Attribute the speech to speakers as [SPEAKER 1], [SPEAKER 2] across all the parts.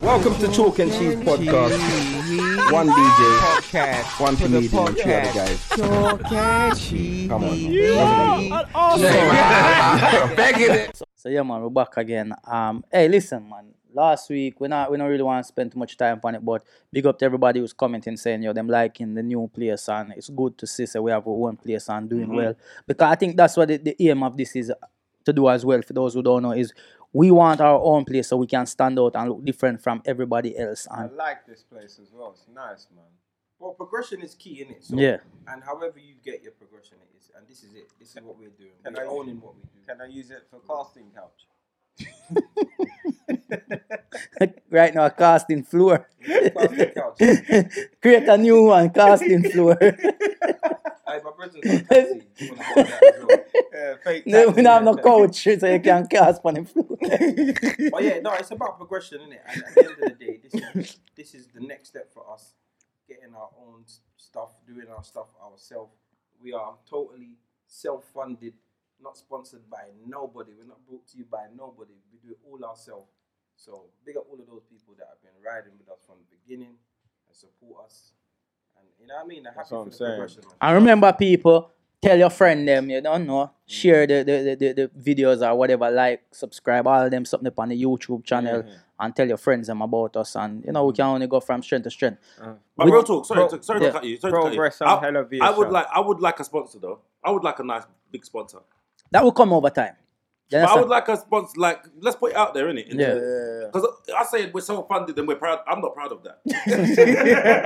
[SPEAKER 1] Welcome to Talk and Cheese podcast. One DJ,
[SPEAKER 2] podcast.
[SPEAKER 1] one
[SPEAKER 2] For the
[SPEAKER 1] comedian, and two other
[SPEAKER 2] podcast.
[SPEAKER 1] guys.
[SPEAKER 2] Talk and cheese.
[SPEAKER 1] Come on.
[SPEAKER 3] So yeah, man, we're back again. Um, hey, listen, man. Last week we not we don't really want to spend too much time on it, but big up to everybody who's commenting saying yo them liking the new place and it's good to see that we have our own place and doing well because I think that's what the, the aim of this is uh, to do as well. For those who don't know, is we want our own place so we can stand out and look different from everybody else.
[SPEAKER 4] I
[SPEAKER 3] And
[SPEAKER 4] like this place as well. It's nice, man. Well, progression is key, in it?
[SPEAKER 3] Yeah.
[SPEAKER 4] And however you get your progression, it is. And this is it. This is what we're doing.
[SPEAKER 2] Can
[SPEAKER 4] we're
[SPEAKER 2] I-
[SPEAKER 4] owning what we do.
[SPEAKER 2] Can I use it for casting couch?
[SPEAKER 3] right now, casting floor,
[SPEAKER 4] Plastic couch.
[SPEAKER 3] create a new one, casting floor.
[SPEAKER 4] Hey, my brother's on taxi. You wanna go on that as well.
[SPEAKER 2] Uh, fake
[SPEAKER 3] No, we
[SPEAKER 2] taxi.
[SPEAKER 3] don't have no coach, so you can cast on the floor.
[SPEAKER 4] But Oh, yeah, no, it's about progression, isn't it? And at the end of the day, this is, this is the next step for us. Getting our own s- stuff, doing our stuff ourselves. We are totally self-funded, not sponsored by nobody. We're not brought to you by nobody. We do it all ourselves. So big up all of those people that have been riding with us from the beginning and support us. And you know what I mean? I'm happy
[SPEAKER 2] That's what
[SPEAKER 4] for
[SPEAKER 2] I'm
[SPEAKER 4] the
[SPEAKER 2] saying.
[SPEAKER 4] progression. man.
[SPEAKER 3] And remember, people, tell your friend them, you don't know, share the, the, the, the, the videos or whatever, like, subscribe, all of them, something up on the YouTube channel, and tell your friends them about us. And, you know, we can only go from strength to strength.
[SPEAKER 5] But
[SPEAKER 3] Would-
[SPEAKER 5] real talk, sorry,
[SPEAKER 2] Pro-
[SPEAKER 5] to, sorry
[SPEAKER 3] yeah.
[SPEAKER 5] to cut you. Sorry
[SPEAKER 2] Progress
[SPEAKER 5] to
[SPEAKER 2] on
[SPEAKER 5] cut you.
[SPEAKER 2] hella via
[SPEAKER 5] I, I would
[SPEAKER 2] shop.
[SPEAKER 5] like, I would like a sponsor though. I would like a nice big sponsor.
[SPEAKER 3] That will come over time. You
[SPEAKER 5] But I would
[SPEAKER 3] understand?
[SPEAKER 5] like a sponsor. Like, let's put it out there, innit?
[SPEAKER 3] Yeah.
[SPEAKER 5] Because I say we're so funded and we're proud. I'm not proud of that.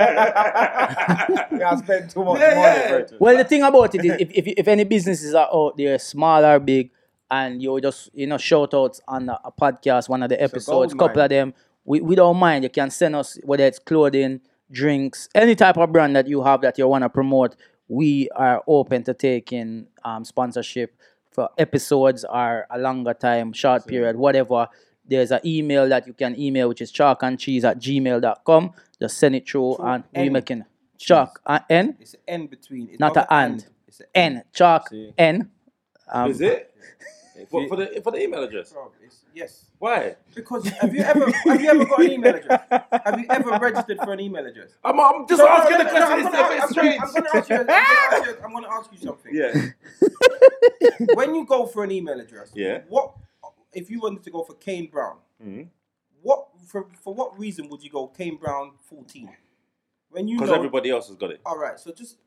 [SPEAKER 2] Yeah, I spend too much
[SPEAKER 5] Yeah,
[SPEAKER 2] money,
[SPEAKER 5] yeah.
[SPEAKER 2] Bretton.
[SPEAKER 3] well, the thing about it is, if, if, if any businesses are out there, small or big, and you just, you know, shout outs on a, a podcast, one of the episodes,
[SPEAKER 2] gold
[SPEAKER 3] couple
[SPEAKER 2] mine.
[SPEAKER 3] of them, we, we don't mind. You can send us, whether it's clothing, drinks, any type of brand that you have that you want to promote. We are open to taking um, sponsorship for episodes or a longer time, short period, whatever. There's an email that you can email, which is chalk and cheese at gmail.com. Just send it through, and we
[SPEAKER 4] and
[SPEAKER 3] making chalk and N.
[SPEAKER 4] It's an N between. It's
[SPEAKER 3] Not a and.
[SPEAKER 4] It's an
[SPEAKER 3] N chalk
[SPEAKER 2] See.
[SPEAKER 3] N. Um,
[SPEAKER 5] Is it? What,
[SPEAKER 2] you-
[SPEAKER 5] for the for the email address?
[SPEAKER 4] Bro, it's- yes.
[SPEAKER 5] Why?
[SPEAKER 4] Because have you ever have you ever got an email address? Have you ever registered for an email address?
[SPEAKER 5] I'm, I'm just asking the question.
[SPEAKER 4] I'm
[SPEAKER 5] It's
[SPEAKER 4] gonna-
[SPEAKER 5] a bit
[SPEAKER 4] I'm gonna-
[SPEAKER 5] strange.
[SPEAKER 4] I'm gonna ask you- I'm gonna ask you- I'm gonna ask you something.
[SPEAKER 5] Yeah.
[SPEAKER 4] When you go for an email address,
[SPEAKER 5] Yeah.
[SPEAKER 4] what if you wanted to go for Kane Brown?
[SPEAKER 5] Mhm.
[SPEAKER 4] What for, for what reason would you go Kane Brown 14? When you
[SPEAKER 5] Because
[SPEAKER 4] know,
[SPEAKER 5] everybody else has got it.
[SPEAKER 4] all right, so just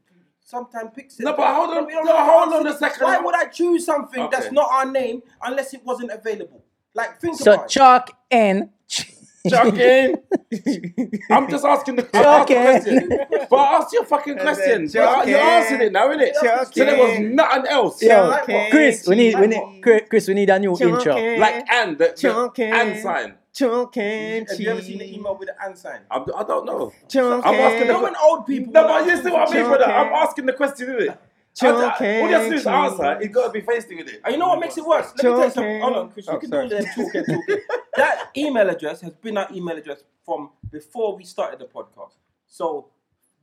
[SPEAKER 4] sometimes pick.
[SPEAKER 5] No, but hold on-
[SPEAKER 4] We don't
[SPEAKER 5] no,
[SPEAKER 4] know
[SPEAKER 5] hold
[SPEAKER 4] how
[SPEAKER 5] on
[SPEAKER 4] to-
[SPEAKER 5] a second.
[SPEAKER 4] Why would I choose something that's
[SPEAKER 5] Okay.
[SPEAKER 4] not our name unless it wasn't available? Like think
[SPEAKER 3] so
[SPEAKER 4] about it.
[SPEAKER 3] chalk N.
[SPEAKER 5] Joking. I'm just asking the I'm
[SPEAKER 3] Joking.
[SPEAKER 5] asking the question. But I asked your fucking
[SPEAKER 2] And then
[SPEAKER 5] question. But You're
[SPEAKER 2] joking.
[SPEAKER 5] answering it now, innit?
[SPEAKER 2] Joking.
[SPEAKER 5] So there was nothing else.
[SPEAKER 3] Yo,
[SPEAKER 2] Chalk N,
[SPEAKER 3] Chris, we need, we
[SPEAKER 2] cheese.
[SPEAKER 3] need, Chri- Chris, we need a new
[SPEAKER 2] Chalk
[SPEAKER 3] intro.
[SPEAKER 2] N.
[SPEAKER 5] Like and the, the
[SPEAKER 2] Joking.
[SPEAKER 5] and sign.
[SPEAKER 2] Chunk
[SPEAKER 4] Have
[SPEAKER 2] and
[SPEAKER 4] you ever seen the email with the and sign?
[SPEAKER 5] I'm, I don't know.
[SPEAKER 2] Chunk
[SPEAKER 5] I'm asking
[SPEAKER 2] and-
[SPEAKER 5] the
[SPEAKER 4] No,
[SPEAKER 2] Knowing
[SPEAKER 5] question.
[SPEAKER 4] when old people.
[SPEAKER 5] No, but you see what I mean,
[SPEAKER 2] Joking.
[SPEAKER 5] brother. I'm asking the question, innit? I- I- All you
[SPEAKER 2] Joking.
[SPEAKER 5] have to do is answer. It's got to be facing with it.
[SPEAKER 4] And you know what makes it worse? Let me tell you something.
[SPEAKER 2] Joking.
[SPEAKER 4] Hold on, Chris. You
[SPEAKER 2] Oh,
[SPEAKER 4] can
[SPEAKER 2] sorry.
[SPEAKER 4] do that talking, talking. That email address has been our email address from before we started the podcast. So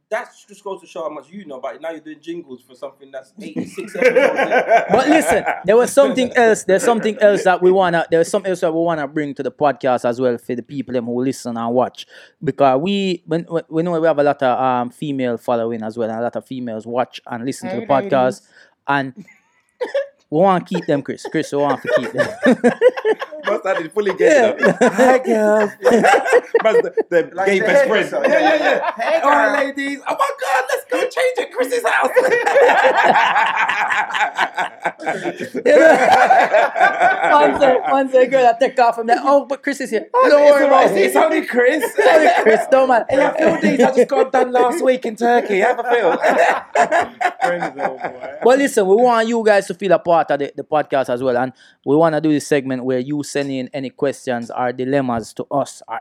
[SPEAKER 4] that just goes to show how much you know about it. Now you're doing jingles for something that's 86 episodes. in.
[SPEAKER 3] But listen, there was something else. There's something else that we wanna. There's something else that we wanna bring to the podcast as well for the people them who listen and watch, because we when, when- we know we have a lot of um female following as well, and a lot of females watch and listen to the
[SPEAKER 2] Hey, ladies.
[SPEAKER 3] podcast, and we want to keep them, Chris. Chris, we want to keep them.
[SPEAKER 5] Must have been fully gay. Yeah.
[SPEAKER 3] Hi, girl.
[SPEAKER 5] Must the, the
[SPEAKER 4] Like
[SPEAKER 5] gay
[SPEAKER 4] the
[SPEAKER 5] best
[SPEAKER 4] head or
[SPEAKER 5] friend.
[SPEAKER 4] something.
[SPEAKER 5] Yeah, yeah, yeah.
[SPEAKER 4] Hey,
[SPEAKER 5] All
[SPEAKER 4] girl.
[SPEAKER 5] right, ladies. Oh my God, let's go change at Chris's house.
[SPEAKER 3] one sec, one sec, girl, I take off from that. Oh, but Chris is here. Oh, don't worry about
[SPEAKER 5] It's, it's
[SPEAKER 3] it.
[SPEAKER 5] only Chris.
[SPEAKER 3] Sorry, Chris, don't matter.
[SPEAKER 5] Hey, I feel these. I just got done last week in Turkey. Have a feel.
[SPEAKER 2] friends, though, boy.
[SPEAKER 3] But listen, we want you guys to feel a part of the, the podcast as well. And we want to do this segment where you send in any questions or dilemmas to us. Or,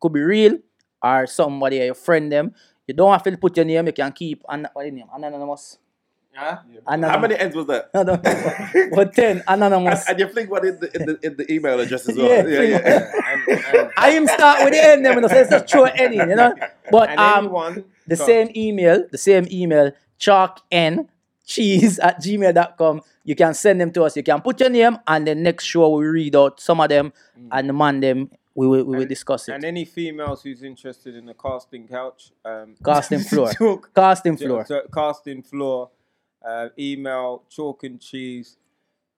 [SPEAKER 3] could be real or somebody or your friend them. You don't have to put your name, you can keep an, what is your name? anonymous.
[SPEAKER 4] Huh?
[SPEAKER 3] anonymous.
[SPEAKER 5] How many ends was that?
[SPEAKER 3] I don't know. but 10,
[SPEAKER 5] And,
[SPEAKER 3] anonymous.
[SPEAKER 5] and you flick one in the, in the in the email address as well.
[SPEAKER 3] Yeah, I am start with the end them, you know, so it's just throw any, you know. But
[SPEAKER 2] And
[SPEAKER 3] um,
[SPEAKER 2] anyone,
[SPEAKER 3] the
[SPEAKER 2] Go on.
[SPEAKER 3] same email, the same email, chalk n cheese at gmail.com. You can send them to us. You can put your name, and the next show we read out some of them and the man them we will we will
[SPEAKER 6] And-
[SPEAKER 3] discuss it.
[SPEAKER 6] And any females who's interested in the casting couch, um,
[SPEAKER 3] Casting floor.
[SPEAKER 6] Chalk,
[SPEAKER 3] Casting floor.
[SPEAKER 6] so- casting floor. Uh, email chalk and cheese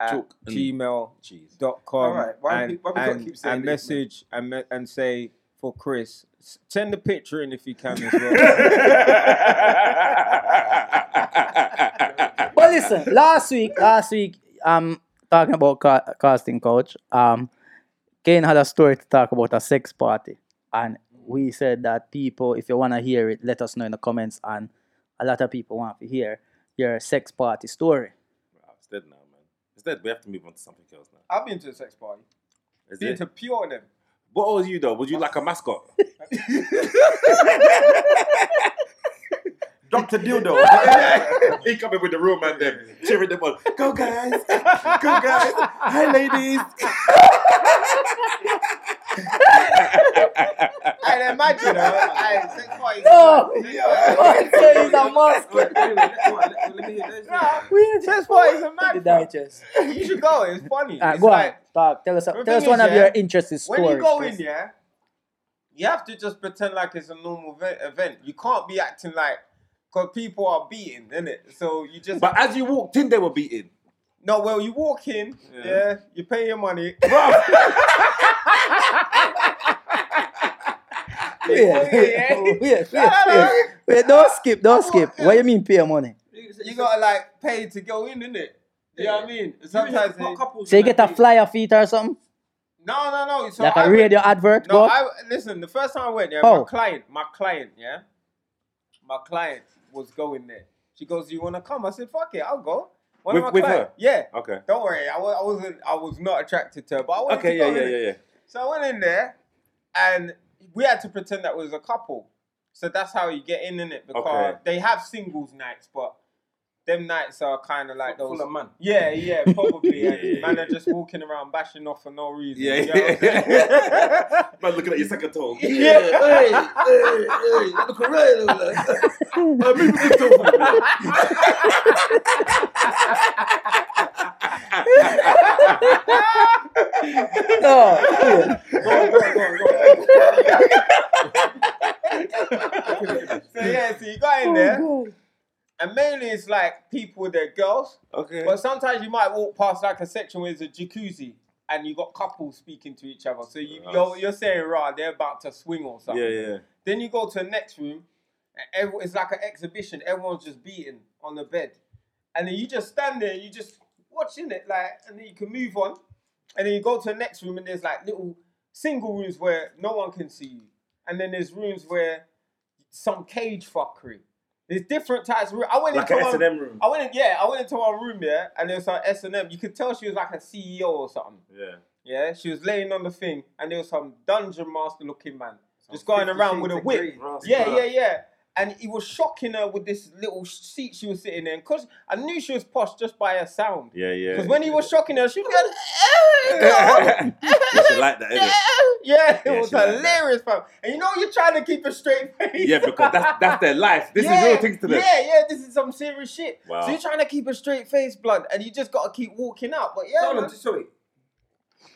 [SPEAKER 6] at
[SPEAKER 5] Chalk and cheese.
[SPEAKER 6] gmail.com
[SPEAKER 2] All right, why
[SPEAKER 6] and,
[SPEAKER 2] pe- why we gotta
[SPEAKER 6] and-
[SPEAKER 2] keep saying
[SPEAKER 6] and
[SPEAKER 2] this, man?
[SPEAKER 6] message and me- and say for Chris, S- send the picture in if you can as well.
[SPEAKER 3] But listen, last week, last week, um, talking about ca- casting coach, um, Kane had a story to talk about a sex party, and we said that people, if you wanna hear it, let us know in the comments, and a lot of people want to hear your sex party story.
[SPEAKER 5] It's dead now, man. It's dead. We have to move on to something else now.
[SPEAKER 2] I've been to a sex party.
[SPEAKER 5] Is
[SPEAKER 2] Been
[SPEAKER 5] it?
[SPEAKER 2] to pure them.
[SPEAKER 5] What was you though? Was you like a mascot?
[SPEAKER 2] Doctor Dildo.
[SPEAKER 5] he coming with the real man then, cheering them on. Go guys, go guys. Hi ladies.
[SPEAKER 2] I imagine. I sex party.
[SPEAKER 3] No,
[SPEAKER 2] Yeah.
[SPEAKER 3] Monster is a monster.
[SPEAKER 2] Wait, wait, let- come on, let- let me hear this.
[SPEAKER 3] Weird.
[SPEAKER 2] Sex party is a
[SPEAKER 3] The
[SPEAKER 2] mad. thing.
[SPEAKER 3] digest.
[SPEAKER 2] You should go. It's funny.
[SPEAKER 3] Alright, Ah,
[SPEAKER 2] It's
[SPEAKER 3] Uh, go
[SPEAKER 2] like-
[SPEAKER 3] on. Talk. Tell us.
[SPEAKER 2] The
[SPEAKER 3] Tell us
[SPEAKER 2] thing
[SPEAKER 3] one
[SPEAKER 2] is,
[SPEAKER 3] of
[SPEAKER 2] yeah,
[SPEAKER 3] your interesting stories.
[SPEAKER 2] When you go in,
[SPEAKER 3] Chris.
[SPEAKER 2] yeah, you have to just pretend like it's a normal ve- event. You can't be acting like because people are beating, innit? So you just
[SPEAKER 5] But as you walked in, they were beating.
[SPEAKER 2] no. Well, you walk in, yeah, you pay your money.
[SPEAKER 3] Weird.
[SPEAKER 2] yeah.
[SPEAKER 3] Weird. Weird. weird. Wait, don't skip. Don't skip. What you mean, pay your money?
[SPEAKER 2] you gotta like pay to go in, innit? You know what I mean? Sometimes they-
[SPEAKER 3] So you get a flyer feet or something?
[SPEAKER 2] no, no, no. So
[SPEAKER 3] like
[SPEAKER 2] I
[SPEAKER 3] a
[SPEAKER 2] went-
[SPEAKER 3] radio advert?
[SPEAKER 2] No,
[SPEAKER 3] No,
[SPEAKER 2] I listen. The first time I went, yeah,
[SPEAKER 3] Oh.
[SPEAKER 2] my client, my client, yeah, my client was going there. She goes, "You want to come?" I said, "Fuck it, I'll go." One
[SPEAKER 5] With- with
[SPEAKER 2] client-
[SPEAKER 5] her?
[SPEAKER 2] yeah.
[SPEAKER 5] Okay.
[SPEAKER 2] Don't worry, I, wa- I wasn't. I was not attracted to her, but I wanted
[SPEAKER 5] Okay.
[SPEAKER 2] to
[SPEAKER 5] Yeah.
[SPEAKER 2] go
[SPEAKER 5] Yeah.
[SPEAKER 2] in
[SPEAKER 5] Yeah. Yeah.
[SPEAKER 2] So I went in there, and we had to pretend that we was a couple. So that's how you get in in it because
[SPEAKER 5] Okay.
[SPEAKER 2] they have singles nights, but them nights are kind of like those.
[SPEAKER 4] Full of man.
[SPEAKER 2] Yeah, yeah, probably.
[SPEAKER 5] Yeah,
[SPEAKER 2] and
[SPEAKER 5] yeah,
[SPEAKER 2] man
[SPEAKER 5] yeah.
[SPEAKER 2] are just walking around bashing off for no reason.
[SPEAKER 5] Yeah.
[SPEAKER 2] you know what I'm saying?
[SPEAKER 5] yeah. man, looking at your second toe.
[SPEAKER 4] hey, hey, hey, look around, look.
[SPEAKER 5] Uh, maybe we can talk about it.
[SPEAKER 3] no.
[SPEAKER 2] So yeah, so you got
[SPEAKER 5] Oh,
[SPEAKER 2] in there, and mainly it's like people with their girls,
[SPEAKER 5] Okay.
[SPEAKER 2] but sometimes you might walk past like a section where there's a jacuzzi, and you got couples speaking to each other. So you,
[SPEAKER 5] Nice.
[SPEAKER 2] you're you're saying, "Right, they're about to swing or
[SPEAKER 5] Yeah.
[SPEAKER 2] something."
[SPEAKER 5] Yeah.
[SPEAKER 2] Then you go to the next room, and every, it's like an exhibition. Everyone's just beating on the bed, and then you just stand there, and you just watching it, like, and then you can move on, and then you go to the next room, and there's like little single rooms where no one can see you, and then there's rooms where some cage fuckery. There's different types of room. I went
[SPEAKER 5] Like
[SPEAKER 2] into
[SPEAKER 5] an
[SPEAKER 2] one-
[SPEAKER 5] S and M room.
[SPEAKER 2] I went in, yeah, I went into one room, yeah, and there was some S and M. You could tell she was like a CEO or something.
[SPEAKER 5] Yeah.
[SPEAKER 2] Yeah, she was laying on the thing, and there was some dungeon master looking man just
[SPEAKER 4] Some
[SPEAKER 2] going
[SPEAKER 4] 50
[SPEAKER 2] around with a
[SPEAKER 4] Shades of
[SPEAKER 2] whip.
[SPEAKER 4] Grey.
[SPEAKER 2] Yeah, yeah, yeah. And he was shocking her with this little seat she was sitting in. Because I knew she was posh just by her sound.
[SPEAKER 5] Yeah. Yeah.
[SPEAKER 2] Because when he was shocking her, she was going,
[SPEAKER 5] You should like that, innit?
[SPEAKER 2] Yeah, it
[SPEAKER 5] Yeah,
[SPEAKER 2] was
[SPEAKER 5] she like that.
[SPEAKER 2] hilarious, fam. And you know you're trying to keep a straight face.
[SPEAKER 5] Yeah, because that's that's their life. This
[SPEAKER 2] Yeah,
[SPEAKER 5] is real things to them.
[SPEAKER 2] Yeah, yeah, this is some serious shit.
[SPEAKER 5] Wow.
[SPEAKER 2] So you're trying to keep a straight face, blood, and you just got to keep walking out. But yeah,
[SPEAKER 4] Hold on,
[SPEAKER 2] man,
[SPEAKER 4] just show it.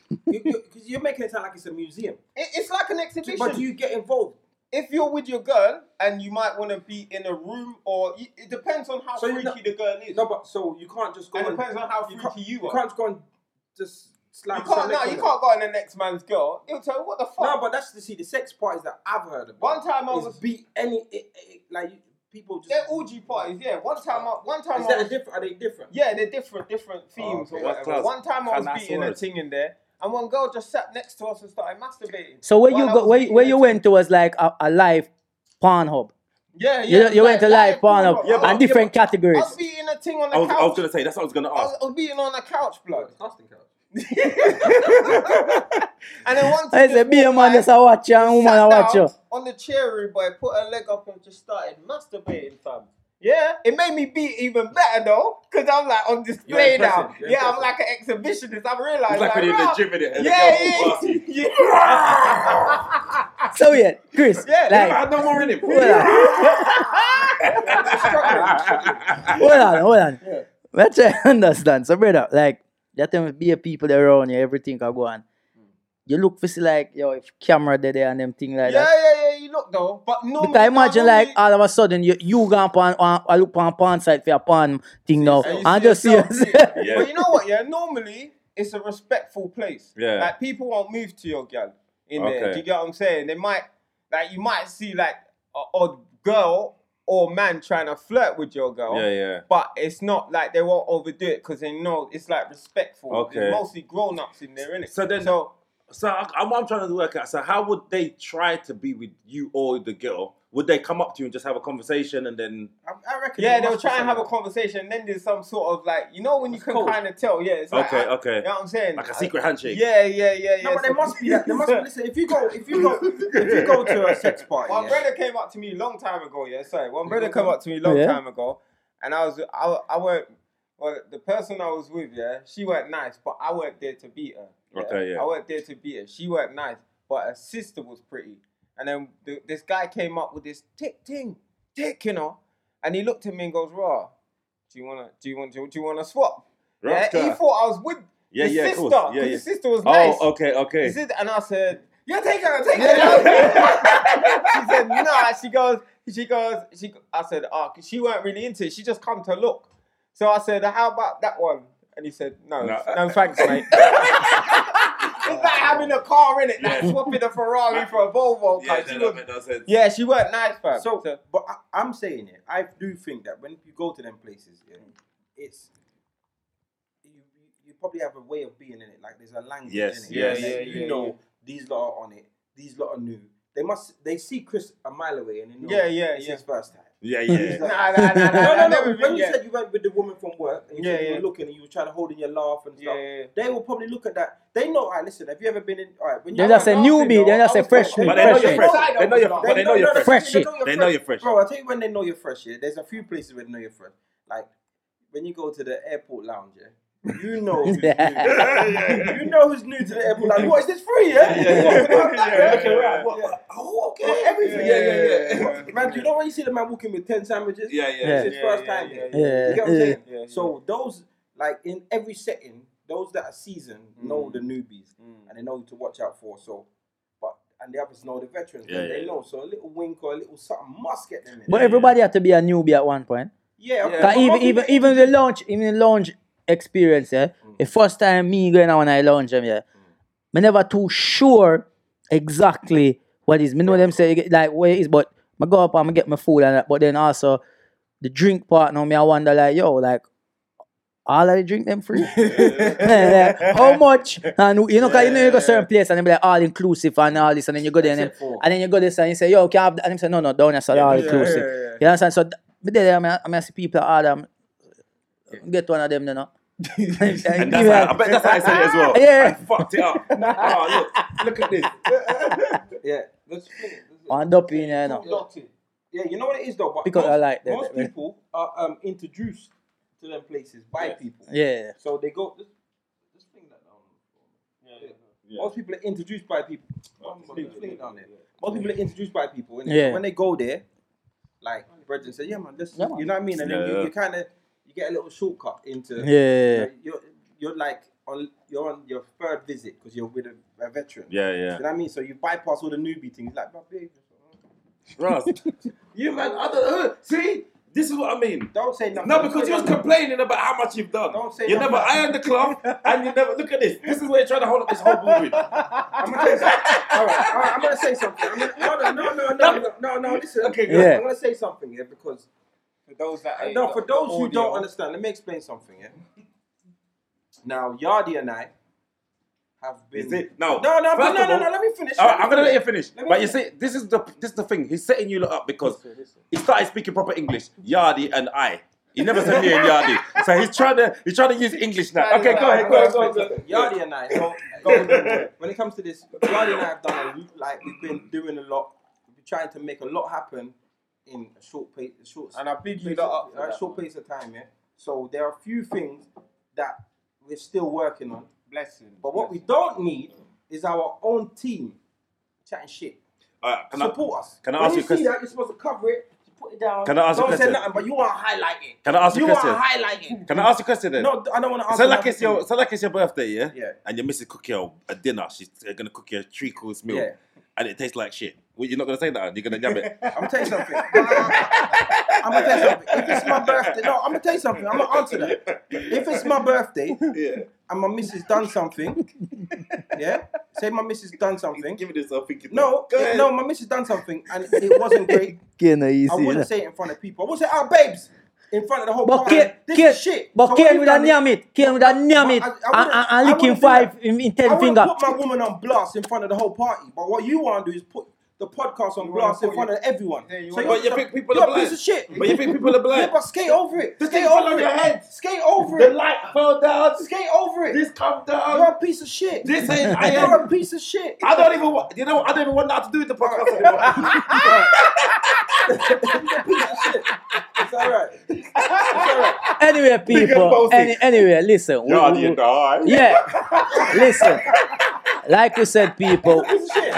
[SPEAKER 4] You- you- 'cause You're making it sound like it's a museum.
[SPEAKER 2] it- it's like an exhibition.
[SPEAKER 4] But do you get involved?
[SPEAKER 2] if you're with your girl and you might want to be in a room or it it depends on how
[SPEAKER 4] So you-
[SPEAKER 2] freaky the girl is.
[SPEAKER 4] No, but so you can't just go
[SPEAKER 2] and it
[SPEAKER 4] and
[SPEAKER 2] depends on how
[SPEAKER 4] you
[SPEAKER 2] freaky
[SPEAKER 4] can't-
[SPEAKER 2] you,
[SPEAKER 4] You
[SPEAKER 2] are.
[SPEAKER 4] can't just go and just
[SPEAKER 2] You
[SPEAKER 4] slap.
[SPEAKER 2] can't, no, you can't go in the next man's girl. He'll tell you what the fuck.
[SPEAKER 4] No, but that's the see the sex parties that I've heard about.
[SPEAKER 2] one time I
[SPEAKER 4] is
[SPEAKER 2] was
[SPEAKER 4] beat any it, it, like you- people just.
[SPEAKER 2] they're orgy parties, yeah. One time I one time
[SPEAKER 4] Is
[SPEAKER 2] I
[SPEAKER 4] that
[SPEAKER 2] was,
[SPEAKER 4] a different? Are they different?
[SPEAKER 2] yeah, they're different different themes
[SPEAKER 5] Oh, okay.
[SPEAKER 2] or whatever.
[SPEAKER 5] Class.
[SPEAKER 2] One time I was
[SPEAKER 5] Class
[SPEAKER 2] beating a
[SPEAKER 5] words.
[SPEAKER 2] thing in there and one girl just sat next to us and started masturbating.
[SPEAKER 3] So where you
[SPEAKER 2] While I
[SPEAKER 3] go,
[SPEAKER 2] was
[SPEAKER 3] where,
[SPEAKER 2] beating
[SPEAKER 3] where
[SPEAKER 2] her
[SPEAKER 3] you
[SPEAKER 2] ting.
[SPEAKER 3] went to was like a, a live porn hub.
[SPEAKER 2] Yeah,
[SPEAKER 3] You,
[SPEAKER 2] yeah.
[SPEAKER 3] you went to live porn hub
[SPEAKER 2] Yeah, but-
[SPEAKER 3] and different
[SPEAKER 2] I
[SPEAKER 3] categories.
[SPEAKER 2] was beating a thing on the
[SPEAKER 5] I was,
[SPEAKER 2] couch.
[SPEAKER 5] I was gonna say that's what I was gonna
[SPEAKER 2] I
[SPEAKER 5] ask.
[SPEAKER 2] was, I was beating on the couch, blood.
[SPEAKER 4] Casting couch.
[SPEAKER 2] and then one
[SPEAKER 3] I
[SPEAKER 2] time,
[SPEAKER 3] said, be a man that's a watch you and woman a watch you.
[SPEAKER 2] on the cherry boy, put her leg up and just started masturbating, fam. Yeah, it made me beat even better though, because I'm like on display
[SPEAKER 4] You're
[SPEAKER 2] now.
[SPEAKER 4] impressive, you're
[SPEAKER 2] Yeah, I'm like
[SPEAKER 4] impressive.
[SPEAKER 2] an exhibitionist. I realized,
[SPEAKER 5] It's like when you're in the gym innit, and
[SPEAKER 2] yeah,
[SPEAKER 5] the girl walks past
[SPEAKER 2] yeah,
[SPEAKER 5] you.
[SPEAKER 2] yeah.
[SPEAKER 3] So yeah, Chris,
[SPEAKER 2] Yeah,
[SPEAKER 3] like,
[SPEAKER 5] I don't want it.
[SPEAKER 3] hold on, hold on, hold on. Let's try to understand. So brother, like, that time be a people around you, everything can go on. you look for see like yo if camera there there and them thing like
[SPEAKER 2] yeah,
[SPEAKER 3] that.
[SPEAKER 2] yeah, yeah. You look though, but no.
[SPEAKER 3] Because imagine like all of a sudden you you gone on, on I look on pawn side for your pawn thing now
[SPEAKER 2] And you
[SPEAKER 3] and
[SPEAKER 2] see
[SPEAKER 3] just see
[SPEAKER 2] yourself,
[SPEAKER 3] us.
[SPEAKER 2] yeah.
[SPEAKER 5] Yeah.
[SPEAKER 2] But you know what? Yeah, normally it's a respectful place.
[SPEAKER 5] Yeah.
[SPEAKER 2] like people won't move to your gal in there.
[SPEAKER 5] Okay.
[SPEAKER 2] Do you get what I'm saying? They might, like, you might see like a odd girl or man trying to flirt with your girl.
[SPEAKER 5] Yeah, yeah.
[SPEAKER 2] But it's not like they won't overdo it because they know it's like respectful.
[SPEAKER 5] Okay.
[SPEAKER 2] There's mostly grown ups in there, innit?
[SPEAKER 5] So then-
[SPEAKER 2] so
[SPEAKER 5] So I, I'm, I'm trying to work out. So how would they try to be with you or the girl? Would they come up to you and just have a conversation and then?
[SPEAKER 4] I, I reckon.
[SPEAKER 2] yeah,
[SPEAKER 4] it
[SPEAKER 2] they'll
[SPEAKER 4] must be
[SPEAKER 2] try and have a
[SPEAKER 4] something.
[SPEAKER 2] conversation. And then there's some sort of like, you know, when you can kind of tell. Yeah, it's like,
[SPEAKER 5] Okay,
[SPEAKER 2] I-
[SPEAKER 5] okay.
[SPEAKER 2] You know what I'm saying?
[SPEAKER 5] Like a secret handshake.
[SPEAKER 2] Yeah, yeah, yeah, yeah.
[SPEAKER 4] No, but there
[SPEAKER 2] So-
[SPEAKER 4] must be that. There must be. Listen, if you go, if you go, if you go to a sex party,
[SPEAKER 2] My
[SPEAKER 4] yeah,
[SPEAKER 2] brother came up to me long time ago. Yeah, sorry. One
[SPEAKER 5] Mm-hmm.
[SPEAKER 2] brother came up to me long
[SPEAKER 3] Yeah.
[SPEAKER 2] time ago, and I was I I weren't well the person I was with. Yeah, she weren't nice, but I weren't there to beat her.
[SPEAKER 5] Okay, yeah.
[SPEAKER 2] I weren't there to beat her. She weren't nice, but her sister was pretty. And then th- this guy came up with this tick ting tick, you know, and he looked at me and goes, "Raw, do you wanna do you want do you wanna swap?"
[SPEAKER 5] Rasta.
[SPEAKER 2] Yeah, he thought I was with.
[SPEAKER 5] Yeah,
[SPEAKER 2] his
[SPEAKER 5] yeah, of
[SPEAKER 2] sister,
[SPEAKER 5] course. Yeah,
[SPEAKER 2] 'cause
[SPEAKER 5] yeah.
[SPEAKER 2] His sister was
[SPEAKER 5] Oh,
[SPEAKER 2] nice.
[SPEAKER 5] okay,
[SPEAKER 2] He
[SPEAKER 5] okay.
[SPEAKER 2] said, and I said,
[SPEAKER 4] yeah, take her, take her.
[SPEAKER 2] she said, nah. She goes, she goes, she. I said, oh, 'cause she weren't really into it. She just come to look. So I said, how about that one? And he said, no, no,
[SPEAKER 5] No.
[SPEAKER 2] thanks, mate. it's like having a car in it, like
[SPEAKER 5] Yeah.
[SPEAKER 2] swapping a Ferrari for a Volvo. Yeah, she, was,
[SPEAKER 5] sense.
[SPEAKER 2] yeah she weren't nice, fam.
[SPEAKER 4] So, but I, I'm saying it. I do think that when you go to them places, yeah, it's you, you- you probably have a way of being in it. Like there's a language. in
[SPEAKER 5] Yes,
[SPEAKER 4] it.
[SPEAKER 5] yes.
[SPEAKER 4] Like,
[SPEAKER 2] Yeah,
[SPEAKER 4] you
[SPEAKER 2] yeah,
[SPEAKER 4] know these lot are on it. These lot are new. They must. They see Chris a mile away, and they know
[SPEAKER 2] Yeah, yeah,
[SPEAKER 4] it's
[SPEAKER 2] yeah.
[SPEAKER 4] his first time.
[SPEAKER 5] Yeah, yeah.
[SPEAKER 2] nah, nah, nah, nah,
[SPEAKER 4] No, no,
[SPEAKER 2] I
[SPEAKER 4] no.
[SPEAKER 2] never
[SPEAKER 4] When
[SPEAKER 2] been
[SPEAKER 4] you
[SPEAKER 2] yet.
[SPEAKER 4] said you went with the woman from work, and you
[SPEAKER 2] Yeah,
[SPEAKER 4] said you
[SPEAKER 2] yeah.
[SPEAKER 4] were looking and you were trying to hold in your laugh and
[SPEAKER 2] yeah,
[SPEAKER 4] stuff,
[SPEAKER 2] yeah, yeah.
[SPEAKER 4] they will probably look at that. They know, all right, listen, have you ever been in? All right, when
[SPEAKER 3] They
[SPEAKER 4] you
[SPEAKER 3] just say
[SPEAKER 2] I'm laughing,
[SPEAKER 3] newbie, they
[SPEAKER 2] though.
[SPEAKER 3] just
[SPEAKER 2] I
[SPEAKER 3] say
[SPEAKER 2] was
[SPEAKER 3] fresh
[SPEAKER 2] talking-
[SPEAKER 3] meat,
[SPEAKER 5] But they know
[SPEAKER 3] fresh
[SPEAKER 5] you're
[SPEAKER 3] meat.
[SPEAKER 5] fresh. They know you're. But they know you're fresh.
[SPEAKER 3] Fresh shit.
[SPEAKER 4] you're
[SPEAKER 5] They know you're fresh.
[SPEAKER 4] Bro, I'll tell you when they know you're fresh, yeah. There's a few places where they know you're fresh. Like, when you go to the airport lounge, yeah. You know who's new. you know who's new to the airport lounge. What, is this free, yeah?
[SPEAKER 5] yeah, yeah.
[SPEAKER 4] Walking around like that,
[SPEAKER 5] Yeah,
[SPEAKER 4] looking
[SPEAKER 5] yeah,
[SPEAKER 4] around.
[SPEAKER 5] yeah.
[SPEAKER 4] What- what- Oh, okay.
[SPEAKER 5] Yeah,
[SPEAKER 4] everything.
[SPEAKER 5] yeah, yeah, yeah.
[SPEAKER 4] What- Man, do you know when you see the man walking with 10 sandwiches?
[SPEAKER 5] Yeah, yeah.
[SPEAKER 3] Yeah.
[SPEAKER 4] It's his
[SPEAKER 2] Yeah,
[SPEAKER 4] first
[SPEAKER 2] yeah,
[SPEAKER 4] time,
[SPEAKER 2] yeah,
[SPEAKER 4] yeah.
[SPEAKER 3] yeah.
[SPEAKER 4] You get what I'm
[SPEAKER 3] Yeah.
[SPEAKER 4] saying?
[SPEAKER 2] Yeah, yeah.
[SPEAKER 4] So those, like, in every setting, those that are seasoned
[SPEAKER 2] Mm.
[SPEAKER 4] know the newbies and they know who to watch out for. So, but and the others know the veterans.
[SPEAKER 5] Yeah,
[SPEAKER 4] they
[SPEAKER 5] yeah.
[SPEAKER 4] know. So a little wink or a little something must get them in.
[SPEAKER 3] But
[SPEAKER 5] Yeah,
[SPEAKER 3] everybody had to be a newbie at one point.
[SPEAKER 4] yeah, okay.
[SPEAKER 3] 'Cause
[SPEAKER 4] But Mm.
[SPEAKER 3] even
[SPEAKER 4] most
[SPEAKER 3] even
[SPEAKER 4] people-
[SPEAKER 3] even the launch even the launch experience, yeah. The first time me going out when I launch them,
[SPEAKER 4] Mm.
[SPEAKER 3] yeah. Me never too sure exactly what is. Me know them say like where it is, but me go up and me get my food and that. But then also the drink part now me I wonder like yo like all of the drink them free. Like, How much? And you know, 'cause you know you go certain place and they be like all inclusive and all this, and then you go there and then,
[SPEAKER 4] Except for-
[SPEAKER 3] and then you go this and you say, yo, can I have that? And them say, no, no, down here, so all inclusive. You understand? So th- me there, I mean, I mean, I see people all um, get one of them, you know.
[SPEAKER 5] And that's how, I bet that's how I said it as well.
[SPEAKER 3] Yeah.
[SPEAKER 5] I fucked it up. Oh, look, look at this.
[SPEAKER 4] yeah, let's spin it. Let's-
[SPEAKER 3] on up in there, you know.
[SPEAKER 4] Don't knock it. Yeah, you know what it is though. But
[SPEAKER 3] Because
[SPEAKER 4] most,
[SPEAKER 3] I like that-
[SPEAKER 4] most
[SPEAKER 3] that-
[SPEAKER 4] people are um, introduced to them places by people.
[SPEAKER 3] Yeah.
[SPEAKER 4] So they go. Let's, let's fling that down. Yeah. Most people are introduced by people. Fling fling it down there. Most people are introduced by people. And
[SPEAKER 3] Yeah.
[SPEAKER 4] when they go there, like brethren say, yeah man, let's,
[SPEAKER 3] Yeah, man.
[SPEAKER 4] you know what I mean? And
[SPEAKER 5] Yeah,
[SPEAKER 4] then you,
[SPEAKER 5] yeah.
[SPEAKER 4] you kind of you get a little shortcut into
[SPEAKER 3] Yeah.
[SPEAKER 4] Like, you're you're like on you're on your third visit because you're with a, a veteran.
[SPEAKER 5] Yeah,
[SPEAKER 4] You
[SPEAKER 5] yeah.
[SPEAKER 4] know what I mean? So you bypass all the newbie things like, "Bruh, babe,
[SPEAKER 5] Ross, you man, I don't, uh, see, this is what I mean.
[SPEAKER 4] don't say nothing.
[SPEAKER 5] No, because you was
[SPEAKER 4] complaining.
[SPEAKER 5] complaining about how much you've done.
[SPEAKER 4] Don't say
[SPEAKER 5] you
[SPEAKER 4] nothing.
[SPEAKER 5] never ironed the cloth, and you never look at this. This is where you're trying to hold up this whole movie.
[SPEAKER 4] I'm gonna say something. All right, all right, I'm gonna say something. I'm gonna, no, no, no, no, no, no, no. Listen, okay,
[SPEAKER 3] good. Yeah.
[SPEAKER 4] I'm gonna say something here because
[SPEAKER 2] For those that ain't
[SPEAKER 4] no,
[SPEAKER 2] got
[SPEAKER 4] for
[SPEAKER 2] the
[SPEAKER 4] those who don't
[SPEAKER 2] audio.
[SPEAKER 4] understand, let me explain something. Yeah. Now, Yardi and I have been.
[SPEAKER 5] Is it? No.
[SPEAKER 4] No, no, but
[SPEAKER 5] First
[SPEAKER 4] no,
[SPEAKER 5] of
[SPEAKER 4] no,
[SPEAKER 5] all-
[SPEAKER 4] no. Let me finish.
[SPEAKER 5] All right,
[SPEAKER 4] me
[SPEAKER 5] I'm gonna let you
[SPEAKER 4] finish.
[SPEAKER 5] finish.
[SPEAKER 4] Let me
[SPEAKER 5] But you
[SPEAKER 4] finish.
[SPEAKER 5] see, this is the this is the thing. He's setting you lot up because he started speaking proper English. Yardi and I. He never said me and Yardi. So he's trying to he's trying to use English now. Okay, go ahead, go ahead, go ahead. Go ahead.
[SPEAKER 4] Yardi and I, so, go- when it comes to this, Yardi and I have done a- like we've been doing a lot. We've been trying to make a lot happen in a short pace, short
[SPEAKER 2] And I big you
[SPEAKER 4] pace
[SPEAKER 2] lot up.
[SPEAKER 4] of,
[SPEAKER 2] for that.
[SPEAKER 4] a short pace of time. Yeah. So there are a few things that we're still working on,
[SPEAKER 2] Blessing.
[SPEAKER 4] but what we don't need is our own team chatting shit.
[SPEAKER 5] All right, can I-
[SPEAKER 4] Support us.
[SPEAKER 5] can I
[SPEAKER 4] when
[SPEAKER 5] ask
[SPEAKER 4] you
[SPEAKER 5] you a
[SPEAKER 4] see
[SPEAKER 5] question?
[SPEAKER 4] that, you're supposed to cover it. put it down.
[SPEAKER 5] Can I ask a
[SPEAKER 4] Don't
[SPEAKER 5] question?
[SPEAKER 4] say nothing, but you are highlighting.
[SPEAKER 5] Can I ask you
[SPEAKER 4] You
[SPEAKER 5] a
[SPEAKER 4] are
[SPEAKER 5] question?
[SPEAKER 4] highlighting.
[SPEAKER 5] Can I ask you a question then?
[SPEAKER 4] No, I don't want to ask.
[SPEAKER 5] So like
[SPEAKER 4] another
[SPEAKER 5] it's your
[SPEAKER 4] thing.
[SPEAKER 5] so like it's your birthday, yeah?
[SPEAKER 4] Yeah.
[SPEAKER 5] And your missus cook you a dinner. She's uh, gonna cook you a treacle meal,
[SPEAKER 4] Yeah.
[SPEAKER 5] and it tastes like shit. Well, you're not gonna say that. You're gonna yam it.
[SPEAKER 4] I'm gonna tell you something. I'm gonna tell you something. If it's my birthday, no, I'm gonna tell you something. I'm gonna answer that. If it's my birthday and my missus done something, yeah. Say my missus done something.
[SPEAKER 5] Give it this up. thinking-
[SPEAKER 4] No,
[SPEAKER 5] Go ahead.
[SPEAKER 4] no, my missus done something and it wasn't great.
[SPEAKER 3] Again, uh, you
[SPEAKER 4] I
[SPEAKER 3] see,
[SPEAKER 4] wouldn't
[SPEAKER 3] innit?
[SPEAKER 4] say it in front of people. I would say, "Ah, babes," in front of the whole
[SPEAKER 3] But
[SPEAKER 4] party.
[SPEAKER 3] Kane,
[SPEAKER 4] This
[SPEAKER 3] Kane,
[SPEAKER 4] is shit.
[SPEAKER 3] but
[SPEAKER 4] So when
[SPEAKER 3] Kane
[SPEAKER 4] you
[SPEAKER 3] with a
[SPEAKER 4] done it-
[SPEAKER 3] nyam it, Kane with a nyam it,
[SPEAKER 4] I- I wouldn't-
[SPEAKER 3] and- and
[SPEAKER 4] I
[SPEAKER 3] and
[SPEAKER 4] wouldn't
[SPEAKER 3] licking
[SPEAKER 4] do that.
[SPEAKER 3] five in in
[SPEAKER 4] I
[SPEAKER 3] ten
[SPEAKER 4] wouldn't
[SPEAKER 3] finger.
[SPEAKER 4] put my woman on blast in front of the whole party. But what you want to do is put the podcast on blast in front of everyone.
[SPEAKER 2] you
[SPEAKER 4] so
[SPEAKER 2] wanna-
[SPEAKER 5] But you think people
[SPEAKER 4] you're
[SPEAKER 5] are
[SPEAKER 4] a piece of
[SPEAKER 5] blind.
[SPEAKER 4] shit.
[SPEAKER 5] But you think people are
[SPEAKER 4] Yeah,
[SPEAKER 5] blind.
[SPEAKER 4] but skate over it. Skate
[SPEAKER 5] thing fell
[SPEAKER 4] over
[SPEAKER 5] on
[SPEAKER 4] it.
[SPEAKER 5] your head.
[SPEAKER 4] Skate over
[SPEAKER 5] The
[SPEAKER 4] it.
[SPEAKER 5] light fell down.
[SPEAKER 4] Skate over it.
[SPEAKER 5] This come down.
[SPEAKER 4] You're a piece of shit.
[SPEAKER 5] This ain't I
[SPEAKER 4] You're
[SPEAKER 5] am.
[SPEAKER 4] a piece of shit.
[SPEAKER 5] I don't even want. You know, I don't even want that to do with the podcast anymore.
[SPEAKER 4] It's all right.
[SPEAKER 3] Anyway, people.
[SPEAKER 5] both
[SPEAKER 3] Any, anyway, listen. we- we- we- yeah. listen. Like we said, people.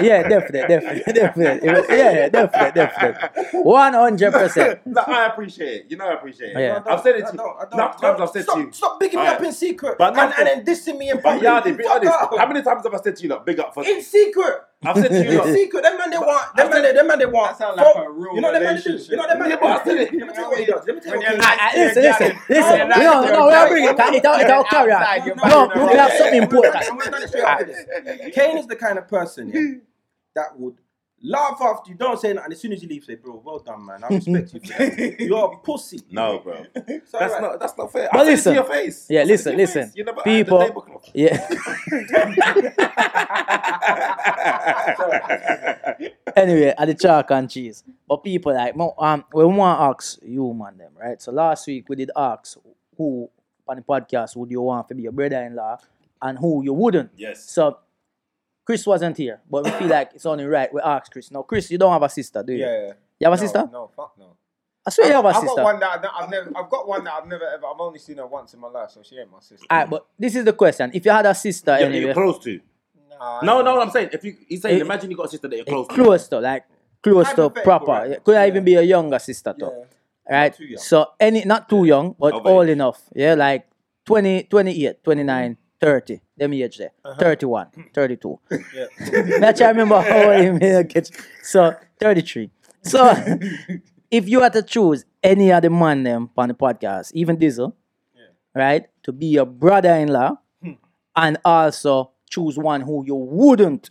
[SPEAKER 3] Yeah, definitely, definitely, definitely. Yeah, yeah, definitely, definitely. One hundred percent.
[SPEAKER 5] No, I appreciate it. You know, I appreciate it.
[SPEAKER 3] Yeah.
[SPEAKER 4] I don't-
[SPEAKER 5] I've said it
[SPEAKER 4] I
[SPEAKER 5] to you.
[SPEAKER 4] don't- I don't-
[SPEAKER 5] Enough times I've said
[SPEAKER 4] stop,
[SPEAKER 5] to you.
[SPEAKER 4] Stop bigging me
[SPEAKER 5] Alright.
[SPEAKER 4] up in secret
[SPEAKER 5] But
[SPEAKER 4] and,
[SPEAKER 5] nothing-
[SPEAKER 4] and then dissing me in
[SPEAKER 5] But
[SPEAKER 4] public.
[SPEAKER 5] yeah, be
[SPEAKER 4] Fuck
[SPEAKER 5] honest.
[SPEAKER 4] off.
[SPEAKER 5] How many times have I said to you, look, big up for?
[SPEAKER 4] In secret.
[SPEAKER 5] I've said to you,
[SPEAKER 4] In
[SPEAKER 5] look,
[SPEAKER 4] secret. Them man they want. Them man they. Them man they want.
[SPEAKER 2] That sound like
[SPEAKER 4] Fuck.
[SPEAKER 2] a real
[SPEAKER 4] You know them man they do.
[SPEAKER 2] relationship.
[SPEAKER 4] You know them man they
[SPEAKER 5] Yeah, but I said it.
[SPEAKER 4] Let me tell you what he does. Let me tell you
[SPEAKER 2] When
[SPEAKER 4] what he
[SPEAKER 2] you're
[SPEAKER 4] does.
[SPEAKER 2] not-
[SPEAKER 3] Listen, listen, listen. We don't, no, we don't bring it. 'cause It all, it all carry on. No, we have something
[SPEAKER 4] I'm
[SPEAKER 3] important.
[SPEAKER 4] gonna tell you straight after this. Kane is the kind of person yeah, that would laugh after you, don't say nothing. As soon as you leave, say, "Bro, well done, man. I respect you. For that. You're a pussy."
[SPEAKER 5] No, bro.
[SPEAKER 4] It's all
[SPEAKER 5] That's
[SPEAKER 4] right.
[SPEAKER 5] not that's not fair.
[SPEAKER 3] But
[SPEAKER 5] I said it
[SPEAKER 3] listen.
[SPEAKER 5] to your face.
[SPEAKER 3] Yeah,
[SPEAKER 5] I said
[SPEAKER 3] listen,
[SPEAKER 5] it to your
[SPEAKER 3] listen.
[SPEAKER 5] face. You never had the
[SPEAKER 3] People.
[SPEAKER 5] tablecloth.
[SPEAKER 3] Yeah. anyway, at the chalk and cheese. But people like mo- um we want to ask you man them, right? So last week we did ask who on the podcast would you want to be your brother in law and who you wouldn't.
[SPEAKER 5] Yes.
[SPEAKER 3] So Chris wasn't here, but we feel like it's only right. We asked Chris. Now Chris, you don't have a sister, do you?
[SPEAKER 2] Yeah, yeah.
[SPEAKER 3] You have a
[SPEAKER 2] No,
[SPEAKER 3] sister?
[SPEAKER 2] No, fuck no.
[SPEAKER 3] I swear you have a
[SPEAKER 2] I've
[SPEAKER 3] sister.
[SPEAKER 2] got one that I've, I've never. I've got one that I've never ever. I've only seen her once in my life, so she ain't my sister.
[SPEAKER 3] Alright, but this is the question. If you had a sister
[SPEAKER 5] Yeah,
[SPEAKER 3] anyway,
[SPEAKER 5] you're close to.
[SPEAKER 2] Nah,
[SPEAKER 5] No, no, I'm saying if you he's saying
[SPEAKER 3] It-
[SPEAKER 5] imagine you got a sister that you're
[SPEAKER 3] eh,
[SPEAKER 5] close, to.
[SPEAKER 3] close to like close to
[SPEAKER 4] Hypothetical,
[SPEAKER 3] proper.
[SPEAKER 4] right?
[SPEAKER 3] Yeah, Could I even be a younger sister though? right?
[SPEAKER 4] too young.
[SPEAKER 3] So any not too young, but
[SPEAKER 5] Of
[SPEAKER 3] old
[SPEAKER 5] age.
[SPEAKER 3] enough. Yeah, like 20, 28, 29, 30. Them age there.
[SPEAKER 4] Uh-huh.
[SPEAKER 3] 31, 32. That's I remember how old him is. Okay. So 33. So if you had to choose any other man them on the podcast, even Diesel, right, to be your brother-in-law
[SPEAKER 4] Hmm.
[SPEAKER 3] and also choose one who you wouldn't,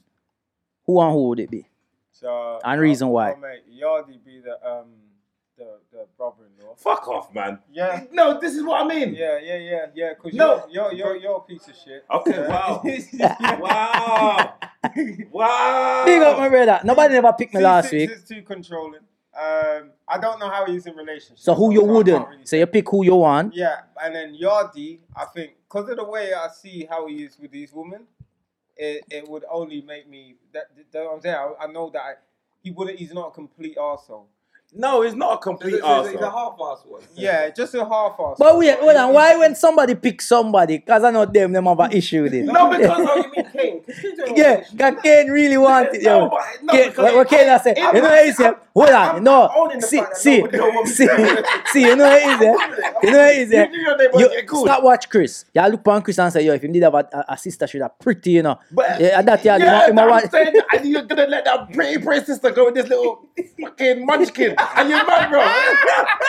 [SPEAKER 3] who and who would it be?
[SPEAKER 2] So,
[SPEAKER 3] And reason why.
[SPEAKER 2] Oh, mate, Yardi be the um the, the brother-in-law.
[SPEAKER 5] Fuck off, man.
[SPEAKER 2] Yeah,
[SPEAKER 5] No, this is what I mean.
[SPEAKER 2] yeah, yeah, yeah, yeah. Cause
[SPEAKER 5] No. Oh.
[SPEAKER 2] you're, you're you're you're a piece of shit.
[SPEAKER 5] Okay, wow. wow. Wow.
[SPEAKER 3] Big up my brother. Nobody never picked me last
[SPEAKER 2] C6
[SPEAKER 3] week.
[SPEAKER 2] is too controlling. Um, I don't know how he's in relationships.
[SPEAKER 3] So who you
[SPEAKER 2] I can't really
[SPEAKER 3] wouldn't? So you pick who you want.
[SPEAKER 2] Yeah, and then Yardi, I think, because of the way I see how he is with these women, it, it would only make me. That, that what I'm saying. I, I know that I, he wouldn't. He's not a complete arsehole.
[SPEAKER 5] No, it's not a complete
[SPEAKER 4] He's a
[SPEAKER 5] arsehole.
[SPEAKER 4] half-ass one.
[SPEAKER 2] Yeah, just a half arsehole.
[SPEAKER 3] But wait, hold on. Why when somebody pick somebody? Cause I know them, them have an issue with it.
[SPEAKER 5] No, because
[SPEAKER 4] Oh, you mean Kane? 'Cause he's a-
[SPEAKER 3] yeah, cause Kane really want it.
[SPEAKER 5] No,
[SPEAKER 3] Yo.
[SPEAKER 5] but- no,
[SPEAKER 3] Kane,
[SPEAKER 5] because
[SPEAKER 3] what, what Kane I say?
[SPEAKER 5] I'm-
[SPEAKER 3] You know what he say? Hold on,
[SPEAKER 4] I'm
[SPEAKER 3] no.
[SPEAKER 4] owning the
[SPEAKER 3] See,
[SPEAKER 4] fact that
[SPEAKER 3] see,
[SPEAKER 4] nobody don't want me.
[SPEAKER 3] see, see. You know what he say? You know what he say?
[SPEAKER 5] You knew your name was
[SPEAKER 3] You
[SPEAKER 5] getting cool.
[SPEAKER 3] stop watch Chris. Yeah, look on Chris and say, yo, if him did have a, a, a sister, she'd have pretty, you know.
[SPEAKER 5] But-
[SPEAKER 3] yeah, that yeah,
[SPEAKER 5] Yeah,
[SPEAKER 3] him, him,
[SPEAKER 5] I'm
[SPEAKER 3] want-
[SPEAKER 5] saying, and you're gonna let that pretty pretty sister go with this little fucking munchkin, and you're mad, bro.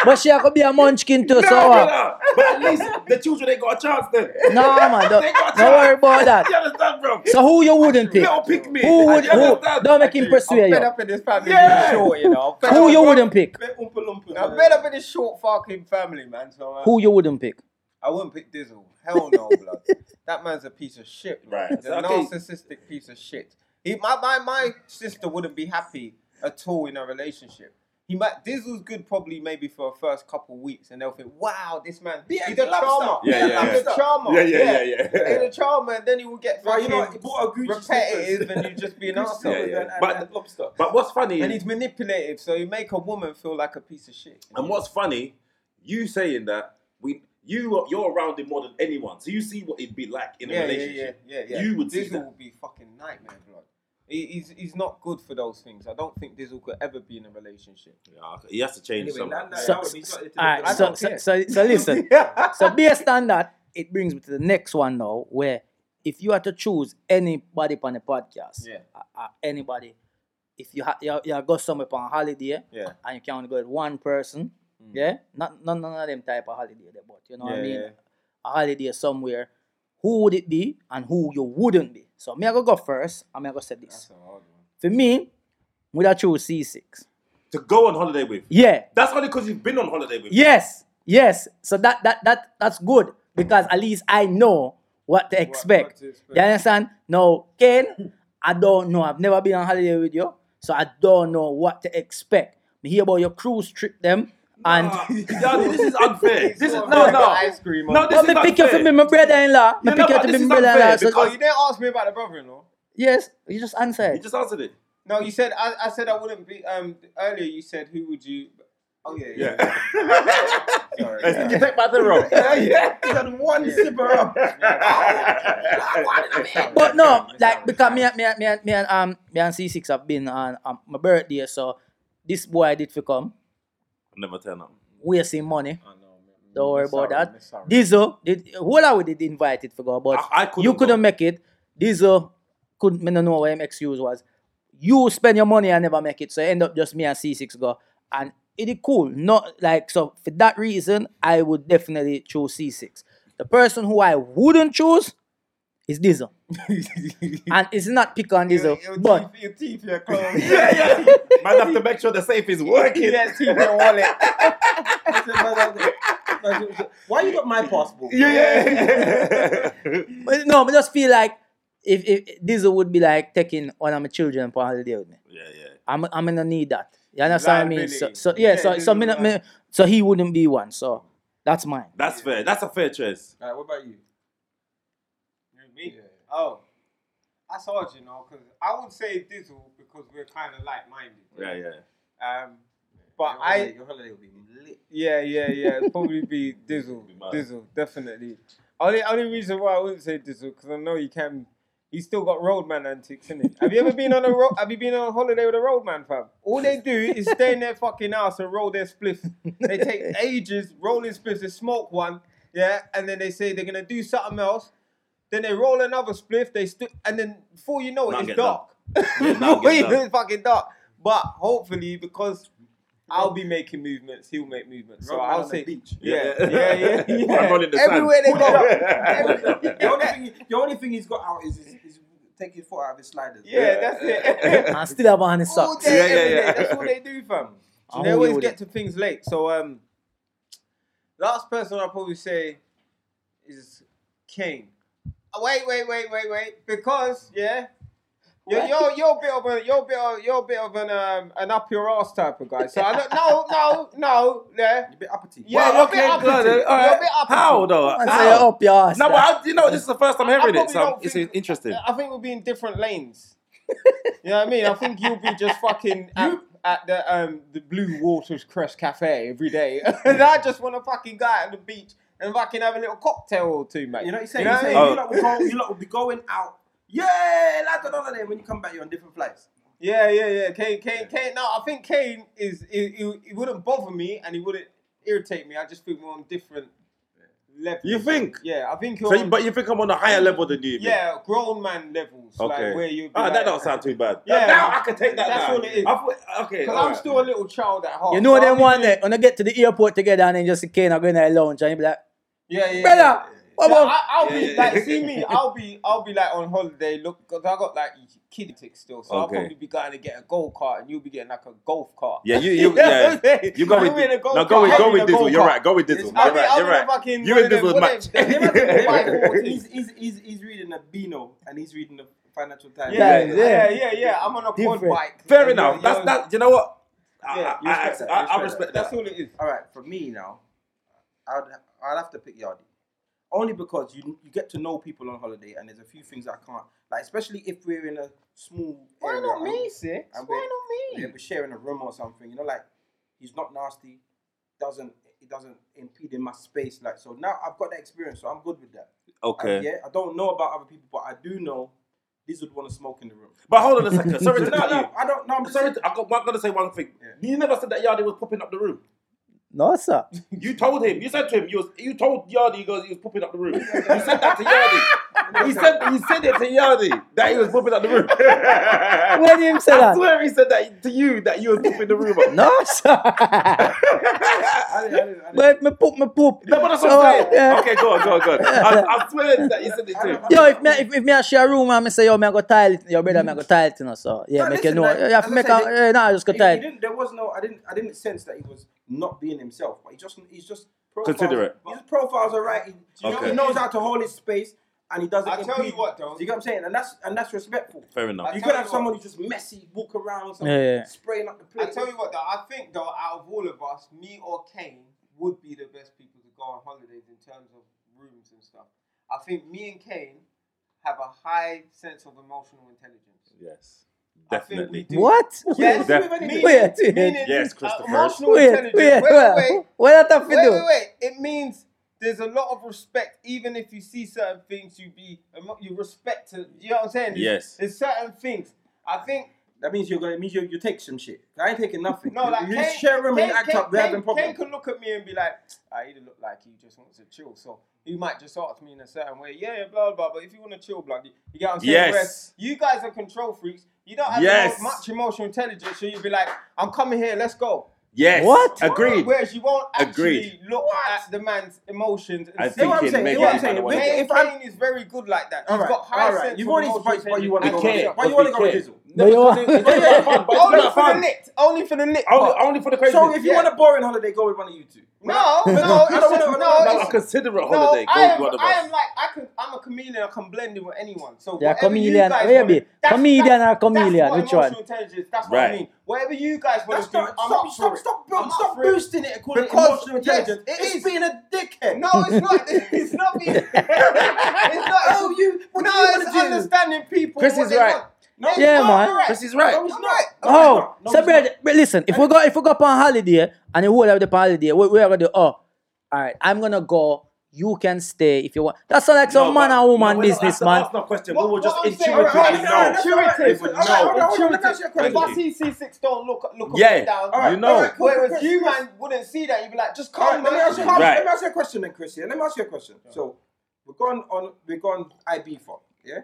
[SPEAKER 3] But she could be a munchkin too,
[SPEAKER 5] no,
[SPEAKER 3] so uh, what?
[SPEAKER 5] brother. But at least the children ain't got a chance then.
[SPEAKER 3] No man, don't,
[SPEAKER 5] They got
[SPEAKER 3] don't worry about
[SPEAKER 5] You
[SPEAKER 3] that.
[SPEAKER 5] understand, bro?
[SPEAKER 3] So who you wouldn't pick?
[SPEAKER 5] Little pick me.
[SPEAKER 3] Who would
[SPEAKER 5] You
[SPEAKER 3] who,
[SPEAKER 5] understand?
[SPEAKER 3] don't make him pursue
[SPEAKER 2] I'm fed
[SPEAKER 3] you?
[SPEAKER 2] up in this family
[SPEAKER 5] Yeah.
[SPEAKER 2] being short, you know. I'm fed
[SPEAKER 3] Who
[SPEAKER 2] up-
[SPEAKER 3] you wouldn't pick?
[SPEAKER 4] Bit Oompa Loompa.
[SPEAKER 2] I'm fed up in this short fucking family, man. So uh,
[SPEAKER 3] Who you wouldn't pick?
[SPEAKER 2] I wouldn't pick Dizzle. Hell no, blood. That man's a piece of shit, man.
[SPEAKER 5] Right.
[SPEAKER 2] He's a
[SPEAKER 5] Okay.
[SPEAKER 2] narcissistic piece of shit. He, my, my, my sister wouldn't be happy at all in a relationship. He might Dizzle's good probably maybe for the first couple weeks, and they'll think, "Wow, this man,
[SPEAKER 4] Be a
[SPEAKER 2] he's a
[SPEAKER 4] lobster.
[SPEAKER 2] charmer,
[SPEAKER 4] Be
[SPEAKER 5] Yeah,
[SPEAKER 4] a
[SPEAKER 5] yeah, yeah.
[SPEAKER 2] he's a
[SPEAKER 4] lobster.
[SPEAKER 2] charmer,
[SPEAKER 5] Yeah, yeah, yeah, yeah.
[SPEAKER 2] he's a charmer." And then he will get
[SPEAKER 4] Bro,
[SPEAKER 2] fucking
[SPEAKER 4] you know, he bought a Gucci
[SPEAKER 2] repetitive,
[SPEAKER 4] slippers.
[SPEAKER 2] and you just be an
[SPEAKER 4] Gucci
[SPEAKER 2] asshole.
[SPEAKER 4] slippers
[SPEAKER 5] Yeah, yeah.
[SPEAKER 4] and- and-
[SPEAKER 5] But-
[SPEAKER 4] and lobster.
[SPEAKER 5] But what's funny
[SPEAKER 2] And
[SPEAKER 5] is,
[SPEAKER 2] he's manipulative, so you make a woman feel like a piece of shit.
[SPEAKER 5] and what's funny, you saying that we you are- you're around him more than anyone, so you see what it'd be like in a
[SPEAKER 2] yeah, yeah, yeah,
[SPEAKER 5] relationship.
[SPEAKER 2] yeah, yeah.
[SPEAKER 5] You would see
[SPEAKER 2] Dizzle
[SPEAKER 5] that.
[SPEAKER 2] would be fucking nightmare, blood. He, he's he's not good for those things. I don't think Dizzle could ever be in a relationship.
[SPEAKER 5] Yeah, he has to change
[SPEAKER 7] Anyway,
[SPEAKER 5] something.
[SPEAKER 7] that, that,
[SPEAKER 3] So,
[SPEAKER 7] that would be something to
[SPEAKER 3] all right,
[SPEAKER 7] look at.
[SPEAKER 3] so, so, so, so listen. so based on that, it brings me to the next one now, where if you had to choose anybody on the podcast,
[SPEAKER 2] Yeah.
[SPEAKER 3] uh, uh, anybody, if you ha- you, you go somewhere on holiday,
[SPEAKER 2] Yeah. Mm.
[SPEAKER 3] and you can only go with one person, yeah, not none, none of them type of holiday, there, but you know what I
[SPEAKER 2] Yeah,
[SPEAKER 3] mean,
[SPEAKER 2] yeah.
[SPEAKER 3] a holiday somewhere. Who would it be and who you wouldn't be? So me I go go first. I'm gonna say this. For me, would I choose C6?
[SPEAKER 5] To go on holiday with.
[SPEAKER 3] Yeah,
[SPEAKER 5] That's only because you've been on holiday with.
[SPEAKER 3] Yes, yes. So that that that that's good because at least I know what to expect.
[SPEAKER 2] to expect.
[SPEAKER 3] You understand? Now, Ken, I don't know. I've never been on holiday with you, so I don't know what to expect. Me hear about your cruise trip them and.
[SPEAKER 5] Ah, Yardi, this is unfair. This is no,
[SPEAKER 2] Like
[SPEAKER 5] no.
[SPEAKER 2] ice cream.
[SPEAKER 5] No,
[SPEAKER 2] on-
[SPEAKER 5] this
[SPEAKER 3] But
[SPEAKER 5] is
[SPEAKER 3] me pick you
[SPEAKER 5] unfair.
[SPEAKER 3] for me, my brother-in-law. Me
[SPEAKER 5] Yeah,
[SPEAKER 3] pick
[SPEAKER 5] no,
[SPEAKER 3] you
[SPEAKER 5] but
[SPEAKER 3] to be
[SPEAKER 5] this
[SPEAKER 3] my
[SPEAKER 5] is
[SPEAKER 3] brother-in-law.
[SPEAKER 5] unfair
[SPEAKER 3] So,
[SPEAKER 2] oh,
[SPEAKER 5] because-
[SPEAKER 2] you didn't ask me about the brother-in-law.
[SPEAKER 3] yes, you just
[SPEAKER 5] You
[SPEAKER 3] answered.
[SPEAKER 5] just answered it.
[SPEAKER 2] No, you said I, I said I wouldn't be. Um, earlier you said who would you? Oh yeah, yeah.
[SPEAKER 5] Yeah.
[SPEAKER 2] Sorry.
[SPEAKER 5] You take back the rope.
[SPEAKER 4] He had one sip of rum.
[SPEAKER 3] But no, like because me, and- me, and- me, and- me and um me and C6 have been on um, my birthday, so this boy did for come.
[SPEAKER 5] Never turn up.
[SPEAKER 3] wasting money.
[SPEAKER 2] I know, man.
[SPEAKER 3] Don't worry
[SPEAKER 2] Miss
[SPEAKER 3] about
[SPEAKER 2] Sarah,
[SPEAKER 3] that.
[SPEAKER 2] Miss Sarah.
[SPEAKER 3] Dizzo, did, well, I would did invited for go, but
[SPEAKER 5] I- I couldn't
[SPEAKER 3] you couldn't
[SPEAKER 5] go.
[SPEAKER 3] make it. Dizzo couldn't. Me no know what him excuse was. You spend your money and never make it, so end up just me and C6 go, and it is cool. Not like so. For that reason, I would definitely choose C6. The person who I wouldn't choose is Dizzo, and it's not pick on
[SPEAKER 2] Your-
[SPEAKER 3] Dizzo,
[SPEAKER 2] your
[SPEAKER 3] but
[SPEAKER 2] teeth- your teeth, your clothes.
[SPEAKER 5] yeah, yeah. Man, have to make sure the safe is working.
[SPEAKER 2] Yeah, teeth, your wallet.
[SPEAKER 4] I said, "Man, that's it." That's it. Why you got my passport?
[SPEAKER 5] Yeah, yeah.
[SPEAKER 3] but no, I just feel like if, if Dizzo would be like taking one of my children for holiday with me.
[SPEAKER 5] yeah, yeah.
[SPEAKER 3] I'm I'm gonna need that. You understand what I mean? So,
[SPEAKER 2] Liability.
[SPEAKER 3] so yeah,
[SPEAKER 2] Yeah,
[SPEAKER 3] so
[SPEAKER 2] this
[SPEAKER 3] so
[SPEAKER 2] is
[SPEAKER 3] me,
[SPEAKER 2] what
[SPEAKER 3] me- so he wouldn't be one. So that's mine.
[SPEAKER 5] That's fair. That's a fair choice.
[SPEAKER 4] Alright, what about you?
[SPEAKER 2] Me? Oh, that's hard, you know, because I would say Dizzle because we're kind of like-minded.
[SPEAKER 5] Yeah, yeah.
[SPEAKER 2] Um, but
[SPEAKER 4] Your holiday-
[SPEAKER 2] I,
[SPEAKER 4] your holiday will be lit.
[SPEAKER 2] yeah, yeah, yeah, it'd probably be Dizzle,
[SPEAKER 5] Be mad.
[SPEAKER 2] Dizzle, definitely. Only, only reason why I wouldn't say Dizzle because I know you can. He's still got roadman antics, in it. Have you ever been on a road? Have you been on a holiday with a roadman, fam? All they do is stay in their fucking house and roll their spliffs. They take ages rolling spliffs. They smoke one, yeah, and then they say they're gonna do something else. Then they roll another spliff. They stu- and then before you know it,
[SPEAKER 5] Now
[SPEAKER 2] it's
[SPEAKER 5] get
[SPEAKER 2] dark.
[SPEAKER 5] now get dark.
[SPEAKER 2] it's fucking dark. But hopefully, because I'll be making movements, he'll make movements. So
[SPEAKER 4] Roadman
[SPEAKER 2] I'll
[SPEAKER 4] on the
[SPEAKER 2] say,
[SPEAKER 4] beach.
[SPEAKER 2] yeah, yeah, yeah. yeah,
[SPEAKER 5] I'm rolling the
[SPEAKER 2] Everywhere they go.
[SPEAKER 4] the, only thing, the only thing he's got out is, is, is take his foot out of his sliders.
[SPEAKER 2] Yeah, that's it.
[SPEAKER 3] I still have on his
[SPEAKER 2] All
[SPEAKER 3] socks.
[SPEAKER 2] day,
[SPEAKER 5] Yeah, yeah,
[SPEAKER 2] every day.
[SPEAKER 5] yeah.
[SPEAKER 2] That's all they do, fam.
[SPEAKER 3] I'm
[SPEAKER 2] they always
[SPEAKER 3] with
[SPEAKER 2] get to things late. So, um, last person I'll probably say is Kane. Oh, wait, wait, wait, wait, wait. Because yeah, you're you're, you're a bit of a you're a bit of, you're a bit of an um an up your ass type of guy. So I don't no no no yeah.
[SPEAKER 4] A bit uppity.
[SPEAKER 2] Yeah, you're a bit uppity.
[SPEAKER 5] good,
[SPEAKER 2] You're
[SPEAKER 5] all right.
[SPEAKER 2] a bit uppity.
[SPEAKER 5] How though?
[SPEAKER 3] And say
[SPEAKER 5] How?
[SPEAKER 3] up your ass.
[SPEAKER 5] No, but
[SPEAKER 3] that.
[SPEAKER 5] I, you know, this is the first
[SPEAKER 2] oh,
[SPEAKER 5] time
[SPEAKER 2] I
[SPEAKER 5] hearing
[SPEAKER 2] probably
[SPEAKER 5] it, so
[SPEAKER 2] don't
[SPEAKER 5] it's
[SPEAKER 2] think-
[SPEAKER 5] interesting.
[SPEAKER 2] I think we'll be in different lanes. you know what I mean? I think you'll be just fucking at, at the um the Blue Waters Crest Cafe every day, and I just want a fucking guy at the beach and fucking have a little cocktail or two, mate.
[SPEAKER 4] You know what he's saying?
[SPEAKER 2] You know
[SPEAKER 4] he's saying
[SPEAKER 2] what I mean? Oh.
[SPEAKER 4] you, lot will go, you lot will be going out. Yeah, lads and all of them. When you come back, you're on different flights.
[SPEAKER 2] Yeah, yeah, yeah. Kane, Kane, Kane. No, I think Kane is he, he, he wouldn't bother me and he wouldn't irritate me. I just think we're on different levels.
[SPEAKER 5] You think?
[SPEAKER 2] Yeah, I think. You're
[SPEAKER 5] So, you-
[SPEAKER 2] on-
[SPEAKER 5] but you think I'm on a higher level than you? you mean?
[SPEAKER 2] yeah, grown man levels,
[SPEAKER 5] Okay.
[SPEAKER 2] like where you.
[SPEAKER 5] Ah, that
[SPEAKER 2] like,
[SPEAKER 5] don't sound too bad.
[SPEAKER 2] Yeah.
[SPEAKER 5] Now I can take that.
[SPEAKER 2] That's
[SPEAKER 5] now.
[SPEAKER 2] all it is.
[SPEAKER 5] I thought- okay.
[SPEAKER 2] Because
[SPEAKER 5] all
[SPEAKER 2] I'm
[SPEAKER 5] right.
[SPEAKER 2] still a little child at heart.
[SPEAKER 3] You know
[SPEAKER 2] so
[SPEAKER 3] them
[SPEAKER 2] I'm
[SPEAKER 3] one day when they get to the airport together and then just see Kane are going to a lounge and you be like,
[SPEAKER 2] Yeah, yeah.
[SPEAKER 3] brother, what
[SPEAKER 2] Yeah,
[SPEAKER 3] about?
[SPEAKER 2] I, I'll
[SPEAKER 5] Yeah,
[SPEAKER 2] be
[SPEAKER 5] yeah, yeah.
[SPEAKER 2] like, see me, I'll be, I'll be like on holiday. Look, because I got like kid ticks still, so I'll
[SPEAKER 5] Okay.
[SPEAKER 2] probably be going to get a golf cart, and you'll be getting like a golf cart.
[SPEAKER 5] Yeah, you, you, yeah. You go with no, go with go with Dizzle. You're right. Go with Dizzle.
[SPEAKER 2] I'll
[SPEAKER 5] You're
[SPEAKER 2] be,
[SPEAKER 5] right.
[SPEAKER 2] I'll
[SPEAKER 5] You're
[SPEAKER 2] be the
[SPEAKER 5] right.
[SPEAKER 2] fucking
[SPEAKER 5] You
[SPEAKER 2] one
[SPEAKER 5] and
[SPEAKER 2] of them-
[SPEAKER 5] Dizzle
[SPEAKER 2] what
[SPEAKER 5] match.
[SPEAKER 2] they- they must have been white
[SPEAKER 4] he's,
[SPEAKER 2] horses.
[SPEAKER 4] he's, he's, he's reading a Beano and he's reading the Financial Times.
[SPEAKER 2] Yeah,
[SPEAKER 3] Yeah,
[SPEAKER 2] yeah, yeah, yeah. I'm on a quad
[SPEAKER 3] Different.
[SPEAKER 2] bike.
[SPEAKER 5] Fair
[SPEAKER 2] Yeah,
[SPEAKER 5] enough. That's
[SPEAKER 2] yeah.
[SPEAKER 5] that. You know what? I-
[SPEAKER 2] Yeah,
[SPEAKER 5] I,
[SPEAKER 2] you
[SPEAKER 5] I,
[SPEAKER 2] respect
[SPEAKER 5] I,
[SPEAKER 2] that,
[SPEAKER 5] I,
[SPEAKER 2] you
[SPEAKER 5] respect that.
[SPEAKER 2] That's all it is.
[SPEAKER 4] All right, for me now, I'd I'd have to pick Yardi, only because you you get to know people on holiday, and there's a few things I can't like, especially if we're in a small.
[SPEAKER 2] Why
[SPEAKER 4] area
[SPEAKER 2] not
[SPEAKER 4] and-
[SPEAKER 2] me, sis?
[SPEAKER 4] and we're-
[SPEAKER 2] Why not
[SPEAKER 4] yeah,
[SPEAKER 2] me?
[SPEAKER 4] we're sharing a room or something. You know, like he's not nasty, doesn't it doesn't impede in my space. Like so now I've got that experience, so I'm good with that. Uh,
[SPEAKER 5] Okay.
[SPEAKER 4] yeah, I don't know about other people, but I do know Liz would want to smoke in the room.
[SPEAKER 5] But hold on a second. Sorry to
[SPEAKER 4] No,
[SPEAKER 5] cut
[SPEAKER 4] no,
[SPEAKER 5] you.
[SPEAKER 4] I don't. No, I'm
[SPEAKER 5] Sorry, to, I got, I'm gonna say one thing. You never said that Yardi was popping up the room.
[SPEAKER 3] No, sir.
[SPEAKER 5] You told him. You said to him. You, was, you told Yardi he, goes, he was popping up the room. You said that to Yardi. He said he said it to Yardi that he was popping up the room.
[SPEAKER 3] Where did him say
[SPEAKER 5] I
[SPEAKER 3] that?
[SPEAKER 5] swear he said that to you that you were popping the room up.
[SPEAKER 3] No, sir. Where me poop, me poop.
[SPEAKER 5] No, but that's what
[SPEAKER 3] Alright,
[SPEAKER 5] I'm saying.
[SPEAKER 3] Oh, yeah.
[SPEAKER 5] Okay, go on, go on, go on. I, I swear that you said it to him.
[SPEAKER 3] Yo, if me if, if me a share room and me say yo, me a go tile it, your brother me a go tile it, you know, so yeah,
[SPEAKER 8] No,
[SPEAKER 3] make
[SPEAKER 8] listen,
[SPEAKER 3] you know.
[SPEAKER 8] like,
[SPEAKER 3] you have
[SPEAKER 8] as
[SPEAKER 3] to
[SPEAKER 8] I
[SPEAKER 3] make a,
[SPEAKER 8] said, it-
[SPEAKER 3] yeah, nah, just go
[SPEAKER 4] He-
[SPEAKER 3] tile
[SPEAKER 4] he
[SPEAKER 3] it.
[SPEAKER 4] didn't, there was no. I didn't. I didn't sense that he was not being himself. But he just. He's just. Profiles,
[SPEAKER 5] Considerate.
[SPEAKER 4] His profiles are right. He,
[SPEAKER 5] Okay.
[SPEAKER 4] he knows how to hold his space, and he doesn't.
[SPEAKER 2] I tell
[SPEAKER 4] impede.
[SPEAKER 2] you what, though.
[SPEAKER 4] Do you get what I'm saying? And that's and that's respectful.
[SPEAKER 5] Fair enough.
[SPEAKER 4] You
[SPEAKER 2] tell
[SPEAKER 4] could
[SPEAKER 2] you
[SPEAKER 4] have
[SPEAKER 2] what.
[SPEAKER 4] someone who's just messy, walk around, some-
[SPEAKER 3] Yeah, yeah.
[SPEAKER 4] spraying up the
[SPEAKER 2] I
[SPEAKER 4] place.
[SPEAKER 2] tell you what, though, I think though, out of all of us, me or Kane would be the best people to go on holidays in terms of rooms and stuff. I think me and Kane have a high sense of emotional intelligence.
[SPEAKER 5] Yes,
[SPEAKER 2] I think we
[SPEAKER 5] definitely.
[SPEAKER 2] do.
[SPEAKER 3] What?
[SPEAKER 2] Yes,
[SPEAKER 5] Def-
[SPEAKER 2] meaning-
[SPEAKER 3] Wait, wait.
[SPEAKER 2] meaning,
[SPEAKER 5] Yes,
[SPEAKER 2] uh,
[SPEAKER 5] Christopher.
[SPEAKER 2] emotional
[SPEAKER 3] Wait, wait,
[SPEAKER 2] intelligence. Wait, wait, wait.
[SPEAKER 3] wait. What that
[SPEAKER 2] Wait,
[SPEAKER 3] we do?
[SPEAKER 2] wait, wait. It means there's a lot of respect, even if you see certain things, you be emo- you respect to. You know what I'm saying? There's-
[SPEAKER 5] Yes.
[SPEAKER 2] There's certain things. I think
[SPEAKER 4] That means you're gonna. It means you, you take some shit. I ain't taking nothing.
[SPEAKER 2] no, like
[SPEAKER 4] you
[SPEAKER 2] Kane,
[SPEAKER 4] just share room and
[SPEAKER 2] Kane-
[SPEAKER 4] act up. We're
[SPEAKER 2] Kane,
[SPEAKER 4] having
[SPEAKER 2] Kane,
[SPEAKER 4] problems.
[SPEAKER 2] Kane could look at me and be like, "Ah, he look like he just wants to chill." So he might just ask me in a certain way, yeah, yeah, blah blah. But if you want to chill, bloody, you get what I'm saying?
[SPEAKER 5] Yes.
[SPEAKER 2] Whereas you guys are control freaks. You don't have
[SPEAKER 5] Yes.
[SPEAKER 2] emo- much emotional intelligence, so you'd be like, "I'm coming here, let's go."
[SPEAKER 5] Yes.
[SPEAKER 3] What?
[SPEAKER 5] Agreed.
[SPEAKER 2] Whereas you won't actually
[SPEAKER 5] Agreed.
[SPEAKER 2] look at the man's emotions. And
[SPEAKER 5] I
[SPEAKER 4] You know
[SPEAKER 2] see
[SPEAKER 5] think
[SPEAKER 4] what I'm
[SPEAKER 5] it
[SPEAKER 4] saying?
[SPEAKER 5] may
[SPEAKER 4] You know
[SPEAKER 5] be
[SPEAKER 4] what I'm
[SPEAKER 5] kind of
[SPEAKER 4] saying?
[SPEAKER 5] one of
[SPEAKER 2] Kane,
[SPEAKER 4] If I'm
[SPEAKER 2] Kane is very good like that. He's
[SPEAKER 4] All right,
[SPEAKER 2] got high
[SPEAKER 4] all right.
[SPEAKER 2] sense
[SPEAKER 4] You've
[SPEAKER 2] of
[SPEAKER 4] already
[SPEAKER 2] emotional
[SPEAKER 4] spoke, but you wanna
[SPEAKER 5] We
[SPEAKER 2] intelligence
[SPEAKER 4] go
[SPEAKER 2] and
[SPEAKER 4] on
[SPEAKER 5] care.
[SPEAKER 4] dizzle. Why
[SPEAKER 2] control.
[SPEAKER 4] you wanna go on
[SPEAKER 5] care.
[SPEAKER 4] dizzle?
[SPEAKER 5] No,
[SPEAKER 3] But
[SPEAKER 5] because
[SPEAKER 3] you-
[SPEAKER 5] it- it's not fun. But it's
[SPEAKER 2] Only
[SPEAKER 5] not
[SPEAKER 2] for the
[SPEAKER 5] fun.
[SPEAKER 2] licked. Only for the licked.
[SPEAKER 5] Only,
[SPEAKER 2] part.
[SPEAKER 5] only for the crazy.
[SPEAKER 4] So if you
[SPEAKER 2] Yeah.
[SPEAKER 4] want a boring holiday, go with one of you two.
[SPEAKER 2] No, no,
[SPEAKER 4] don't
[SPEAKER 2] it's-
[SPEAKER 4] wanna-
[SPEAKER 2] no,
[SPEAKER 5] no,
[SPEAKER 2] Oh, it's-
[SPEAKER 5] a considerate
[SPEAKER 2] no,
[SPEAKER 5] holiday.
[SPEAKER 2] I
[SPEAKER 5] Go
[SPEAKER 2] am,
[SPEAKER 5] to one of
[SPEAKER 2] I
[SPEAKER 5] us.
[SPEAKER 2] am like I can. I'm a chameleon. I can blend in with anyone. So
[SPEAKER 3] Yeah,
[SPEAKER 2] whatever
[SPEAKER 3] chameleon,
[SPEAKER 2] You guys
[SPEAKER 3] maybe.
[SPEAKER 2] wanna- that's-
[SPEAKER 3] Comedian
[SPEAKER 2] that's-
[SPEAKER 3] or chameleon,
[SPEAKER 2] that's what
[SPEAKER 3] which one?
[SPEAKER 2] emotional Intelligence. That's what
[SPEAKER 5] Right.
[SPEAKER 2] I mean. Whatever you guys want
[SPEAKER 4] That's
[SPEAKER 2] to do,
[SPEAKER 4] not, stop,
[SPEAKER 2] I'm up
[SPEAKER 4] stop,
[SPEAKER 2] for
[SPEAKER 4] stop,
[SPEAKER 2] it. I'm
[SPEAKER 4] stop,
[SPEAKER 2] up
[SPEAKER 4] stop
[SPEAKER 2] for it.
[SPEAKER 4] boosting it and calling it
[SPEAKER 2] Because,
[SPEAKER 4] emotional intelligence.
[SPEAKER 2] yes, it
[SPEAKER 4] it's
[SPEAKER 2] is.
[SPEAKER 4] being a dickhead.
[SPEAKER 2] No, it's not. It's not being. It's not.
[SPEAKER 4] oh,
[SPEAKER 2] It's,
[SPEAKER 4] you, what
[SPEAKER 2] no,
[SPEAKER 4] do you
[SPEAKER 2] it's
[SPEAKER 4] want to do?
[SPEAKER 2] understanding people.
[SPEAKER 5] Chris
[SPEAKER 2] what
[SPEAKER 5] is
[SPEAKER 2] they
[SPEAKER 5] right.
[SPEAKER 2] want. No, it's
[SPEAKER 3] Yeah,
[SPEAKER 2] not
[SPEAKER 3] man.
[SPEAKER 2] correct.
[SPEAKER 5] Chris is right.
[SPEAKER 2] No, it's not.
[SPEAKER 3] Oh,
[SPEAKER 4] No,
[SPEAKER 3] so
[SPEAKER 4] it's
[SPEAKER 3] brother, but listen, if we go if we go up on holiday and the whole of the holiday, we, we are gonna do oh, all right, I'm gonna go. You can stay if you want. That's not like some
[SPEAKER 5] No,
[SPEAKER 3] man
[SPEAKER 5] but-
[SPEAKER 3] and woman
[SPEAKER 5] no, we're not-
[SPEAKER 3] business,
[SPEAKER 5] that's
[SPEAKER 3] man.
[SPEAKER 5] That's not a question.
[SPEAKER 2] What-
[SPEAKER 5] we were
[SPEAKER 2] what
[SPEAKER 5] just
[SPEAKER 2] I'm saying-
[SPEAKER 5] intuitively
[SPEAKER 2] Alright, alright,
[SPEAKER 5] know.
[SPEAKER 2] that's all right.
[SPEAKER 5] Intuitive,
[SPEAKER 2] Alright,
[SPEAKER 5] no.
[SPEAKER 2] hold on, hold on, let me ask you a
[SPEAKER 5] Thank
[SPEAKER 2] question. If I
[SPEAKER 5] you.
[SPEAKER 2] see C6, don't look, look
[SPEAKER 5] Yeah,
[SPEAKER 2] up and down.
[SPEAKER 5] you know.
[SPEAKER 2] Whereas
[SPEAKER 4] Chris,
[SPEAKER 2] you,
[SPEAKER 4] Chris.
[SPEAKER 2] man, wouldn't see that. You'd be like, just
[SPEAKER 4] All right,
[SPEAKER 2] come,
[SPEAKER 4] let me
[SPEAKER 2] man.
[SPEAKER 4] ask you, let me
[SPEAKER 5] Right.
[SPEAKER 4] ask you a question then, Chris. Yeah, let me ask you a question. So we're going on, we're going Ibiza, yeah.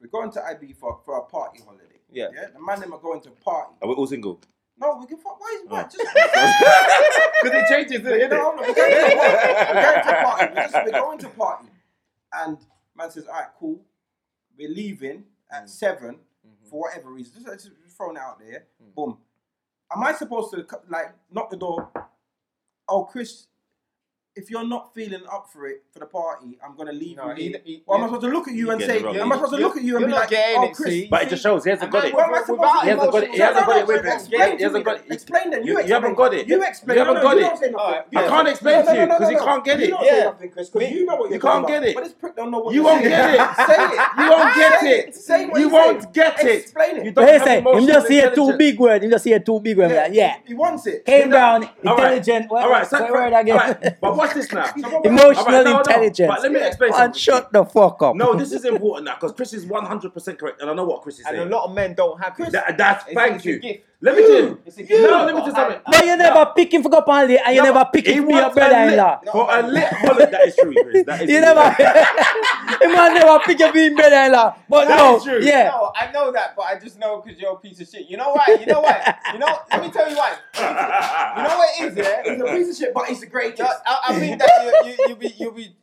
[SPEAKER 4] We're going to Ibiza for, for a party holiday.
[SPEAKER 2] Yeah.
[SPEAKER 4] yeah. The man them are going to party.
[SPEAKER 5] Are we all single?
[SPEAKER 4] No, we can fuck. Why is
[SPEAKER 2] Oh.
[SPEAKER 4] what? Just
[SPEAKER 5] Because it changes, you
[SPEAKER 4] No, no, we're going to party. We're going to party. We're, just, we're going to party. And man says, all right, cool. We're leaving
[SPEAKER 2] Mm.
[SPEAKER 4] at 7
[SPEAKER 2] Mm-hmm.
[SPEAKER 4] for whatever reason. Just, just throwing it out there.
[SPEAKER 2] Mm.
[SPEAKER 4] Boom. Am I supposed to c- like knock the door? Oh, Chris, if you're not feeling up for it for the party, I'm gonna leave
[SPEAKER 2] No,
[SPEAKER 4] you.
[SPEAKER 2] he-
[SPEAKER 4] here.
[SPEAKER 2] he-
[SPEAKER 4] or am I
[SPEAKER 2] he-
[SPEAKER 4] supposed to look at you and
[SPEAKER 5] get
[SPEAKER 4] say?
[SPEAKER 5] it wrong.
[SPEAKER 4] Am I supposed to
[SPEAKER 2] You-
[SPEAKER 4] look at you and
[SPEAKER 2] you're
[SPEAKER 4] be
[SPEAKER 2] not
[SPEAKER 4] like,
[SPEAKER 2] getting
[SPEAKER 4] "Oh,
[SPEAKER 2] it,
[SPEAKER 4] Chris,
[SPEAKER 2] see?
[SPEAKER 5] But it just shows he hasn't got it.
[SPEAKER 4] What am I supposed
[SPEAKER 2] Without
[SPEAKER 4] to
[SPEAKER 5] He hasn't got it. He
[SPEAKER 2] emotion-
[SPEAKER 5] hasn't got it with him.
[SPEAKER 2] Explain
[SPEAKER 5] He hasn't got it. He-
[SPEAKER 4] Explain that.
[SPEAKER 5] You
[SPEAKER 4] You,
[SPEAKER 5] you haven't
[SPEAKER 4] explain.
[SPEAKER 5] got it.
[SPEAKER 4] You explain.
[SPEAKER 5] You haven't
[SPEAKER 4] no, no,
[SPEAKER 5] got
[SPEAKER 4] you Don't say
[SPEAKER 5] it.
[SPEAKER 4] nothing.
[SPEAKER 2] Alright,
[SPEAKER 5] I
[SPEAKER 2] yeah.
[SPEAKER 5] can't explain
[SPEAKER 4] No,
[SPEAKER 5] to
[SPEAKER 4] no, no,
[SPEAKER 5] you because he
[SPEAKER 4] no, no.
[SPEAKER 5] can't get
[SPEAKER 4] You
[SPEAKER 5] it.
[SPEAKER 4] don't say
[SPEAKER 2] Yeah.
[SPEAKER 4] nothing, Chris, 'cause
[SPEAKER 2] Me-
[SPEAKER 4] you know what
[SPEAKER 5] you
[SPEAKER 4] you're
[SPEAKER 5] can't
[SPEAKER 4] talking
[SPEAKER 5] get
[SPEAKER 4] about.
[SPEAKER 5] it.
[SPEAKER 4] But this prick don't know what
[SPEAKER 5] You
[SPEAKER 4] you're
[SPEAKER 5] won't
[SPEAKER 4] saying.
[SPEAKER 5] get it.
[SPEAKER 4] Say it.
[SPEAKER 5] You won't get it.
[SPEAKER 4] Say what
[SPEAKER 5] You
[SPEAKER 4] you
[SPEAKER 5] won't
[SPEAKER 4] say.
[SPEAKER 5] get it.
[SPEAKER 4] Explain it.
[SPEAKER 5] You
[SPEAKER 3] But
[SPEAKER 5] don't
[SPEAKER 3] he
[SPEAKER 5] have
[SPEAKER 3] say, him
[SPEAKER 5] emotional
[SPEAKER 3] just say two
[SPEAKER 5] intelligence.
[SPEAKER 3] big words. Him just say two big words. Yeah, yeah.
[SPEAKER 4] He wants it.
[SPEAKER 3] Came down,
[SPEAKER 5] All right.
[SPEAKER 3] intelligent. What,
[SPEAKER 5] All right, so-
[SPEAKER 3] what word again?
[SPEAKER 5] all right, But watch this now.
[SPEAKER 3] Emotional
[SPEAKER 5] All right, no, no,
[SPEAKER 3] intelligence.
[SPEAKER 5] But let me explain
[SPEAKER 3] Man,
[SPEAKER 5] something.
[SPEAKER 3] shut the fuck up.
[SPEAKER 5] No, this is important now because Chris is 100% correct, and I know what Chris is
[SPEAKER 2] And a
[SPEAKER 5] saying.
[SPEAKER 2] lot of men don't have it.
[SPEAKER 5] That, that's
[SPEAKER 2] It's-
[SPEAKER 5] thank
[SPEAKER 2] it's a
[SPEAKER 5] you.
[SPEAKER 2] gift.
[SPEAKER 5] Let me do.
[SPEAKER 2] It's a gift.
[SPEAKER 5] No, let me do something.
[SPEAKER 3] But you never pick him for go on holiday and you never pick him for your brother-in-law.
[SPEAKER 5] For a lit holiday, that is true, Chris. That is
[SPEAKER 3] You
[SPEAKER 5] true.
[SPEAKER 3] never, him man never pick him for his brother-in-law. But
[SPEAKER 5] That
[SPEAKER 3] no,
[SPEAKER 5] is true.
[SPEAKER 3] yeah.
[SPEAKER 2] No, I know that, but I just know because you're a piece of shit. You know why? You know why? You know, let me tell you why. You know what it is,
[SPEAKER 4] He's
[SPEAKER 2] yeah?
[SPEAKER 4] a piece of shit, but he's the greatest.
[SPEAKER 2] Yeah, I, I think that you, you, you'll be, you'll be.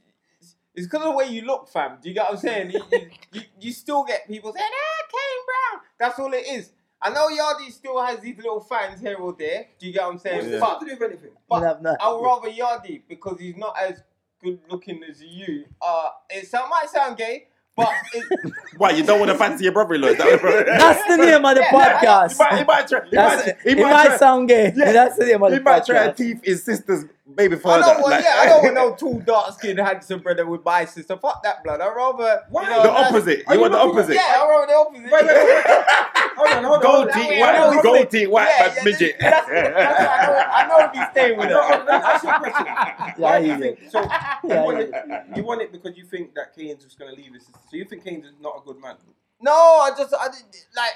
[SPEAKER 2] It's because of the way you look, fam. Do you get what I'm saying? You, you, you, you still get people saying, "Ah, Kane Brown." That's all it is. I know Yardie still has these little fans here or there. Do you get what I'm saying?
[SPEAKER 4] What's this got
[SPEAKER 2] But,
[SPEAKER 4] to do with anything?
[SPEAKER 2] but
[SPEAKER 3] No, no.
[SPEAKER 2] I would rather Yardie because he's not as good looking as you. Uh, it sound, might sound gay, but it,
[SPEAKER 5] Why you don't want to fancy your brother-in-law? Is that what-
[SPEAKER 3] That's the name of the
[SPEAKER 2] Yeah, yeah,
[SPEAKER 3] podcast.
[SPEAKER 5] He might, he might try. He
[SPEAKER 3] That's,
[SPEAKER 5] might,
[SPEAKER 3] it,
[SPEAKER 5] he
[SPEAKER 3] might,
[SPEAKER 5] might try.
[SPEAKER 3] sound gay.
[SPEAKER 5] Yeah.
[SPEAKER 3] That's the name of the
[SPEAKER 5] He might try to
[SPEAKER 3] podcast.
[SPEAKER 5] teeth his sister's baby
[SPEAKER 2] I
[SPEAKER 5] father.
[SPEAKER 2] don't want.
[SPEAKER 5] like-
[SPEAKER 2] yeah, I don't want no two dark skinned handsome brother with my sister. Fuck that blood. I'd rather
[SPEAKER 4] Why?
[SPEAKER 2] you know,
[SPEAKER 5] The
[SPEAKER 2] that-
[SPEAKER 5] opposite.
[SPEAKER 4] Are
[SPEAKER 5] You
[SPEAKER 4] you
[SPEAKER 5] want the
[SPEAKER 4] looking at-
[SPEAKER 5] opposite.
[SPEAKER 2] Yeah, I'd rather the
[SPEAKER 4] Wait,
[SPEAKER 2] opposite.
[SPEAKER 4] wait, wait, wait. Hold on, hold on.
[SPEAKER 5] Gold
[SPEAKER 4] hold on.
[SPEAKER 5] teeth,
[SPEAKER 2] way,
[SPEAKER 5] white,
[SPEAKER 2] I know
[SPEAKER 5] gold
[SPEAKER 2] opposite.
[SPEAKER 5] teeth, white,
[SPEAKER 2] yeah,
[SPEAKER 5] but
[SPEAKER 2] yeah,
[SPEAKER 5] midget.
[SPEAKER 2] That's, that's why I know. I know he's staying with
[SPEAKER 4] No, no,
[SPEAKER 2] her.
[SPEAKER 4] no, that's your question. Why do you think, so you,
[SPEAKER 3] Yeah,
[SPEAKER 4] want it, you want it because you think that Keynes is going to leave his sister. So you think Keynes is not a good man?
[SPEAKER 2] No, I just I didn't like.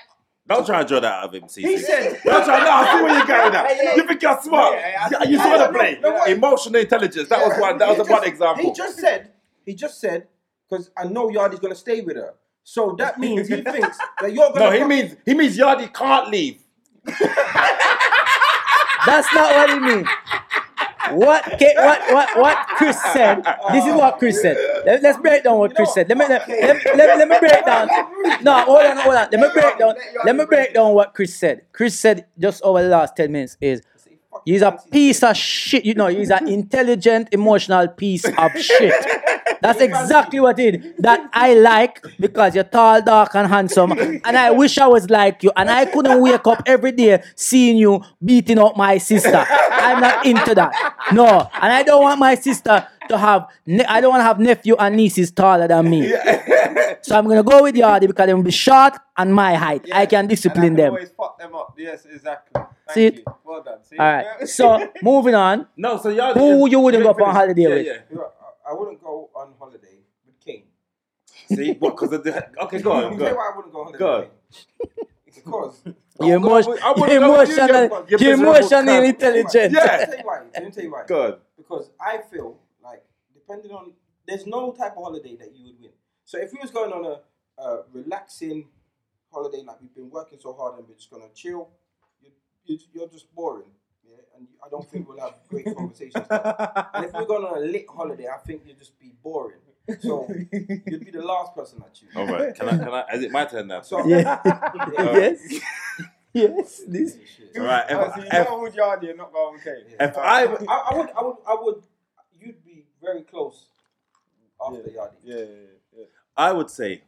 [SPEAKER 5] Don't try and draw that out of him, CC.
[SPEAKER 4] He said,
[SPEAKER 5] Don't try. No, I see where you're going
[SPEAKER 2] Yeah, yeah.
[SPEAKER 5] now. You think you're smart.
[SPEAKER 2] Yeah, yeah, I-
[SPEAKER 5] You
[SPEAKER 2] I-
[SPEAKER 5] saw
[SPEAKER 2] I-
[SPEAKER 5] the play.
[SPEAKER 2] no, what-
[SPEAKER 5] Emotional intelligence. That was one. That
[SPEAKER 4] He
[SPEAKER 5] was a one
[SPEAKER 4] just-
[SPEAKER 5] example.
[SPEAKER 4] He just said, he just said, because I know Yardi's gonna stay with her. So that means he thinks that you're gonna.
[SPEAKER 5] No, he
[SPEAKER 4] fuck-
[SPEAKER 5] means he means Yardi can't leave.
[SPEAKER 3] That's not what he means. What, Ke- what what what Chris said. This is what Chris said. Let, us break down what Chris said. Let me let, let, me- let, me- let me break down. No, hold on, hold on. Let me break down. Let me break down what Chris said. Chris said just over the last ten minutes is he's a piece of shit. You know, he's an intelligent, emotional piece of shit. That's exactly what it is. That I like because you're tall, dark, and handsome. And I wish I was like you. And I couldn't wake up every day seeing you beating up my sister. I'm not into that. No. And I don't want my sister to have, ne- I don't want to have nephew and nieces taller than me. So I'm going to go with Yardi because they will be short and my height. I can discipline
[SPEAKER 2] and I can
[SPEAKER 3] them.
[SPEAKER 2] Always fuck them up. Yes, exactly. Thank
[SPEAKER 3] See it?
[SPEAKER 2] you. Well done. See?
[SPEAKER 3] All right. So moving on.
[SPEAKER 5] No, so Yardi.
[SPEAKER 3] Who
[SPEAKER 5] is-
[SPEAKER 3] you wouldn't go
[SPEAKER 5] finish.
[SPEAKER 3] for holiday
[SPEAKER 5] yeah,
[SPEAKER 3] with?
[SPEAKER 5] Yeah.
[SPEAKER 4] You know, I- I wouldn't go on holiday with Kane.
[SPEAKER 5] See what? Because of the. Okay, go on.
[SPEAKER 4] You
[SPEAKER 5] Go.
[SPEAKER 4] know
[SPEAKER 5] on.
[SPEAKER 4] why I wouldn't go on holiday?
[SPEAKER 5] Go.
[SPEAKER 4] with Kane? It's because
[SPEAKER 3] You're emotion,
[SPEAKER 5] I wouldn't
[SPEAKER 3] you're
[SPEAKER 5] go with you,
[SPEAKER 3] emotional,
[SPEAKER 5] you're-
[SPEAKER 3] you're
[SPEAKER 5] you're miserable
[SPEAKER 3] emotional
[SPEAKER 5] cunt.
[SPEAKER 3] intelligent.
[SPEAKER 5] Yeah.
[SPEAKER 4] Let me tell you why. Let me tell you why.
[SPEAKER 5] Go on.
[SPEAKER 4] Because I feel like depending on there's no type of holiday that you would win. So if we was going on a, a relaxing holiday like we've been working so hard and we're just gonna chill, you, you, you're just boring. Yeah, and I don't think we'll have great conversations. and if we're going on a lit holiday, I think you'd just be boring. So you'd be the last person I choose.
[SPEAKER 5] All right. Can I? Can I? Is it my turn now?
[SPEAKER 4] So
[SPEAKER 3] Yeah.
[SPEAKER 4] Yeah.
[SPEAKER 3] yes. Yes. This.
[SPEAKER 5] All right. If,
[SPEAKER 2] Oh, so you
[SPEAKER 5] if,
[SPEAKER 2] know who Yardi and not going Kane.
[SPEAKER 5] if
[SPEAKER 4] I,
[SPEAKER 5] I
[SPEAKER 4] I would, I would, I would. You'd be very close after Yardi.
[SPEAKER 2] Yeah, yeah, yeah.
[SPEAKER 5] I would say.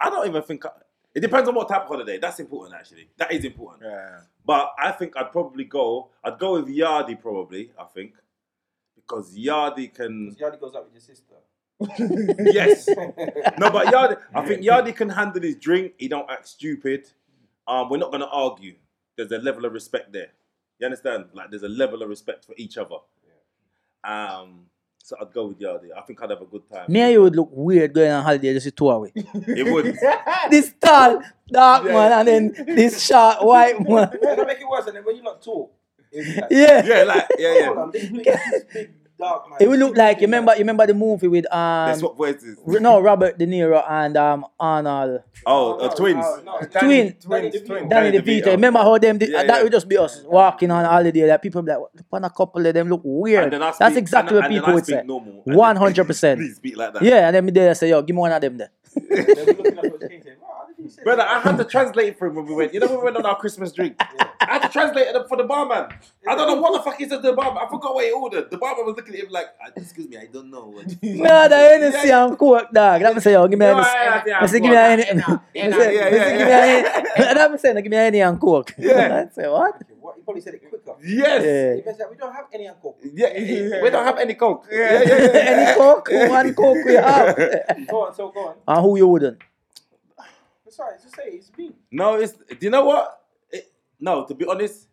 [SPEAKER 5] I don't even think. I, it depends on what type of holiday. That's important, actually. That is important.
[SPEAKER 2] yeah.
[SPEAKER 5] But I think I'd probably go. I'd go with Yardi, probably. I think because Yardi can.
[SPEAKER 4] Yardi goes out with your sister.
[SPEAKER 5] yes. No, but Yardi. I think Yardi can handle his drink. He don't act stupid. Um, we're not gonna argue. There's a level of respect there. You understand? Like there's a level of respect for each other. Um. So I'd go with Yardi. I think I'd have a good time.
[SPEAKER 3] Me and you would look weird going on holiday just the two of us.
[SPEAKER 5] It would.
[SPEAKER 3] This tall, dark man, and then this short, white man.
[SPEAKER 4] It's gonna make it worse, and then when you're not tall, it'll be like,
[SPEAKER 3] Yeah.
[SPEAKER 5] Yeah, like yeah,
[SPEAKER 4] hold
[SPEAKER 5] yeah.
[SPEAKER 4] on, this big, this big dark man.
[SPEAKER 3] It would look like you remember. You remember the movie with
[SPEAKER 5] They
[SPEAKER 3] um.
[SPEAKER 5] swap voices.
[SPEAKER 3] No, Robert De Niro and um Arnold
[SPEAKER 5] Oh, uh,
[SPEAKER 4] no,
[SPEAKER 5] twins.
[SPEAKER 4] no, no.
[SPEAKER 3] Twin.
[SPEAKER 2] Twins,
[SPEAKER 4] Danny
[SPEAKER 2] twins.
[SPEAKER 3] Danny
[SPEAKER 5] Danny
[SPEAKER 3] DeVito.
[SPEAKER 5] DeVito.
[SPEAKER 3] Remember how them did,
[SPEAKER 5] Yeah,
[SPEAKER 3] that
[SPEAKER 5] yeah.
[SPEAKER 3] would just be us walking on holiday. That people be like, look on a couple of them look weird.
[SPEAKER 5] And then I
[SPEAKER 3] That's
[SPEAKER 5] speak-
[SPEAKER 3] exactly
[SPEAKER 5] and-
[SPEAKER 3] what
[SPEAKER 5] and then
[SPEAKER 3] people
[SPEAKER 5] I
[SPEAKER 3] would
[SPEAKER 5] speak
[SPEAKER 3] say.
[SPEAKER 5] normal. And
[SPEAKER 3] One
[SPEAKER 5] then-
[SPEAKER 3] hundred percent.
[SPEAKER 5] Please speak like that.
[SPEAKER 3] Yeah, and then they say, yo, give me one of them there.
[SPEAKER 4] They were looking at those kids and, wow, how did he say
[SPEAKER 5] Brother,
[SPEAKER 4] that?
[SPEAKER 5] I had to translate for him when we went. You know, when we went on our Christmas drink. I had to translate it for the barman. I don't know what the fuck he said to the barman. I forgot what he ordered. The barman was looking at him like, "Ah, "Excuse me, I don't know." What
[SPEAKER 3] No, the Hennessy and Coke, dog. That me say, yo, give me
[SPEAKER 5] No,
[SPEAKER 3] Hennessy.
[SPEAKER 5] yeah, yeah,
[SPEAKER 3] I say, give me a
[SPEAKER 5] yeah,
[SPEAKER 3] Hennessy. I say,
[SPEAKER 5] yeah,
[SPEAKER 3] I say,
[SPEAKER 5] yeah,
[SPEAKER 3] give me a Hennessy. That me say, no, give me a Hennessy and Coke.
[SPEAKER 5] Yeah.
[SPEAKER 3] I say, what?
[SPEAKER 4] What? He probably said it quicker.
[SPEAKER 5] yes.
[SPEAKER 3] Yeah.
[SPEAKER 4] He said, we don't have any uncle.
[SPEAKER 5] Yeah. yeah, we don't have any coke. Yeah, yeah, yeah.
[SPEAKER 3] Any Coke? One Coke we have.
[SPEAKER 4] Go on, so go on.
[SPEAKER 3] And who you wouldn't?
[SPEAKER 4] That's right. Just say it, it's me.
[SPEAKER 5] No, it's. Do you know what? It, no, to be honest,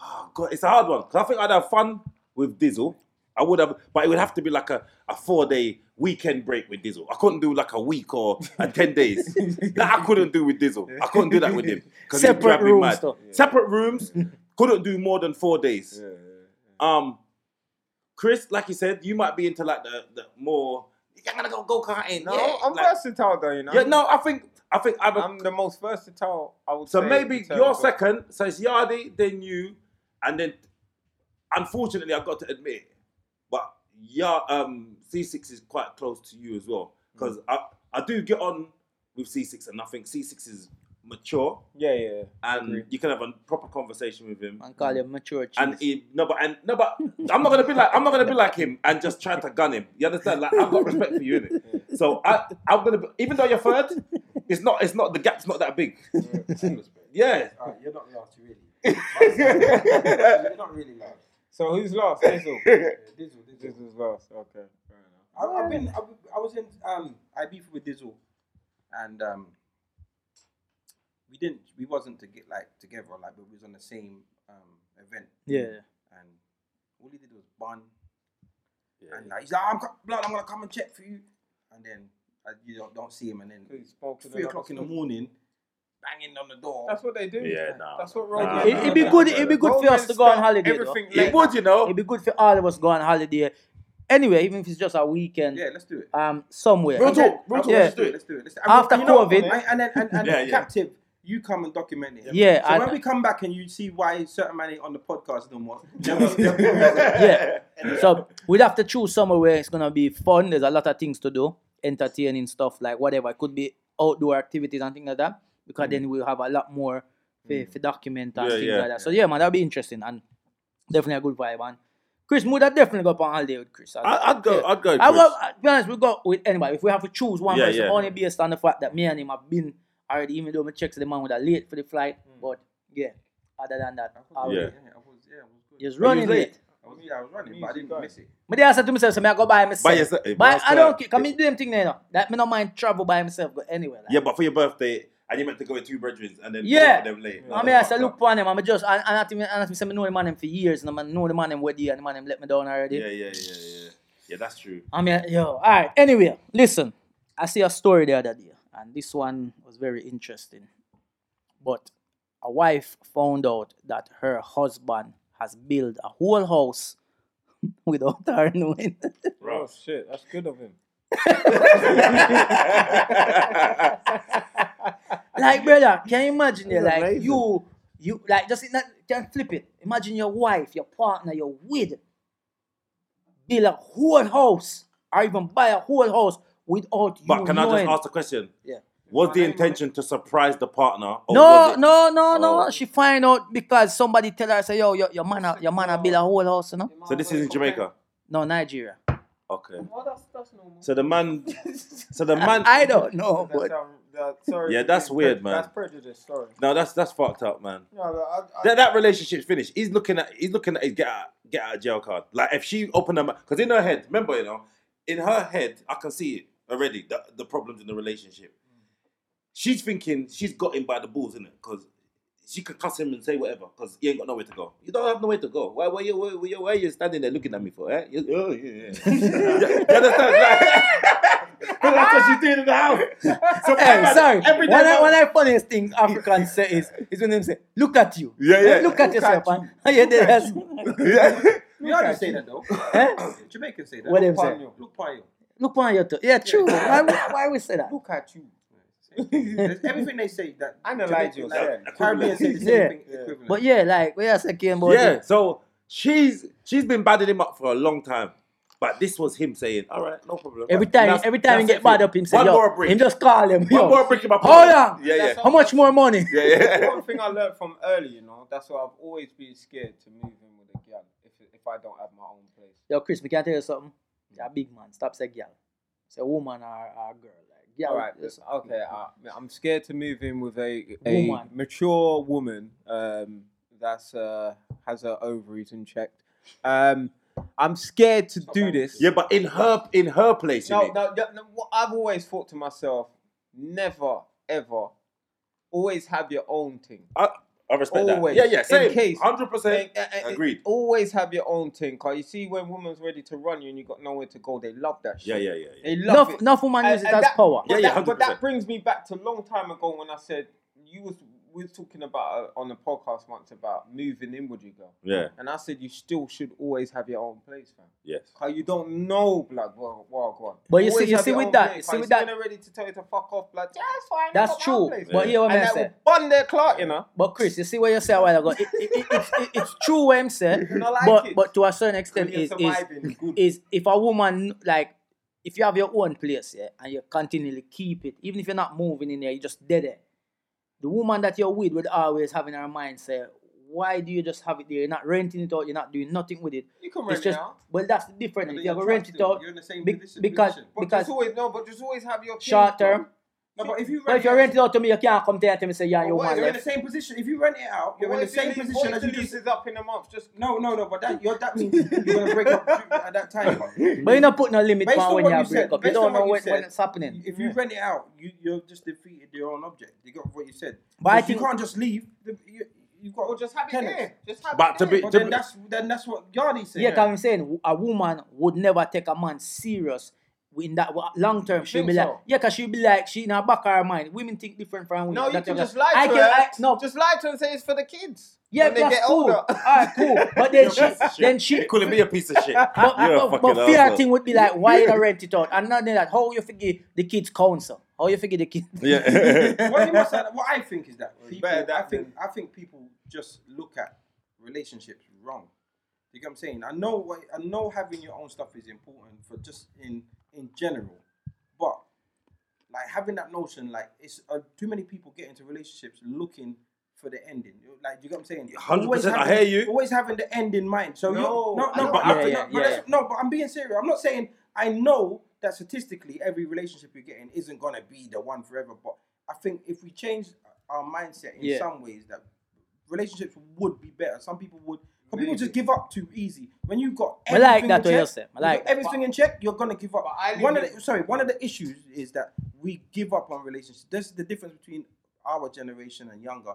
[SPEAKER 5] oh God, it's a hard one. 'Cause I think I'd have fun with Dizzle. I would have, but it would have to be like a, a four day weekend break with Dizzle. I couldn't do like a week or a ten days. that I couldn't do with Dizzle. I couldn't do that with him. 'cause he'd
[SPEAKER 3] Separate
[SPEAKER 5] drive me
[SPEAKER 3] rooms,
[SPEAKER 5] mad.
[SPEAKER 3] though.
[SPEAKER 5] Separate rooms. Couldn't do more than four days.
[SPEAKER 2] yeah.
[SPEAKER 5] Um, Chris, like you said, you might be into like the, the more. You're gonna go go karting.
[SPEAKER 2] No,
[SPEAKER 5] yeah,
[SPEAKER 2] I'm
[SPEAKER 5] like-
[SPEAKER 2] versatile though, you know.
[SPEAKER 5] Yeah, no, I think I think I'm a
[SPEAKER 2] I'm the most versatile. I would
[SPEAKER 5] so
[SPEAKER 2] say,
[SPEAKER 5] maybe
[SPEAKER 2] in terms
[SPEAKER 5] your
[SPEAKER 2] of-
[SPEAKER 5] second, so it's Yardi, then you, and then unfortunately I've got to admit, but yeah, um, C6 is quite close to you as well. Because
[SPEAKER 2] Mm.
[SPEAKER 5] I, I do get on with C6 and I think C6 is mature
[SPEAKER 2] Yeah, yeah.
[SPEAKER 5] and
[SPEAKER 2] Agree.
[SPEAKER 5] you can have a proper conversation with him.
[SPEAKER 3] And call him mature cheese.
[SPEAKER 5] And he, no, but and no, but I'm not gonna be like I'm not gonna be like him and just try to gun him. You understand? Like I've got respect for you, innit? So I, I'm gonna, be, even though you're third, it's not, it's not the gap's not that big. Yeah,
[SPEAKER 4] All right, you're not last, really. you're not really last.
[SPEAKER 2] So who's last? Dizzle.
[SPEAKER 4] Yeah, Dizzle, Dizzle.
[SPEAKER 2] Dizzle's last. Okay. Fair enough.
[SPEAKER 4] I, I've been, I, I was in um, I beef with Dizzle, and um, we didn't, we wasn't to get like together, like but we was on the same um event.
[SPEAKER 3] Yeah.
[SPEAKER 4] And all he did was bun, and like, he's like, I'm co- blood, I'm gonna come and check for you, and then I, you don't, don't see him, and then
[SPEAKER 2] He's smoking
[SPEAKER 4] three
[SPEAKER 2] another
[SPEAKER 4] o'clock in the
[SPEAKER 2] school.
[SPEAKER 4] morning, banging on the door.
[SPEAKER 2] That's what they do.
[SPEAKER 5] Yeah, nah.
[SPEAKER 2] That's what
[SPEAKER 5] Nah,
[SPEAKER 2] roadmen.
[SPEAKER 5] It- it'd be
[SPEAKER 3] good- it'd be good for us
[SPEAKER 2] Roadmen
[SPEAKER 3] to go on
[SPEAKER 2] start
[SPEAKER 3] holiday, though.
[SPEAKER 2] Everything
[SPEAKER 5] It
[SPEAKER 2] late.
[SPEAKER 5] would, you know.
[SPEAKER 3] It'd be good for all of us go on holiday. Anyway, even if it's just a weekend,
[SPEAKER 4] Yeah, let's do it.
[SPEAKER 3] um, somewhere.
[SPEAKER 4] Real
[SPEAKER 3] Okay.
[SPEAKER 4] talk, real talk.
[SPEAKER 3] Yeah.
[SPEAKER 4] Let's do it. Let's do it. Let's do it. And
[SPEAKER 3] After
[SPEAKER 4] you know,
[SPEAKER 3] COVID.
[SPEAKER 4] and, and then and, and
[SPEAKER 5] Yeah, yeah.
[SPEAKER 4] captive, you come and document it.
[SPEAKER 3] Yeah,
[SPEAKER 4] So
[SPEAKER 3] I-
[SPEAKER 4] when we come back and you see why certain man ain't on the podcast no more,
[SPEAKER 3] yeah. So we'd have to choose somewhere where it's gonna be fun. There's a lot of things to do, entertaining stuff like whatever. It could be outdoor activities and things like that. Because then we'll have a lot more for, for document and
[SPEAKER 5] Mm. Yeah,
[SPEAKER 3] things
[SPEAKER 5] yeah.
[SPEAKER 3] like that. So yeah, man, that'd be interesting and definitely a good vibe. And Chris, would I definitely go up on holiday with Chris?
[SPEAKER 5] I, I'd go.
[SPEAKER 3] Yeah.
[SPEAKER 5] I'd go.
[SPEAKER 3] I
[SPEAKER 5] Chris.
[SPEAKER 3] will, to be honest, we go with anybody. If we have to choose one
[SPEAKER 5] Yeah,
[SPEAKER 3] person,
[SPEAKER 5] yeah.
[SPEAKER 3] only based on the fact that me and him have been already, even though my checks the man with a late for the flight. But yeah, other than that, I
[SPEAKER 5] Hmm. Yeah.
[SPEAKER 3] will
[SPEAKER 4] I was, yeah, I was good.
[SPEAKER 3] just running
[SPEAKER 5] late?
[SPEAKER 3] late.
[SPEAKER 4] I was, yeah, I was running, but I didn't miss it.
[SPEAKER 3] But then I said to myself, so me I go by myself.
[SPEAKER 5] By yourself, eh,
[SPEAKER 3] But
[SPEAKER 5] bastard.
[SPEAKER 3] I don't care. Cause me do them thing there, you know. That me not mind travel by myself, go anywhere. Like.
[SPEAKER 5] Yeah, but for your birthday, and you meant to go with two brethren, and then
[SPEAKER 3] Yeah.
[SPEAKER 5] both of them late.
[SPEAKER 3] I mean, I said, look upon him. I'm just, I, I not even, I not even say me know the man him for years, and I know the man him with you, and the man him let me down already.
[SPEAKER 5] Yeah, yeah, yeah, yeah. Yeah, that's true.
[SPEAKER 2] Oh,
[SPEAKER 3] I mean, yo, all right. Anyway, listen, I see a story the other day, and this one was very interesting. But a wife found out that her husband has built a whole house without her knowing.
[SPEAKER 2] Oh shit, that's good of him.
[SPEAKER 3] like, brother, can you imagine it?
[SPEAKER 2] That's
[SPEAKER 3] Like,
[SPEAKER 2] amazing.
[SPEAKER 3] you, you, like, just that, can flip it. Imagine your wife, your partner, your wid build a whole house, or even buy a whole house without you
[SPEAKER 5] But can I
[SPEAKER 3] knowing.
[SPEAKER 5] just ask a question?
[SPEAKER 3] Yeah.
[SPEAKER 5] Was the intention to surprise the partner? Or was
[SPEAKER 3] No,
[SPEAKER 5] it-
[SPEAKER 3] no, no, no.
[SPEAKER 5] Oh.
[SPEAKER 3] She find out because somebody tell her say, "Yo, your, your man, a- your man, a build a whole house, you know."
[SPEAKER 5] So this is in Jamaica.
[SPEAKER 3] No, Nigeria.
[SPEAKER 5] Okay.
[SPEAKER 9] Oh, that's, that's normal.
[SPEAKER 5] So the man. So the man.
[SPEAKER 3] I don't know,
[SPEAKER 2] That's,
[SPEAKER 3] but
[SPEAKER 2] um, that- sorry.
[SPEAKER 5] Yeah, that's weird, man.
[SPEAKER 2] That's prejudice. Sorry.
[SPEAKER 5] No, that's that's fucked up, man.
[SPEAKER 2] No, no, I, I,
[SPEAKER 5] That that relationship's finished. He's looking at he's looking at his get out get out of jail card. Like if she opened her mouth, because in her head, remember, you know, in her head, I can see it already. The, the problems in the relationship. She's thinking she's got him by the balls, isn't it? Because she could cuss him and say whatever, because he ain't got nowhere to go. You don't have nowhere to go. Why why you why, why, why you standing there looking at me for? Eh? You, oh, yeah, yeah. you understand? Like- that's what she's doing in the house. So
[SPEAKER 3] hey, sorry.
[SPEAKER 5] every day
[SPEAKER 3] One of
[SPEAKER 5] my-
[SPEAKER 3] one of the funniest things Africans say is is when them say, "Look at you."
[SPEAKER 5] Yeah, yeah.
[SPEAKER 3] Look at yourself, man. Yeah, that's
[SPEAKER 5] yeah.
[SPEAKER 4] You know how they say that though.
[SPEAKER 3] Eh?
[SPEAKER 4] Jamaicans say that.
[SPEAKER 3] What
[SPEAKER 4] Look
[SPEAKER 3] them say?
[SPEAKER 4] upon you. Look upon you.
[SPEAKER 3] look on your toe. Yeah, true. Why, why, why we say that?
[SPEAKER 2] look at you.
[SPEAKER 4] There's everything they say that.
[SPEAKER 2] Analyze
[SPEAKER 4] Jamaican-
[SPEAKER 2] yourself.
[SPEAKER 4] like, Caribbean say the same
[SPEAKER 3] Yeah.
[SPEAKER 4] thing. Equivalent.
[SPEAKER 3] But yeah, like we are talking about
[SPEAKER 5] yeah,
[SPEAKER 3] it.
[SPEAKER 5] so she's she's been badding him up for a long time. But this was him saying, All right, no problem.
[SPEAKER 3] Every
[SPEAKER 5] But
[SPEAKER 3] time,
[SPEAKER 5] that's-
[SPEAKER 3] every time he
[SPEAKER 5] that's
[SPEAKER 3] get
[SPEAKER 5] it.
[SPEAKER 3] bad up, him say,
[SPEAKER 5] One
[SPEAKER 3] "Yo,"
[SPEAKER 5] more brick.
[SPEAKER 3] him just call him.
[SPEAKER 5] One
[SPEAKER 3] "Yo, Oh,
[SPEAKER 5] more brick in my
[SPEAKER 3] Hold
[SPEAKER 5] pocket.
[SPEAKER 3] on.
[SPEAKER 5] Yeah, yeah.
[SPEAKER 2] That's
[SPEAKER 3] How much more money?
[SPEAKER 5] Yeah, yeah.
[SPEAKER 2] One thing I learned from early, you know, that's why I've always been scared to move in with a girl if if I don't have my own place.
[SPEAKER 3] Yo, Chris, we can I tell you something?
[SPEAKER 2] Mm.
[SPEAKER 3] You're a big man. Stop saying girl. Say woman or, or girl. Like, yeah,
[SPEAKER 2] All right,
[SPEAKER 3] listen.
[SPEAKER 2] okay. I, I'm scared to move in with a, a
[SPEAKER 3] Woman.
[SPEAKER 2] mature woman um, that's uh, has her ovaries in check. Um, I'm scared to do this.
[SPEAKER 5] Yeah, but in her in her place, you
[SPEAKER 2] No,
[SPEAKER 5] mean?
[SPEAKER 2] no, no, no, what I've always thought to myself, never, ever, always have your own thing.
[SPEAKER 5] I, I respect
[SPEAKER 2] Always.
[SPEAKER 5] that. Yeah, yeah,
[SPEAKER 2] In
[SPEAKER 5] same.
[SPEAKER 2] case-
[SPEAKER 5] Hundred percent
[SPEAKER 2] Eh,
[SPEAKER 3] uh,
[SPEAKER 2] eh, eh,
[SPEAKER 5] agreed.
[SPEAKER 2] Always have your own thing, cause you see when women's ready to run you and you got nowhere to go, they love that shit.
[SPEAKER 5] Yeah, yeah, yeah, yeah.
[SPEAKER 2] They love
[SPEAKER 3] Enough,
[SPEAKER 2] it.
[SPEAKER 3] enough woman
[SPEAKER 2] And-
[SPEAKER 3] uses
[SPEAKER 2] and
[SPEAKER 3] as
[SPEAKER 2] that-
[SPEAKER 3] power.
[SPEAKER 2] But,
[SPEAKER 5] Yeah, yeah,
[SPEAKER 2] that, but
[SPEAKER 5] 100%.
[SPEAKER 2] that brings me back to a long time ago when I said you was we was talking about uh, on a podcast once about moving in with your girl,
[SPEAKER 5] Yeah,
[SPEAKER 2] and I said you still should always have your own place, fam.
[SPEAKER 5] yes.
[SPEAKER 2] Cause you don't know, blood, well, well, go on.
[SPEAKER 3] But you see-
[SPEAKER 2] Always
[SPEAKER 3] you
[SPEAKER 2] have
[SPEAKER 3] see
[SPEAKER 2] your
[SPEAKER 3] with
[SPEAKER 2] own
[SPEAKER 3] that-
[SPEAKER 2] place,
[SPEAKER 3] see
[SPEAKER 2] fam.
[SPEAKER 3] with
[SPEAKER 2] See
[SPEAKER 3] that-
[SPEAKER 2] when they're ready to tell you to fuck off, blood. Yeah, it's fine. I
[SPEAKER 3] That's
[SPEAKER 2] got my
[SPEAKER 3] true.
[SPEAKER 2] own place,
[SPEAKER 5] Yeah.
[SPEAKER 3] But
[SPEAKER 2] fam.
[SPEAKER 3] hear what
[SPEAKER 2] and
[SPEAKER 3] man
[SPEAKER 2] that
[SPEAKER 3] said.
[SPEAKER 2] will bond their clot, you know.
[SPEAKER 3] But Chris, you see what you said a while ago. It, it, it, it's- it, it's true what him said,
[SPEAKER 2] Not like
[SPEAKER 3] but
[SPEAKER 2] it.
[SPEAKER 3] but to a certain extent,
[SPEAKER 2] You're
[SPEAKER 3] is, is
[SPEAKER 2] surviving. Good.
[SPEAKER 3] is if a woman like if you have your own place yeah, and you continually keep it, even if you're not moving in there, you're just dead there. The woman that you're with would always have in her mind say, "Why do you just have it there? You're not renting it out. You're not doing nothing with it.
[SPEAKER 2] You can
[SPEAKER 3] It's
[SPEAKER 2] rent it
[SPEAKER 3] just
[SPEAKER 2] out.
[SPEAKER 3] well, that's the difference.
[SPEAKER 4] But then
[SPEAKER 3] If you're
[SPEAKER 4] you're
[SPEAKER 3] gonna rent
[SPEAKER 4] trapped
[SPEAKER 3] it
[SPEAKER 4] still.
[SPEAKER 3] out
[SPEAKER 4] You're in the same
[SPEAKER 3] be-
[SPEAKER 4] position-
[SPEAKER 3] because
[SPEAKER 4] position.
[SPEAKER 2] But
[SPEAKER 3] because
[SPEAKER 2] just always no, but just always have your place,
[SPEAKER 3] short
[SPEAKER 2] bro.
[SPEAKER 3] term.
[SPEAKER 4] No, but if you
[SPEAKER 3] But if you're
[SPEAKER 4] rent
[SPEAKER 3] renting out to me, you can't come to and tell me say, "Yeah, you
[SPEAKER 2] Well,
[SPEAKER 3] want
[SPEAKER 4] you're in the
[SPEAKER 3] left."
[SPEAKER 4] same position. If you rent it out, you're
[SPEAKER 2] What
[SPEAKER 4] in the
[SPEAKER 2] if you
[SPEAKER 4] same
[SPEAKER 2] leave- what
[SPEAKER 4] position
[SPEAKER 2] if
[SPEAKER 4] as
[SPEAKER 2] the
[SPEAKER 4] you
[SPEAKER 2] lease
[SPEAKER 4] do.
[SPEAKER 2] is up in a month. Just
[SPEAKER 4] No, no, no. But that you're, that means you're gonna break up at that time.
[SPEAKER 3] But you're not putting a limit
[SPEAKER 4] Based
[SPEAKER 3] on
[SPEAKER 4] on
[SPEAKER 3] when
[SPEAKER 4] what
[SPEAKER 3] you
[SPEAKER 4] you
[SPEAKER 3] have break
[SPEAKER 4] said-
[SPEAKER 3] up. You
[SPEAKER 4] based
[SPEAKER 3] don't
[SPEAKER 4] on
[SPEAKER 3] know
[SPEAKER 4] what you
[SPEAKER 3] when, when
[SPEAKER 4] said,
[SPEAKER 3] it's happening.
[SPEAKER 4] If you rent it out, you you have just defeated your own object. You got what you said.
[SPEAKER 3] But I
[SPEAKER 4] Because
[SPEAKER 3] think-
[SPEAKER 4] you can't just leave. The- You, you've got
[SPEAKER 2] or just have it
[SPEAKER 4] tenants.
[SPEAKER 2] there. Just have
[SPEAKER 5] But
[SPEAKER 2] it
[SPEAKER 5] to
[SPEAKER 2] there.
[SPEAKER 5] be
[SPEAKER 4] But
[SPEAKER 5] to
[SPEAKER 4] then
[SPEAKER 5] be-
[SPEAKER 4] that's then that's what Yardi said.
[SPEAKER 3] Yeah, 'cause I'm saying a woman would never take a man serious in that long term, she'll
[SPEAKER 2] think
[SPEAKER 3] be like,
[SPEAKER 2] so?
[SPEAKER 3] yeah, cause she'll be like, she in her back of her mind. Women think different from women.
[SPEAKER 2] No, you
[SPEAKER 3] That
[SPEAKER 2] can
[SPEAKER 3] type of-
[SPEAKER 2] just lie to
[SPEAKER 3] I can,
[SPEAKER 2] her.
[SPEAKER 3] I, no,
[SPEAKER 2] Just lie to her and say it's for the kids.
[SPEAKER 3] yeah,
[SPEAKER 2] when they
[SPEAKER 3] that's
[SPEAKER 2] get
[SPEAKER 3] cool.
[SPEAKER 2] older.
[SPEAKER 3] All right, cool. But then she, then she,
[SPEAKER 5] Calling me a piece of shit.
[SPEAKER 3] but,
[SPEAKER 5] You're a
[SPEAKER 3] but,
[SPEAKER 5] fucking
[SPEAKER 3] but fear
[SPEAKER 5] arsehole.
[SPEAKER 3] thing would be like, why you don't rent it out? And not only that, how you forgive the kids council? How you forgive the kids?
[SPEAKER 5] Yeah.
[SPEAKER 4] what, you must have, what I think is that people,
[SPEAKER 2] better that
[SPEAKER 4] I think I think people just look at relationships wrong. You get what I'm saying? I know what I know having your own stuff is important for just in in general, but like having that notion like it's uh, too many people get into relationships looking for the ending. Like you get what I'm saying?
[SPEAKER 5] 100%, I
[SPEAKER 4] Always having-
[SPEAKER 5] hear you.
[SPEAKER 4] Always having the end in mind. So you- no,
[SPEAKER 2] No,
[SPEAKER 4] no,
[SPEAKER 2] I
[SPEAKER 4] no,
[SPEAKER 2] don't-
[SPEAKER 4] but
[SPEAKER 3] Yeah,
[SPEAKER 4] I-
[SPEAKER 3] yeah,
[SPEAKER 4] no, but
[SPEAKER 3] yeah,
[SPEAKER 4] that's- no, but I'm being serious. I'm not saying I know that statistically every relationship you're getting isn't gonna be the one forever, but I think if we change our mindset in
[SPEAKER 3] Yeah.
[SPEAKER 4] some ways, that relationships would be better. Some people would, but people just give up too easy. When you got
[SPEAKER 3] I like
[SPEAKER 4] everything
[SPEAKER 3] that
[SPEAKER 4] in
[SPEAKER 3] what
[SPEAKER 4] check-
[SPEAKER 3] you said. I
[SPEAKER 4] you got
[SPEAKER 3] like that.
[SPEAKER 4] everything in check. You're gonna give up.
[SPEAKER 2] I live
[SPEAKER 4] One of
[SPEAKER 2] with-
[SPEAKER 4] the sorry, one of the issues is that we give up on relationships. This is the difference between our generation and younger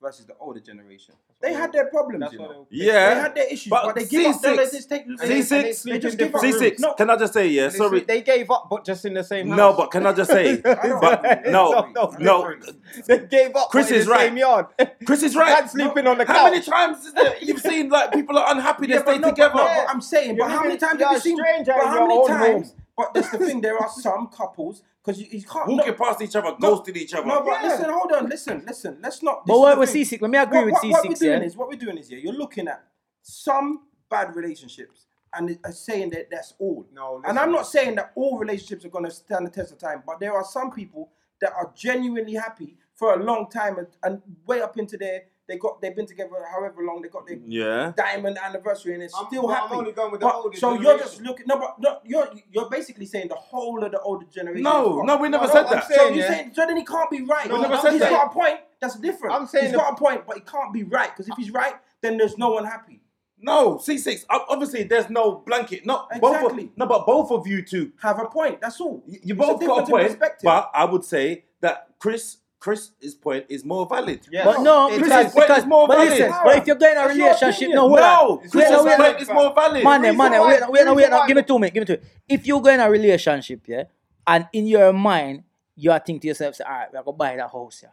[SPEAKER 4] versus the older generation. They had their problems.
[SPEAKER 2] That's
[SPEAKER 4] you
[SPEAKER 2] what
[SPEAKER 4] know?
[SPEAKER 2] they were-
[SPEAKER 5] Yeah.
[SPEAKER 4] They had their issues,
[SPEAKER 5] But
[SPEAKER 4] but, they give up. They
[SPEAKER 5] C6.
[SPEAKER 4] just take.
[SPEAKER 5] C6.
[SPEAKER 4] They just
[SPEAKER 2] They
[SPEAKER 4] give up.
[SPEAKER 2] sleep in different
[SPEAKER 5] C6,
[SPEAKER 2] rooms.
[SPEAKER 4] No,
[SPEAKER 5] can I just say, yeah,
[SPEAKER 2] They
[SPEAKER 5] sorry.
[SPEAKER 2] sleep- They gave up, but just in the same house.
[SPEAKER 5] No, but can I just say,
[SPEAKER 4] I don't
[SPEAKER 5] but
[SPEAKER 4] agree.
[SPEAKER 5] no,
[SPEAKER 4] I don't
[SPEAKER 5] no.
[SPEAKER 4] agree.
[SPEAKER 2] they gave up.
[SPEAKER 5] Chris
[SPEAKER 2] but in
[SPEAKER 5] is
[SPEAKER 2] the
[SPEAKER 5] right.
[SPEAKER 2] Same yard.
[SPEAKER 5] Chris is
[SPEAKER 2] Man
[SPEAKER 5] right.
[SPEAKER 2] sleeping on the
[SPEAKER 5] How many
[SPEAKER 2] couch.
[SPEAKER 5] times is that you've seen like people are unhappy they
[SPEAKER 4] Yeah,
[SPEAKER 5] stay
[SPEAKER 4] but no,
[SPEAKER 5] together?
[SPEAKER 4] But, no, but I'm saying,
[SPEAKER 2] You're
[SPEAKER 4] but how
[SPEAKER 2] living-
[SPEAKER 4] many times
[SPEAKER 2] you're
[SPEAKER 4] have
[SPEAKER 2] a
[SPEAKER 4] you seen?
[SPEAKER 2] stranger
[SPEAKER 4] But
[SPEAKER 2] in
[SPEAKER 4] how
[SPEAKER 2] your
[SPEAKER 4] many
[SPEAKER 2] own
[SPEAKER 4] times?
[SPEAKER 2] home.
[SPEAKER 4] But that's the thing. There are some couples because you, you can't.
[SPEAKER 5] Walking
[SPEAKER 4] No,
[SPEAKER 5] past each other,
[SPEAKER 4] no,
[SPEAKER 5] ghosting each other.
[SPEAKER 4] No, but
[SPEAKER 2] Yeah.
[SPEAKER 4] listen, hold on, listen, listen. Let's not. this
[SPEAKER 3] But
[SPEAKER 4] is
[SPEAKER 3] what
[SPEAKER 4] the
[SPEAKER 3] with
[SPEAKER 4] thing.
[SPEAKER 3] C6? Let me agree
[SPEAKER 4] what,
[SPEAKER 3] with
[SPEAKER 4] what, What we're
[SPEAKER 3] C6,
[SPEAKER 4] doing
[SPEAKER 3] yeah.
[SPEAKER 4] is what we're doing is yeah, you're looking at some bad relationships and it- are saying that that's all.
[SPEAKER 2] No, listen.
[SPEAKER 4] and I'm not saying that all relationships are going to stand the test of time, but there are some people that are genuinely happy for a long time and, and way up into their they got they've been together however long they got their
[SPEAKER 5] Yeah.
[SPEAKER 4] diamond anniversary and it's
[SPEAKER 2] I'm-
[SPEAKER 4] still
[SPEAKER 2] but I'm
[SPEAKER 4] happy.
[SPEAKER 2] only going with the
[SPEAKER 4] but,
[SPEAKER 2] older
[SPEAKER 4] so you're
[SPEAKER 2] generation.
[SPEAKER 4] just looking no, but no, you're you're basically saying the whole of the older generation. is
[SPEAKER 5] No,
[SPEAKER 4] wrong.
[SPEAKER 5] no, we never
[SPEAKER 2] No,
[SPEAKER 5] said
[SPEAKER 2] I'm
[SPEAKER 5] that.
[SPEAKER 2] saying-
[SPEAKER 4] So you
[SPEAKER 2] yeah.
[SPEAKER 4] saying so then he can't be right.
[SPEAKER 2] No,
[SPEAKER 4] He's
[SPEAKER 2] never said that.
[SPEAKER 4] got a point. That's different.
[SPEAKER 2] I'm saying
[SPEAKER 4] he's
[SPEAKER 2] the-
[SPEAKER 4] got a point, but he can't be right because if he's right, then there's no one happy.
[SPEAKER 5] No, C6, ob- obviously there's no blanket. No, both of,
[SPEAKER 4] Exactly.
[SPEAKER 5] no, but both of you two,
[SPEAKER 4] Have a point. That's all.
[SPEAKER 5] you, you
[SPEAKER 4] It's
[SPEAKER 5] both got
[SPEAKER 4] difference
[SPEAKER 5] a
[SPEAKER 4] in
[SPEAKER 5] point,
[SPEAKER 4] perspective.
[SPEAKER 5] but I would say that Chris, Chris's point is more valid.
[SPEAKER 2] Yeah.
[SPEAKER 3] But no,
[SPEAKER 2] It's
[SPEAKER 3] because,
[SPEAKER 5] his point
[SPEAKER 3] because
[SPEAKER 5] is more
[SPEAKER 3] but
[SPEAKER 5] valid.
[SPEAKER 3] listen, but if you're going in a
[SPEAKER 4] That's your
[SPEAKER 3] relationship,
[SPEAKER 4] opinion.
[SPEAKER 3] no, hold on.
[SPEAKER 5] No,
[SPEAKER 3] Wait,
[SPEAKER 5] Chris's
[SPEAKER 3] no, wait, no.
[SPEAKER 5] point is more valid.
[SPEAKER 3] Man, eh,
[SPEAKER 2] reason
[SPEAKER 3] man, eh,
[SPEAKER 2] why-
[SPEAKER 3] wait, wait,
[SPEAKER 2] the
[SPEAKER 3] wait,
[SPEAKER 2] reason
[SPEAKER 3] no,
[SPEAKER 2] why-
[SPEAKER 3] give me two minutes, give me two. If you go in a relationship, yeah, and in your mind, you are thinking to yourself, say, all right, we're gonna buy that house, yeah.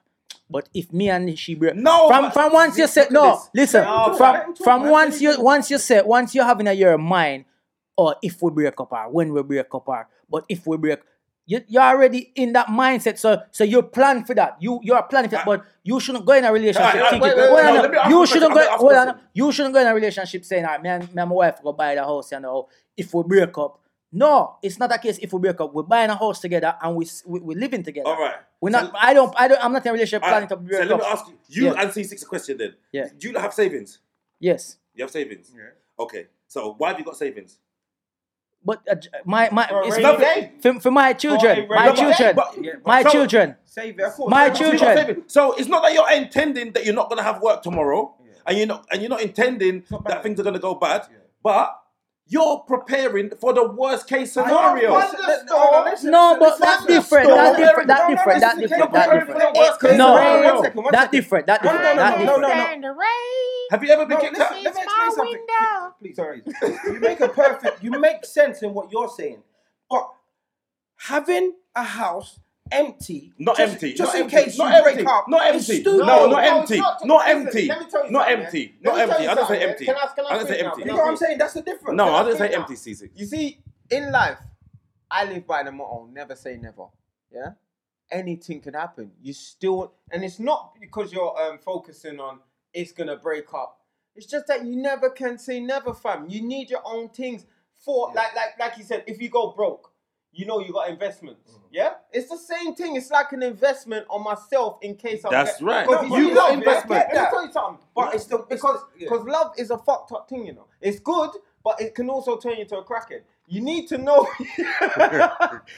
[SPEAKER 3] But if me and she break,
[SPEAKER 5] No,
[SPEAKER 3] from
[SPEAKER 5] but-
[SPEAKER 3] from once you say no,
[SPEAKER 5] this.
[SPEAKER 3] listen,
[SPEAKER 2] No,
[SPEAKER 4] let
[SPEAKER 3] from
[SPEAKER 4] him talk,
[SPEAKER 3] from
[SPEAKER 4] man,
[SPEAKER 3] once
[SPEAKER 4] let
[SPEAKER 3] you
[SPEAKER 4] him talk.
[SPEAKER 3] once you say once you're having a your mind, or if we break up or when we break up or but if we break, you you're already in that mindset, so so you plan for that, you you're planning for that, but you shouldn't go in a relationship.
[SPEAKER 5] Uh, Alright,
[SPEAKER 3] thinking,
[SPEAKER 5] wait, wait, wait,
[SPEAKER 3] hold on,
[SPEAKER 5] no,
[SPEAKER 3] no,
[SPEAKER 5] let me ask you a
[SPEAKER 3] you shouldn't
[SPEAKER 5] question,
[SPEAKER 3] go.
[SPEAKER 5] I'm gonna
[SPEAKER 3] Hold
[SPEAKER 5] ask a
[SPEAKER 3] on,
[SPEAKER 5] question.
[SPEAKER 3] you shouldn't go in a relationship saying, all right, me and, me and my wife go buy the house, you know, if we break up. No, it's not a case if we break up. We're buying a house together and we, s- we, we're living together.
[SPEAKER 5] All right.
[SPEAKER 3] We're
[SPEAKER 5] So-
[SPEAKER 3] not, I don't, I don't, I'm not in a relationship
[SPEAKER 5] All
[SPEAKER 3] planning
[SPEAKER 5] right,
[SPEAKER 3] to
[SPEAKER 5] so
[SPEAKER 3] break
[SPEAKER 5] let me
[SPEAKER 3] up.
[SPEAKER 5] ask you, you
[SPEAKER 3] Yeah.
[SPEAKER 5] and C6 a question then.
[SPEAKER 3] Yeah.
[SPEAKER 5] Do you not have savings?
[SPEAKER 3] Yes.
[SPEAKER 5] You have savings?
[SPEAKER 4] Yeah.
[SPEAKER 5] Okay, so why have you got savings?
[SPEAKER 3] But uh, j- my, my,
[SPEAKER 2] For a
[SPEAKER 3] it's
[SPEAKER 2] rainy
[SPEAKER 3] not,
[SPEAKER 2] day.
[SPEAKER 3] for, for my
[SPEAKER 2] For
[SPEAKER 3] children,
[SPEAKER 2] a
[SPEAKER 3] my
[SPEAKER 2] rainy day.
[SPEAKER 3] children,
[SPEAKER 5] But-
[SPEAKER 3] my
[SPEAKER 5] so-
[SPEAKER 3] children.
[SPEAKER 4] Save it. Of course.
[SPEAKER 3] My
[SPEAKER 4] But-
[SPEAKER 5] So you're
[SPEAKER 3] children.
[SPEAKER 5] saving. So it's not that you're intending that you're not gonna have work tomorrow, and you're not and you're not intending
[SPEAKER 4] not bad.
[SPEAKER 5] that things are gonna go bad, but you're preparing for the worst case
[SPEAKER 4] I am-
[SPEAKER 5] scenario.
[SPEAKER 2] What's the
[SPEAKER 4] Listen, hold on,
[SPEAKER 2] story?
[SPEAKER 4] listen,
[SPEAKER 3] No,
[SPEAKER 4] listen,
[SPEAKER 3] but
[SPEAKER 4] listen,
[SPEAKER 3] that's
[SPEAKER 4] listen.
[SPEAKER 3] different.
[SPEAKER 5] No,
[SPEAKER 3] That's
[SPEAKER 5] no,
[SPEAKER 3] different. That's
[SPEAKER 4] no, no,
[SPEAKER 3] different. That's
[SPEAKER 4] listen,
[SPEAKER 3] different.
[SPEAKER 4] listen,
[SPEAKER 3] That's
[SPEAKER 4] listen,
[SPEAKER 5] different.
[SPEAKER 4] listen,
[SPEAKER 5] It's
[SPEAKER 4] listen, listen,
[SPEAKER 3] No.
[SPEAKER 4] one second,
[SPEAKER 3] different.
[SPEAKER 4] one
[SPEAKER 3] That's
[SPEAKER 4] second.
[SPEAKER 3] different. That's
[SPEAKER 4] No,
[SPEAKER 3] different.
[SPEAKER 4] no,
[SPEAKER 3] That's
[SPEAKER 4] no, no,
[SPEAKER 3] different.
[SPEAKER 4] no, no.
[SPEAKER 9] Understand the rain.
[SPEAKER 5] Have you ever
[SPEAKER 4] No,
[SPEAKER 5] been
[SPEAKER 4] listen,
[SPEAKER 5] kicked
[SPEAKER 4] let
[SPEAKER 5] out?
[SPEAKER 4] me
[SPEAKER 9] It's
[SPEAKER 4] explain
[SPEAKER 9] my
[SPEAKER 4] something.
[SPEAKER 9] window.
[SPEAKER 4] Please, sorry. You make a perfect, you make sense in what you're saying. But having a house empty,
[SPEAKER 5] Not
[SPEAKER 4] just,
[SPEAKER 5] empty.
[SPEAKER 4] Just
[SPEAKER 5] not
[SPEAKER 4] in
[SPEAKER 5] empty.
[SPEAKER 4] case
[SPEAKER 5] not
[SPEAKER 4] you
[SPEAKER 5] empty.
[SPEAKER 4] break up,
[SPEAKER 5] Not
[SPEAKER 4] is
[SPEAKER 5] empty.
[SPEAKER 4] stupid.
[SPEAKER 5] No, not
[SPEAKER 2] it's
[SPEAKER 5] empty.
[SPEAKER 2] not-
[SPEAKER 5] Not
[SPEAKER 2] listen,
[SPEAKER 5] empty.
[SPEAKER 2] let me tell you
[SPEAKER 5] Not
[SPEAKER 2] something,
[SPEAKER 5] empty.
[SPEAKER 2] yeah.
[SPEAKER 5] Not
[SPEAKER 2] Let me tell
[SPEAKER 5] empty.
[SPEAKER 2] you
[SPEAKER 5] I didn't say
[SPEAKER 2] something,
[SPEAKER 5] empty.
[SPEAKER 2] yeah. Can I- can I
[SPEAKER 5] didn't say
[SPEAKER 2] speak now?
[SPEAKER 5] empty.
[SPEAKER 4] You know what I'm saying? That's the difference.
[SPEAKER 5] No, I
[SPEAKER 4] That's
[SPEAKER 5] didn't
[SPEAKER 4] the
[SPEAKER 5] say
[SPEAKER 4] thing.
[SPEAKER 5] empty. C6.
[SPEAKER 2] You see, in life, I live by the motto: never say never. Yeah, anything can happen. You still, and it's not because you're um, focusing on it's gonna break up. It's just that you never can say never, fam. You need your own things for, like, like, like you said, if you go broke, you know you got investments.
[SPEAKER 4] Mm-hmm.
[SPEAKER 2] Yeah, it's the same thing. It's like an investment on myself in case I.
[SPEAKER 5] That's
[SPEAKER 2] get-
[SPEAKER 5] right.
[SPEAKER 2] because
[SPEAKER 4] No,
[SPEAKER 2] it's
[SPEAKER 4] but you
[SPEAKER 2] love,
[SPEAKER 4] got
[SPEAKER 2] yeah?
[SPEAKER 4] investment.
[SPEAKER 2] Let me tell you something. But it's the because
[SPEAKER 4] yeah.
[SPEAKER 2] because love is a fucked up thing, you know. It's good, but it can also turn you into a crackhead. You need to know.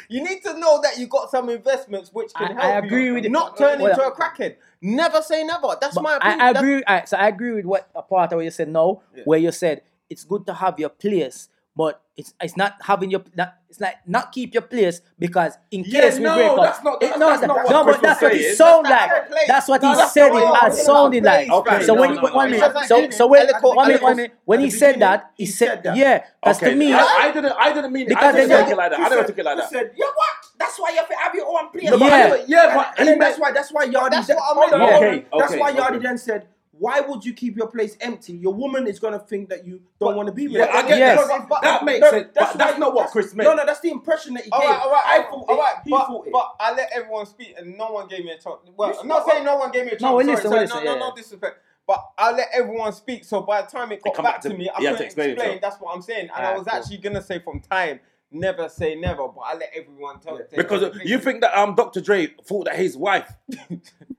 [SPEAKER 2] you need to know that you got some investments which can
[SPEAKER 3] I- I
[SPEAKER 2] help
[SPEAKER 3] agree
[SPEAKER 2] you
[SPEAKER 3] with it.
[SPEAKER 2] not turn
[SPEAKER 3] Well,
[SPEAKER 2] into a crackhead. Never say never. That's
[SPEAKER 3] But
[SPEAKER 2] my opinion.
[SPEAKER 3] I, I
[SPEAKER 2] That's-
[SPEAKER 3] agree. I, so I agree with what a part of what you said. No, where you said it's good to have your place, but It's it's not having your not, it's not not keep your place because in
[SPEAKER 5] Yeah,
[SPEAKER 3] case we
[SPEAKER 5] no,
[SPEAKER 3] break up.
[SPEAKER 5] that's
[SPEAKER 3] It-
[SPEAKER 5] not- that's- that's
[SPEAKER 3] that-
[SPEAKER 5] not what
[SPEAKER 3] no,
[SPEAKER 5] Chris
[SPEAKER 3] but that's
[SPEAKER 5] was
[SPEAKER 3] what it
[SPEAKER 5] saying.
[SPEAKER 3] sound
[SPEAKER 2] That's not
[SPEAKER 3] like.
[SPEAKER 2] your place.
[SPEAKER 3] that's what
[SPEAKER 2] No,
[SPEAKER 3] he
[SPEAKER 2] that's
[SPEAKER 3] said
[SPEAKER 2] not
[SPEAKER 3] it
[SPEAKER 2] your
[SPEAKER 3] as
[SPEAKER 2] place.
[SPEAKER 3] sounding
[SPEAKER 2] That's
[SPEAKER 3] like.
[SPEAKER 2] not
[SPEAKER 5] your place,
[SPEAKER 3] so
[SPEAKER 5] man.
[SPEAKER 3] when
[SPEAKER 5] No,
[SPEAKER 3] he-
[SPEAKER 5] no, no,
[SPEAKER 3] one
[SPEAKER 5] no.
[SPEAKER 3] minute,
[SPEAKER 2] That's
[SPEAKER 3] so
[SPEAKER 2] not
[SPEAKER 3] so when
[SPEAKER 2] Ellico-
[SPEAKER 3] one minute, one
[SPEAKER 2] Ellico's-
[SPEAKER 3] minute, when he
[SPEAKER 2] the
[SPEAKER 3] said
[SPEAKER 2] beginning,
[SPEAKER 3] that, he said yeah, because
[SPEAKER 5] Okay,
[SPEAKER 3] to me.
[SPEAKER 5] I, I didn't, I didn't mean it. I
[SPEAKER 3] Because
[SPEAKER 5] didn't
[SPEAKER 3] they
[SPEAKER 5] take
[SPEAKER 3] said-
[SPEAKER 5] it like that. I never took it like that.
[SPEAKER 4] said, yeah, what? That's why you have to have your own place.
[SPEAKER 5] No, but I
[SPEAKER 3] Yeah.
[SPEAKER 5] never- yeah, but
[SPEAKER 4] and
[SPEAKER 5] he
[SPEAKER 4] then that's
[SPEAKER 5] meant-
[SPEAKER 4] why that's why Yardi.
[SPEAKER 2] That's
[SPEAKER 4] said-
[SPEAKER 2] what I
[SPEAKER 4] hold on,
[SPEAKER 2] meant.
[SPEAKER 4] hold on.
[SPEAKER 5] Okay,
[SPEAKER 4] that's
[SPEAKER 5] okay,
[SPEAKER 4] why Yardi
[SPEAKER 5] okay.
[SPEAKER 4] then said, why would you keep your place empty? Your woman is gonna think that you don't want to be with
[SPEAKER 5] yeah,
[SPEAKER 4] her.
[SPEAKER 5] I get
[SPEAKER 3] Yes.
[SPEAKER 5] that.
[SPEAKER 4] but-
[SPEAKER 5] That makes
[SPEAKER 4] no,
[SPEAKER 5] sense. That's,
[SPEAKER 4] why-
[SPEAKER 5] that's not what Chris meant.
[SPEAKER 4] No, no, that's the impression that he
[SPEAKER 2] All
[SPEAKER 4] gave.
[SPEAKER 2] right, all right,
[SPEAKER 4] I thought
[SPEAKER 2] all right.
[SPEAKER 4] it. He thought
[SPEAKER 2] But,
[SPEAKER 4] it.
[SPEAKER 2] but I let everyone speak, and no one gave me a chance. Well,
[SPEAKER 4] You-
[SPEAKER 2] I'm not saying no one gave me a chance.
[SPEAKER 3] No, we
[SPEAKER 2] sorry,
[SPEAKER 3] listen, we
[SPEAKER 2] sorry,
[SPEAKER 3] listen,
[SPEAKER 2] no,
[SPEAKER 3] yeah,
[SPEAKER 2] no,
[SPEAKER 3] yeah.
[SPEAKER 2] no disrespect. But I let everyone speak. So by the time it got
[SPEAKER 5] come
[SPEAKER 2] back,
[SPEAKER 5] back
[SPEAKER 2] to,
[SPEAKER 5] to-
[SPEAKER 2] me, I
[SPEAKER 5] you have to
[SPEAKER 2] couldn't
[SPEAKER 5] explain
[SPEAKER 2] explain.
[SPEAKER 5] yourself.
[SPEAKER 2] That's what I'm saying, and I
[SPEAKER 3] Alright,
[SPEAKER 2] was
[SPEAKER 3] cool.
[SPEAKER 2] actually gonna say from time, never say never. But I let everyone tell. take
[SPEAKER 5] Because
[SPEAKER 2] their
[SPEAKER 5] you
[SPEAKER 2] opinion.
[SPEAKER 5] think that um Dr. Dre thought that his wife.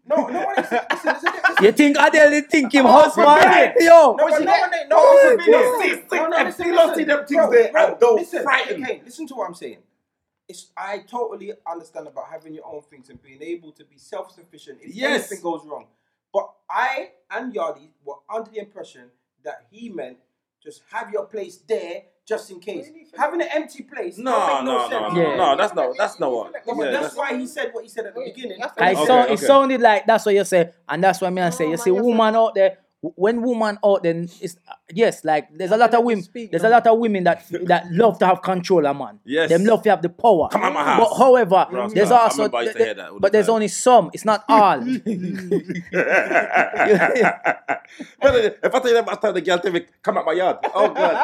[SPEAKER 4] No, no one. Listen, listen, listen.
[SPEAKER 3] You think Adele did think him
[SPEAKER 5] Oh,
[SPEAKER 3] husband?
[SPEAKER 5] right.
[SPEAKER 3] Yo,
[SPEAKER 4] No, but no
[SPEAKER 2] that-
[SPEAKER 4] one ain't.
[SPEAKER 2] no,
[SPEAKER 4] No,
[SPEAKER 2] it's a
[SPEAKER 4] no,
[SPEAKER 2] business.
[SPEAKER 5] These things- if you don't see them things there, I don't
[SPEAKER 4] listen,
[SPEAKER 5] frighten.
[SPEAKER 4] okay, listen to what I'm saying. It's I totally understand about having your own things and being able to be self-sufficient if
[SPEAKER 5] Yes.
[SPEAKER 4] anything goes wrong. But I and Yardi were under the impression that he meant just have your place there just in case. Having an empty place.
[SPEAKER 5] No,
[SPEAKER 4] don't make
[SPEAKER 5] no,
[SPEAKER 4] sense.
[SPEAKER 5] no,
[SPEAKER 3] Yeah.
[SPEAKER 5] no, no. That's not. That's not
[SPEAKER 4] No,
[SPEAKER 5] what.
[SPEAKER 4] but
[SPEAKER 5] yeah,
[SPEAKER 4] that's,
[SPEAKER 5] that's-
[SPEAKER 4] why he said what he said at the beginning.
[SPEAKER 3] I
[SPEAKER 5] Okay,
[SPEAKER 3] sound, it
[SPEAKER 5] okay.
[SPEAKER 3] sounded like that's what you say, and that's what me I say. You see, woman out there, w- when woman out there, it's yes, like there's a lot of women, there's a lot of women that that love to have control, a man.
[SPEAKER 5] Yes.
[SPEAKER 3] them love to have the power.
[SPEAKER 5] Come at my house.
[SPEAKER 3] But however,
[SPEAKER 5] Rascal,
[SPEAKER 3] there's
[SPEAKER 5] I
[SPEAKER 3] also,
[SPEAKER 5] remember I used to
[SPEAKER 3] th-
[SPEAKER 5] hear that all the
[SPEAKER 3] but there's
[SPEAKER 5] time.
[SPEAKER 3] only some. It's not all.
[SPEAKER 5] Brother, if I tell you that, I tell the girl to me, come at my yard. Oh God,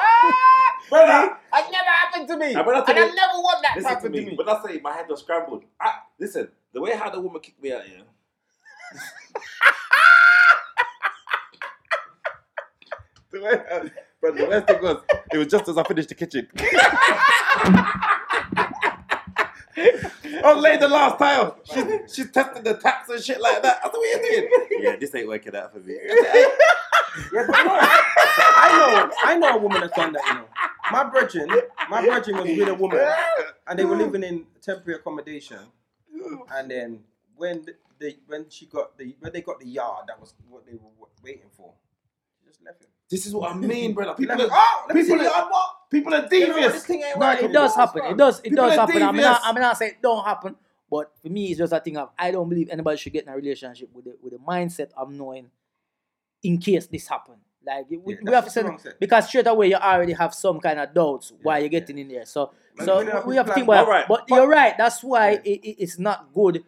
[SPEAKER 5] brother.
[SPEAKER 2] That never happened to me,
[SPEAKER 5] And when I
[SPEAKER 2] and
[SPEAKER 5] tell
[SPEAKER 2] I
[SPEAKER 5] you-
[SPEAKER 2] never want that to
[SPEAKER 5] Listen to
[SPEAKER 2] happen to
[SPEAKER 5] me.
[SPEAKER 2] me.
[SPEAKER 5] When I say my head was scrambled, I, listen. The way how the woman kicked me out, yeah. the way, but the worst thing was, it was just as I finished the kitchen. I laid the last tile. She, she tested the taps and shit like that. I said, what are you doing? Yeah, this ain't working out for me.
[SPEAKER 4] Yeah, but no, I know, I know a woman that's done that. You know, my brethren, my brethren was with a woman, and they were living in temporary accommodation. And then when they, when she got the, when they got the yard, that was what they were wa- waiting for. She just left him.
[SPEAKER 5] This is what I mean, brother. People
[SPEAKER 4] Like,
[SPEAKER 5] are,
[SPEAKER 4] oh, let me see the
[SPEAKER 5] people
[SPEAKER 4] yard.
[SPEAKER 5] are,
[SPEAKER 4] What?
[SPEAKER 5] people are
[SPEAKER 4] You know, this
[SPEAKER 5] devious.
[SPEAKER 4] thing ain't
[SPEAKER 3] No,
[SPEAKER 4] working.
[SPEAKER 3] it does happen. It does. It
[SPEAKER 5] People
[SPEAKER 3] does
[SPEAKER 5] are
[SPEAKER 3] happen. I'm
[SPEAKER 5] devious.
[SPEAKER 3] not. I'm not saying it don't happen. But for me, it's just a thing of I don't believe anybody should get in a relationship with the, with the mindset of knowing in case this happen. Like we,
[SPEAKER 4] Yeah,
[SPEAKER 3] we
[SPEAKER 4] that's
[SPEAKER 3] have to
[SPEAKER 4] just
[SPEAKER 3] say
[SPEAKER 4] the wrong set.
[SPEAKER 3] because straight away you already have some kind of doubts why you're getting in there. So
[SPEAKER 4] Like,
[SPEAKER 3] so
[SPEAKER 4] we have
[SPEAKER 3] we, we
[SPEAKER 4] to
[SPEAKER 3] have to think
[SPEAKER 4] plan-
[SPEAKER 3] about.
[SPEAKER 5] Alright,
[SPEAKER 3] But, you're right. That's why it, it- it's not good.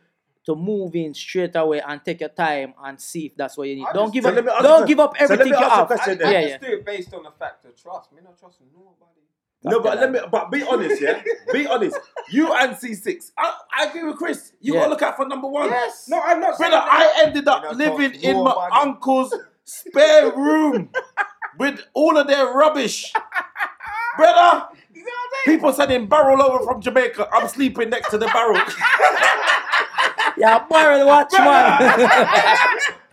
[SPEAKER 3] To move in straight away and take your time and see if that's what you need.
[SPEAKER 2] I
[SPEAKER 3] Don't
[SPEAKER 2] just-
[SPEAKER 3] give
[SPEAKER 5] So
[SPEAKER 3] up.
[SPEAKER 5] let me ask you-
[SPEAKER 3] Don't give up
[SPEAKER 5] so let me
[SPEAKER 3] everything
[SPEAKER 5] ask
[SPEAKER 3] you
[SPEAKER 5] you a
[SPEAKER 3] have.
[SPEAKER 5] question
[SPEAKER 2] I,
[SPEAKER 5] then.
[SPEAKER 3] Yeah,
[SPEAKER 2] I
[SPEAKER 3] yeah.
[SPEAKER 2] just do it based on the fact of trust. Me not trust nobody.
[SPEAKER 5] No, but
[SPEAKER 3] Something
[SPEAKER 5] let me. But be honest, yeah. be honest. You and C six. I, I agree with Chris. You
[SPEAKER 3] Yeah.
[SPEAKER 5] gotta look out for number one.
[SPEAKER 2] Yes.
[SPEAKER 4] No, I'm not. saying
[SPEAKER 5] brother.
[SPEAKER 4] that-
[SPEAKER 5] I ended up
[SPEAKER 2] You know,
[SPEAKER 5] living
[SPEAKER 2] talk
[SPEAKER 5] in
[SPEAKER 2] more
[SPEAKER 5] my
[SPEAKER 2] about it.
[SPEAKER 5] uncle's spare room with all of their rubbish, brother. People sending barrel over from Jamaica. I'm sleeping next to the barrel.
[SPEAKER 3] Yeah, barrel watch man.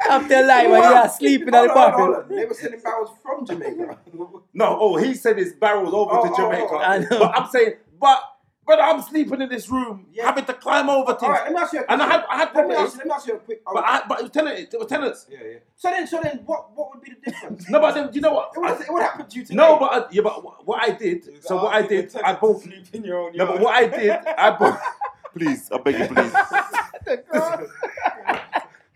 [SPEAKER 3] After life, when you are sleeping at
[SPEAKER 4] Hold
[SPEAKER 3] the
[SPEAKER 4] on, hold on,
[SPEAKER 3] back.
[SPEAKER 4] hold on. They were sending barrels from Jamaica.
[SPEAKER 5] No, oh, he sent his barrels over
[SPEAKER 4] Oh,
[SPEAKER 5] to
[SPEAKER 4] oh,
[SPEAKER 5] Jamaica.
[SPEAKER 4] oh,
[SPEAKER 3] I know.
[SPEAKER 5] But I'm saying, but brother, I'm sleeping in this room,
[SPEAKER 4] Yeah.
[SPEAKER 5] having to climb over things.
[SPEAKER 4] All right, let me ask you a
[SPEAKER 5] And I had, I had
[SPEAKER 4] Let me
[SPEAKER 5] problems.
[SPEAKER 4] ask, let me ask you a quick.
[SPEAKER 5] But I, but it was tenants. It was tenants.
[SPEAKER 4] yeah, yeah. So then, so then, what, what would be the difference?
[SPEAKER 5] No, but then you know what?
[SPEAKER 4] It would, it would happen to you today.
[SPEAKER 5] no, but I, yeah, but wha- what I did. So what I did, I bought.
[SPEAKER 2] sleep in your own
[SPEAKER 5] No, but what I did, I bought. Please, I beg you, please.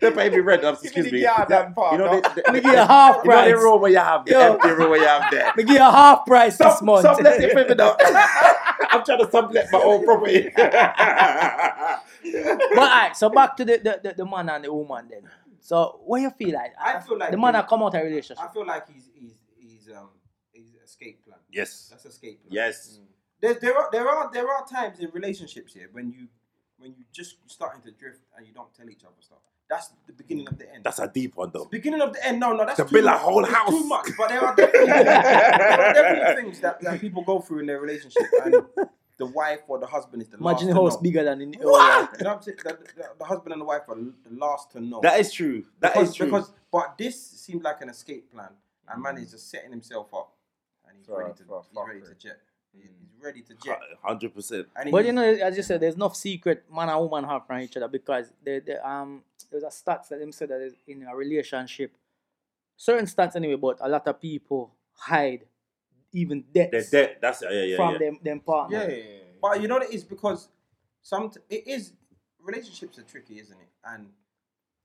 [SPEAKER 5] They pay me rent. um,
[SPEAKER 2] Give me
[SPEAKER 5] Excuse
[SPEAKER 2] the
[SPEAKER 5] me.
[SPEAKER 2] yard and
[SPEAKER 5] You
[SPEAKER 2] part,
[SPEAKER 5] know,
[SPEAKER 2] no?
[SPEAKER 5] they, they,
[SPEAKER 3] Me give you half
[SPEAKER 5] you know
[SPEAKER 3] price.
[SPEAKER 5] the room where you have the
[SPEAKER 3] Yo.
[SPEAKER 5] empty room where you have there.
[SPEAKER 3] Me give you half price this
[SPEAKER 5] Some,
[SPEAKER 3] month.
[SPEAKER 5] some let it figure out. I'm trying to sublet my own property.
[SPEAKER 3] but alright, so back to the, the, the, the man and the woman then. So what you feel like?
[SPEAKER 4] I feel like
[SPEAKER 3] the man
[SPEAKER 4] he-
[SPEAKER 3] that come out of a relationship.
[SPEAKER 4] I feel like he's he's he's um he's escape plan.
[SPEAKER 5] yes.
[SPEAKER 4] That's escape plan.
[SPEAKER 5] Yes.
[SPEAKER 4] There, there are there are there are times in relationships here when you when you just starting to drift and you don't tell each other stuff. That's the beginning of the end.
[SPEAKER 5] That's a deep one, though.
[SPEAKER 4] beginning of the end. No, no, that's
[SPEAKER 5] To
[SPEAKER 4] too
[SPEAKER 5] build a
[SPEAKER 4] much.
[SPEAKER 5] whole
[SPEAKER 4] It's
[SPEAKER 5] house.
[SPEAKER 4] Too much, but there are definitely, there are definitely things that, that people go through in their relationship, and the wife or the husband is the
[SPEAKER 3] Imagine
[SPEAKER 4] last
[SPEAKER 3] how
[SPEAKER 4] to
[SPEAKER 3] it's
[SPEAKER 4] know.
[SPEAKER 3] bigger than in the
[SPEAKER 4] You know what I'm saying? The, the, the husband and the wife are the last to know.
[SPEAKER 5] That is true. That
[SPEAKER 4] because,
[SPEAKER 5] is true.
[SPEAKER 4] Because, but this seemed like an escape plan, and man is just setting himself up, and he's
[SPEAKER 2] For-
[SPEAKER 4] ready to
[SPEAKER 2] for
[SPEAKER 4] he's ready to
[SPEAKER 2] fuckery.
[SPEAKER 4] jet. He's
[SPEAKER 5] Mm.
[SPEAKER 4] ready to jet.
[SPEAKER 5] Hundred percent.
[SPEAKER 4] And
[SPEAKER 3] But
[SPEAKER 4] he's-
[SPEAKER 3] you know, as you said, there's no secret man and woman have from each other because they, they, um there's a stats that them said that is in a relationship, certain stats anyway. But a lot of people hide even debts
[SPEAKER 5] There's debt. That's yeah, yeah,
[SPEAKER 3] from
[SPEAKER 5] yeah.
[SPEAKER 3] them them partner.
[SPEAKER 2] Yeah, yeah, yeah.
[SPEAKER 4] But you know what it is because some it is relationships are tricky, isn't it? And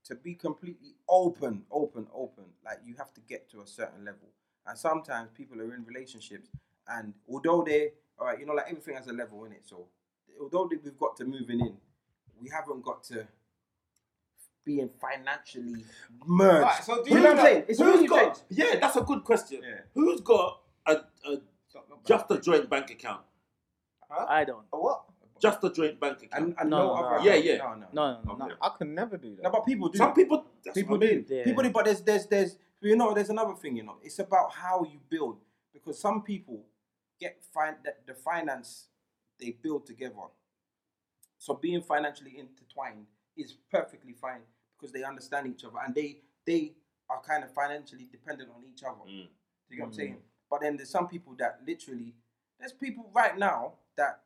[SPEAKER 4] to be completely open, open, open, like you have to get to a certain level. And sometimes people are in relationships, and although they, all right, you know, like everything has a level in it. So although they- we've got to moving in, we haven't got to being financially merged.
[SPEAKER 2] Right, so do
[SPEAKER 4] you
[SPEAKER 2] you
[SPEAKER 4] know what
[SPEAKER 2] know-
[SPEAKER 4] I'm saying? It's
[SPEAKER 5] Who's
[SPEAKER 4] really
[SPEAKER 5] got?
[SPEAKER 4] changed.
[SPEAKER 5] Yeah, that's a good question.
[SPEAKER 4] Yeah.
[SPEAKER 5] Who's got a, a just a joint bank account?
[SPEAKER 3] I don't.
[SPEAKER 4] What?
[SPEAKER 5] Just a joint bank account.
[SPEAKER 4] And, and
[SPEAKER 3] No,
[SPEAKER 4] no,
[SPEAKER 3] no,
[SPEAKER 4] other
[SPEAKER 5] no. Yeah, yeah.
[SPEAKER 4] No, no, no.
[SPEAKER 3] No, no, no.
[SPEAKER 5] Okay.
[SPEAKER 2] I can never do that.
[SPEAKER 4] No, but people do.
[SPEAKER 5] Some people. That's
[SPEAKER 4] People
[SPEAKER 5] what I
[SPEAKER 4] do.
[SPEAKER 5] mean.
[SPEAKER 3] Yeah.
[SPEAKER 4] People do, but there's there's there's you know there's another thing you know. It's about how you build because some people get fin- the, the finance they build together. So being financially intertwined is perfectly fine because they understand each other and they they are kind of financially dependent on each other.
[SPEAKER 5] Mm.
[SPEAKER 4] Do you know what I'm saying? But then there's some people that literally there's people right now that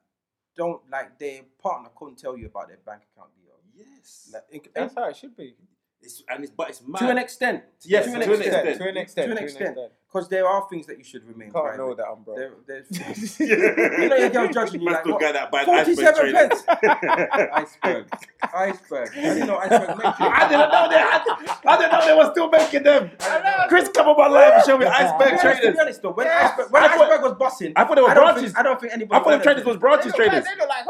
[SPEAKER 4] don't like their partner couldn't tell you about their bank account deal.
[SPEAKER 5] Yes.
[SPEAKER 4] Like, in-
[SPEAKER 2] That's how it should be.
[SPEAKER 5] It's, and it's but it's mad.
[SPEAKER 4] to an extent.
[SPEAKER 5] Yes,
[SPEAKER 4] to an
[SPEAKER 5] to an
[SPEAKER 4] extent.
[SPEAKER 5] extent.
[SPEAKER 2] To an extent.
[SPEAKER 4] to an extent, because there are things that you should remain
[SPEAKER 2] Can't
[SPEAKER 4] private.
[SPEAKER 2] know that I'm broke.
[SPEAKER 4] There, there's, you know, your girl judging you like
[SPEAKER 5] Must have
[SPEAKER 4] what?
[SPEAKER 5] got that bad iceberg
[SPEAKER 4] 47
[SPEAKER 5] trailer.
[SPEAKER 4] pence. iceberg, iceberg. I didn't know iceberg meant
[SPEAKER 5] I
[SPEAKER 4] it.
[SPEAKER 5] didn't know they had. I didn't know they were still making them. Chris, come on my live and show me
[SPEAKER 4] To be
[SPEAKER 5] iceberg
[SPEAKER 4] honest- to
[SPEAKER 5] traders.
[SPEAKER 4] be honest though, when,
[SPEAKER 2] Yes.
[SPEAKER 4] iceberg, when
[SPEAKER 5] I thought-
[SPEAKER 4] iceberg was busting,
[SPEAKER 5] I thought they were
[SPEAKER 4] I don't
[SPEAKER 5] branches.
[SPEAKER 4] Think, I don't think anybody.
[SPEAKER 5] I thought them
[SPEAKER 4] done
[SPEAKER 5] traders
[SPEAKER 4] anything.
[SPEAKER 5] was branches
[SPEAKER 2] they, look
[SPEAKER 5] traders.
[SPEAKER 2] like, they look like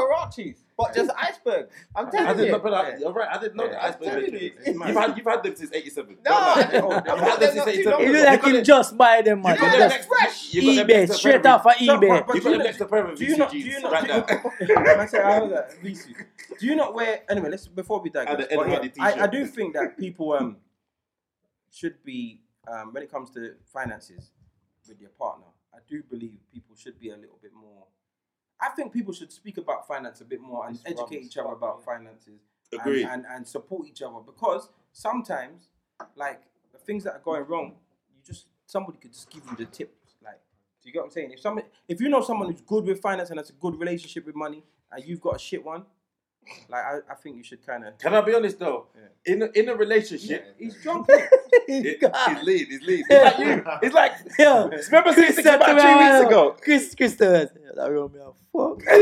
[SPEAKER 2] Hirachis, but just iceberg. I'm
[SPEAKER 5] I
[SPEAKER 2] telling
[SPEAKER 5] didn't
[SPEAKER 2] you.
[SPEAKER 5] know, but I, you're right, I didn't know that.
[SPEAKER 2] I'm
[SPEAKER 5] iceberg
[SPEAKER 2] telling
[SPEAKER 5] traders.
[SPEAKER 2] you.
[SPEAKER 5] You've had you've had them since '87.
[SPEAKER 2] No, I didn't.
[SPEAKER 5] you've
[SPEAKER 2] I
[SPEAKER 5] had
[SPEAKER 2] had
[SPEAKER 5] them
[SPEAKER 2] them
[SPEAKER 5] since
[SPEAKER 2] not too
[SPEAKER 3] It look
[SPEAKER 2] long ago.
[SPEAKER 5] '87.
[SPEAKER 2] You
[SPEAKER 3] like him just buy them, man.
[SPEAKER 5] You got
[SPEAKER 2] Yeah,
[SPEAKER 5] them
[SPEAKER 3] Just
[SPEAKER 2] that's
[SPEAKER 5] next,
[SPEAKER 2] fresh.
[SPEAKER 5] you got them
[SPEAKER 3] eBay,
[SPEAKER 5] next to
[SPEAKER 3] straight
[SPEAKER 5] Pervy.
[SPEAKER 3] off of
[SPEAKER 4] So,
[SPEAKER 3] eBay.
[SPEAKER 4] but- do
[SPEAKER 5] You got
[SPEAKER 4] you
[SPEAKER 5] them
[SPEAKER 4] not-
[SPEAKER 5] next to Pervy
[SPEAKER 4] Do you not? Do
[SPEAKER 5] VCGs
[SPEAKER 4] you not?
[SPEAKER 5] right
[SPEAKER 4] do
[SPEAKER 5] now.
[SPEAKER 4] you- I said, I heard that. VC. Do you not wear anyway? Let's before we digress.
[SPEAKER 5] And the
[SPEAKER 4] but yeah,
[SPEAKER 5] NYD
[SPEAKER 4] I, I
[SPEAKER 5] t-shirt.
[SPEAKER 4] do think that people um should be um when it comes to finances with your partner. I do believe people should be a little bit more. I think people should speak about finance a bit more and educate each other about finances. and-
[SPEAKER 5] Agreed.
[SPEAKER 4] And, and support each other because sometimes, like the things that are going wrong, you just somebody could just give you the tips. Like, do you get what I'm saying? If somebody, if you know someone who's good with finance and has a good relationship with money, and you've got a shit one, like I, I think you should kind of.
[SPEAKER 5] Can I be honest though? In a, in a relationship,
[SPEAKER 4] He's drunk.
[SPEAKER 5] it,
[SPEAKER 3] God.
[SPEAKER 5] it's lead, it's lead. It's like you. It's like
[SPEAKER 3] Yo,
[SPEAKER 5] remember seeing six
[SPEAKER 3] said
[SPEAKER 5] about
[SPEAKER 3] to
[SPEAKER 5] three
[SPEAKER 3] me,
[SPEAKER 5] weeks
[SPEAKER 3] "Oh,
[SPEAKER 5] ago.
[SPEAKER 3] Chris, Chris, that room, yo, fuck.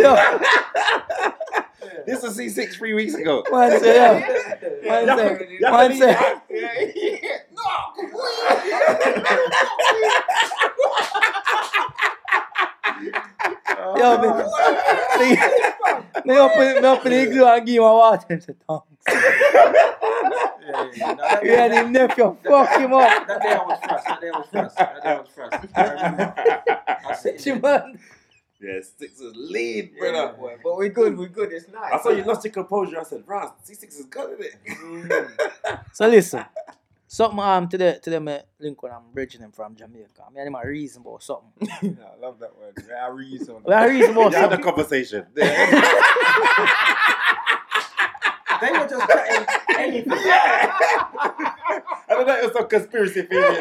[SPEAKER 3] Yo,
[SPEAKER 5] This was C six three weeks ago.
[SPEAKER 3] man, say, yo, man,
[SPEAKER 5] You have
[SPEAKER 3] say,
[SPEAKER 5] to- you have to
[SPEAKER 3] man,
[SPEAKER 5] leave
[SPEAKER 3] say,
[SPEAKER 5] that.
[SPEAKER 3] yo, man, me- me open, me open the igloo and give him a water. Him say, thanks.
[SPEAKER 4] Yeah, yeah, no, that,
[SPEAKER 3] You and him nephew, fuck him up.
[SPEAKER 4] that day I was first. That day I was first. That day I was first. I remember. I said,
[SPEAKER 3] Shit, man.
[SPEAKER 5] Yeah, six is lead,
[SPEAKER 4] Yeah,
[SPEAKER 5] brother.
[SPEAKER 4] boy.
[SPEAKER 2] But we're good, we're good, it's nice.
[SPEAKER 5] I saw you lost your composure. I said, "Raz, C six is good, isn't it?"
[SPEAKER 3] So listen, something um to the to them uh, link when I'm bridging him from Jamaica. I mean, I'm a reason about something.
[SPEAKER 2] I love that word. I read some.
[SPEAKER 3] We are reason about
[SPEAKER 5] You had a
[SPEAKER 3] something.
[SPEAKER 5] conversation. Yeah.
[SPEAKER 4] They were just chatting anything.
[SPEAKER 5] I don't know. It was some conspiracy theories.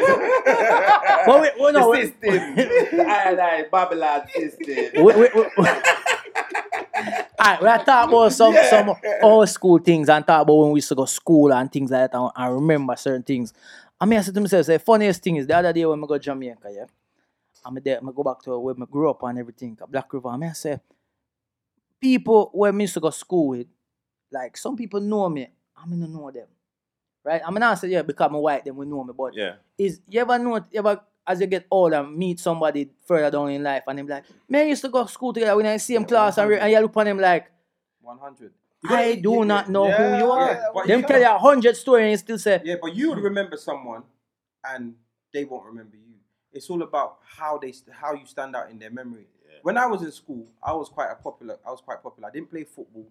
[SPEAKER 3] But we, well, no,
[SPEAKER 5] the
[SPEAKER 3] we,
[SPEAKER 5] system. I and I, Babylon system.
[SPEAKER 3] we, we, we, Alright, we're talking about some
[SPEAKER 5] Yeah.
[SPEAKER 3] some old school things and talk about when we used to go school and things like that and, and remember certain things. I mean I said to myself, the funniest thing is the other day when I go to Jamaica, yeah. I'm there, I go back to where I grew up and everything, Black River. I mean I say people where I used to go school with, like some people know me, I mean don't know them. Right? I mean I say, yeah, because I'm white, then we know me, but
[SPEAKER 5] Yeah.
[SPEAKER 3] is you ever know you ever as you get older meet somebody further down in life and them like man used to go to school together when I see him class and, re- and you look on them like
[SPEAKER 4] One hundred.
[SPEAKER 3] I do not know who you are.
[SPEAKER 4] yeah, but
[SPEAKER 3] them
[SPEAKER 4] you
[SPEAKER 3] tell you a hundred stories and you still say
[SPEAKER 4] Yeah, but you would remember someone, and they won't remember you. It's all about how they st- how you stand out in their memory. When I was in school, I was quite a popular. I was quite popular. I didn't play football.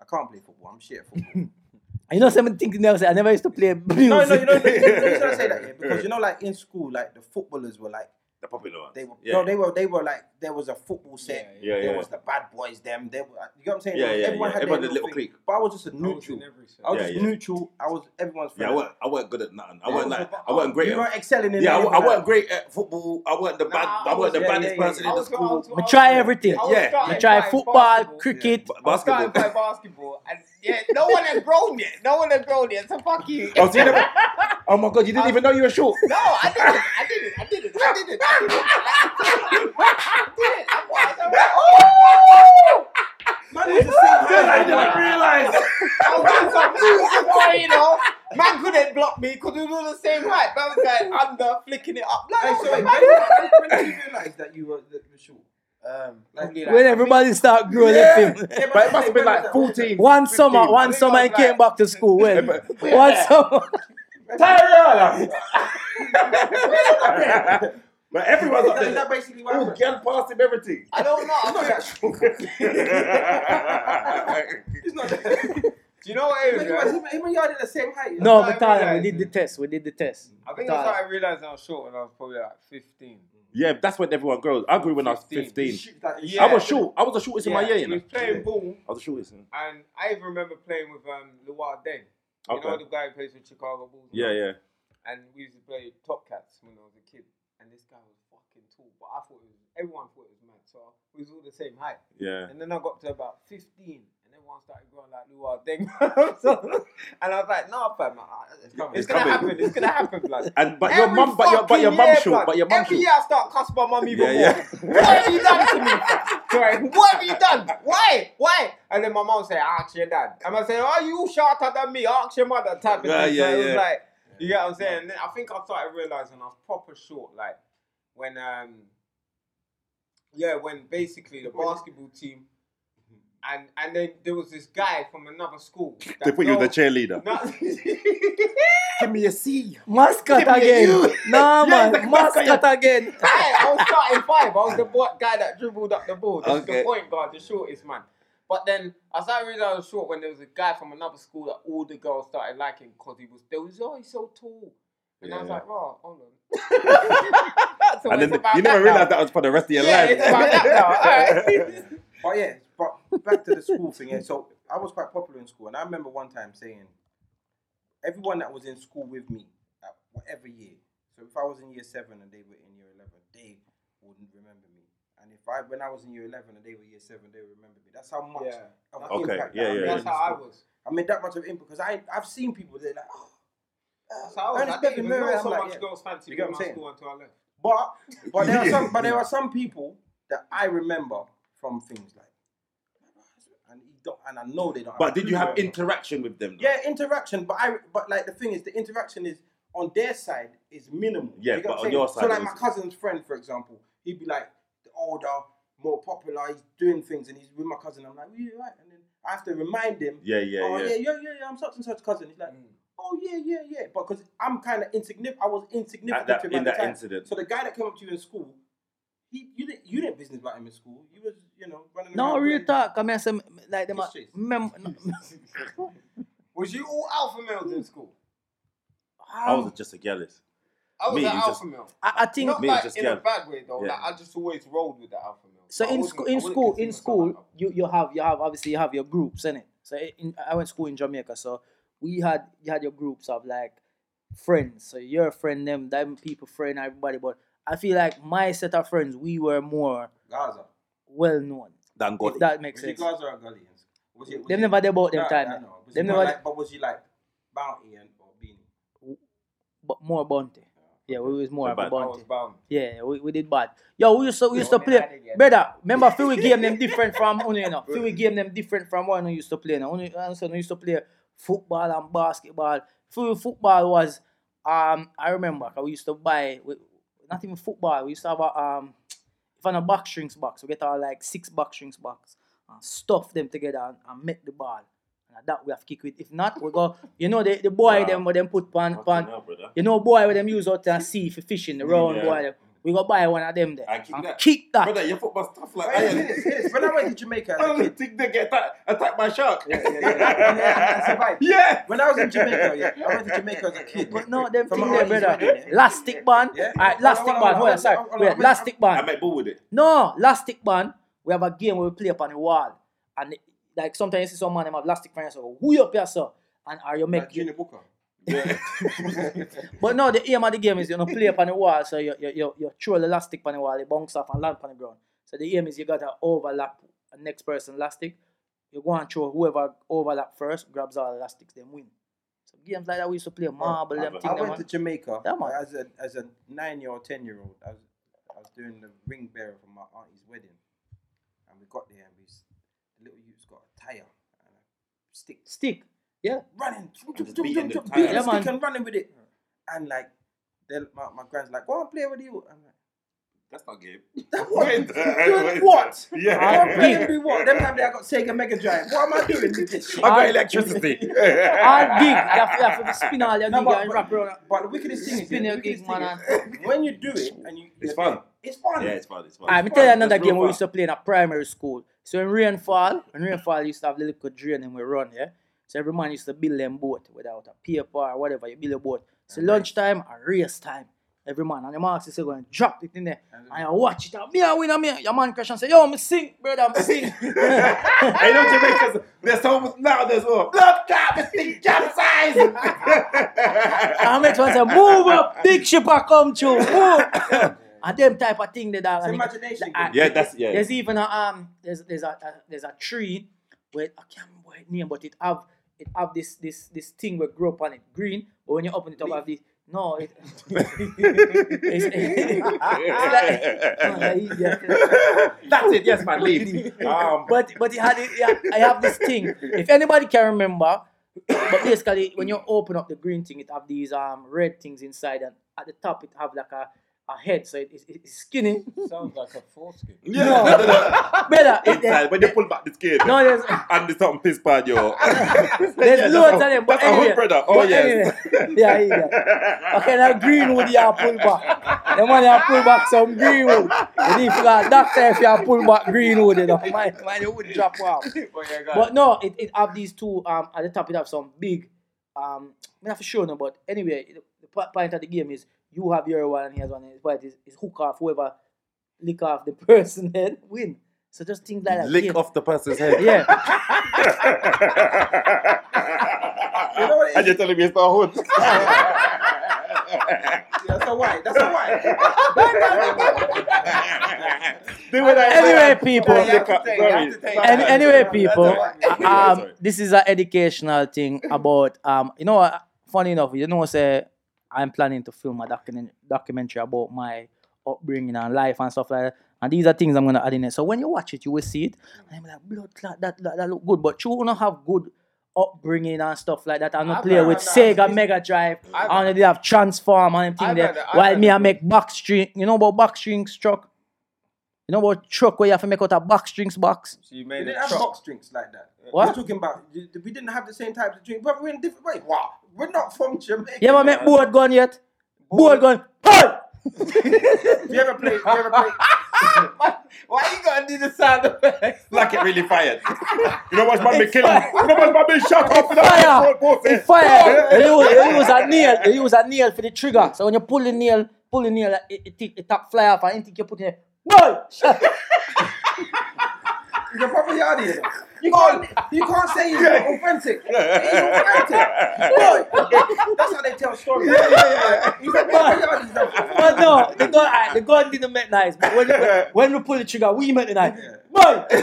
[SPEAKER 4] I can't play football. I'm shit at football.
[SPEAKER 3] you know something thinking else I never used to play music.
[SPEAKER 4] no, no, you know, the reason I say that yeah, because you know, like in school, like the footballers were like
[SPEAKER 5] The popular ones.
[SPEAKER 4] they were
[SPEAKER 5] Yeah.
[SPEAKER 4] no, they were they were like there was a football set.
[SPEAKER 5] Yeah, yeah.
[SPEAKER 4] There was the bad boys. Them. They were. You know what I'm saying?
[SPEAKER 5] Yeah,
[SPEAKER 4] There was-
[SPEAKER 5] yeah, yeah.
[SPEAKER 4] their
[SPEAKER 5] Everyone had a little
[SPEAKER 4] thing.
[SPEAKER 5] clique.
[SPEAKER 4] But I was just a
[SPEAKER 2] I was
[SPEAKER 4] neutral.
[SPEAKER 2] in every show.
[SPEAKER 4] I was
[SPEAKER 5] Yeah,
[SPEAKER 4] just
[SPEAKER 5] yeah.
[SPEAKER 4] neutral. I was everyone's friend.
[SPEAKER 5] yeah, I weren't, I weren't good at nothing. I
[SPEAKER 4] Yeah,
[SPEAKER 5] weren't
[SPEAKER 4] it was
[SPEAKER 5] like,
[SPEAKER 4] about-
[SPEAKER 5] I weren't great.
[SPEAKER 4] You
[SPEAKER 5] at-
[SPEAKER 4] weren't excelling in
[SPEAKER 5] yeah, I, wa- I
[SPEAKER 4] everything.
[SPEAKER 5] weren't great at football. I weren't the bad. I weren't the
[SPEAKER 4] yeah,
[SPEAKER 5] baddest
[SPEAKER 4] yeah, yeah.
[SPEAKER 5] person
[SPEAKER 2] I
[SPEAKER 5] in the
[SPEAKER 2] was- I
[SPEAKER 5] school.
[SPEAKER 2] was-
[SPEAKER 3] I try everything.
[SPEAKER 2] I was
[SPEAKER 5] Yeah.
[SPEAKER 2] starting
[SPEAKER 3] I try
[SPEAKER 2] by
[SPEAKER 3] football,
[SPEAKER 2] basketball.
[SPEAKER 3] cricket.
[SPEAKER 5] Ba-
[SPEAKER 2] I was starting
[SPEAKER 5] basketball.
[SPEAKER 2] by basketball, and Yeah, no one had grown yet. No one had grown yet. So fuck you.
[SPEAKER 5] I was in the- oh my god, you didn't even know you were short.
[SPEAKER 2] No, I didn't. I didn't. I didn't. I didn't. I didn't. I didn't. I was. I
[SPEAKER 5] I didn't realize.
[SPEAKER 2] was like, "Ooh, boy, you know, man couldn't block me because we were the same height. But I was like under, flicking it up. Like,
[SPEAKER 4] Hey,
[SPEAKER 2] I
[SPEAKER 4] so wait,
[SPEAKER 2] was
[SPEAKER 4] when,
[SPEAKER 2] like,
[SPEAKER 4] when, when did you realise that you were that you were short?
[SPEAKER 2] um,
[SPEAKER 4] Like,
[SPEAKER 3] When everybody start growing yeah. him.
[SPEAKER 4] Yeah,
[SPEAKER 5] But it must have been like 14.
[SPEAKER 3] One summer, one
[SPEAKER 2] think
[SPEAKER 3] summer
[SPEAKER 2] I
[SPEAKER 3] he
[SPEAKER 2] was
[SPEAKER 3] came
[SPEAKER 2] like-
[SPEAKER 3] back to school. When one summer,
[SPEAKER 5] Tyrella! but everyone's up
[SPEAKER 4] Is
[SPEAKER 5] there.
[SPEAKER 4] that basically what
[SPEAKER 5] Oh,
[SPEAKER 4] happened?
[SPEAKER 5] get past him everything.
[SPEAKER 2] I don't know. I think-
[SPEAKER 4] It's not that.
[SPEAKER 2] do you know what it is?
[SPEAKER 4] Anyways,
[SPEAKER 2] right?
[SPEAKER 4] him, him and you are the same height. you know?
[SPEAKER 3] no,
[SPEAKER 2] I
[SPEAKER 3] but Tyler, we
[SPEAKER 2] realized
[SPEAKER 3] did the
[SPEAKER 2] it.
[SPEAKER 3] test. We did the test.
[SPEAKER 2] I think
[SPEAKER 3] Tyler.
[SPEAKER 2] that's how I realized I was short when I was probably like 15.
[SPEAKER 5] yeah, that's when everyone grows. I grew when I was
[SPEAKER 2] 15.
[SPEAKER 5] 15.
[SPEAKER 4] Shit, like,
[SPEAKER 2] Yeah.
[SPEAKER 5] I was short. I was the shortest in my year, you
[SPEAKER 2] we
[SPEAKER 5] know.
[SPEAKER 2] was playing ball,
[SPEAKER 5] I was the shortest. you know.
[SPEAKER 2] and I even remember playing with um, Luar Deng. You
[SPEAKER 5] Okay.
[SPEAKER 2] know the guy who plays with Chicago Bulls?
[SPEAKER 5] Yeah, yeah.
[SPEAKER 2] and we used to play Top Cats when I was a kid. And this guy was fucking tall, but I thought it was, everyone thought it was mad. So we was all the same height.
[SPEAKER 5] Yeah.
[SPEAKER 2] And then I got to about 15, and everyone started growing like Luar Deng. So- and I was like, nah, fam, I- it's, coming.
[SPEAKER 5] It's
[SPEAKER 2] it's gonna
[SPEAKER 5] coming.
[SPEAKER 2] happen. It's gonna happen, blood.
[SPEAKER 5] And but your
[SPEAKER 2] Every
[SPEAKER 5] mum, but your but your
[SPEAKER 2] fucking
[SPEAKER 5] mum
[SPEAKER 2] year,
[SPEAKER 5] short,
[SPEAKER 2] blood.
[SPEAKER 5] but your mum
[SPEAKER 2] Every
[SPEAKER 5] short.
[SPEAKER 2] year I start cussing my mum even
[SPEAKER 5] Yeah,
[SPEAKER 2] more.
[SPEAKER 5] yeah.
[SPEAKER 2] What have you done to me? fam? Sorry, what have you done? Why? Why? And then my mom say, ask your dad. And I say, oh, you shorter than me. Ask your mother type of
[SPEAKER 5] Yeah,
[SPEAKER 2] thing.
[SPEAKER 5] yeah,
[SPEAKER 2] so it was
[SPEAKER 5] yeah.
[SPEAKER 2] like, you get what I'm saying? And then I think I started realizing I was proper short, like when um, yeah, when basically the basketball team. And and then there was this guy from another school.
[SPEAKER 9] They
[SPEAKER 2] that
[SPEAKER 9] put you in the
[SPEAKER 2] drove-
[SPEAKER 9] cheerleader.
[SPEAKER 2] No-
[SPEAKER 5] Give me a C.
[SPEAKER 3] Mascot again. Nah, man, mascot again.
[SPEAKER 2] Hey, I was starting five. I was the boy, guy that dribbled up the ball. This is
[SPEAKER 5] Okay.
[SPEAKER 2] the point guard, the shortest man. But then I started realizing I was short when there was a guy from another school that all the girls started liking because he was, they was, oh, he's so tall. And I was
[SPEAKER 5] Yeah.
[SPEAKER 2] like, oh, hold on. So
[SPEAKER 9] And
[SPEAKER 2] it's
[SPEAKER 9] then
[SPEAKER 2] about
[SPEAKER 9] you never
[SPEAKER 2] that now.
[SPEAKER 9] realized that was for the rest of your
[SPEAKER 2] Yeah,
[SPEAKER 9] life.
[SPEAKER 2] it's about that now. All right.
[SPEAKER 4] But Oh, yeah, but back to the school thing. Yeah, so I was quite popular in school, and I remember one time saying, everyone that was in school with me, at whatever year. So if I was in year seven and they were in year eleven, they wouldn't remember me. And if I, when I was in year eleven and they were year seven, they would remember me. That's how much
[SPEAKER 2] Yeah.
[SPEAKER 4] of an
[SPEAKER 5] Okay,
[SPEAKER 4] impact
[SPEAKER 5] yeah,
[SPEAKER 4] that I
[SPEAKER 5] yeah,
[SPEAKER 4] made
[SPEAKER 5] yeah.
[SPEAKER 4] in
[SPEAKER 2] That's how I
[SPEAKER 4] school.
[SPEAKER 2] was.
[SPEAKER 4] I made that much of an impact because I I've seen people they're like, oh,
[SPEAKER 2] That's how I was.
[SPEAKER 4] Ernest
[SPEAKER 2] I didn't even
[SPEAKER 4] Beckman,
[SPEAKER 2] know
[SPEAKER 4] I'm
[SPEAKER 2] so
[SPEAKER 4] like,
[SPEAKER 2] much
[SPEAKER 4] yeah.
[SPEAKER 2] girls fancy
[SPEAKER 4] You
[SPEAKER 2] me
[SPEAKER 4] get what
[SPEAKER 2] in my
[SPEAKER 4] I'm saying?
[SPEAKER 2] school until I left.
[SPEAKER 4] But but there are some but there are some people that I remember from things like and he don't and I know they don't.
[SPEAKER 5] But did you have
[SPEAKER 4] interaction?
[SPEAKER 5] interaction with them? though?
[SPEAKER 4] Yeah, interaction. But I but like the thing is the interaction is on their side is minimal.
[SPEAKER 5] Yeah,
[SPEAKER 4] You get what
[SPEAKER 5] but
[SPEAKER 4] I'm
[SPEAKER 5] on
[SPEAKER 4] saying?
[SPEAKER 5] your
[SPEAKER 4] So
[SPEAKER 5] side
[SPEAKER 4] like
[SPEAKER 5] it
[SPEAKER 4] my
[SPEAKER 5] is.
[SPEAKER 4] cousin's friend, for example, he'd be like the older, more popular, he's doing things and he's with my cousin. I'm like, yeah, right. And then I have to remind him,
[SPEAKER 5] Yeah, yeah,
[SPEAKER 4] oh
[SPEAKER 5] yeah.
[SPEAKER 4] yeah, yeah, yeah, yeah, I'm such and such cousin. He's like, oh yeah, yeah, yeah. Because I'm kind of insignificant. I was insignificant
[SPEAKER 5] At that-
[SPEAKER 4] to him
[SPEAKER 5] in
[SPEAKER 4] at the
[SPEAKER 5] that
[SPEAKER 4] time.
[SPEAKER 5] incident.
[SPEAKER 4] So the guy that came up to you in school, he you didn't you didn't business about him in school. You was you know running.
[SPEAKER 3] No,
[SPEAKER 4] around
[SPEAKER 3] real
[SPEAKER 4] playing-
[SPEAKER 3] talk. I mean, I say, like them. a-
[SPEAKER 4] Kiss chase.
[SPEAKER 3] Mem-
[SPEAKER 2] Was you all alpha males in school?
[SPEAKER 5] I was just a jealous.
[SPEAKER 2] I was
[SPEAKER 5] Me,
[SPEAKER 2] an
[SPEAKER 5] you
[SPEAKER 2] alpha
[SPEAKER 5] just-
[SPEAKER 2] male.
[SPEAKER 3] I, I think
[SPEAKER 2] Not
[SPEAKER 5] me,
[SPEAKER 2] like
[SPEAKER 5] just
[SPEAKER 2] in
[SPEAKER 5] yeah.
[SPEAKER 2] a bad way though.
[SPEAKER 5] Yeah.
[SPEAKER 2] Like I just always rolled with the alpha male.
[SPEAKER 3] So
[SPEAKER 2] I
[SPEAKER 3] in,
[SPEAKER 2] wasn't-
[SPEAKER 3] sc-
[SPEAKER 2] I
[SPEAKER 3] in
[SPEAKER 2] wouldn't
[SPEAKER 3] school,
[SPEAKER 2] consider
[SPEAKER 3] in
[SPEAKER 2] myself
[SPEAKER 3] school,
[SPEAKER 2] like that.
[SPEAKER 3] you, you have you have obviously you have your groups, innit? So in, I went to school in Jamaica, so we had you had your groups of like friends. So your friend, them, them people, friend, everybody. But I feel like my set of friends, we were more
[SPEAKER 4] Gaza.
[SPEAKER 3] well known.
[SPEAKER 5] Than
[SPEAKER 3] If
[SPEAKER 5] God.
[SPEAKER 3] that makes
[SPEAKER 4] Was he
[SPEAKER 3] sense.
[SPEAKER 4] Gaza or Gullians? Was he, was
[SPEAKER 3] Them
[SPEAKER 4] he-
[SPEAKER 3] never did about them
[SPEAKER 4] Nah,
[SPEAKER 3] time,
[SPEAKER 4] nah,
[SPEAKER 3] man.
[SPEAKER 4] no. Was
[SPEAKER 3] Them
[SPEAKER 4] he more
[SPEAKER 3] never-
[SPEAKER 4] like, but was he like Bounty and or Beanie?
[SPEAKER 3] But more bounty. Yeah, we was more of a
[SPEAKER 5] Bad.
[SPEAKER 2] I
[SPEAKER 3] bounty.
[SPEAKER 2] was bound.
[SPEAKER 3] Yeah, we, we did bad. Yo, we used to we used to
[SPEAKER 2] Yeah,
[SPEAKER 3] play,
[SPEAKER 2] I did, yeah.
[SPEAKER 3] brother. Remember, few we game them different from one, you know. Few we game them different from one who used to play. Now, only so we used to play football and basketball. Few football was um I remember 'cause we used to buy we, not even football. We used to have a um if on a box shrinks box, we get our like six box shrinks box and stuff them together and, and make the ball. And that we have kick with. If not, we go. You know the the boy
[SPEAKER 5] Wow.
[SPEAKER 3] them with them put pan pan.
[SPEAKER 5] Fucking hell, brother.
[SPEAKER 3] You know, boy, with them use out and see for fishing the round
[SPEAKER 5] Yeah.
[SPEAKER 3] boy. Them. We go buy one of them there.
[SPEAKER 5] And kick that.
[SPEAKER 3] kick that.
[SPEAKER 5] Brother, your football stuff like
[SPEAKER 4] Wait, hear
[SPEAKER 5] iron.
[SPEAKER 4] this, hear this. When I went to Jamaica
[SPEAKER 5] I
[SPEAKER 4] as a
[SPEAKER 5] don't
[SPEAKER 4] kid,
[SPEAKER 5] think they get atta- attacked by shark.
[SPEAKER 4] yeah, yeah, yeah, yeah, I survived.
[SPEAKER 5] Yeah.
[SPEAKER 4] When I was in Jamaica, yeah, I went to Jamaica as a kid.
[SPEAKER 3] But no, them
[SPEAKER 4] From
[SPEAKER 3] thing
[SPEAKER 4] my
[SPEAKER 3] there,
[SPEAKER 4] aunties
[SPEAKER 3] brother.
[SPEAKER 4] went in there.
[SPEAKER 3] Elastic band.
[SPEAKER 4] Yeah.
[SPEAKER 3] All right, elastic
[SPEAKER 4] Hold on, hold
[SPEAKER 3] band. Hold
[SPEAKER 4] on,
[SPEAKER 3] on, sorry.
[SPEAKER 4] hold on,
[SPEAKER 3] Wait,
[SPEAKER 4] hold on.
[SPEAKER 3] elastic
[SPEAKER 5] I
[SPEAKER 3] band.
[SPEAKER 5] make ball with it.
[SPEAKER 3] No, elastic band. We have a game where we play up on the wall. And it- like sometimes you see some man them have elastic friends so who you up yourself? And are you
[SPEAKER 4] Like
[SPEAKER 3] make
[SPEAKER 4] Junior Booker.
[SPEAKER 3] But no, the aim of the game is you know play up on the wall, so you you you, you throw the elastic on the wall, it bounce off and land on the ground. So the aim is you gotta overlap the next person elastic, you go and throw whoever overlap first grabs all the elastics, then win. So games like that we used to play marble, them
[SPEAKER 5] I
[SPEAKER 3] thing,
[SPEAKER 4] Oh, I
[SPEAKER 3] them
[SPEAKER 4] went
[SPEAKER 3] one.
[SPEAKER 4] to Jamaica
[SPEAKER 3] Yeah, man.
[SPEAKER 4] as a as a nine year or ten year old. I was I was doing the ring bearer for my auntie's wedding, and we got there and we s- the little youth's got a tire and a stick
[SPEAKER 3] stick. Yeah.
[SPEAKER 4] running,
[SPEAKER 5] just beating the tire.
[SPEAKER 4] beating the
[SPEAKER 3] Yeah,
[SPEAKER 4] stick
[SPEAKER 3] man.
[SPEAKER 4] and running with it, and like then my my grand's like, go and play with you. I'm like,
[SPEAKER 5] That's not game.
[SPEAKER 4] that what?
[SPEAKER 5] Wait, uh,
[SPEAKER 4] Doing
[SPEAKER 5] wait.
[SPEAKER 4] what?
[SPEAKER 5] Yeah.
[SPEAKER 4] I'm playing with what? Them time they I got Sega Mega Drive. What am I doing with this shit?
[SPEAKER 5] I got electricity.
[SPEAKER 3] All gig. You have, you have to spin all your
[SPEAKER 4] No,
[SPEAKER 3] gig
[SPEAKER 4] but-
[SPEAKER 3] and
[SPEAKER 4] but-
[SPEAKER 3] wrap around.
[SPEAKER 4] But the wickedest thing is,
[SPEAKER 3] Spin
[SPEAKER 4] the
[SPEAKER 3] your
[SPEAKER 4] wickedest
[SPEAKER 3] gig,
[SPEAKER 4] thing
[SPEAKER 3] man,
[SPEAKER 4] is when you do it and you
[SPEAKER 5] It's fun.
[SPEAKER 4] It's fun.
[SPEAKER 5] Yeah, it's fun. It's fun.
[SPEAKER 3] I me tell you another
[SPEAKER 5] It's
[SPEAKER 3] game
[SPEAKER 5] real
[SPEAKER 3] we
[SPEAKER 5] fun.
[SPEAKER 3] used to play in a primary school. So in rainfall, in rainfall, you used to have the little drain and we run, yeah? So every man used to build them boat, whether out of paper or whatever, you build a boat. So lunchtime or race time, every man on the marks is going to drop it in there. And you watch it out. Me, I win, and me. Your man crash and say, yo, me sing, brother, me sing.
[SPEAKER 5] And you know Jamaicans, there's so much now there's all blood cap, it's big cap size.
[SPEAKER 3] and makes one say, move up, big shipper come through, move. and them type of thing they dog.
[SPEAKER 4] It's
[SPEAKER 3] and it-
[SPEAKER 4] imagination.
[SPEAKER 3] I-
[SPEAKER 5] Yeah, that's- yeah.
[SPEAKER 3] There's even a um, there's there's a, a there's a tree where I can't remember its name, but it have it have this this this thing where grow up on it green, but when you open it up, have this no, it, it's, it's like,
[SPEAKER 5] That's it, yes, my lady. Um,
[SPEAKER 3] but but it had it, it had- I have this thing. If anybody can remember, but basically when you open up the green thing, it have these um red things inside, and at the top it have like a a head, so it, it, it's skinny.
[SPEAKER 2] Sounds like a foreskin.
[SPEAKER 5] yeah, no, no, no.
[SPEAKER 3] Better. it-
[SPEAKER 5] Inside, when you pull back the skin
[SPEAKER 3] no, there's
[SPEAKER 5] and there's something piss bad, yo.
[SPEAKER 3] there's loads of
[SPEAKER 5] that's a-
[SPEAKER 3] them. But
[SPEAKER 5] that's a hood
[SPEAKER 3] anyway,
[SPEAKER 5] brother. Oh,
[SPEAKER 3] but
[SPEAKER 5] yes.
[SPEAKER 3] anyway. yeah, yeah. Okay, now Greenwood you have pull back. The man you have pull back some Greenwood. And if you got doctor, if you have pull back Greenwood, you know, man, man, you would drop off. But no, it, it have these two um at the top it have some big um I have to show no, but anyway, the, the po- point of the game is you have your one and he has one and his point is, is hook off whoever lick off the person head win. So just think like that.
[SPEAKER 5] Lick
[SPEAKER 3] game.
[SPEAKER 5] off the person's head.
[SPEAKER 3] Yeah.
[SPEAKER 5] and you're telling me it's not hood.
[SPEAKER 4] Yeah, that's a why. That's a why.
[SPEAKER 3] Anyway, people. Any, anyway, people,
[SPEAKER 5] That's all right.
[SPEAKER 3] um, this is an educational thing about um, you know what? Funny enough, you know, say I'm planning to film a document, documentary about my upbringing and life and stuff like that. And these are things I'm gonna add in it. So when you watch it, you will see it, and I'm like, blood clot, that, that that look good. But you wanna have good upbringing and stuff like that. I'm not
[SPEAKER 2] I've
[SPEAKER 3] play
[SPEAKER 2] heard
[SPEAKER 3] with
[SPEAKER 2] of that.
[SPEAKER 3] Sega Mega Drive.
[SPEAKER 2] I've-
[SPEAKER 3] I only have Transform and them
[SPEAKER 2] I've
[SPEAKER 3] thing there.
[SPEAKER 2] heard of- I've
[SPEAKER 3] While
[SPEAKER 2] heard
[SPEAKER 3] me,
[SPEAKER 2] of
[SPEAKER 3] I
[SPEAKER 2] those.
[SPEAKER 3] make box string. You know about box string struck. You know about truck where you have to make out a box strings box.
[SPEAKER 2] So you
[SPEAKER 4] We
[SPEAKER 2] made a
[SPEAKER 4] didn't have
[SPEAKER 2] truck.
[SPEAKER 4] box drinks like that.
[SPEAKER 3] What?
[SPEAKER 4] We're talking about. you- We didn't have the same types of drink, but we're in different ways. Wow. We're not from Jamaica.
[SPEAKER 3] You ever make board gun yet? Board gun. Hey!
[SPEAKER 4] You ever play? You ever play?
[SPEAKER 2] Why you gotta do the sound effects?
[SPEAKER 5] like it really fired. You know what's my been killing? You know what's my been shot off in the
[SPEAKER 3] Fire!
[SPEAKER 5] front post?
[SPEAKER 3] It fire! They use, they use a nail. They use a nail for the trigger. So when you pull the nail, pull the nail, it, it, it, it top fly off and anything you put in it. Boy! Shut up.
[SPEAKER 4] You're probably the audience. You can't. You can't say it's not authentic. It's authentic. Boy, that's how they tell stories. Yeah, yeah, yeah. You're probably the audience. though.
[SPEAKER 3] But no, the gun, ah, the gun didn't make nice. But when, when, when we pull the trigger, we make the nice. Boy!
[SPEAKER 4] You're probably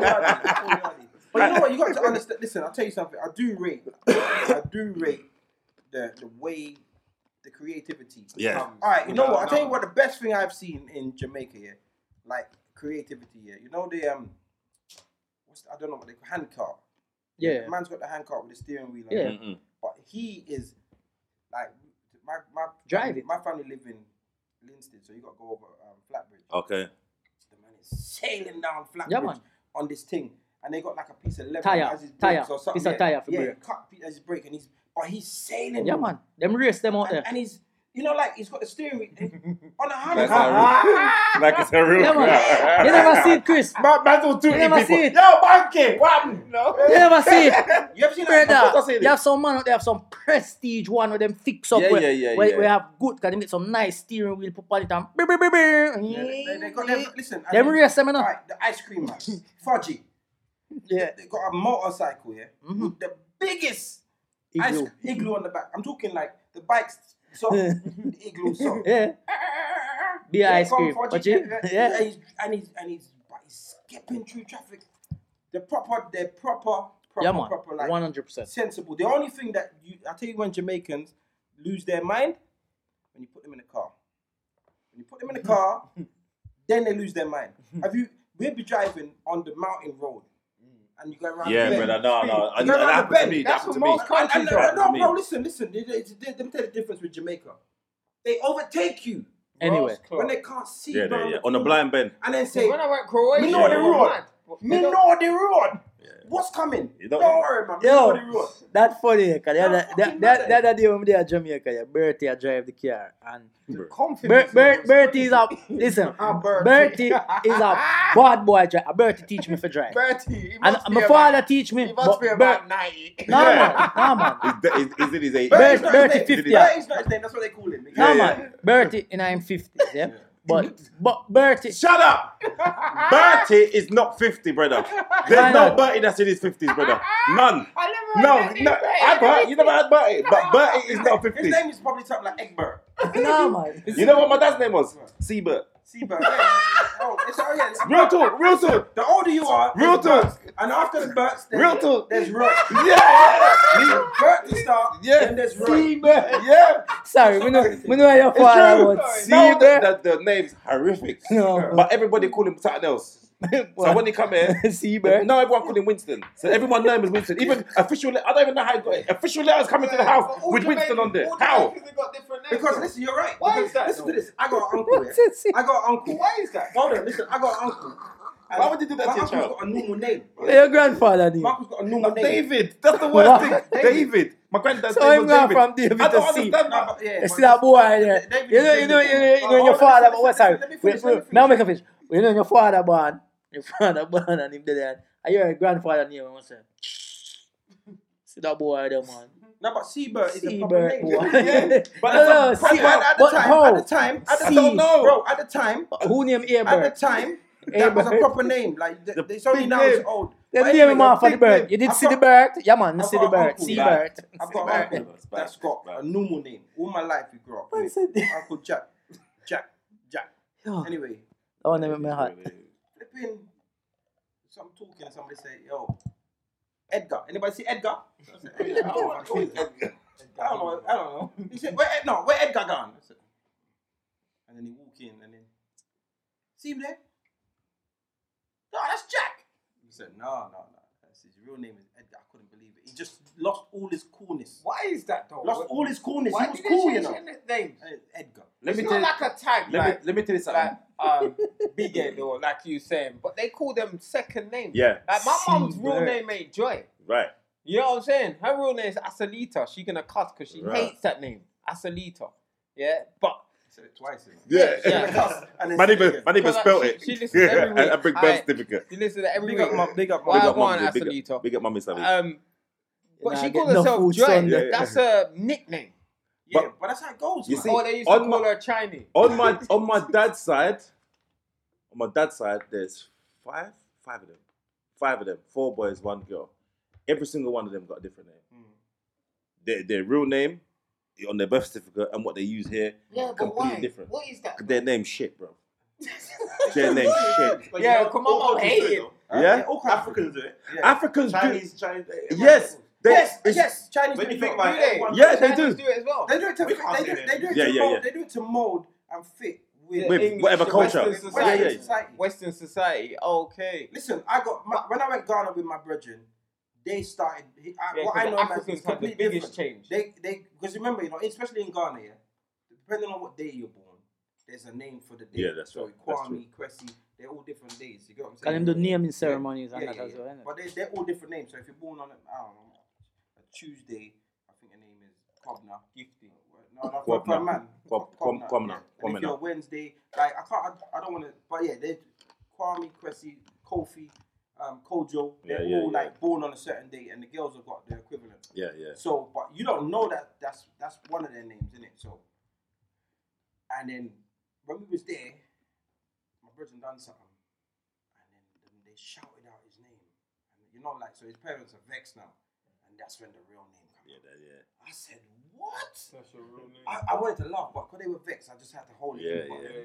[SPEAKER 4] the audience. You're probably the audience. But you know what? You got to understand. Listen, I'll tell you something. I do rate. I do rate the the way the creativity.
[SPEAKER 5] Yeah.
[SPEAKER 4] comes. All right. You know what? I'll tell you what. The best thing I've seen in Jamaica here, like creativity here. You know the um, what's the, I don't know what they call hand cart.
[SPEAKER 3] Yeah.
[SPEAKER 4] The man's got the hand cart with the steering wheel. on
[SPEAKER 3] Yeah.
[SPEAKER 4] it. But he is like my my
[SPEAKER 3] Drive it.
[SPEAKER 4] My family live in Linston, so you got to go over um, Flatbridge.
[SPEAKER 5] Okay.
[SPEAKER 4] The man is sailing down Flatbridge
[SPEAKER 3] Yeah, man.
[SPEAKER 4] on this thing, and they got like a piece of leather
[SPEAKER 3] Tire,
[SPEAKER 4] as his
[SPEAKER 3] tire,
[SPEAKER 4] brakes or something.
[SPEAKER 3] piece of tire for
[SPEAKER 4] yeah,
[SPEAKER 3] brake.
[SPEAKER 4] cut pe- as his brake, and he's but he's sailing.
[SPEAKER 3] Yeah, man. Them race them out
[SPEAKER 4] And,
[SPEAKER 3] there.
[SPEAKER 4] and he's you know like he's got a steering wheel and- on a hand
[SPEAKER 5] Like
[SPEAKER 4] cart.
[SPEAKER 5] a real, like it's a real
[SPEAKER 3] Yeah, man. You never see it, Chris.
[SPEAKER 5] My man's too
[SPEAKER 3] You never see it.
[SPEAKER 5] Yo, monkey, what? happened? No.
[SPEAKER 3] You never see it.
[SPEAKER 4] You ever seen that?
[SPEAKER 5] course I
[SPEAKER 3] Brother,
[SPEAKER 5] see it.
[SPEAKER 3] they have some man out there have some prestige one with them fix up.
[SPEAKER 5] Yeah,
[SPEAKER 3] where,
[SPEAKER 5] yeah, yeah,
[SPEAKER 3] where,
[SPEAKER 5] yeah.
[SPEAKER 3] where have good, can they make some nice steering wheel, put on it and. brr, brr, brr, brr.
[SPEAKER 4] Yeah, they, they got them. Listen, and
[SPEAKER 3] Them
[SPEAKER 4] then-
[SPEAKER 3] race them, you know?
[SPEAKER 4] Right, the ice cream man, Fudgy.
[SPEAKER 3] Yeah. Mm-hmm.
[SPEAKER 4] They got a motorcycle here with the biggest igloo.
[SPEAKER 3] Igloo.
[SPEAKER 4] Ice, igloo on the back. I'm talking like the bike's soft, the igloo soft.
[SPEAKER 3] Yeah. Be
[SPEAKER 4] Here
[SPEAKER 3] ice
[SPEAKER 4] come
[SPEAKER 3] cream.
[SPEAKER 4] Fudgy,
[SPEAKER 3] But you,
[SPEAKER 4] and
[SPEAKER 3] yeah.
[SPEAKER 4] he's and he's and he's, but he's skipping through traffic. the proper, they're proper, proper,
[SPEAKER 3] yeah, man.
[SPEAKER 4] proper, like
[SPEAKER 3] One hundred percent.
[SPEAKER 4] sensible. The only thing that you, I tell you, when Jamaicans lose their mind, when you put them in a car, when you put them in a car, then they lose their mind. Have you? We'll be driving on the mountain road, and you go around.
[SPEAKER 5] Yeah,
[SPEAKER 4] the Oh, bend.
[SPEAKER 5] brother, no, no.
[SPEAKER 4] You
[SPEAKER 5] And,
[SPEAKER 4] go
[SPEAKER 5] that
[SPEAKER 4] around the
[SPEAKER 5] happened to
[SPEAKER 4] bend.
[SPEAKER 5] me. That
[SPEAKER 4] That's
[SPEAKER 5] happened to
[SPEAKER 4] what
[SPEAKER 5] me.
[SPEAKER 4] most countries.
[SPEAKER 5] That
[SPEAKER 4] do.
[SPEAKER 5] happened to
[SPEAKER 4] No,
[SPEAKER 5] me.
[SPEAKER 4] bro, listen, listen. It- it- it- Let me tell you the difference with Jamaica. They overtake you
[SPEAKER 3] Anyway,
[SPEAKER 4] when they can't see.
[SPEAKER 5] Yeah, yeah,
[SPEAKER 4] round
[SPEAKER 5] yeah.
[SPEAKER 4] the
[SPEAKER 5] On a
[SPEAKER 4] corner.
[SPEAKER 5] blind bend.
[SPEAKER 4] And then say,
[SPEAKER 2] When I went Croatia,
[SPEAKER 4] Me know
[SPEAKER 5] the
[SPEAKER 2] it
[SPEAKER 4] road.
[SPEAKER 2] was mad. But
[SPEAKER 4] me
[SPEAKER 2] they don't-
[SPEAKER 4] know the road. What's coming?
[SPEAKER 5] You
[SPEAKER 4] Don't,
[SPEAKER 5] don't-
[SPEAKER 4] worry, man. Me know the
[SPEAKER 3] yo,
[SPEAKER 4] road.
[SPEAKER 3] that funny. Cause
[SPEAKER 4] Nah,
[SPEAKER 3] the other,
[SPEAKER 4] fucking
[SPEAKER 3] the, the,
[SPEAKER 4] mad.
[SPEAKER 3] the other day when we there at Jamaica, yeah, Bertie I drive the car and Ber-
[SPEAKER 2] confidence.
[SPEAKER 3] Ber- Bertie is a listen.
[SPEAKER 2] Ah, Bertie.
[SPEAKER 3] Bertie is a bad boy. Drive. Bertie teach me for drive.
[SPEAKER 2] Bertie, he
[SPEAKER 3] And
[SPEAKER 2] must be
[SPEAKER 3] my
[SPEAKER 2] about-
[SPEAKER 3] father teach me.
[SPEAKER 2] he must
[SPEAKER 3] but
[SPEAKER 2] be
[SPEAKER 3] Ber-
[SPEAKER 2] about ninety.
[SPEAKER 3] No man, no man,
[SPEAKER 5] Is, that, is, is it his age?
[SPEAKER 4] Bertie's
[SPEAKER 3] Bert-
[SPEAKER 4] not his
[SPEAKER 3] Bertie
[SPEAKER 4] name.
[SPEAKER 3] 50, yeah.
[SPEAKER 4] Bertie's not his name. That's what they call him.
[SPEAKER 3] no
[SPEAKER 5] Yeah,
[SPEAKER 3] man. Bertie in I'm fifty, yeah. But but Bertie,
[SPEAKER 5] Shut up! Bertie is not 50, brother.
[SPEAKER 3] Why
[SPEAKER 5] There's no
[SPEAKER 3] not?
[SPEAKER 5] Bertie that's in his 50s, brother. None.
[SPEAKER 2] I never
[SPEAKER 5] No,
[SPEAKER 2] heard that
[SPEAKER 5] no.
[SPEAKER 2] name,
[SPEAKER 5] I've heard, you never had Bertie, but Bertie is not
[SPEAKER 4] His
[SPEAKER 5] 50.
[SPEAKER 4] name is probably something like Egbert.
[SPEAKER 3] no man.
[SPEAKER 5] You know what my dad's name was? Seabert.
[SPEAKER 4] Seabird. Yeah. oh, it's, oh, yeah. it's-
[SPEAKER 5] Real talk, real talk.
[SPEAKER 4] The older you are,
[SPEAKER 5] Real
[SPEAKER 4] it's Bert.
[SPEAKER 5] talk.
[SPEAKER 4] And after the Berts, there's,
[SPEAKER 5] Real talk.
[SPEAKER 4] there's Roy.
[SPEAKER 5] Yeah!
[SPEAKER 4] Bert to start,
[SPEAKER 5] Yeah.
[SPEAKER 4] then there's Roy.
[SPEAKER 5] Seabert. Yeah!
[SPEAKER 3] Sorry, we know we know your father
[SPEAKER 5] true.
[SPEAKER 3] was. See
[SPEAKER 5] No,
[SPEAKER 3] Bert.
[SPEAKER 5] the, the, the name's horrific.
[SPEAKER 3] No.
[SPEAKER 5] But everybody call him something else. So when he come here,
[SPEAKER 3] See Bert.
[SPEAKER 5] No, everyone called him Winston. So everyone's name is Winston. Even official, I don't even know how he got it. Official letters coming to the house with Winston on there. How?
[SPEAKER 4] Because listen, you're right.
[SPEAKER 2] Why
[SPEAKER 4] Because
[SPEAKER 2] is that,
[SPEAKER 4] Listen
[SPEAKER 2] though?
[SPEAKER 4] to this. I got an uncle. yeah. I got an uncle. Why is that? Hold on, listen. I got an uncle. And
[SPEAKER 5] Why would you do that
[SPEAKER 4] my
[SPEAKER 5] to your
[SPEAKER 4] uncle's
[SPEAKER 5] child?
[SPEAKER 4] got a normal name.
[SPEAKER 3] Your grandfather knew.
[SPEAKER 4] My uncle's got a normal name.
[SPEAKER 5] David. That's the worst thing. David. My granddad's
[SPEAKER 3] So
[SPEAKER 5] name
[SPEAKER 3] I'm
[SPEAKER 5] was
[SPEAKER 3] going
[SPEAKER 5] David.
[SPEAKER 3] from David
[SPEAKER 5] I
[SPEAKER 3] to
[SPEAKER 5] don't
[SPEAKER 3] C.
[SPEAKER 5] understand
[SPEAKER 4] No,
[SPEAKER 5] that.
[SPEAKER 4] but yeah,
[SPEAKER 3] It's
[SPEAKER 4] but
[SPEAKER 3] still a
[SPEAKER 4] listen-
[SPEAKER 3] boy there.
[SPEAKER 4] David
[SPEAKER 3] You know,
[SPEAKER 4] is
[SPEAKER 3] you know, you know,
[SPEAKER 4] David.
[SPEAKER 3] you know
[SPEAKER 4] Oh, hold
[SPEAKER 3] your
[SPEAKER 4] on,
[SPEAKER 3] father.
[SPEAKER 4] listen,
[SPEAKER 3] What's
[SPEAKER 4] listen,
[SPEAKER 3] sorry?
[SPEAKER 4] let me
[SPEAKER 3] Wait,
[SPEAKER 4] finish,
[SPEAKER 3] wait,
[SPEAKER 4] let me
[SPEAKER 3] Now
[SPEAKER 4] finish.
[SPEAKER 3] make a fish. You know your father born. Your father born and him dead. there. And your grandfather name and what's that? See that boy there, man.
[SPEAKER 4] No, but Seabird is a proper
[SPEAKER 3] Seabird
[SPEAKER 4] name.
[SPEAKER 3] boy.
[SPEAKER 4] Yeah.
[SPEAKER 3] But
[SPEAKER 4] No,
[SPEAKER 3] no,
[SPEAKER 4] no, see, at,
[SPEAKER 3] Seabird.
[SPEAKER 4] at the
[SPEAKER 3] But
[SPEAKER 4] time, at
[SPEAKER 3] how?
[SPEAKER 4] the time, at the
[SPEAKER 3] See.
[SPEAKER 4] time, bro, at the time,
[SPEAKER 3] Who name
[SPEAKER 4] at the
[SPEAKER 3] Abert?
[SPEAKER 4] time, that was a
[SPEAKER 3] Abert.
[SPEAKER 4] proper name. Like, th- it's only
[SPEAKER 5] big
[SPEAKER 4] now it's
[SPEAKER 5] name.
[SPEAKER 4] old.
[SPEAKER 3] They
[SPEAKER 4] But
[SPEAKER 3] name
[SPEAKER 4] anyway,
[SPEAKER 3] him off for the
[SPEAKER 4] big
[SPEAKER 3] bird.
[SPEAKER 4] name.
[SPEAKER 3] You did
[SPEAKER 4] I've
[SPEAKER 3] see the
[SPEAKER 4] got-
[SPEAKER 3] bird? Yeah, man, you
[SPEAKER 4] I've
[SPEAKER 3] see
[SPEAKER 4] got
[SPEAKER 3] the
[SPEAKER 4] an
[SPEAKER 3] bird.
[SPEAKER 4] uncle
[SPEAKER 3] See
[SPEAKER 4] like-
[SPEAKER 3] bird.
[SPEAKER 4] I've got
[SPEAKER 5] Bad,
[SPEAKER 4] an uncle
[SPEAKER 5] bad, bad,
[SPEAKER 4] that's got
[SPEAKER 5] bad.
[SPEAKER 4] a normal name. All my life, we grew up with
[SPEAKER 3] said
[SPEAKER 4] it.
[SPEAKER 3] that?
[SPEAKER 4] Uncle Jack, Jack, Jack. Anyway,
[SPEAKER 3] That one name my heart.
[SPEAKER 4] flipping. So I'm talking, and somebody say, "Yo, Edgar." Anybody see Edgar? I said, "Edgar, I don't know. I don't know. I don't know." He said, "Where? Ed- No, where Edgar gone?" I said, and then he walk in, and then see him there. No, that's Jack. He said, "No, no, no. That's his real name is Edgar." I couldn't believe it. He just lost all his coolness.
[SPEAKER 2] Why is that though?
[SPEAKER 4] Lost all his coolness.
[SPEAKER 2] Why
[SPEAKER 4] he was
[SPEAKER 2] did they
[SPEAKER 4] cool, you
[SPEAKER 2] change
[SPEAKER 4] know.
[SPEAKER 2] their names?
[SPEAKER 4] Uh, Edgar.
[SPEAKER 5] Let me
[SPEAKER 2] It's
[SPEAKER 5] tell
[SPEAKER 2] not
[SPEAKER 5] you.
[SPEAKER 2] like a tag,
[SPEAKER 5] Let me,
[SPEAKER 2] like,
[SPEAKER 5] let me tell you something.
[SPEAKER 2] like um, Big Ed or like you saying, but they call them second names.
[SPEAKER 5] Yeah.
[SPEAKER 2] Like my mom's real
[SPEAKER 3] Seabird.
[SPEAKER 2] name ain't Joy.
[SPEAKER 5] Right.
[SPEAKER 2] You know what I'm saying? Her real name is Asalita. She gonna cuss because she
[SPEAKER 5] Right.
[SPEAKER 2] hates that name, Asalita. Yeah, but
[SPEAKER 4] He said it twice. You know.
[SPEAKER 5] Yeah.
[SPEAKER 2] Yeah.
[SPEAKER 4] And then
[SPEAKER 5] My
[SPEAKER 4] said it
[SPEAKER 5] neighbor,
[SPEAKER 4] again.
[SPEAKER 5] my neighbor
[SPEAKER 2] Cause I-
[SPEAKER 5] spelled
[SPEAKER 2] she-
[SPEAKER 5] it.
[SPEAKER 2] she listens every
[SPEAKER 5] Yeah,
[SPEAKER 2] week.
[SPEAKER 5] I bring
[SPEAKER 2] Aight.
[SPEAKER 5] birth certificate.
[SPEAKER 2] you listen to every
[SPEAKER 4] Big
[SPEAKER 2] week.
[SPEAKER 4] up, mum. Big up,
[SPEAKER 2] Why
[SPEAKER 4] mum.
[SPEAKER 5] Big
[SPEAKER 2] I
[SPEAKER 5] up, Oh, mum.
[SPEAKER 2] want
[SPEAKER 5] Big up-
[SPEAKER 2] Asalita?
[SPEAKER 5] Big up, mummy, E. Sammy.
[SPEAKER 2] Um, but
[SPEAKER 3] Nah,
[SPEAKER 2] she
[SPEAKER 3] get
[SPEAKER 2] called
[SPEAKER 3] no
[SPEAKER 2] herself
[SPEAKER 3] food,
[SPEAKER 2] Joy.
[SPEAKER 3] son.
[SPEAKER 5] Yeah, yeah.
[SPEAKER 2] That's a nickname.
[SPEAKER 4] Yeah,
[SPEAKER 5] But-
[SPEAKER 4] but that's how it goes.
[SPEAKER 5] You
[SPEAKER 4] man.
[SPEAKER 5] see-
[SPEAKER 2] Or they used to
[SPEAKER 5] on
[SPEAKER 2] call
[SPEAKER 5] my-
[SPEAKER 2] her Chinese.
[SPEAKER 5] on my on my dad's side, on my dad's side, there's five, five of them, five of them, four boys, one girl. Every single one of them got a different name. Their, their real name on their birth certificate and what they use here completely different.
[SPEAKER 2] What is that?
[SPEAKER 5] Their name shit, bro. their name shit.
[SPEAKER 4] But
[SPEAKER 2] Yeah,
[SPEAKER 4] you know,
[SPEAKER 2] come
[SPEAKER 4] all
[SPEAKER 2] on,
[SPEAKER 4] cultures
[SPEAKER 2] hate
[SPEAKER 4] do it,
[SPEAKER 2] it.
[SPEAKER 4] though.
[SPEAKER 5] Yeah?
[SPEAKER 4] all kinds Africans do it. Yeah.
[SPEAKER 5] Africans
[SPEAKER 4] Chinese, Chinese.
[SPEAKER 5] do.
[SPEAKER 4] everyone
[SPEAKER 5] Yes,
[SPEAKER 4] does it.
[SPEAKER 5] they,
[SPEAKER 4] yes,
[SPEAKER 5] it's-
[SPEAKER 4] yes. Chinese.
[SPEAKER 7] When
[SPEAKER 4] do
[SPEAKER 7] you
[SPEAKER 4] it.
[SPEAKER 7] think
[SPEAKER 4] They
[SPEAKER 7] about
[SPEAKER 4] do
[SPEAKER 7] it,
[SPEAKER 4] it.
[SPEAKER 7] everyone-
[SPEAKER 5] Yeah, they
[SPEAKER 2] Chinese
[SPEAKER 5] do.
[SPEAKER 2] do it as well.
[SPEAKER 4] They do it to. They
[SPEAKER 7] We can't
[SPEAKER 4] do,
[SPEAKER 7] do
[SPEAKER 4] they do it
[SPEAKER 5] Yeah,
[SPEAKER 4] to
[SPEAKER 5] yeah,
[SPEAKER 4] mold.
[SPEAKER 5] yeah.
[SPEAKER 4] They do it to mold and fit with
[SPEAKER 2] Yeah,
[SPEAKER 5] With
[SPEAKER 2] English,
[SPEAKER 5] whatever
[SPEAKER 2] the
[SPEAKER 5] culture.
[SPEAKER 2] Western
[SPEAKER 4] Western
[SPEAKER 2] society.
[SPEAKER 5] Yeah, yeah.
[SPEAKER 4] society.
[SPEAKER 2] Western society. Okay.
[SPEAKER 4] Listen, I got my, when I went Ghana with my brethren, they started. he- I,
[SPEAKER 2] Yeah,
[SPEAKER 4] what
[SPEAKER 2] 'cause
[SPEAKER 4] I
[SPEAKER 2] the
[SPEAKER 4] know
[SPEAKER 2] Africans
[SPEAKER 4] is
[SPEAKER 2] had the
[SPEAKER 4] completely
[SPEAKER 2] biggest
[SPEAKER 4] different.
[SPEAKER 2] change.
[SPEAKER 4] They they because remember you know especially in Ghana yeah, depending on what day you're born, there's a name for the day.
[SPEAKER 5] Yeah, that's
[SPEAKER 4] so
[SPEAKER 5] right, that's
[SPEAKER 4] Kwame, Kwesi, they're all different days. You get what I'm
[SPEAKER 3] Call
[SPEAKER 4] saying?
[SPEAKER 3] him do naming ceremonies and
[SPEAKER 4] Yeah,
[SPEAKER 3] that
[SPEAKER 4] yeah,
[SPEAKER 3] as
[SPEAKER 4] yeah.
[SPEAKER 3] well. innit?
[SPEAKER 4] But they, they're all different names. So if you're born on a, I don't know, a Tuesday, I think her name is Kobna. Gifty. No, no, for, for a
[SPEAKER 5] Kwabna.
[SPEAKER 4] man.
[SPEAKER 5] Kwab-
[SPEAKER 4] Kwabna,
[SPEAKER 5] Kwam- Kwamna,
[SPEAKER 4] yeah. And
[SPEAKER 5] Kwamna.
[SPEAKER 4] if you're Wednesday, like I can't, I, I don't want to, but yeah, they Kwame, Kwesi, Kofi, um, Kojo, they're
[SPEAKER 5] Yeah, yeah,
[SPEAKER 4] all
[SPEAKER 5] yeah.
[SPEAKER 4] like born on a certain day, and the girls have got the equivalent.
[SPEAKER 5] Yeah, yeah.
[SPEAKER 4] So, but you don't know that that's that's one of their names, isn't it? So, and then when we was there, my brother done something, and then, then they shouted out his name, and you know, like so his parents are vexed now, and that's when the real name came.
[SPEAKER 5] Yeah, that-
[SPEAKER 4] I said, what? That's your real name. I, I wanted to laugh, but because they were vexed, I just had to hold it. in,
[SPEAKER 5] Yeah,
[SPEAKER 4] but
[SPEAKER 5] yeah.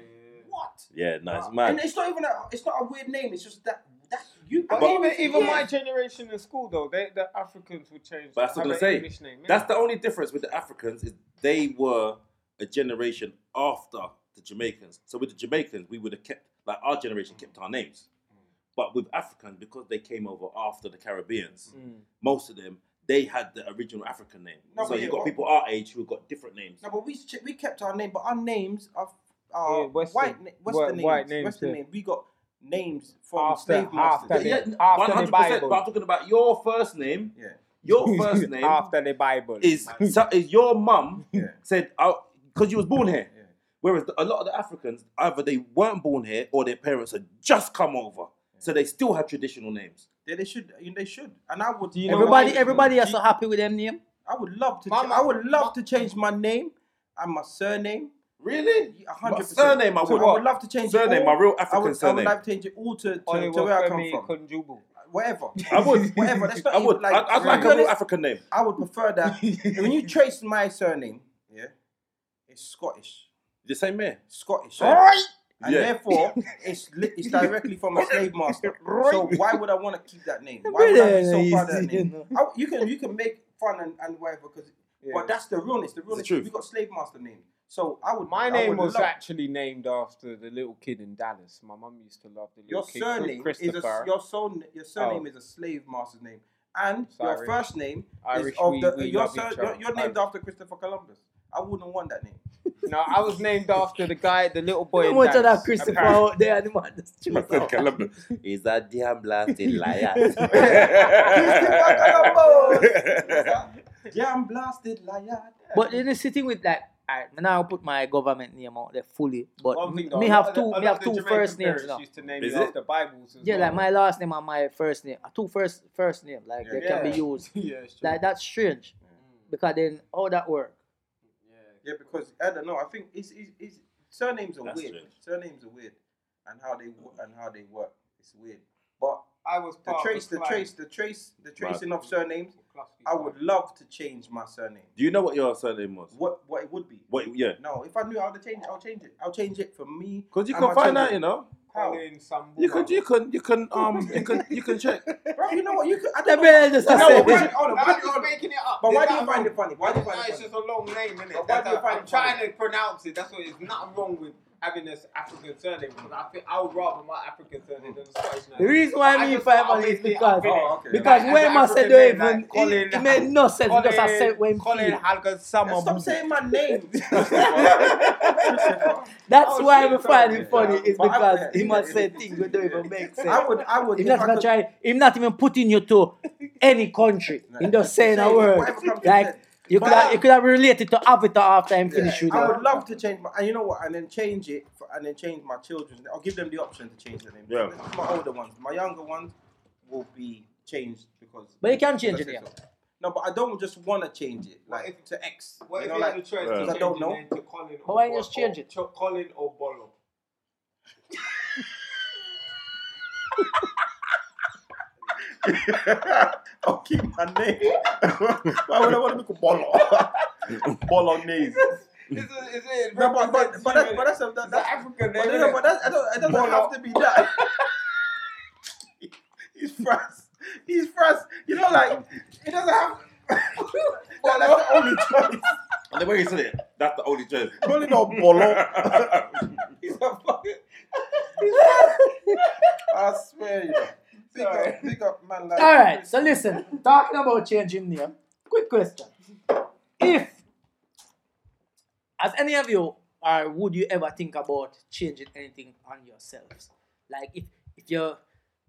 [SPEAKER 4] What?
[SPEAKER 5] yeah. Yeah, nice
[SPEAKER 4] Ah. And
[SPEAKER 5] man.
[SPEAKER 4] it's not even a it's not a weird name. It's just that that's
[SPEAKER 2] You, but,
[SPEAKER 5] But-
[SPEAKER 2] even even my generation in school though, they, the Africans would change.
[SPEAKER 5] But that's what
[SPEAKER 2] have
[SPEAKER 5] I'm
[SPEAKER 2] an
[SPEAKER 5] gonna say.
[SPEAKER 2] English name, innit?
[SPEAKER 5] That's the only difference with the Africans is they were a generation after the Jamaicans. So with the Jamaicans, we would have kept like our generation kept our names.
[SPEAKER 4] Mm.
[SPEAKER 5] But with Africans, because they came over after the Caribbeans,
[SPEAKER 4] Mm.
[SPEAKER 2] Mm.
[SPEAKER 5] most of them they had the original African name.
[SPEAKER 4] No,
[SPEAKER 5] so
[SPEAKER 4] but
[SPEAKER 5] you
[SPEAKER 4] yeah,
[SPEAKER 5] got
[SPEAKER 4] but-
[SPEAKER 5] people our age who got different names.
[SPEAKER 4] No, but we ch- we kept our name, but our names are, are
[SPEAKER 2] Yeah, Western.
[SPEAKER 4] white na- Western
[SPEAKER 2] White-
[SPEAKER 4] names.
[SPEAKER 2] white names,
[SPEAKER 4] Western
[SPEAKER 2] yeah.
[SPEAKER 4] names. We got names from
[SPEAKER 2] After-
[SPEAKER 4] slave masters.
[SPEAKER 2] after
[SPEAKER 4] yeah,
[SPEAKER 2] the- after
[SPEAKER 5] one hundred percent.
[SPEAKER 2] Bible.
[SPEAKER 5] But I'm talking about your first name.
[SPEAKER 4] yeah.
[SPEAKER 5] Your first name
[SPEAKER 2] after the Bible
[SPEAKER 5] is, so- is your mum said because you was born here.
[SPEAKER 4] Yeah.
[SPEAKER 5] Whereas the- a lot of the Africans either they weren't born here or their parents had just come over, so they still had traditional names.
[SPEAKER 4] Yeah, they should. They should. And I would.
[SPEAKER 2] you know
[SPEAKER 3] Everybody,
[SPEAKER 2] why-
[SPEAKER 3] everybody is so happy with them name.
[SPEAKER 4] I would love to.
[SPEAKER 2] Mama-
[SPEAKER 4] cha- I would love to change my name and my surname.
[SPEAKER 5] Really?
[SPEAKER 4] A hundred
[SPEAKER 5] My
[SPEAKER 4] percent.
[SPEAKER 5] surname, I
[SPEAKER 4] So
[SPEAKER 5] would.
[SPEAKER 4] I would love to change it
[SPEAKER 5] Surname,
[SPEAKER 4] all.
[SPEAKER 5] my real
[SPEAKER 4] I
[SPEAKER 5] African
[SPEAKER 4] would, I
[SPEAKER 5] surname.
[SPEAKER 4] would like to change it all to, to,
[SPEAKER 2] Oliver
[SPEAKER 4] to where I come
[SPEAKER 2] Femi
[SPEAKER 4] from.
[SPEAKER 2] Konjubu.
[SPEAKER 4] Whatever.
[SPEAKER 5] I would.
[SPEAKER 4] Whatever. That's not
[SPEAKER 5] I
[SPEAKER 4] even
[SPEAKER 5] would.
[SPEAKER 4] like.
[SPEAKER 5] I'd, I'd
[SPEAKER 4] to
[SPEAKER 5] like
[SPEAKER 4] be
[SPEAKER 5] a real
[SPEAKER 4] honest,
[SPEAKER 5] African name.
[SPEAKER 4] I would prefer that. when you trace my surname, yeah, it's Scottish.
[SPEAKER 5] The same man.
[SPEAKER 4] Scottish. And
[SPEAKER 5] Yeah.
[SPEAKER 4] therefore, it's li- it's directly from a slave master. So why would I want to keep that name? Why would I be so proud of that name? I, you can you can make fun and, and whatever, because but that's the realness. The realness.
[SPEAKER 5] truth.
[SPEAKER 4] We got slave master name. So I would.
[SPEAKER 2] My
[SPEAKER 4] I
[SPEAKER 2] name
[SPEAKER 4] would
[SPEAKER 2] was
[SPEAKER 4] love-
[SPEAKER 2] actually named after the little kid in Dallas. My mum used to love the little
[SPEAKER 4] Your
[SPEAKER 2] kid
[SPEAKER 4] surname is a
[SPEAKER 2] Christopher.
[SPEAKER 4] your son your surname
[SPEAKER 2] Oh.
[SPEAKER 4] is a slave master's name, and
[SPEAKER 2] Sorry.
[SPEAKER 4] your first name
[SPEAKER 2] Irish,
[SPEAKER 4] is of
[SPEAKER 2] we-
[SPEAKER 4] the
[SPEAKER 2] we
[SPEAKER 4] your
[SPEAKER 2] love
[SPEAKER 4] sur-
[SPEAKER 2] each
[SPEAKER 4] your
[SPEAKER 2] other.
[SPEAKER 4] you're named
[SPEAKER 2] Irish.
[SPEAKER 4] after Christopher Columbus. I wouldn't want that name.
[SPEAKER 2] no, I was named after the guy, the little boy. in
[SPEAKER 3] Don't want to
[SPEAKER 2] Dallas,
[SPEAKER 3] have Christopher
[SPEAKER 2] apparently.
[SPEAKER 3] out there anymore. That's true.
[SPEAKER 5] Is that damn blasted liar?
[SPEAKER 4] Jam blasted liar.
[SPEAKER 3] But in the sitting with like, I now put my government name out there fully. But
[SPEAKER 2] One
[SPEAKER 3] me,
[SPEAKER 2] thing though,
[SPEAKER 3] me
[SPEAKER 2] a lot
[SPEAKER 3] have
[SPEAKER 2] of the-
[SPEAKER 3] two,
[SPEAKER 2] a
[SPEAKER 3] me
[SPEAKER 2] lot
[SPEAKER 3] have
[SPEAKER 2] of the
[SPEAKER 3] two
[SPEAKER 2] Jamaican
[SPEAKER 3] first names
[SPEAKER 2] parents
[SPEAKER 3] now.
[SPEAKER 2] Used to name
[SPEAKER 5] Is
[SPEAKER 2] me
[SPEAKER 5] it?
[SPEAKER 2] after Bibles. as
[SPEAKER 3] Yeah,
[SPEAKER 2] well.
[SPEAKER 3] like my last name and my first name, uh, two first first name, like they can be
[SPEAKER 2] Yeah. Mm.
[SPEAKER 3] used.
[SPEAKER 2] yeah, it's true.
[SPEAKER 3] Like that's strange, because then how that work?
[SPEAKER 4] Yeah, because I don't know. I think it's, it's, it's surnames are
[SPEAKER 5] That's
[SPEAKER 4] weird.
[SPEAKER 5] true.
[SPEAKER 4] Surnames are weird, and how they wo- and how they work. It's weird. But
[SPEAKER 2] I was
[SPEAKER 4] the
[SPEAKER 2] part
[SPEAKER 4] trace,
[SPEAKER 2] of
[SPEAKER 4] the
[SPEAKER 2] clan.
[SPEAKER 4] trace, the trace, the tracing of surnames.
[SPEAKER 2] Class B
[SPEAKER 4] I
[SPEAKER 2] clan.
[SPEAKER 4] would love to change my surname.
[SPEAKER 5] Do you know what your surname was?
[SPEAKER 4] What what it would be?
[SPEAKER 5] What? Yeah.
[SPEAKER 4] No, if I knew how to change, it, I'll change it. I'll change it for me.
[SPEAKER 5] Because you
[SPEAKER 4] and
[SPEAKER 5] can
[SPEAKER 4] my
[SPEAKER 5] find out,
[SPEAKER 4] children.
[SPEAKER 5] you know.
[SPEAKER 2] Colin Sambora.
[SPEAKER 5] You can, you can, you can, um, you can, you can check.
[SPEAKER 4] Bro, you know what? You could. I
[SPEAKER 3] The
[SPEAKER 4] don't know.
[SPEAKER 3] brother just
[SPEAKER 4] No,
[SPEAKER 3] a
[SPEAKER 4] but
[SPEAKER 3] said,
[SPEAKER 4] why, hold on,
[SPEAKER 2] I'm
[SPEAKER 4] why do
[SPEAKER 2] just
[SPEAKER 4] you,
[SPEAKER 2] making it up.
[SPEAKER 4] but why
[SPEAKER 2] It's
[SPEAKER 4] do you
[SPEAKER 2] not-
[SPEAKER 4] find it funny? Why do you find
[SPEAKER 2] No,
[SPEAKER 4] it
[SPEAKER 2] it's
[SPEAKER 4] funny?
[SPEAKER 2] just a long name, isn't it?
[SPEAKER 4] But why do you find
[SPEAKER 2] I'm
[SPEAKER 4] it
[SPEAKER 2] trying
[SPEAKER 4] funny?
[SPEAKER 2] to pronounce it. That's what it's nothing wrong with having this African surname because I think I would rather my African surname than the Scottish name.
[SPEAKER 3] The reason why
[SPEAKER 2] I
[SPEAKER 3] me
[SPEAKER 2] just
[SPEAKER 3] five
[SPEAKER 2] thought
[SPEAKER 3] on
[SPEAKER 2] I'd
[SPEAKER 3] is
[SPEAKER 2] make it
[SPEAKER 3] because-
[SPEAKER 2] up, innit?
[SPEAKER 4] Oh, okay.
[SPEAKER 3] because
[SPEAKER 2] Like,
[SPEAKER 3] when
[SPEAKER 2] as
[SPEAKER 3] man
[SPEAKER 2] an
[SPEAKER 3] said
[SPEAKER 2] African
[SPEAKER 3] don't
[SPEAKER 2] name,
[SPEAKER 3] even,
[SPEAKER 2] like Colin-
[SPEAKER 3] it, it made no sense. It just a said when
[SPEAKER 2] Colin
[SPEAKER 3] feel.
[SPEAKER 2] Halgan Summer.
[SPEAKER 4] Stop saying my name.
[SPEAKER 3] That's
[SPEAKER 2] Oh,
[SPEAKER 3] why
[SPEAKER 2] shit,
[SPEAKER 3] we find
[SPEAKER 2] sorry.
[SPEAKER 3] it funny is
[SPEAKER 4] But I-
[SPEAKER 3] because
[SPEAKER 4] yeah,
[SPEAKER 3] he
[SPEAKER 4] yeah,
[SPEAKER 3] must
[SPEAKER 4] yeah.
[SPEAKER 3] say things that don't even make sense.
[SPEAKER 4] I would. I would. if
[SPEAKER 3] He's not
[SPEAKER 4] I
[SPEAKER 3] even
[SPEAKER 4] could-
[SPEAKER 3] trying. He's not even putting you to any country. He's just saying a
[SPEAKER 4] Say
[SPEAKER 3] word.
[SPEAKER 4] whatever comes to
[SPEAKER 3] Like
[SPEAKER 4] head.
[SPEAKER 3] you could
[SPEAKER 4] But-
[SPEAKER 3] have, you could have related to Avatar after I'm finished with
[SPEAKER 4] I
[SPEAKER 3] it.
[SPEAKER 4] would love to change my, and you know what, and then change it, for, and then change my children. I'll give them the option to change their name.
[SPEAKER 5] Yeah.
[SPEAKER 4] My older ones, my younger ones will be changed because.
[SPEAKER 3] But you can
[SPEAKER 4] because
[SPEAKER 3] change
[SPEAKER 4] I
[SPEAKER 3] it,
[SPEAKER 4] said
[SPEAKER 3] yeah.
[SPEAKER 4] so. No, but I don't just want to change it,
[SPEAKER 2] What
[SPEAKER 4] like
[SPEAKER 2] if-
[SPEAKER 4] to X.
[SPEAKER 2] What
[SPEAKER 4] you
[SPEAKER 2] if
[SPEAKER 4] know,
[SPEAKER 2] you
[SPEAKER 4] like,
[SPEAKER 2] had a choice to
[SPEAKER 5] Yeah.
[SPEAKER 2] change
[SPEAKER 4] I don't
[SPEAKER 2] your
[SPEAKER 4] know.
[SPEAKER 2] name to Colin
[SPEAKER 3] But
[SPEAKER 2] or
[SPEAKER 3] why
[SPEAKER 2] Bo-
[SPEAKER 3] just change
[SPEAKER 2] or
[SPEAKER 3] it?
[SPEAKER 2] Cho- Colin or Bolo.
[SPEAKER 4] I'll keep my name. Why would I want to be called Bolo? Bolognese.
[SPEAKER 2] This is- is it
[SPEAKER 4] No, but, but, but, that's, but that's a, that,
[SPEAKER 2] It's an
[SPEAKER 4] that's
[SPEAKER 2] African name.
[SPEAKER 4] But no,
[SPEAKER 2] innit?
[SPEAKER 4] no, but that, I don't, it doesn't
[SPEAKER 2] Bolo.
[SPEAKER 4] have to be that. He's France. He's France. You know, like, it doesn't have. that, that's the only choice.
[SPEAKER 5] And the way you said it, that's the only choice.
[SPEAKER 4] Only no Bolo.
[SPEAKER 2] He's a fucking-
[SPEAKER 4] I swear you. know. Pick up, pick up, man. Like,
[SPEAKER 3] All right. So listen, talking about changing name. Quick question: If, as any of you, or would you ever think about changing anything on yourselves? Like if if you're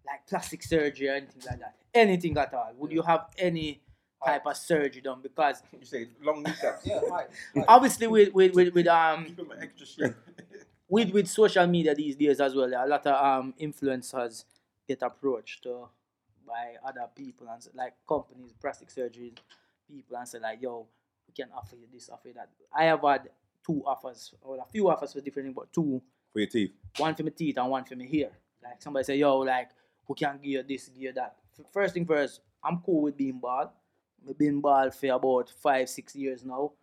[SPEAKER 3] like plastic surgery or anything like that, anything at all, would you have any type of surgery done? Because
[SPEAKER 4] You say long kneecaps.
[SPEAKER 2] Yeah, right.
[SPEAKER 3] obviously with with with, with um
[SPEAKER 4] Give him an extra shit.
[SPEAKER 3] with with social media these days as well, a lot of um influencers get approached to by other people and s- like companies, plastic surgery people, and say like, "Yo, we can offer you this, offer you that." I have had two offers or a few offers for different, thing, but two,
[SPEAKER 5] For your teeth.
[SPEAKER 3] one for my teeth and one for my hair. Like somebody say, "Yo, like we can give you this, give you that." F- First thing first, I'm cool with being bald. I've been bald for about five, six years now.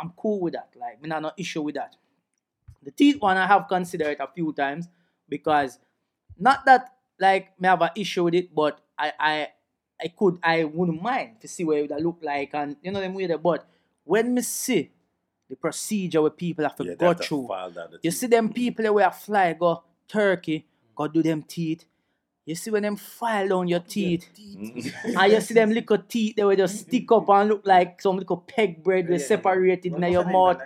[SPEAKER 3] I'm cool with that. Like, me not no issue with that. The teeth one I have considered a few times because not that like me have an issue with it, but I I I could I wouldn't mind to see what it would look like and you know them way there. But when me see the procedure where people have to
[SPEAKER 5] Yeah, they
[SPEAKER 3] go
[SPEAKER 5] have to
[SPEAKER 3] through,
[SPEAKER 5] file down the
[SPEAKER 3] you
[SPEAKER 5] teeth.
[SPEAKER 3] see them people that where fly go Turkey, go do them teeth. You see when them file down your teeth.
[SPEAKER 5] Mm.
[SPEAKER 3] and you see them little teeth they will just stick up and look like some little peg bread they separated in your mouth.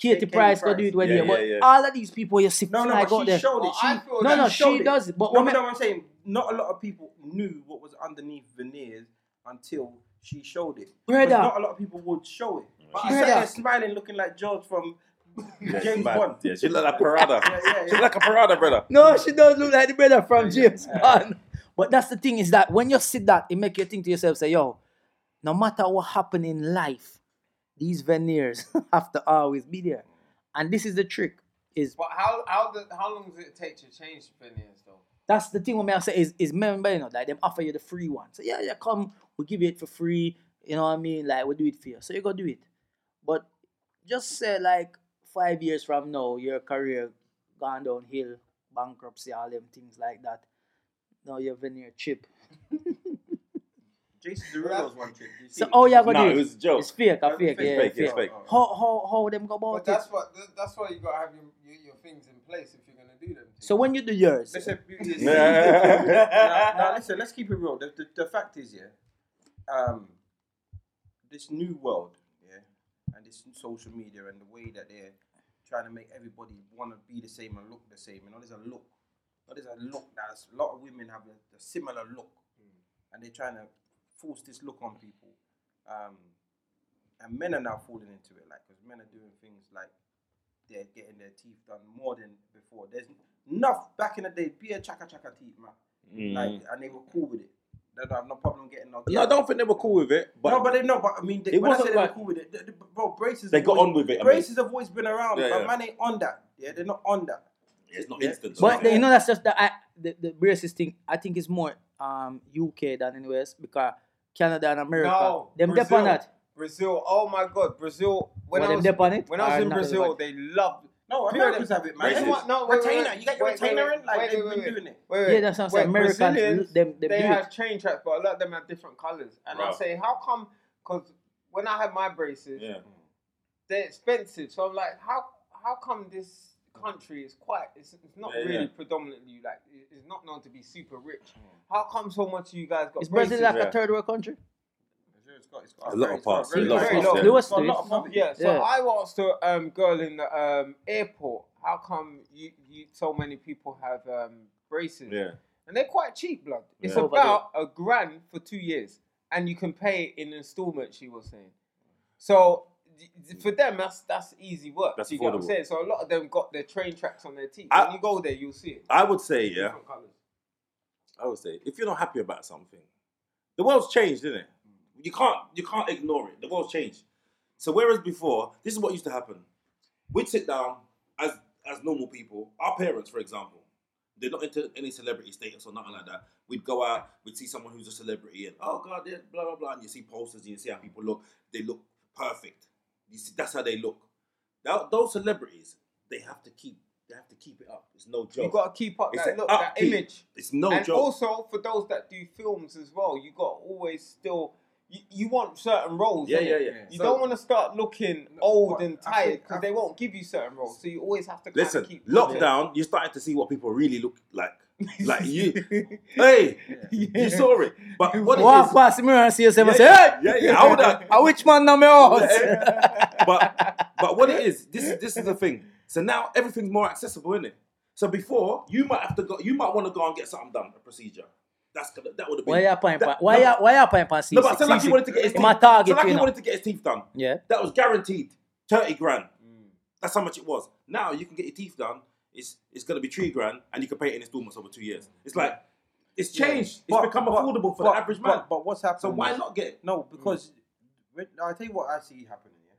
[SPEAKER 3] Katie
[SPEAKER 4] Katie
[SPEAKER 3] Price go
[SPEAKER 4] Price.
[SPEAKER 3] do it when
[SPEAKER 5] Yeah,
[SPEAKER 3] you but
[SPEAKER 5] yeah, yeah.
[SPEAKER 3] all of these people you see
[SPEAKER 4] No, no,
[SPEAKER 3] fly
[SPEAKER 4] but
[SPEAKER 3] go
[SPEAKER 4] she
[SPEAKER 3] there.
[SPEAKER 4] showed it.
[SPEAKER 2] Oh,
[SPEAKER 4] She,
[SPEAKER 2] I feel
[SPEAKER 3] No,
[SPEAKER 2] that
[SPEAKER 3] no,
[SPEAKER 2] she-
[SPEAKER 3] she
[SPEAKER 4] showed it.
[SPEAKER 3] does it. But
[SPEAKER 4] no,
[SPEAKER 3] what
[SPEAKER 4] but
[SPEAKER 3] me-
[SPEAKER 4] no, I'm saying not a lot of people knew what was underneath veneers until she showed it. 'Cause
[SPEAKER 3] Brother.
[SPEAKER 4] not a lot of people would show it. She sat
[SPEAKER 3] Brother.
[SPEAKER 4] there smiling, looking like George from James
[SPEAKER 5] man.
[SPEAKER 4] Bond.
[SPEAKER 5] Yeah, she look like Parada.
[SPEAKER 4] Yeah, yeah,
[SPEAKER 5] She's
[SPEAKER 4] yeah.
[SPEAKER 5] like a Parada, brother.
[SPEAKER 3] No, she does look like the brother from James Bond. But that's the thing is that when you see that, it make you think to yourself, say, yo, no matter what happen in life, these veneers have to always be there. And this is the trick. Is
[SPEAKER 2] But how how the, how long does it take to change veneers though?
[SPEAKER 3] that's the thing what me I say is is remember, you know, like them offer you the free one. So yeah, yeah, come, we give you it for free. You know what I mean? Like we'll do it for you. So you go do it. But just say like five years from now, your career gone downhill, bankruptcy, all them things like that. Now you're veneer chip.
[SPEAKER 4] Jason Derulo's one trick. You see
[SPEAKER 3] So oh,
[SPEAKER 4] it?
[SPEAKER 3] how you gonna
[SPEAKER 5] No,
[SPEAKER 3] do
[SPEAKER 5] it
[SPEAKER 3] it?
[SPEAKER 5] was a joke.
[SPEAKER 3] It's fake, I fake,
[SPEAKER 5] It's
[SPEAKER 3] yeah,
[SPEAKER 5] fake,
[SPEAKER 3] fake.
[SPEAKER 5] it's fake.
[SPEAKER 3] How how how them go
[SPEAKER 2] But
[SPEAKER 3] about it?
[SPEAKER 2] that's what that's why you gotta have your, your, your things in place if you're gonna do them. Things.
[SPEAKER 3] So when you do yours,
[SPEAKER 4] Let's have beauty and now,
[SPEAKER 5] Yeah.
[SPEAKER 4] now listen, let's keep it real. The, the, the fact is, yeah, um, this new world, yeah, and this social media and the way that they're trying to make everybody want to be the same and look the same. You know, there's a look. But there's a look. Now, there's a lot of women have a, a similar look, and they're trying to force this look on people. Um, and men are now falling into it, like because men are doing things like they're getting their teeth done more than before. There's enough back in the day, be a chaka chaka teeth, man. Like, and they were cool with it. They don't have no problem getting no.
[SPEAKER 5] Mm. No, I don't think they were cool with it. But
[SPEAKER 4] no, but they no, but I mean, they,
[SPEAKER 5] It
[SPEAKER 4] when I say
[SPEAKER 5] wasn't
[SPEAKER 4] they were
[SPEAKER 5] like-
[SPEAKER 4] cool with it, they- they- bro, braces.
[SPEAKER 5] They
[SPEAKER 4] have
[SPEAKER 5] got
[SPEAKER 4] always-
[SPEAKER 5] on with it, I mean.
[SPEAKER 4] Braces have always been around,
[SPEAKER 5] Yeah,
[SPEAKER 4] but
[SPEAKER 5] yeah.
[SPEAKER 4] man ain't on that. Yeah, they're not on that.
[SPEAKER 5] it's not
[SPEAKER 4] Yeah.
[SPEAKER 5] instant. so
[SPEAKER 3] But
[SPEAKER 5] it's
[SPEAKER 3] you know, that's just the I, the, the racist thing. I think it's more um UK than in US because Canada and America.
[SPEAKER 2] no,
[SPEAKER 3] them dep
[SPEAKER 2] Brazil,
[SPEAKER 3] on that.
[SPEAKER 2] Brazil. Oh my God, Brazil. When
[SPEAKER 3] What,
[SPEAKER 2] I
[SPEAKER 3] them
[SPEAKER 2] was
[SPEAKER 3] dip on it?
[SPEAKER 2] when I was
[SPEAKER 3] Or
[SPEAKER 2] in
[SPEAKER 3] not really
[SPEAKER 2] Brazil,
[SPEAKER 3] like-
[SPEAKER 2] they loved.
[SPEAKER 4] No,
[SPEAKER 2] Few of
[SPEAKER 4] Americans
[SPEAKER 2] them-
[SPEAKER 4] have it, man.
[SPEAKER 5] Racist.
[SPEAKER 4] Everyone-
[SPEAKER 2] No, wait, wait,
[SPEAKER 4] retainer.
[SPEAKER 2] wait.
[SPEAKER 4] you got your
[SPEAKER 2] Wait, wait,
[SPEAKER 4] retainer
[SPEAKER 2] wait,
[SPEAKER 4] in, like
[SPEAKER 2] wait,
[SPEAKER 4] they've
[SPEAKER 2] wait,
[SPEAKER 4] been
[SPEAKER 2] wait.
[SPEAKER 4] doing it.
[SPEAKER 2] Wait,
[SPEAKER 3] Yeah,
[SPEAKER 2] wait.
[SPEAKER 3] that's what I'm
[SPEAKER 2] Wait,
[SPEAKER 3] saying. Americans,
[SPEAKER 2] Brazilians,
[SPEAKER 3] them- them
[SPEAKER 2] they
[SPEAKER 3] do
[SPEAKER 2] have train tracks, but a lot of them have different colors. And I
[SPEAKER 5] Right.
[SPEAKER 2] say, how come? Because when I had my braces,
[SPEAKER 5] Yeah.
[SPEAKER 2] they're expensive. So I'm like, how how come this country is quite? It's, it's not
[SPEAKER 5] Yeah, Mm. yeah.
[SPEAKER 2] really predominantly like it- it's not known to be super rich. How come so much of you guys got
[SPEAKER 3] Is
[SPEAKER 2] braces?
[SPEAKER 3] Brazil like
[SPEAKER 5] yeah.
[SPEAKER 3] a third world country?
[SPEAKER 4] It's got- it's got-
[SPEAKER 5] A lot of
[SPEAKER 4] it's got
[SPEAKER 5] parts,
[SPEAKER 4] very-
[SPEAKER 5] a lot of
[SPEAKER 4] very
[SPEAKER 5] parts,
[SPEAKER 4] low-
[SPEAKER 5] yeah.
[SPEAKER 4] it's got a
[SPEAKER 3] Lewiston.
[SPEAKER 4] lot of poverty.
[SPEAKER 2] Yeah, so
[SPEAKER 3] Yeah.
[SPEAKER 2] I asked a um, girl in the um, airport, how come you, you so many people have um, braces?
[SPEAKER 5] Yeah.
[SPEAKER 2] And they're quite cheap, blood. It's
[SPEAKER 5] Yeah.
[SPEAKER 2] about a grand for two years, and you can pay it in installments. She was saying, so y- y- for them that's that's easy work.
[SPEAKER 5] That's
[SPEAKER 2] you get what I'm
[SPEAKER 5] affordable.
[SPEAKER 2] saying? So a lot of them got their train tracks on their teeth.
[SPEAKER 5] I-
[SPEAKER 2] when you go there, you'll see it.
[SPEAKER 5] I would say, yeah,
[SPEAKER 2] Different colours.
[SPEAKER 5] I would say, if you're not happy about something, the world's changed, isn't it? You can't, you can't ignore it. The world's changed. So whereas before, this is what used to happen. We'd sit down as as normal people. Our parents, for example, they're not into any celebrity status or nothing like that. We'd go out, we'd see someone who's a celebrity, and oh god, yeah, blah blah blah. And you see posters, and you see how people look. They look perfect. You see, that's how they look. Now, those celebrities, they have to keep, they have to keep it up. It's no joke.
[SPEAKER 2] You got to keep up
[SPEAKER 5] It's
[SPEAKER 2] that
[SPEAKER 5] an
[SPEAKER 2] look, that
[SPEAKER 5] upkeep.
[SPEAKER 2] image.
[SPEAKER 5] It's no
[SPEAKER 2] and
[SPEAKER 5] joke.
[SPEAKER 2] also for those that do films as well, you got to always still. You, you want certain roles.
[SPEAKER 5] Yeah,
[SPEAKER 2] innit?
[SPEAKER 5] yeah, yeah.
[SPEAKER 2] You
[SPEAKER 4] So-
[SPEAKER 2] don't want to start looking old
[SPEAKER 4] but
[SPEAKER 2] and
[SPEAKER 4] I
[SPEAKER 2] tired
[SPEAKER 4] think-
[SPEAKER 2] because
[SPEAKER 4] I-
[SPEAKER 2] they won't give you certain roles. So you always have to kinda
[SPEAKER 5] Listen,
[SPEAKER 2] keep
[SPEAKER 5] lockdown, you started to see what people really look like. Like you, hey, you saw it. But what it
[SPEAKER 3] Walk
[SPEAKER 5] is-
[SPEAKER 3] past the mirror and see yourself and say,
[SPEAKER 5] yeah,
[SPEAKER 3] hey,
[SPEAKER 5] yeah, yeah, I would have.
[SPEAKER 3] a witch man now me out.
[SPEAKER 5] But but what it is, this is this is the thing. So now everything's more accessible, isn't it? So before you might have to go, you might want to go and get something done, a procedure. That's gonna, that would have been.
[SPEAKER 3] Why you playing? pa-
[SPEAKER 5] that-
[SPEAKER 3] Why
[SPEAKER 5] no,
[SPEAKER 3] you why you playing past?
[SPEAKER 5] No, but so like he wanted to get his teeth.
[SPEAKER 3] My target,
[SPEAKER 5] so like
[SPEAKER 3] you
[SPEAKER 5] he
[SPEAKER 3] know.
[SPEAKER 5] wanted to get his teeth done.
[SPEAKER 3] Yeah.
[SPEAKER 5] That was guaranteed. Thirty grand. That's how much it was. Now you can get your teeth done. It's it's gonna be three grand, and you can pay it in installments over two years. It's like it's changed.
[SPEAKER 4] But-
[SPEAKER 5] it's become
[SPEAKER 4] but-
[SPEAKER 5] affordable for
[SPEAKER 4] but-
[SPEAKER 5] the average
[SPEAKER 4] but-
[SPEAKER 5] man.
[SPEAKER 4] But, what's happening?
[SPEAKER 5] so why not get it?
[SPEAKER 2] Mm.
[SPEAKER 4] No, because when, I tell you what I see happening. Yeah,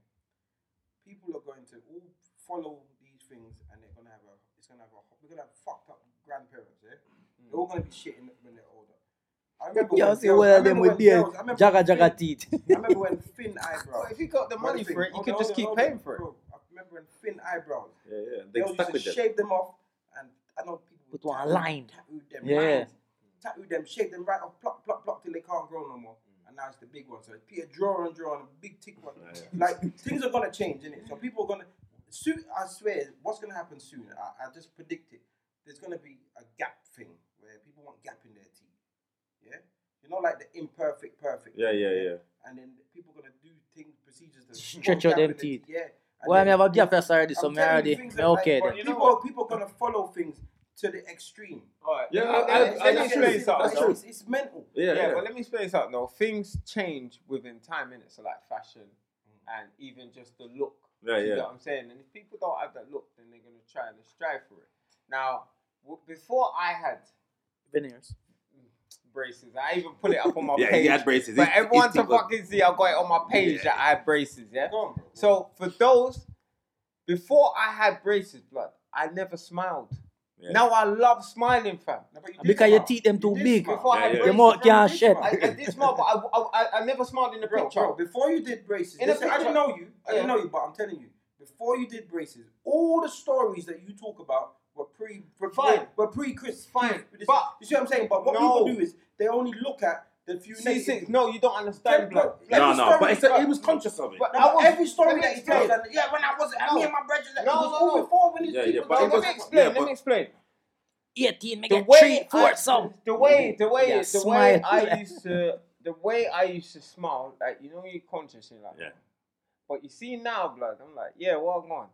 [SPEAKER 4] people are going to all follow these things, and they're gonna have a. It's gonna have a. We're gonna have fucked up grandparents. Yeah,
[SPEAKER 2] Mm.
[SPEAKER 4] they're all gonna be shitting when they're older. I remember
[SPEAKER 3] You
[SPEAKER 4] when
[SPEAKER 3] see
[SPEAKER 4] girls-
[SPEAKER 3] one
[SPEAKER 4] I
[SPEAKER 3] of them
[SPEAKER 4] remember
[SPEAKER 3] with
[SPEAKER 4] when
[SPEAKER 3] their
[SPEAKER 4] girls- I remember
[SPEAKER 3] jaga
[SPEAKER 4] when
[SPEAKER 3] jaga
[SPEAKER 4] thin-
[SPEAKER 3] teeth.
[SPEAKER 4] I remember when thin eyebrows.
[SPEAKER 2] But if you got the money
[SPEAKER 4] Thin-
[SPEAKER 2] for it, you
[SPEAKER 4] hold
[SPEAKER 2] could
[SPEAKER 4] on,
[SPEAKER 2] just
[SPEAKER 4] hold on,
[SPEAKER 2] keep
[SPEAKER 4] hold on,
[SPEAKER 2] paying for it.
[SPEAKER 4] bro. I remember when thin eyebrows.
[SPEAKER 5] Yeah, yeah.
[SPEAKER 4] They used to shave them off, and I know people
[SPEAKER 3] Put one aligned.
[SPEAKER 4] Tattooed them
[SPEAKER 3] Yeah.
[SPEAKER 4] lines. Tattooed them, shaped them right off, pluck, pluck, pluck till they can't grow no more.
[SPEAKER 5] Mm.
[SPEAKER 4] And now it's the big one. So it's Peter draw and draw on a big tick one. Like things are gonna change, innit? So people are gonna soon I swear, what's gonna happen soon, I, I just predict it. There's gonna be a gap thing where people want gap in their teeth. Yeah? You know like the imperfect perfect.
[SPEAKER 5] Yeah, yeah, yeah.
[SPEAKER 4] And then people gonna do things, procedures that
[SPEAKER 3] Stretch
[SPEAKER 4] want
[SPEAKER 3] out
[SPEAKER 4] gap
[SPEAKER 3] them
[SPEAKER 4] in their
[SPEAKER 3] teeth.
[SPEAKER 4] Yeah. And
[SPEAKER 3] Well, I
[SPEAKER 4] then-
[SPEAKER 3] never give us already, so
[SPEAKER 4] I'm
[SPEAKER 3] me
[SPEAKER 4] telling you,
[SPEAKER 3] already.
[SPEAKER 4] things
[SPEAKER 3] Me
[SPEAKER 4] are like-
[SPEAKER 3] okay
[SPEAKER 4] but
[SPEAKER 3] then.
[SPEAKER 4] you know people, people gonna follow things to the extreme.
[SPEAKER 2] Alright,
[SPEAKER 5] Yeah,
[SPEAKER 2] let me-
[SPEAKER 5] I-
[SPEAKER 2] let me-
[SPEAKER 4] It's-
[SPEAKER 2] let me
[SPEAKER 5] I- I-
[SPEAKER 4] it's-
[SPEAKER 2] explain
[SPEAKER 4] it's-
[SPEAKER 2] something,
[SPEAKER 4] it's-
[SPEAKER 2] though.
[SPEAKER 4] It's, it's mental.
[SPEAKER 5] Yeah,
[SPEAKER 2] yeah,
[SPEAKER 5] yeah.
[SPEAKER 2] but let me explain something though. Things change within time, innit? So like fashion
[SPEAKER 4] Mm.
[SPEAKER 2] and even just the look.
[SPEAKER 5] Yeah,
[SPEAKER 2] Do you
[SPEAKER 5] yeah.
[SPEAKER 2] know what I'm saying? And if people don't have that look, then they're gonna try and strive for it. Now, w- before I had
[SPEAKER 3] Veneers.
[SPEAKER 2] braces, I even put it up on my
[SPEAKER 5] Yeah,
[SPEAKER 2] page.
[SPEAKER 5] he had braces.
[SPEAKER 2] But
[SPEAKER 5] His-
[SPEAKER 2] everyone
[SPEAKER 5] his
[SPEAKER 2] to
[SPEAKER 5] teeth was-
[SPEAKER 2] fucking see, I got it on my page
[SPEAKER 5] Yeah.
[SPEAKER 2] that I had braces. Yeah.
[SPEAKER 4] Go on, bro.
[SPEAKER 2] So for those, before I had braces, blood, I never smiled.
[SPEAKER 5] Yeah.
[SPEAKER 2] Now I love smiling, fam.
[SPEAKER 4] No, but you did
[SPEAKER 3] Because your
[SPEAKER 4] smile.
[SPEAKER 3] teeth them too
[SPEAKER 4] did
[SPEAKER 3] big.
[SPEAKER 4] smile.
[SPEAKER 2] Before I
[SPEAKER 5] Yeah,
[SPEAKER 2] had
[SPEAKER 5] yeah.
[SPEAKER 3] Your
[SPEAKER 2] braces,
[SPEAKER 3] mouth can't
[SPEAKER 4] Braces,
[SPEAKER 3] shut.
[SPEAKER 4] bro.
[SPEAKER 2] I, I did smile, but I, I, I- I never smiled in the
[SPEAKER 4] Bro,
[SPEAKER 2] picture.
[SPEAKER 4] bro, before you did braces,
[SPEAKER 2] In a
[SPEAKER 4] listen, I didn't
[SPEAKER 2] picture.
[SPEAKER 4] know you. I didn't
[SPEAKER 2] Yeah.
[SPEAKER 4] know you, but I'm telling you, before you did braces, all the stories that you talk about were pre, were
[SPEAKER 2] Fine.
[SPEAKER 4] were pre Chris.
[SPEAKER 2] Fine,
[SPEAKER 4] you
[SPEAKER 2] but-
[SPEAKER 4] see what I'm saying? But what
[SPEAKER 2] No.
[SPEAKER 4] people do is they only look at the few
[SPEAKER 2] See,
[SPEAKER 4] negative-
[SPEAKER 2] see, no, you don't
[SPEAKER 4] Every-
[SPEAKER 2] understand, blood.
[SPEAKER 4] every
[SPEAKER 5] No, no,
[SPEAKER 4] story
[SPEAKER 5] but
[SPEAKER 4] he
[SPEAKER 5] it's a,
[SPEAKER 4] got-
[SPEAKER 5] he was conscious of it.
[SPEAKER 2] But
[SPEAKER 4] No,
[SPEAKER 2] I was,
[SPEAKER 4] every
[SPEAKER 2] let
[SPEAKER 4] story
[SPEAKER 2] me
[SPEAKER 4] that he
[SPEAKER 2] explain.
[SPEAKER 4] tells, and yeah, when I was,
[SPEAKER 2] No.
[SPEAKER 4] me and my brethren, it
[SPEAKER 2] No,
[SPEAKER 4] was
[SPEAKER 2] no,
[SPEAKER 4] all
[SPEAKER 2] no.
[SPEAKER 4] before when his
[SPEAKER 5] Yeah,
[SPEAKER 4] teeth
[SPEAKER 5] yeah,
[SPEAKER 4] was
[SPEAKER 5] but
[SPEAKER 2] No,
[SPEAKER 4] all
[SPEAKER 5] it
[SPEAKER 2] let
[SPEAKER 5] was-
[SPEAKER 2] me
[SPEAKER 4] over.
[SPEAKER 2] explain.
[SPEAKER 5] yeah,
[SPEAKER 2] let
[SPEAKER 5] but-
[SPEAKER 2] me explain.
[SPEAKER 3] 18, make
[SPEAKER 2] The
[SPEAKER 3] it
[SPEAKER 2] way
[SPEAKER 3] three,
[SPEAKER 2] I-
[SPEAKER 3] four, some.
[SPEAKER 2] The way, the way,
[SPEAKER 3] Yeah,
[SPEAKER 2] the
[SPEAKER 3] smile.
[SPEAKER 2] way I used to, the way I used to smile, like you know, you're conscious, you're like,
[SPEAKER 5] Yeah.
[SPEAKER 2] But you see now, blood, I'm like, yeah, well gone.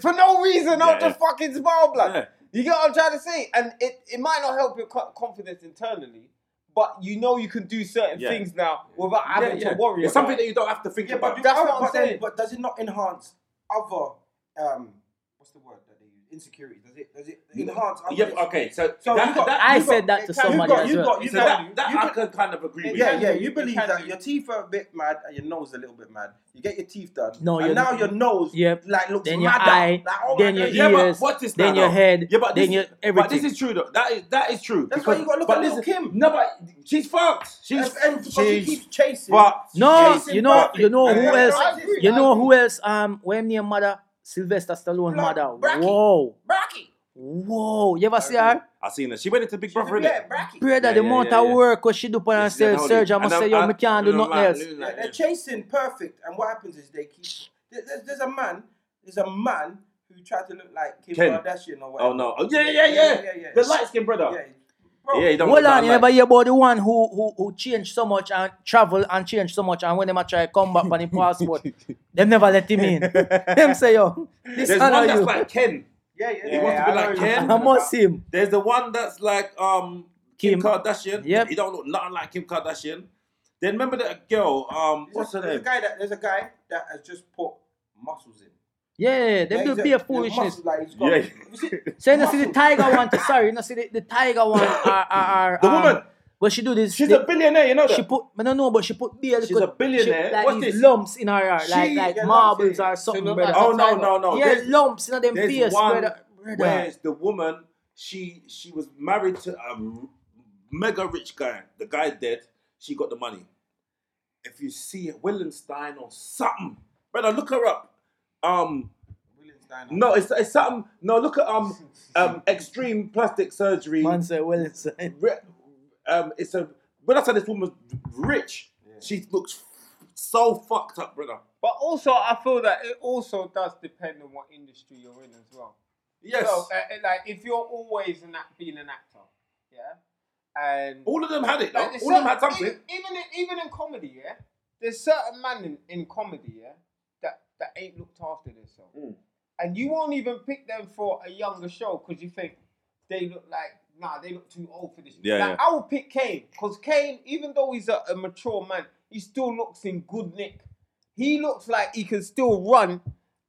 [SPEAKER 2] For no reason,
[SPEAKER 5] Yeah,
[SPEAKER 2] I'll just
[SPEAKER 5] yeah.
[SPEAKER 2] fucking smile, blood.
[SPEAKER 5] Yeah.
[SPEAKER 2] You get what I'm trying to say? And it, it might not help your co- confidence internally, but you know you can do certain
[SPEAKER 5] Yeah.
[SPEAKER 2] things now without
[SPEAKER 5] Yeah,
[SPEAKER 2] having
[SPEAKER 5] yeah.
[SPEAKER 2] to worry
[SPEAKER 5] It's
[SPEAKER 2] about
[SPEAKER 5] something
[SPEAKER 2] it.
[SPEAKER 5] that you don't have to think
[SPEAKER 4] Yeah,
[SPEAKER 5] about.
[SPEAKER 4] but you,
[SPEAKER 2] That's
[SPEAKER 4] oh,
[SPEAKER 2] what I'm
[SPEAKER 4] but then-
[SPEAKER 2] saying.
[SPEAKER 4] But does it not enhance other um what's the word that they use? Insecurity. Does it does it enhance other
[SPEAKER 5] Yep, okay, so,
[SPEAKER 4] So
[SPEAKER 5] that,
[SPEAKER 4] you got-
[SPEAKER 5] that,
[SPEAKER 3] I
[SPEAKER 4] you got-
[SPEAKER 3] said that to
[SPEAKER 4] you got-
[SPEAKER 3] somebody
[SPEAKER 4] you got-
[SPEAKER 3] as
[SPEAKER 4] you
[SPEAKER 3] well.
[SPEAKER 4] got-
[SPEAKER 5] so
[SPEAKER 4] you
[SPEAKER 5] that,
[SPEAKER 4] got-
[SPEAKER 5] that
[SPEAKER 4] you
[SPEAKER 5] I
[SPEAKER 4] got-
[SPEAKER 5] can kind of agree with.
[SPEAKER 4] yeah,
[SPEAKER 2] can
[SPEAKER 4] yeah,
[SPEAKER 2] do,
[SPEAKER 4] you
[SPEAKER 2] you
[SPEAKER 4] believe
[SPEAKER 2] can
[SPEAKER 4] that
[SPEAKER 2] do.
[SPEAKER 4] your teeth are a bit mad and your nose a little bit mad. You get your teeth done.
[SPEAKER 3] No,
[SPEAKER 4] and
[SPEAKER 3] your-
[SPEAKER 4] now your nose
[SPEAKER 3] Yep.
[SPEAKER 4] like looks
[SPEAKER 3] Then your
[SPEAKER 4] madder.
[SPEAKER 3] eye,
[SPEAKER 4] like, oh my
[SPEAKER 3] then
[SPEAKER 4] God,
[SPEAKER 3] your
[SPEAKER 4] yeah,
[SPEAKER 5] Yeah,
[SPEAKER 4] but-
[SPEAKER 3] ears,
[SPEAKER 5] but what is
[SPEAKER 3] then
[SPEAKER 5] now,
[SPEAKER 3] your
[SPEAKER 5] though?
[SPEAKER 3] head,
[SPEAKER 5] Yeah, but
[SPEAKER 3] then
[SPEAKER 5] this,
[SPEAKER 3] your
[SPEAKER 5] But this
[SPEAKER 3] everything.
[SPEAKER 5] is true though. That is that is true.
[SPEAKER 4] That's
[SPEAKER 5] because-
[SPEAKER 4] why you gotta look
[SPEAKER 5] but
[SPEAKER 4] at Lil'
[SPEAKER 5] listen,
[SPEAKER 4] Kim.
[SPEAKER 5] No, but she's fucked. She's
[SPEAKER 4] and, and but she
[SPEAKER 5] she's
[SPEAKER 4] keeps chasing.
[SPEAKER 5] fucked.
[SPEAKER 3] No,
[SPEAKER 4] Jason
[SPEAKER 3] you know,
[SPEAKER 4] Perfect.
[SPEAKER 3] you know
[SPEAKER 4] Yeah,
[SPEAKER 3] who
[SPEAKER 4] yeah,
[SPEAKER 3] else?
[SPEAKER 4] I agree,
[SPEAKER 3] You
[SPEAKER 4] I
[SPEAKER 3] know
[SPEAKER 4] agree.
[SPEAKER 3] who else? Um, when your mother, Sylvester Stallone's
[SPEAKER 4] Black-
[SPEAKER 3] mother.
[SPEAKER 4] Bracky.
[SPEAKER 3] Whoa,
[SPEAKER 4] Bracky.
[SPEAKER 3] whoa. You ever see her?
[SPEAKER 5] I seen her. She went into Big Brother,
[SPEAKER 4] Yeah,
[SPEAKER 5] innit?
[SPEAKER 4] Bracky.
[SPEAKER 3] Brother,
[SPEAKER 5] Yeah,
[SPEAKER 3] the
[SPEAKER 5] yeah,
[SPEAKER 3] amount
[SPEAKER 5] yeah,
[SPEAKER 3] of
[SPEAKER 5] yeah.
[SPEAKER 3] work what she do for
[SPEAKER 5] Yeah, she done
[SPEAKER 3] herself,
[SPEAKER 5] hold
[SPEAKER 3] Serge,
[SPEAKER 5] it.
[SPEAKER 3] I must
[SPEAKER 5] And
[SPEAKER 3] say, yo,
[SPEAKER 5] I-
[SPEAKER 3] me can't do
[SPEAKER 5] I-
[SPEAKER 3] nothing
[SPEAKER 5] I-
[SPEAKER 3] else.
[SPEAKER 5] I-
[SPEAKER 4] They're, they're chasing perfect, and what happens is they keep. there- There's, there's a man. There's a man who tried to look like Kim
[SPEAKER 5] Ken.
[SPEAKER 4] Kardashian or whatever.
[SPEAKER 5] Oh no. Oh yeah, yeah, yeah.
[SPEAKER 4] yeah, yeah.
[SPEAKER 5] The light
[SPEAKER 4] Yeah,
[SPEAKER 5] skinned brother.
[SPEAKER 4] bro.
[SPEAKER 5] Yeah, you don't
[SPEAKER 3] Hold
[SPEAKER 5] look
[SPEAKER 3] on,
[SPEAKER 5] that
[SPEAKER 3] you never
[SPEAKER 5] light.
[SPEAKER 3] hear about the one who who who changed so much and travel and changed so much and when them a try come back on the passport, them never let him in. them say, yo, this
[SPEAKER 5] There's
[SPEAKER 3] honor
[SPEAKER 5] one that's
[SPEAKER 3] you.
[SPEAKER 5] like Ken.
[SPEAKER 4] yeah, yeah.
[SPEAKER 5] He wants to
[SPEAKER 2] I
[SPEAKER 5] be
[SPEAKER 2] know who
[SPEAKER 5] like
[SPEAKER 2] you're
[SPEAKER 5] Ken.
[SPEAKER 3] I must see him.
[SPEAKER 5] There's the one that's like um
[SPEAKER 3] Kim.
[SPEAKER 5] Kim, Kardashian.
[SPEAKER 3] Yep.
[SPEAKER 5] He don't look nothing like Kim Kardashian. Then remember that girl, um
[SPEAKER 4] There's
[SPEAKER 5] what's
[SPEAKER 4] a,
[SPEAKER 5] her
[SPEAKER 4] there's a
[SPEAKER 5] name?
[SPEAKER 4] guy that there's a guy that has just put muscles in.
[SPEAKER 3] Yeah, them
[SPEAKER 4] Yeah,
[SPEAKER 3] do
[SPEAKER 4] he's
[SPEAKER 3] be a
[SPEAKER 4] there's
[SPEAKER 3] foolishness.
[SPEAKER 4] muscles, Like he's got,
[SPEAKER 5] Yeah.
[SPEAKER 4] You see-
[SPEAKER 3] So you know, see the tiger one. To, sorry, you know, see the, the tiger one. Are, are, are,
[SPEAKER 5] The
[SPEAKER 3] um,
[SPEAKER 5] woman.
[SPEAKER 3] What she do this?
[SPEAKER 5] She's
[SPEAKER 3] the-
[SPEAKER 5] a billionaire, you know that?
[SPEAKER 3] She put. I don't know, but she put. Beer,
[SPEAKER 5] She's a billionaire.
[SPEAKER 3] She, like
[SPEAKER 5] What's
[SPEAKER 3] these
[SPEAKER 5] this?
[SPEAKER 3] lumps in her, hair, like
[SPEAKER 5] She-
[SPEAKER 3] like
[SPEAKER 4] yeah,
[SPEAKER 3] marbles
[SPEAKER 4] lumps, yeah.
[SPEAKER 3] or something,
[SPEAKER 2] look
[SPEAKER 3] brother.
[SPEAKER 2] like-
[SPEAKER 5] oh no, no, no.
[SPEAKER 3] yeah,
[SPEAKER 5] There's-
[SPEAKER 3] lumps in them
[SPEAKER 5] There's
[SPEAKER 3] face,
[SPEAKER 5] one
[SPEAKER 3] brother. brother.
[SPEAKER 5] where the woman she she was married to a m- mega rich guy. The guy dead. She got the money. If you see it, Willenstein or something, brother, look her up. Um, no, it's it's something. No, look at um um extreme plastic surgery.
[SPEAKER 3] Man said, well, it's a
[SPEAKER 5] Re- um, it's a when I said this woman's rich, she looks so fucked up, brother.
[SPEAKER 2] But also, I feel that it also does depend on what industry you're in as well.
[SPEAKER 5] Yes,
[SPEAKER 2] So, uh, uh, like, if you're always an act, being an actor, yeah, and
[SPEAKER 5] all of them had it. Though.
[SPEAKER 2] like, there's
[SPEAKER 5] All of them had
[SPEAKER 2] certain-
[SPEAKER 5] something.
[SPEAKER 2] Even, even in, even in comedy, yeah, there's certain man in, in comedy, yeah, that that ain't looked after themselves,
[SPEAKER 5] Mm.
[SPEAKER 2] and you won't even pick them for a younger show because you think they look like. Nah, they look too old for this.
[SPEAKER 5] Yeah,
[SPEAKER 2] like,
[SPEAKER 5] yeah.
[SPEAKER 2] I will pick Kane because Kane, even though he's a, a mature man, he still looks in good nick. He looks like he can still run.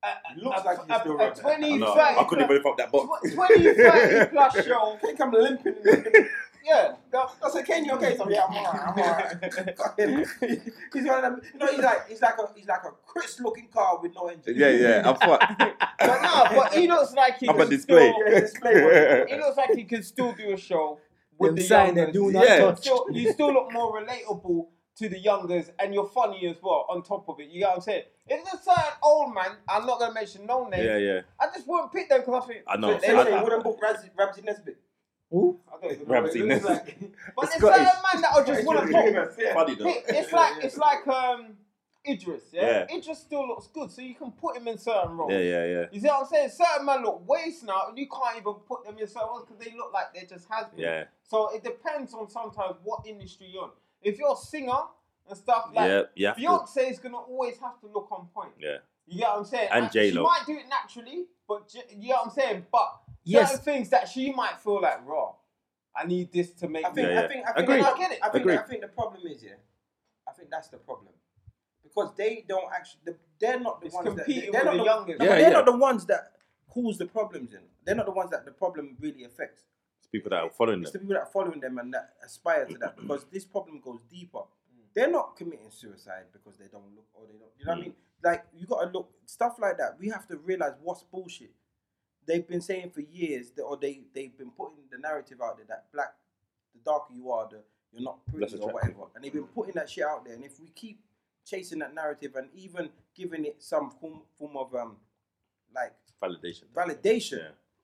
[SPEAKER 2] A, a-
[SPEAKER 4] Looks
[SPEAKER 2] a-
[SPEAKER 4] like he can
[SPEAKER 2] a-
[SPEAKER 4] still
[SPEAKER 2] a
[SPEAKER 4] run.
[SPEAKER 2] 20,
[SPEAKER 5] I know.
[SPEAKER 2] 30
[SPEAKER 5] I couldn't
[SPEAKER 2] plus-
[SPEAKER 5] even pop that box.
[SPEAKER 2] Tw- 20, 30 plus show.
[SPEAKER 4] I think I'm limping.
[SPEAKER 2] Yeah.
[SPEAKER 4] No, I said, Ken, you okay? So yeah, I'm alright. I'm alright. Fucking- he's one of them. You know, he's like he's like a he's like a crisp looking car with no engine.
[SPEAKER 5] yeah, I'm fucked.
[SPEAKER 2] But no, but he looks like he
[SPEAKER 5] I'm a
[SPEAKER 2] can
[SPEAKER 5] display.
[SPEAKER 2] still.
[SPEAKER 4] Yeah, display one.
[SPEAKER 2] He looks like he can still do a show with
[SPEAKER 3] them
[SPEAKER 2] the
[SPEAKER 3] sign
[SPEAKER 2] youngers.
[SPEAKER 3] that do not
[SPEAKER 5] Yeah.
[SPEAKER 3] touch.
[SPEAKER 2] Still- you still look more relatable to the youngers, and you're funny as well. On top of it, you know what I'm saying? It's a certain old man. I'm not gonna mention no name.
[SPEAKER 5] yeah.
[SPEAKER 2] I just wouldn't pick them because I think
[SPEAKER 5] I know.
[SPEAKER 4] They say, wouldn't book Ramsey, Ramsey Nesbitt.
[SPEAKER 3] Who?
[SPEAKER 2] I don't even know
[SPEAKER 5] We
[SPEAKER 2] what
[SPEAKER 5] haven't
[SPEAKER 2] it
[SPEAKER 5] seen
[SPEAKER 2] looks
[SPEAKER 5] this.
[SPEAKER 2] like. But there's
[SPEAKER 5] Scottish.
[SPEAKER 2] certain man that I just want to pop.
[SPEAKER 5] Funny though.
[SPEAKER 2] It's like it's like um Idris, yeah?
[SPEAKER 5] Yeah.
[SPEAKER 2] Idris still looks good, so you can put him in certain roles.
[SPEAKER 5] Yeah, yeah, yeah.
[SPEAKER 2] You see what I'm saying? Certain men look waste now, and you can't even put them in certain ones because they look like they just has been.
[SPEAKER 5] Yeah.
[SPEAKER 2] So it depends on sometimes what industry you're in. If you're a singer and stuff like
[SPEAKER 5] Yeah, you have to.
[SPEAKER 2] Beyonce is gonna always have to look on point.
[SPEAKER 5] Yeah.
[SPEAKER 2] You get what I'm saying?
[SPEAKER 5] And
[SPEAKER 2] She
[SPEAKER 5] J-Lo.
[SPEAKER 2] might do it naturally, but j- you know what I'm saying? But
[SPEAKER 3] Yes.
[SPEAKER 2] certain things that she might feel like, raw, I need this to make
[SPEAKER 4] I think,
[SPEAKER 5] Yeah, yeah.
[SPEAKER 4] I think, I think,
[SPEAKER 5] Agreed.
[SPEAKER 4] I get it. I think,
[SPEAKER 5] Agreed.
[SPEAKER 4] I think the problem is, yeah, I think that's the problem because they don't actually, the- they're not the
[SPEAKER 2] It's
[SPEAKER 4] ones that
[SPEAKER 2] competing
[SPEAKER 4] they're
[SPEAKER 2] with
[SPEAKER 4] not
[SPEAKER 2] the youngest.
[SPEAKER 4] no, but
[SPEAKER 5] Yeah,
[SPEAKER 4] they're
[SPEAKER 5] yeah.
[SPEAKER 4] not the ones that cause the problems. In they're not the ones that the problem really affects.
[SPEAKER 5] It's people that are following
[SPEAKER 4] It's the
[SPEAKER 5] them.
[SPEAKER 4] people that are following them and that aspire to that because this problem goes deeper. They're not committing suicide because they don't look or they don't. You know what
[SPEAKER 5] Mm.
[SPEAKER 4] I mean? Like you gotta look stuff like that. We have to realize what's bullshit. They've been saying for years that, or they they've been putting the narrative out there that black, the darker you are, the you're not
[SPEAKER 5] Less
[SPEAKER 4] pretty or
[SPEAKER 5] attractive. Mm.
[SPEAKER 4] whatever. And they've been putting that shit out there. And if we keep chasing that narrative and even giving it some form, form of um, like
[SPEAKER 5] Validation.
[SPEAKER 4] validation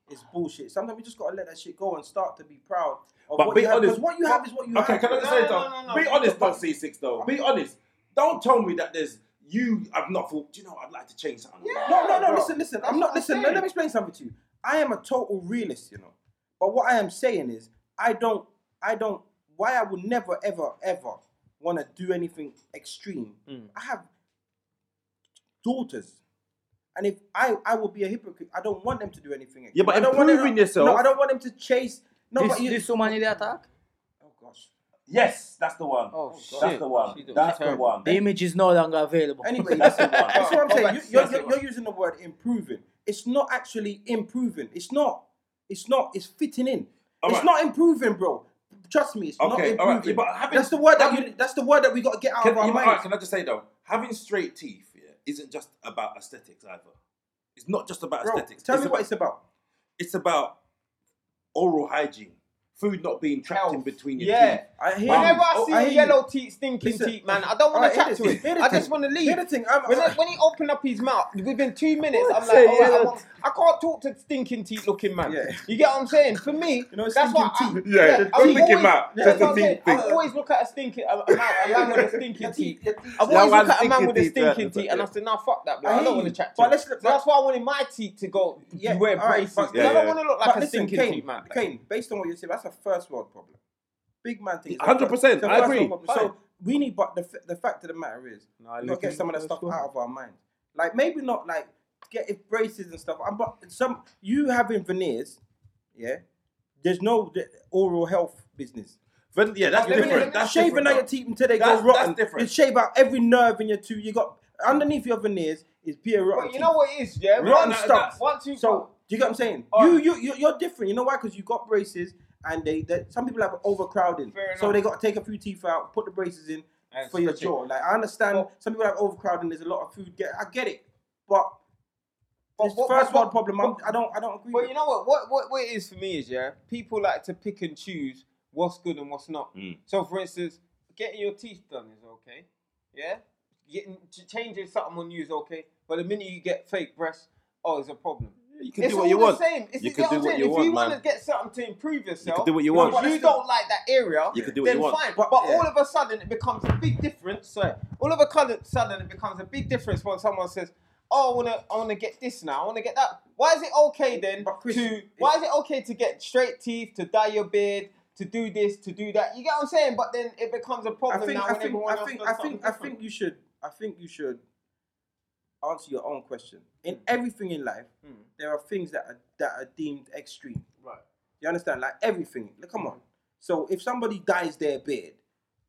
[SPEAKER 5] Yeah.
[SPEAKER 4] is bullshit. Sometimes you just gotta let that shit go and start to be proud of
[SPEAKER 5] But
[SPEAKER 4] what
[SPEAKER 5] be
[SPEAKER 4] you have.
[SPEAKER 5] honest-
[SPEAKER 4] Because what you have is what you
[SPEAKER 5] Okay,
[SPEAKER 4] have.
[SPEAKER 5] can I just
[SPEAKER 2] No,
[SPEAKER 5] say
[SPEAKER 2] no,
[SPEAKER 5] though?
[SPEAKER 2] no, no, no.
[SPEAKER 5] Be honest, though, C6 though. Be honest. Don't tell me that there's you. I've not thought. Do you know? I'd like to change something.
[SPEAKER 4] no, no, no.
[SPEAKER 2] bro.
[SPEAKER 4] Listen, listen.
[SPEAKER 2] That's
[SPEAKER 4] I'm
[SPEAKER 2] what
[SPEAKER 4] not.
[SPEAKER 2] I'm
[SPEAKER 4] Listen.
[SPEAKER 2] saying.
[SPEAKER 4] Let, let me explain something to you. I am a total realist, you know. But what I am saying is, I don't. I don't. Why I would never, ever, ever want to do anything extreme.
[SPEAKER 5] Hmm.
[SPEAKER 4] I have daughters. And if I, I will be a hypocrite, I don't want them to do anything. Extreme.
[SPEAKER 5] Yeah, but
[SPEAKER 4] I don't want them-
[SPEAKER 5] improving yourself-
[SPEAKER 4] No, I don't want them to chase. No,
[SPEAKER 3] this,
[SPEAKER 4] but you.
[SPEAKER 3] this woman in the
[SPEAKER 5] Eh?
[SPEAKER 3] attack?
[SPEAKER 4] oh gosh.
[SPEAKER 5] Yes, that's the one.
[SPEAKER 1] Oh,
[SPEAKER 5] That's
[SPEAKER 1] shit.
[SPEAKER 5] the one.
[SPEAKER 1] She looks
[SPEAKER 5] That's the
[SPEAKER 1] terrible.
[SPEAKER 5] one.
[SPEAKER 3] The image is no longer available.
[SPEAKER 4] Anyway,
[SPEAKER 5] That's
[SPEAKER 4] that's,
[SPEAKER 5] the one.
[SPEAKER 4] that's what I'm saying. You,
[SPEAKER 5] That's
[SPEAKER 4] you're,
[SPEAKER 5] the
[SPEAKER 4] you're, you're using the word improving. It's not actually improving. It's not. It's not. It's fitting in.
[SPEAKER 5] All
[SPEAKER 4] it's
[SPEAKER 5] right.
[SPEAKER 4] not improving, bro. Trust me, it's not
[SPEAKER 5] Okay, all
[SPEAKER 4] improving.
[SPEAKER 5] right. Yeah, but having-
[SPEAKER 4] that's the word that
[SPEAKER 5] having-
[SPEAKER 4] you, that's the word that we got to get out
[SPEAKER 5] Can,
[SPEAKER 4] of our
[SPEAKER 5] yeah, but alright,
[SPEAKER 4] minds.
[SPEAKER 5] can I just say though? Having straight teeth yeah, isn't just about aesthetics either. It's not just about
[SPEAKER 4] Bro,
[SPEAKER 5] aesthetics.
[SPEAKER 4] tell
[SPEAKER 5] it's
[SPEAKER 4] me
[SPEAKER 5] about,
[SPEAKER 4] what it's about.
[SPEAKER 5] it's about oral hygiene, food not being trapped in
[SPEAKER 2] Health.
[SPEAKER 5] between your
[SPEAKER 2] Yeah.
[SPEAKER 5] teeth.
[SPEAKER 4] I hear
[SPEAKER 5] Wow.
[SPEAKER 4] you.
[SPEAKER 2] Whenever I
[SPEAKER 4] Oh,
[SPEAKER 2] see
[SPEAKER 4] I
[SPEAKER 2] a
[SPEAKER 4] hear you.
[SPEAKER 2] yellow teeth, stinking
[SPEAKER 4] Listen,
[SPEAKER 2] teeth, man, I don't want
[SPEAKER 4] alright,
[SPEAKER 2] to
[SPEAKER 4] hear
[SPEAKER 2] chat
[SPEAKER 4] this
[SPEAKER 2] to
[SPEAKER 4] thing,
[SPEAKER 2] him.
[SPEAKER 4] hear the
[SPEAKER 2] I
[SPEAKER 4] thing.
[SPEAKER 2] just want to leave.
[SPEAKER 4] Hear the thing. I'm,
[SPEAKER 2] When,
[SPEAKER 4] I-
[SPEAKER 2] when he opened up his mouth, within two minutes, I'm
[SPEAKER 3] Say
[SPEAKER 2] like, all right, I,
[SPEAKER 3] yellow
[SPEAKER 2] want, I can't talk to stinking teeth looking man.
[SPEAKER 4] Yeah.
[SPEAKER 2] You get what I'm saying? For me,
[SPEAKER 4] You know,
[SPEAKER 2] that's why.
[SPEAKER 4] stinking
[SPEAKER 2] I,
[SPEAKER 4] teeth.
[SPEAKER 2] yeah,
[SPEAKER 5] just
[SPEAKER 2] I
[SPEAKER 5] stinking
[SPEAKER 2] always-
[SPEAKER 5] mouth,
[SPEAKER 2] yeah,
[SPEAKER 5] just
[SPEAKER 2] that's what
[SPEAKER 5] a
[SPEAKER 2] I'm saying.
[SPEAKER 5] teeth
[SPEAKER 2] I
[SPEAKER 5] thing.
[SPEAKER 2] always look at a stinking a, a, man, a man with a stinking teeth. I
[SPEAKER 5] Yeah,
[SPEAKER 2] always
[SPEAKER 5] man,
[SPEAKER 2] look at a man with a
[SPEAKER 5] stinking teeth, yeah.
[SPEAKER 2] stinking teeth, and I said, "Nah, fuck that, bro.
[SPEAKER 4] I
[SPEAKER 2] I,
[SPEAKER 4] hear
[SPEAKER 2] don't
[SPEAKER 4] you.
[SPEAKER 2] want to chat to."
[SPEAKER 4] But
[SPEAKER 2] him."
[SPEAKER 4] let's look-
[SPEAKER 2] so that's why I wanted my teeth to go.
[SPEAKER 4] Yeah,
[SPEAKER 2] wear
[SPEAKER 4] all right,
[SPEAKER 2] braces.
[SPEAKER 4] but-
[SPEAKER 2] I
[SPEAKER 5] yeah,
[SPEAKER 2] don't
[SPEAKER 5] yeah.
[SPEAKER 2] want to look like
[SPEAKER 4] but
[SPEAKER 2] a
[SPEAKER 4] listen,
[SPEAKER 2] stinking
[SPEAKER 4] Kane,
[SPEAKER 2] teeth man.
[SPEAKER 4] Kane, based on what you said, that's a first world problem. Big man thing. is a
[SPEAKER 5] 100%,
[SPEAKER 4] first- it's a
[SPEAKER 5] I
[SPEAKER 4] first
[SPEAKER 5] agree.
[SPEAKER 4] world problem. So we need, but the, f- the fact of the matter is, we got to get some of that stuff out of our mind. Like maybe not like get if braces and stuff. uh, But some you having veneers, yeah. There's no the oral health business.
[SPEAKER 5] Ven- yeah, that's
[SPEAKER 2] Let me- let
[SPEAKER 5] different.
[SPEAKER 2] me-
[SPEAKER 5] That's
[SPEAKER 4] Shaving
[SPEAKER 5] different,
[SPEAKER 4] out your
[SPEAKER 5] though.
[SPEAKER 4] teeth until they
[SPEAKER 5] That's-
[SPEAKER 4] go
[SPEAKER 5] that's
[SPEAKER 4] rotten.
[SPEAKER 5] different.
[SPEAKER 4] You shave out every nerve in your tooth. You got underneath your veneers is pure rotten.
[SPEAKER 2] But you
[SPEAKER 4] teeth.
[SPEAKER 2] know what it is, yeah.
[SPEAKER 4] Rotten
[SPEAKER 2] Once-
[SPEAKER 4] stuff.
[SPEAKER 2] Once you
[SPEAKER 4] So do you get what I'm saying?
[SPEAKER 2] All
[SPEAKER 4] You
[SPEAKER 2] right.
[SPEAKER 4] you you you're different. You know why? Because you got braces, and they, they some people have overcrowding,
[SPEAKER 2] Fair
[SPEAKER 4] so
[SPEAKER 2] enough.
[SPEAKER 4] they got to take a few teeth out, put the braces in
[SPEAKER 2] And
[SPEAKER 4] for your
[SPEAKER 2] stretch it.
[SPEAKER 4] jaw. Like I understand,
[SPEAKER 2] But-
[SPEAKER 4] some people have overcrowding. There's a lot of food. Get I get it, but,
[SPEAKER 2] But
[SPEAKER 4] this
[SPEAKER 2] what-
[SPEAKER 4] first
[SPEAKER 2] but-
[SPEAKER 4] world problem, I'm,
[SPEAKER 2] but-
[SPEAKER 4] I don't I don't agree.
[SPEAKER 2] But
[SPEAKER 4] with.
[SPEAKER 2] you know what? What, what? what it is for me is, yeah, people like to pick and choose what's good and what's not.
[SPEAKER 5] Mm.
[SPEAKER 2] So, for instance, getting your teeth done is okay. Yeah? Getting, ch- changing something on you is okay. But the minute you get fake breasts, oh, it's a problem.
[SPEAKER 5] You can
[SPEAKER 2] it's
[SPEAKER 5] do
[SPEAKER 2] all
[SPEAKER 5] what you
[SPEAKER 2] the
[SPEAKER 5] want.
[SPEAKER 2] same. It's
[SPEAKER 5] You
[SPEAKER 2] the-
[SPEAKER 5] can
[SPEAKER 2] know
[SPEAKER 5] do
[SPEAKER 2] I'm
[SPEAKER 5] what
[SPEAKER 2] saying?
[SPEAKER 5] you
[SPEAKER 2] if
[SPEAKER 5] want,
[SPEAKER 2] you want
[SPEAKER 5] man.
[SPEAKER 2] to get something to improve yourself,
[SPEAKER 5] do what you
[SPEAKER 2] because
[SPEAKER 5] want.
[SPEAKER 2] You don't like that area.
[SPEAKER 5] You can do what
[SPEAKER 2] then
[SPEAKER 5] you want.
[SPEAKER 2] fine.
[SPEAKER 4] But-
[SPEAKER 2] But,
[SPEAKER 4] yeah.
[SPEAKER 2] all of a sudden, it becomes a big difference. So all of a colour- sudden, it becomes a big difference when someone says, "Oh, I wanna, I wanna get this now. I wanna get that." Why is it okay then
[SPEAKER 4] But Chris,
[SPEAKER 2] to? Why is it okay to get straight teeth, to dye your beard, to do this, to do that? You get what I'm saying? But then it becomes a
[SPEAKER 4] I
[SPEAKER 2] problem
[SPEAKER 4] think
[SPEAKER 2] now
[SPEAKER 4] I
[SPEAKER 2] when
[SPEAKER 4] think
[SPEAKER 2] everyone
[SPEAKER 4] I
[SPEAKER 2] else
[SPEAKER 4] think
[SPEAKER 2] does
[SPEAKER 4] I
[SPEAKER 2] something
[SPEAKER 4] think I
[SPEAKER 2] different.
[SPEAKER 4] think you should I think you should answer your own question. In
[SPEAKER 2] Mm.
[SPEAKER 4] everything in life, there are things that are that are deemed extreme.
[SPEAKER 2] Right.
[SPEAKER 4] You understand? Like everything. Like, come on. So if somebody dyes their beard,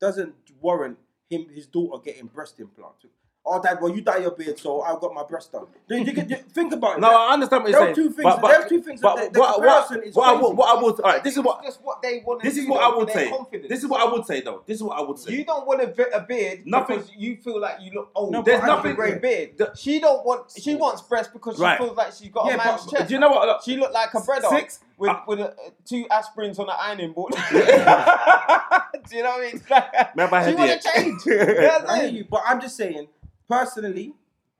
[SPEAKER 4] doesn't warrant him his daughter getting breast implants. Oh, dad, well you dye your beard, so I've got my breast done. Do you get, you- think about it.
[SPEAKER 5] No, I understand what you're
[SPEAKER 4] There are
[SPEAKER 5] saying.
[SPEAKER 4] two things-
[SPEAKER 5] But, but,
[SPEAKER 4] there are two things
[SPEAKER 5] But
[SPEAKER 4] that- the
[SPEAKER 5] what, what,
[SPEAKER 4] comparison is
[SPEAKER 5] what, I
[SPEAKER 4] crazy.
[SPEAKER 5] would, what I would, all right. This is what.
[SPEAKER 2] It's just what they want.
[SPEAKER 5] This is
[SPEAKER 2] do
[SPEAKER 5] what
[SPEAKER 2] though,
[SPEAKER 5] I would
[SPEAKER 2] for their
[SPEAKER 5] say.
[SPEAKER 2] confidence.
[SPEAKER 5] This is what I would say though. This is what I would say.
[SPEAKER 2] You don't want a, be- a beard
[SPEAKER 5] Nothing.
[SPEAKER 2] because you feel like you look old.
[SPEAKER 4] No,
[SPEAKER 5] There's
[SPEAKER 2] I have a
[SPEAKER 5] nothing-
[SPEAKER 2] grey beard.
[SPEAKER 5] The-
[SPEAKER 2] she don't want. She wants breasts because she
[SPEAKER 5] Right.
[SPEAKER 2] feels like she's got
[SPEAKER 4] Yeah,
[SPEAKER 2] a
[SPEAKER 4] but-
[SPEAKER 2] man's
[SPEAKER 4] but
[SPEAKER 2] chest.
[SPEAKER 5] Do you know what? Look,
[SPEAKER 2] she looked like a bread dog
[SPEAKER 5] Six- uh,
[SPEAKER 2] with
[SPEAKER 5] I-
[SPEAKER 2] with a, two aspirins on an ironing board. Do you know what I mean? Like,
[SPEAKER 5] Man, my
[SPEAKER 2] she
[SPEAKER 5] head
[SPEAKER 2] want
[SPEAKER 5] ache.
[SPEAKER 2] to change. You know what
[SPEAKER 4] I
[SPEAKER 2] I'm
[SPEAKER 4] hear
[SPEAKER 2] saying?
[SPEAKER 4] you, but I'm just saying, personally,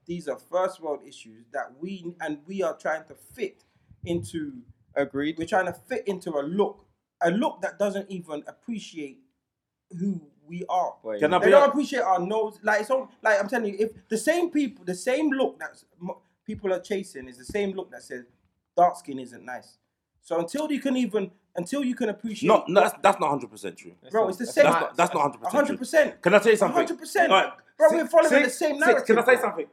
[SPEAKER 4] these are first world issues that we and we are trying to fit into.
[SPEAKER 2] Agreed.
[SPEAKER 4] We're trying to fit into a look, a look that doesn't even appreciate who we are.
[SPEAKER 2] Wait.
[SPEAKER 5] Can I
[SPEAKER 4] They
[SPEAKER 5] be
[SPEAKER 4] don't
[SPEAKER 5] a,
[SPEAKER 4] appreciate our nose. Like so, like I'm telling you, if the same people, the same look that m- people are chasing is the same look that says dark skin isn't nice. So until you can even, until you can appreciate,
[SPEAKER 5] no, no, that's, that's not hundred percent true.
[SPEAKER 4] bro, it's the same.
[SPEAKER 5] That's not that's not hundred percent
[SPEAKER 4] hundred
[SPEAKER 5] true.
[SPEAKER 4] percent.
[SPEAKER 5] Can I tell you something?
[SPEAKER 4] 100%.
[SPEAKER 5] All right,
[SPEAKER 4] Bro,
[SPEAKER 5] si-
[SPEAKER 4] we're following
[SPEAKER 5] si-
[SPEAKER 4] the same
[SPEAKER 5] si-
[SPEAKER 4] narrative,
[SPEAKER 5] Can I say
[SPEAKER 4] bro.
[SPEAKER 5] something?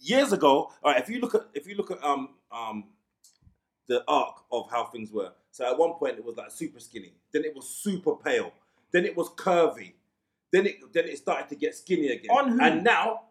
[SPEAKER 5] Years ago, all right, if you look at if you look at um um the arc of how things were. So at one point it was like super skinny, then it was super pale, then it was curvy, then it then it started to get skinny again.
[SPEAKER 4] On who?
[SPEAKER 5] And now,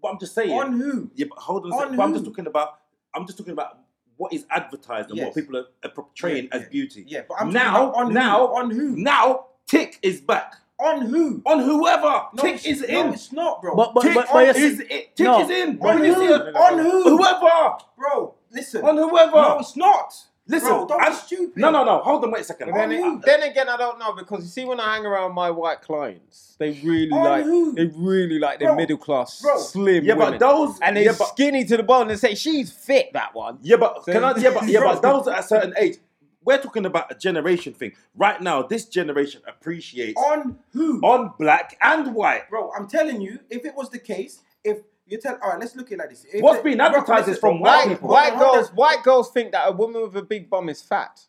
[SPEAKER 5] but I'm just saying.
[SPEAKER 4] On who?
[SPEAKER 5] Yeah, but hold on. A
[SPEAKER 4] On
[SPEAKER 5] second. But I'm just
[SPEAKER 4] who?
[SPEAKER 5] talking about. I'm just talking about what is advertised and
[SPEAKER 4] Yes.
[SPEAKER 5] what people are, are portraying
[SPEAKER 4] Yeah,
[SPEAKER 5] as
[SPEAKER 4] yeah,
[SPEAKER 5] beauty.
[SPEAKER 4] Yeah, but I'm
[SPEAKER 5] now
[SPEAKER 4] talking about on
[SPEAKER 5] now
[SPEAKER 4] who? on who?
[SPEAKER 5] now Tick is back
[SPEAKER 4] On who?
[SPEAKER 5] on whoever.
[SPEAKER 4] No,
[SPEAKER 5] Tick
[SPEAKER 4] it's-
[SPEAKER 5] is
[SPEAKER 4] no,
[SPEAKER 5] in.
[SPEAKER 4] it's not, bro.
[SPEAKER 3] But- but-
[SPEAKER 5] Tick
[SPEAKER 3] but you're
[SPEAKER 5] is
[SPEAKER 3] see-
[SPEAKER 5] in. Tick
[SPEAKER 3] no.
[SPEAKER 5] is in.
[SPEAKER 4] on
[SPEAKER 5] Bro, you see
[SPEAKER 4] who?
[SPEAKER 5] it?
[SPEAKER 4] On who?
[SPEAKER 5] Whoever.
[SPEAKER 4] Bro, listen.
[SPEAKER 5] On whoever.
[SPEAKER 4] no, it's not.
[SPEAKER 5] Listen,
[SPEAKER 4] bro, don't
[SPEAKER 5] I'm-
[SPEAKER 4] be stupid.
[SPEAKER 5] No, no, no. Hold on. Wait a second.
[SPEAKER 2] But then,
[SPEAKER 4] On who?
[SPEAKER 2] it, then again, I don't know because you see, when I hang around my white clients, they really
[SPEAKER 4] On
[SPEAKER 2] like
[SPEAKER 4] who?
[SPEAKER 2] they really like their
[SPEAKER 4] Bro,
[SPEAKER 2] middle class
[SPEAKER 4] bro.
[SPEAKER 2] slim
[SPEAKER 5] yeah,
[SPEAKER 2] women,
[SPEAKER 5] but those.
[SPEAKER 2] and they're
[SPEAKER 5] yeah, but,
[SPEAKER 2] skinny to the bone. and say she's fit that one.
[SPEAKER 5] yeah, but
[SPEAKER 2] So-
[SPEAKER 5] can I? Yeah, but yeah, but
[SPEAKER 2] Bro.
[SPEAKER 5] those at a certain age. We're talking about a generation thing. Right now, this generation appreciates
[SPEAKER 4] On who?
[SPEAKER 5] on black and white.
[SPEAKER 4] Bro, I'm telling you, if it was the case, if you tell, all right, let's look at it like this. If
[SPEAKER 5] What's
[SPEAKER 4] the-
[SPEAKER 5] being
[SPEAKER 4] bro,
[SPEAKER 5] advertised
[SPEAKER 4] listen,
[SPEAKER 5] is from
[SPEAKER 4] bro,
[SPEAKER 5] white
[SPEAKER 2] White
[SPEAKER 4] hold on,
[SPEAKER 5] people.
[SPEAKER 2] white
[SPEAKER 4] hold on,
[SPEAKER 2] girls white girls think that a woman with a big bum is fat.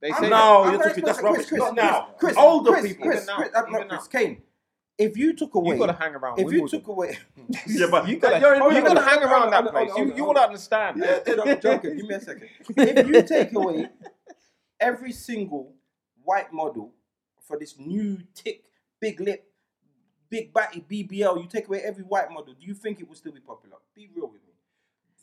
[SPEAKER 2] They
[SPEAKER 4] I'm
[SPEAKER 2] say
[SPEAKER 4] not-
[SPEAKER 2] that.
[SPEAKER 5] No,
[SPEAKER 4] I'm
[SPEAKER 5] you're
[SPEAKER 4] not
[SPEAKER 5] talking- that's
[SPEAKER 4] expressing-
[SPEAKER 5] rubbish.
[SPEAKER 4] Chris,
[SPEAKER 5] Not
[SPEAKER 4] Chris,
[SPEAKER 5] now.
[SPEAKER 4] Chris,
[SPEAKER 5] Older
[SPEAKER 4] Chris,
[SPEAKER 5] people.
[SPEAKER 4] Chris,
[SPEAKER 2] Even now,
[SPEAKER 4] Chris, uh,
[SPEAKER 2] even
[SPEAKER 4] not Chris,
[SPEAKER 2] now.
[SPEAKER 4] Kane. If you took away,
[SPEAKER 2] You gotta hang around.
[SPEAKER 4] if you
[SPEAKER 2] Wimbledon.
[SPEAKER 4] took away,
[SPEAKER 5] Yeah, but
[SPEAKER 2] you gotta,
[SPEAKER 5] you're in
[SPEAKER 2] you
[SPEAKER 5] Wimbledon.
[SPEAKER 2] gotta Oh, hang around
[SPEAKER 4] Hold
[SPEAKER 2] that
[SPEAKER 4] on, hold
[SPEAKER 2] place.
[SPEAKER 4] on,
[SPEAKER 2] You
[SPEAKER 4] hold
[SPEAKER 2] you
[SPEAKER 4] on.
[SPEAKER 2] will understand.
[SPEAKER 4] yeah, hold on, Joker, give me a second. If you take away every single white model for this new tick, big lip, big batty BBL, you take away every white model, do you think it will still be popular? Be real with me.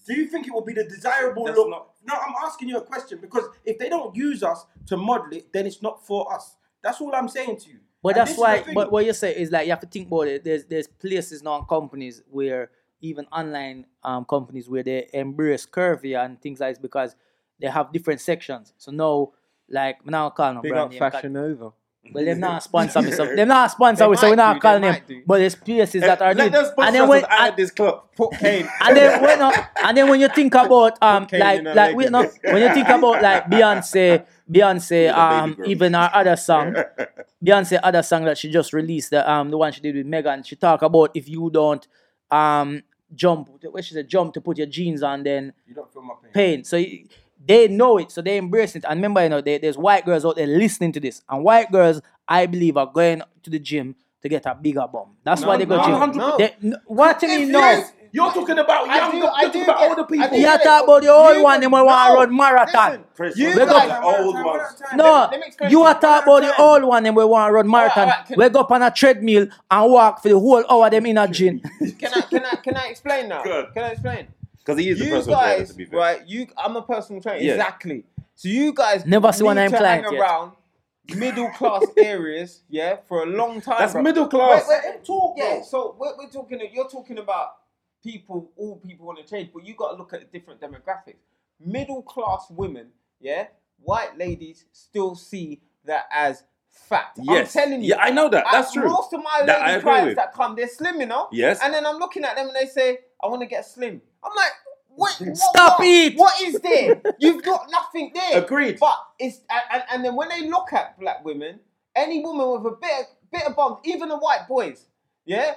[SPEAKER 4] Do you think it will be the desirable
[SPEAKER 5] That's
[SPEAKER 4] look?
[SPEAKER 5] not-
[SPEAKER 4] No, I'm asking you a question because if they don't use us to model it, then it's not for us. That's all I'm saying to you.
[SPEAKER 3] But
[SPEAKER 4] And this
[SPEAKER 3] that's
[SPEAKER 4] is the
[SPEAKER 3] why.
[SPEAKER 4] thing.
[SPEAKER 3] But what you say is like you have to think about it. There's there's places now and companies where even online um, companies where they embrace curvy and things like this because they have different sections. So now, like me now call no
[SPEAKER 2] Big
[SPEAKER 3] brand
[SPEAKER 2] up
[SPEAKER 3] name,
[SPEAKER 2] fashion over.
[SPEAKER 3] Well, they're not sponsor me. So they're not sponsor
[SPEAKER 2] They
[SPEAKER 3] me, so we're
[SPEAKER 2] might
[SPEAKER 3] not
[SPEAKER 2] do,
[SPEAKER 3] calling
[SPEAKER 2] they
[SPEAKER 3] them.
[SPEAKER 2] might do.
[SPEAKER 3] But there's places that are
[SPEAKER 5] Let
[SPEAKER 3] doing.
[SPEAKER 5] them sponsor
[SPEAKER 3] And then
[SPEAKER 5] us
[SPEAKER 3] when
[SPEAKER 5] with I
[SPEAKER 3] and,
[SPEAKER 5] at this club.
[SPEAKER 2] Put Kane.
[SPEAKER 3] and then when uh, and then when you think about um
[SPEAKER 2] Cocaine
[SPEAKER 3] like
[SPEAKER 2] in her
[SPEAKER 3] like wait, no,
[SPEAKER 2] leggings.
[SPEAKER 3] when you think about like Beyonce Beyonce um
[SPEAKER 5] girl.
[SPEAKER 3] even her other song Beyonce other song that she just released the um the one she did with Megan she talk about if you don't um jump where she said jump to put your jeans on then
[SPEAKER 4] you don't feel my pain.
[SPEAKER 3] pain. So y- they know it, so they embrace it. And remember, you know, there- there's white girls out there listening to this, and white girls, I believe, are going to the gym to get a bigger bum. That's why they go
[SPEAKER 2] no,
[SPEAKER 3] gym.
[SPEAKER 2] no.
[SPEAKER 3] They, n- what do you mean? No.
[SPEAKER 5] Yes, You're talking about
[SPEAKER 2] I
[SPEAKER 5] young,
[SPEAKER 2] do-
[SPEAKER 5] you're
[SPEAKER 2] I do
[SPEAKER 5] talking about
[SPEAKER 2] get-
[SPEAKER 5] older
[SPEAKER 2] I
[SPEAKER 5] people.
[SPEAKER 2] do-
[SPEAKER 3] You talk about the old one, them who want to
[SPEAKER 2] No.
[SPEAKER 3] run marathon.
[SPEAKER 2] Listen,
[SPEAKER 5] Chris,
[SPEAKER 2] you
[SPEAKER 5] we're
[SPEAKER 3] guys-
[SPEAKER 4] One
[SPEAKER 2] guys,
[SPEAKER 4] at a
[SPEAKER 5] old
[SPEAKER 4] time, one at a
[SPEAKER 5] ones.
[SPEAKER 4] time.
[SPEAKER 3] No,
[SPEAKER 2] let me explain
[SPEAKER 3] you
[SPEAKER 2] to you.
[SPEAKER 3] are talk
[SPEAKER 2] One
[SPEAKER 3] about
[SPEAKER 2] at a
[SPEAKER 3] the
[SPEAKER 2] time.
[SPEAKER 3] old one and we want to run marathon.
[SPEAKER 2] alright, can-
[SPEAKER 3] we go up on a treadmill and walk for the whole hour them in a gym.
[SPEAKER 2] can I can I can I explain now?
[SPEAKER 5] Good.
[SPEAKER 2] Can I explain?
[SPEAKER 5] Because he is the
[SPEAKER 2] you
[SPEAKER 5] person guys,
[SPEAKER 2] guys,
[SPEAKER 5] to be fair.
[SPEAKER 2] right? You, I'm a personal trainer.
[SPEAKER 5] Yeah.
[SPEAKER 2] Exactly. So you guys
[SPEAKER 3] Never see
[SPEAKER 2] need
[SPEAKER 3] one I'm
[SPEAKER 2] to hang
[SPEAKER 3] client yet.
[SPEAKER 2] around middle class areas, yeah, for a long time.
[SPEAKER 5] That's
[SPEAKER 2] bro.
[SPEAKER 5] middle class.
[SPEAKER 2] Wait, wait,
[SPEAKER 4] Talk,
[SPEAKER 2] yeah.
[SPEAKER 4] bro.
[SPEAKER 2] So we're, we're talking. You're talking about people. All people want to change, but you got to look at the different demographics. Middle class women, yeah, white ladies still see that as fat.
[SPEAKER 5] Yes.
[SPEAKER 2] I'm telling you.
[SPEAKER 5] Yeah, I know that.
[SPEAKER 2] I-
[SPEAKER 5] That's true.
[SPEAKER 2] Most of my
[SPEAKER 5] That I
[SPEAKER 2] lady
[SPEAKER 5] agree
[SPEAKER 2] clients
[SPEAKER 5] with.
[SPEAKER 2] that come, they're slim, you know.
[SPEAKER 5] Yes.
[SPEAKER 2] And then I'm looking at them and they say, "I want to get slim." I'm like, "What? what-
[SPEAKER 3] Stop
[SPEAKER 2] what-
[SPEAKER 3] it."
[SPEAKER 2] What is there? You've got nothing there."
[SPEAKER 5] Agreed.
[SPEAKER 2] But it's and, and, and then when they look at black women, any woman with a bit of, bit of bum, even the white boys, yeah,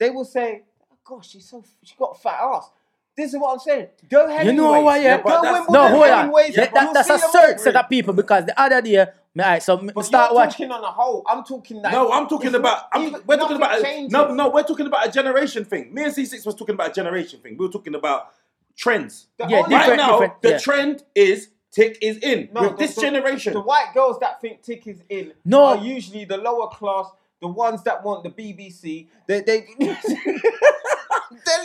[SPEAKER 2] they will say, oh, "Gosh, she's so she got a fat ass." This is what I'm saying. Go Hemingway.
[SPEAKER 3] You know why? Yeah,
[SPEAKER 5] Yeah, but that's-
[SPEAKER 2] Wimbledon,
[SPEAKER 3] no, hold on.
[SPEAKER 2] Hemingways,
[SPEAKER 3] That- that-
[SPEAKER 2] you'll
[SPEAKER 3] that's
[SPEAKER 2] see
[SPEAKER 3] a
[SPEAKER 2] them
[SPEAKER 3] certain
[SPEAKER 2] all.
[SPEAKER 3] set of people because the other day, me- alright, so me
[SPEAKER 2] But
[SPEAKER 3] start
[SPEAKER 2] you're
[SPEAKER 3] watching.
[SPEAKER 2] talking on a whole. I'm talking that.
[SPEAKER 5] No, I'm talking
[SPEAKER 2] it's
[SPEAKER 5] about.
[SPEAKER 2] not
[SPEAKER 5] I'm,
[SPEAKER 2] even-
[SPEAKER 5] we're talking about.
[SPEAKER 2] nothing
[SPEAKER 5] a-
[SPEAKER 2] changes.
[SPEAKER 5] No, no, we're talking about a generation thing. Me and C6 was talking about a generation thing. We were talking about trends.
[SPEAKER 2] The
[SPEAKER 3] Yeah,
[SPEAKER 2] only-
[SPEAKER 5] right
[SPEAKER 3] different-
[SPEAKER 5] now,
[SPEAKER 3] different-
[SPEAKER 5] the
[SPEAKER 3] yeah.
[SPEAKER 5] trend is tick is in
[SPEAKER 2] No,
[SPEAKER 5] with
[SPEAKER 2] the-
[SPEAKER 5] this
[SPEAKER 2] the-
[SPEAKER 5] generation.
[SPEAKER 2] The white girls that think tick is in
[SPEAKER 3] No.
[SPEAKER 2] are usually the lower class, the ones that want the BBC. They, they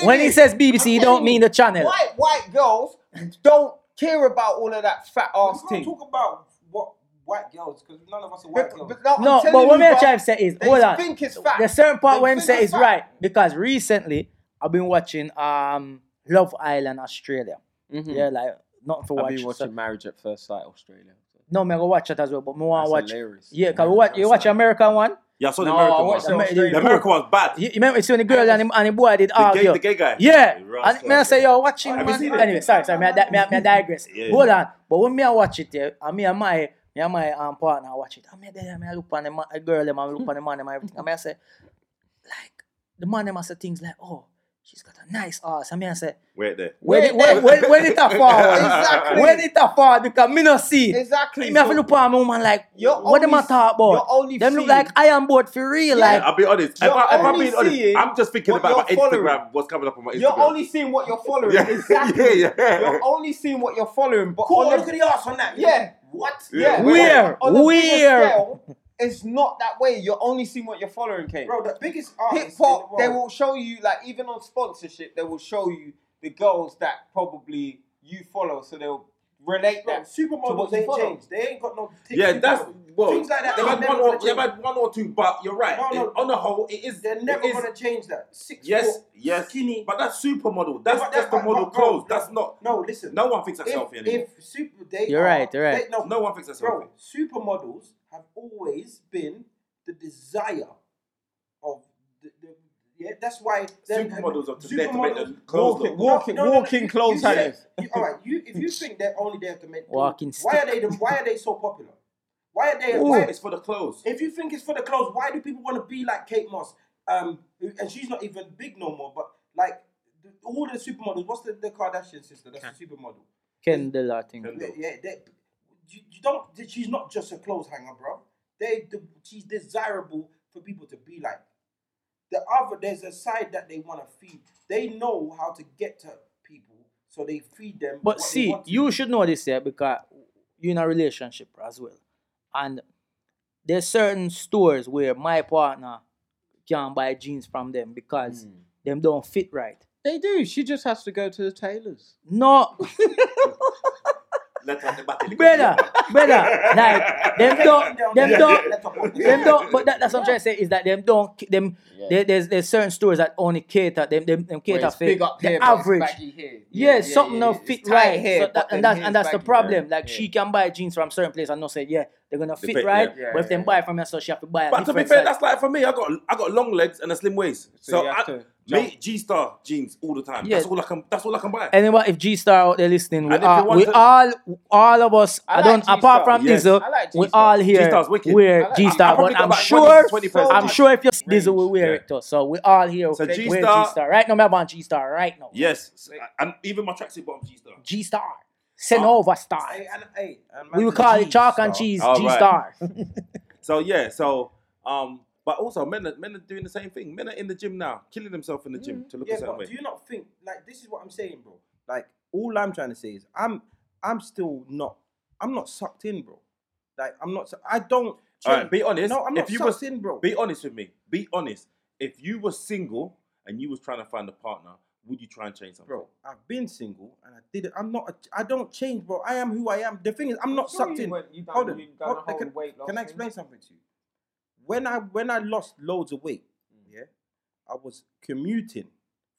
[SPEAKER 3] When he says BBC, he don't mean the channel.
[SPEAKER 2] White white girls don't care about all of that fat ass
[SPEAKER 4] We can't
[SPEAKER 2] thing.
[SPEAKER 4] talk about what white girls because none of us are white
[SPEAKER 2] But-
[SPEAKER 4] girls.
[SPEAKER 2] but no, I'm
[SPEAKER 3] No,
[SPEAKER 2] telling
[SPEAKER 3] but what me
[SPEAKER 2] you, bruv,
[SPEAKER 3] trying to say is,
[SPEAKER 2] they
[SPEAKER 3] hold on.
[SPEAKER 2] think it's fat.
[SPEAKER 3] The certain
[SPEAKER 2] They
[SPEAKER 3] part when
[SPEAKER 2] think
[SPEAKER 3] say
[SPEAKER 2] it's
[SPEAKER 3] is
[SPEAKER 2] fat.
[SPEAKER 3] right because recently I've been watching um Love Island Australia. Yeah, like not for
[SPEAKER 2] Mm-hmm. I've
[SPEAKER 3] watch.
[SPEAKER 2] been
[SPEAKER 3] so-
[SPEAKER 2] watching Marriage at First Sight Australia.
[SPEAKER 3] no, me go watch it as well, but me want
[SPEAKER 2] That's
[SPEAKER 3] to watch.
[SPEAKER 2] hilarious.
[SPEAKER 3] Yeah, cause we watch, you watch American one.
[SPEAKER 5] yeah, I saw the
[SPEAKER 2] No, Oh, I
[SPEAKER 5] American
[SPEAKER 2] watched
[SPEAKER 5] one.
[SPEAKER 2] the
[SPEAKER 5] The,
[SPEAKER 2] Australian one.
[SPEAKER 5] American one's bad.
[SPEAKER 3] You, you remember it's when the girl and the, and the boy did
[SPEAKER 2] Ah,
[SPEAKER 5] the, gay,
[SPEAKER 3] argue.
[SPEAKER 5] the gay guy.
[SPEAKER 3] Yeah,
[SPEAKER 5] Right,
[SPEAKER 3] and me I
[SPEAKER 5] right,
[SPEAKER 3] say
[SPEAKER 5] right.
[SPEAKER 3] yo watching.
[SPEAKER 5] Have you
[SPEAKER 3] man.
[SPEAKER 5] seen it?
[SPEAKER 3] Anyway, sorry, sorry, me I, di- me I, me I digress.
[SPEAKER 5] Yeah, yeah.
[SPEAKER 3] Hold on, but when me I watch it, yeah, and me and my Yeah, my um, partner watch it. I mean, there, I mean, I look on the ma- girl, them, I look on the man, them, everything. I mean, I say, like, the man, them, I say things like, oh, she's got a nice ass. I mean, I say,
[SPEAKER 5] Wait there.
[SPEAKER 3] when it, when, when, when it a forward,
[SPEAKER 2] Exactly.
[SPEAKER 3] when it a forward, because me not see. it.
[SPEAKER 2] Exactly.
[SPEAKER 3] Me have to
[SPEAKER 2] so
[SPEAKER 3] look at my woman like,
[SPEAKER 2] You're
[SPEAKER 3] what them I
[SPEAKER 2] only-
[SPEAKER 3] talk
[SPEAKER 2] you're
[SPEAKER 3] about?
[SPEAKER 2] only
[SPEAKER 3] Them look
[SPEAKER 2] seeing-
[SPEAKER 3] like iron board for real,
[SPEAKER 5] Yeah,
[SPEAKER 3] like.
[SPEAKER 5] I'll be honest. If, I,
[SPEAKER 2] You're
[SPEAKER 5] if I'm
[SPEAKER 2] only
[SPEAKER 5] being honest,
[SPEAKER 2] seeing
[SPEAKER 5] I'm just thinking
[SPEAKER 2] what
[SPEAKER 5] about my
[SPEAKER 2] you're following.
[SPEAKER 5] Instagram, what's coming up on my Instagram.
[SPEAKER 2] You're only seeing what you're following.
[SPEAKER 5] Yeah.
[SPEAKER 2] Exactly.
[SPEAKER 5] Yeah, yeah.
[SPEAKER 2] You're only seeing what you're following. But
[SPEAKER 4] Cool,
[SPEAKER 2] on
[SPEAKER 4] look
[SPEAKER 2] the,
[SPEAKER 4] at the ass on that.
[SPEAKER 2] yeah,
[SPEAKER 4] What?
[SPEAKER 2] yeah. but
[SPEAKER 3] Where?
[SPEAKER 2] On the bigger
[SPEAKER 3] Where?
[SPEAKER 2] scale, it's not that way. You're only seeing what you're following, Kane.
[SPEAKER 4] Bro, the biggest artist
[SPEAKER 2] Hip hop,
[SPEAKER 4] in
[SPEAKER 2] they
[SPEAKER 4] the world.
[SPEAKER 2] will show you like even on sponsorship, they will show you the girls that probably you follow, so they'll relate
[SPEAKER 4] Bro,
[SPEAKER 2] that to
[SPEAKER 4] supermodels
[SPEAKER 2] what you
[SPEAKER 4] ain't
[SPEAKER 2] follow.
[SPEAKER 4] changed. They ain't got no.
[SPEAKER 5] Yeah, that's well.
[SPEAKER 4] Things like that
[SPEAKER 5] they've,
[SPEAKER 4] are
[SPEAKER 5] had
[SPEAKER 4] never
[SPEAKER 5] one or,
[SPEAKER 4] gonna
[SPEAKER 5] they've
[SPEAKER 4] change.
[SPEAKER 5] had one or two, but you're right.
[SPEAKER 4] One or-
[SPEAKER 5] It- on the whole, it is.
[SPEAKER 4] They're
[SPEAKER 5] it
[SPEAKER 4] never
[SPEAKER 5] is-
[SPEAKER 4] gonna change that. Six
[SPEAKER 5] Yes,
[SPEAKER 4] foot,
[SPEAKER 5] yes.
[SPEAKER 4] skinny.
[SPEAKER 5] But that's supermodel. That's
[SPEAKER 4] But
[SPEAKER 5] that's the
[SPEAKER 4] but-
[SPEAKER 5] model
[SPEAKER 4] but, bro,
[SPEAKER 5] clothes. That's not.
[SPEAKER 4] No, listen.
[SPEAKER 5] No one thinks that's
[SPEAKER 4] if,
[SPEAKER 5] healthy anymore.
[SPEAKER 4] If super, they
[SPEAKER 3] You're
[SPEAKER 4] are-
[SPEAKER 3] right, you're right.
[SPEAKER 4] they- no,
[SPEAKER 5] No one thinks that's
[SPEAKER 4] bro,
[SPEAKER 5] healthy.
[SPEAKER 4] supermodels have always been the desire of the, the yeah. That's why they're-
[SPEAKER 5] Supermodels are today to make them
[SPEAKER 4] supermodels-
[SPEAKER 5] clothes
[SPEAKER 2] Walking,
[SPEAKER 5] look.
[SPEAKER 2] walking,
[SPEAKER 4] No, no, no,
[SPEAKER 2] walking
[SPEAKER 4] you-
[SPEAKER 2] clothes
[SPEAKER 4] you
[SPEAKER 2] hangers.
[SPEAKER 4] said- you- all right, you if you think they're only there to make
[SPEAKER 3] Walking
[SPEAKER 4] clothes, why are they? the- Why are they so popular? Why are they?
[SPEAKER 5] Ooh,
[SPEAKER 4] why,
[SPEAKER 5] It's for the clothes.
[SPEAKER 4] if you think it's for the clothes, why do people want to be like Kate Moss? Um, and she's not even big no more. But like the, all the supermodels, what's the, the Kardashian sister? That's a supermodel.
[SPEAKER 3] Kendall, I think.
[SPEAKER 4] Yeah, yeah, they, you, you don't. She's not just a clothes hanger, bro. They, the, she's desirable for people to be like. The other, there's a side that they want to feed. They know how to get to people, so they feed them. what
[SPEAKER 3] But
[SPEAKER 4] they
[SPEAKER 3] see,
[SPEAKER 4] want to.
[SPEAKER 3] you should know this here because you're in a relationship as well. And there's certain stores where my partner can buy jeans from them because them don't fit right.
[SPEAKER 1] They do. She just has to go to the tailors.
[SPEAKER 3] No,
[SPEAKER 5] Let out the back.
[SPEAKER 3] brother, brother, like them don't, them don't,
[SPEAKER 4] Let up on this.
[SPEAKER 3] them don't. But that, that's what I'm trying to say is that them don't, ca- them. There, there's there's certain stores that only cater them, them, them
[SPEAKER 1] Where
[SPEAKER 3] cater
[SPEAKER 1] it's
[SPEAKER 3] for
[SPEAKER 1] big up
[SPEAKER 3] the
[SPEAKER 1] here, but it's
[SPEAKER 3] average.
[SPEAKER 1] baggy here.
[SPEAKER 3] Yeah, something
[SPEAKER 1] yeah,
[SPEAKER 3] don't
[SPEAKER 1] yeah. It's
[SPEAKER 3] fit
[SPEAKER 1] tight
[SPEAKER 3] right.
[SPEAKER 1] here,
[SPEAKER 3] so that,
[SPEAKER 1] but
[SPEAKER 3] and
[SPEAKER 1] then
[SPEAKER 3] that's
[SPEAKER 1] here's
[SPEAKER 3] and that's the
[SPEAKER 1] baggy.
[SPEAKER 3] problem. Like
[SPEAKER 1] Yeah.
[SPEAKER 3] she can buy jeans from certain place and not say, yeah, they're gonna fit
[SPEAKER 5] fit,
[SPEAKER 3] right.
[SPEAKER 5] yeah.
[SPEAKER 3] but if
[SPEAKER 1] Yeah,
[SPEAKER 3] them
[SPEAKER 1] yeah.
[SPEAKER 3] buy from us, so she have to buy. A
[SPEAKER 5] But to be
[SPEAKER 3] different
[SPEAKER 5] fair,
[SPEAKER 3] size.
[SPEAKER 5] that's like for me. I got I got long legs and a slim waist. So,
[SPEAKER 2] you have
[SPEAKER 5] I,
[SPEAKER 2] to
[SPEAKER 5] me G Star jeans all the time.
[SPEAKER 3] Yeah.
[SPEAKER 5] That's all I can. That's all I can buy.
[SPEAKER 3] Anyone, if G Star out there listening, we,
[SPEAKER 5] And if you
[SPEAKER 3] are,
[SPEAKER 5] want
[SPEAKER 3] we
[SPEAKER 5] to-
[SPEAKER 3] all, all of us. I,
[SPEAKER 2] I like
[SPEAKER 3] don't.
[SPEAKER 2] G-Star.
[SPEAKER 3] apart from
[SPEAKER 5] Yes.
[SPEAKER 3] Dizzle,
[SPEAKER 2] I like
[SPEAKER 3] we
[SPEAKER 2] G-Star.
[SPEAKER 3] all here.
[SPEAKER 5] G-Star's wicked.
[SPEAKER 3] Wear
[SPEAKER 2] I like-
[SPEAKER 3] G
[SPEAKER 5] I
[SPEAKER 3] Star,
[SPEAKER 5] probably
[SPEAKER 3] but
[SPEAKER 5] got
[SPEAKER 3] I'm
[SPEAKER 5] about 20,
[SPEAKER 3] sure.
[SPEAKER 5] 20
[SPEAKER 2] so
[SPEAKER 3] I'm
[SPEAKER 2] much
[SPEAKER 3] sure if you see Dizzle,
[SPEAKER 2] range.
[SPEAKER 3] we wear
[SPEAKER 5] Yeah.
[SPEAKER 3] it too. So we all here.
[SPEAKER 5] So
[SPEAKER 3] wear
[SPEAKER 5] G-Star-
[SPEAKER 3] G-Star. right now. Me have on G Star right now.
[SPEAKER 5] Yes, and even my tracksuit bottom G Star.
[SPEAKER 3] G Star, Senova Star.
[SPEAKER 4] Hey, and, hey, and
[SPEAKER 3] We
[SPEAKER 4] man,
[SPEAKER 3] will call
[SPEAKER 4] G
[SPEAKER 3] it chalk and
[SPEAKER 4] star.
[SPEAKER 3] cheese
[SPEAKER 5] All
[SPEAKER 3] G Star.
[SPEAKER 5] So yeah, so um, but also men are, men are doing the same thing. Men are in the gym now, killing themselves in the gym to look
[SPEAKER 4] Mm. Yeah,
[SPEAKER 5] a certain
[SPEAKER 4] but
[SPEAKER 5] way.
[SPEAKER 4] do you not think like this is what I'm saying, bro? Like all I'm trying to say is I'm I'm still not I'm not sucked in, bro. Like I'm not. su- I don't.
[SPEAKER 5] All right, be honest.
[SPEAKER 4] No, I'm
[SPEAKER 5] if
[SPEAKER 4] not
[SPEAKER 5] you
[SPEAKER 4] sucked
[SPEAKER 5] was,
[SPEAKER 4] in, bro.
[SPEAKER 5] be honest with me. Be honest. If you were single and you was trying to find a partner, would you try and change something?
[SPEAKER 4] bro, I've been single and I did it. I'm not. A, I don't change, bro. I am who I am. The thing is, I'm not
[SPEAKER 2] Sure
[SPEAKER 4] sucked
[SPEAKER 2] you
[SPEAKER 4] in.
[SPEAKER 2] went- you done-
[SPEAKER 4] Hold on.
[SPEAKER 2] you done
[SPEAKER 4] Hold-
[SPEAKER 2] a whole
[SPEAKER 4] can,
[SPEAKER 2] weight loss
[SPEAKER 4] can I
[SPEAKER 2] thing.
[SPEAKER 4] explain something to you? When I when I lost loads of weight,
[SPEAKER 2] Mm.
[SPEAKER 4] yeah, I was commuting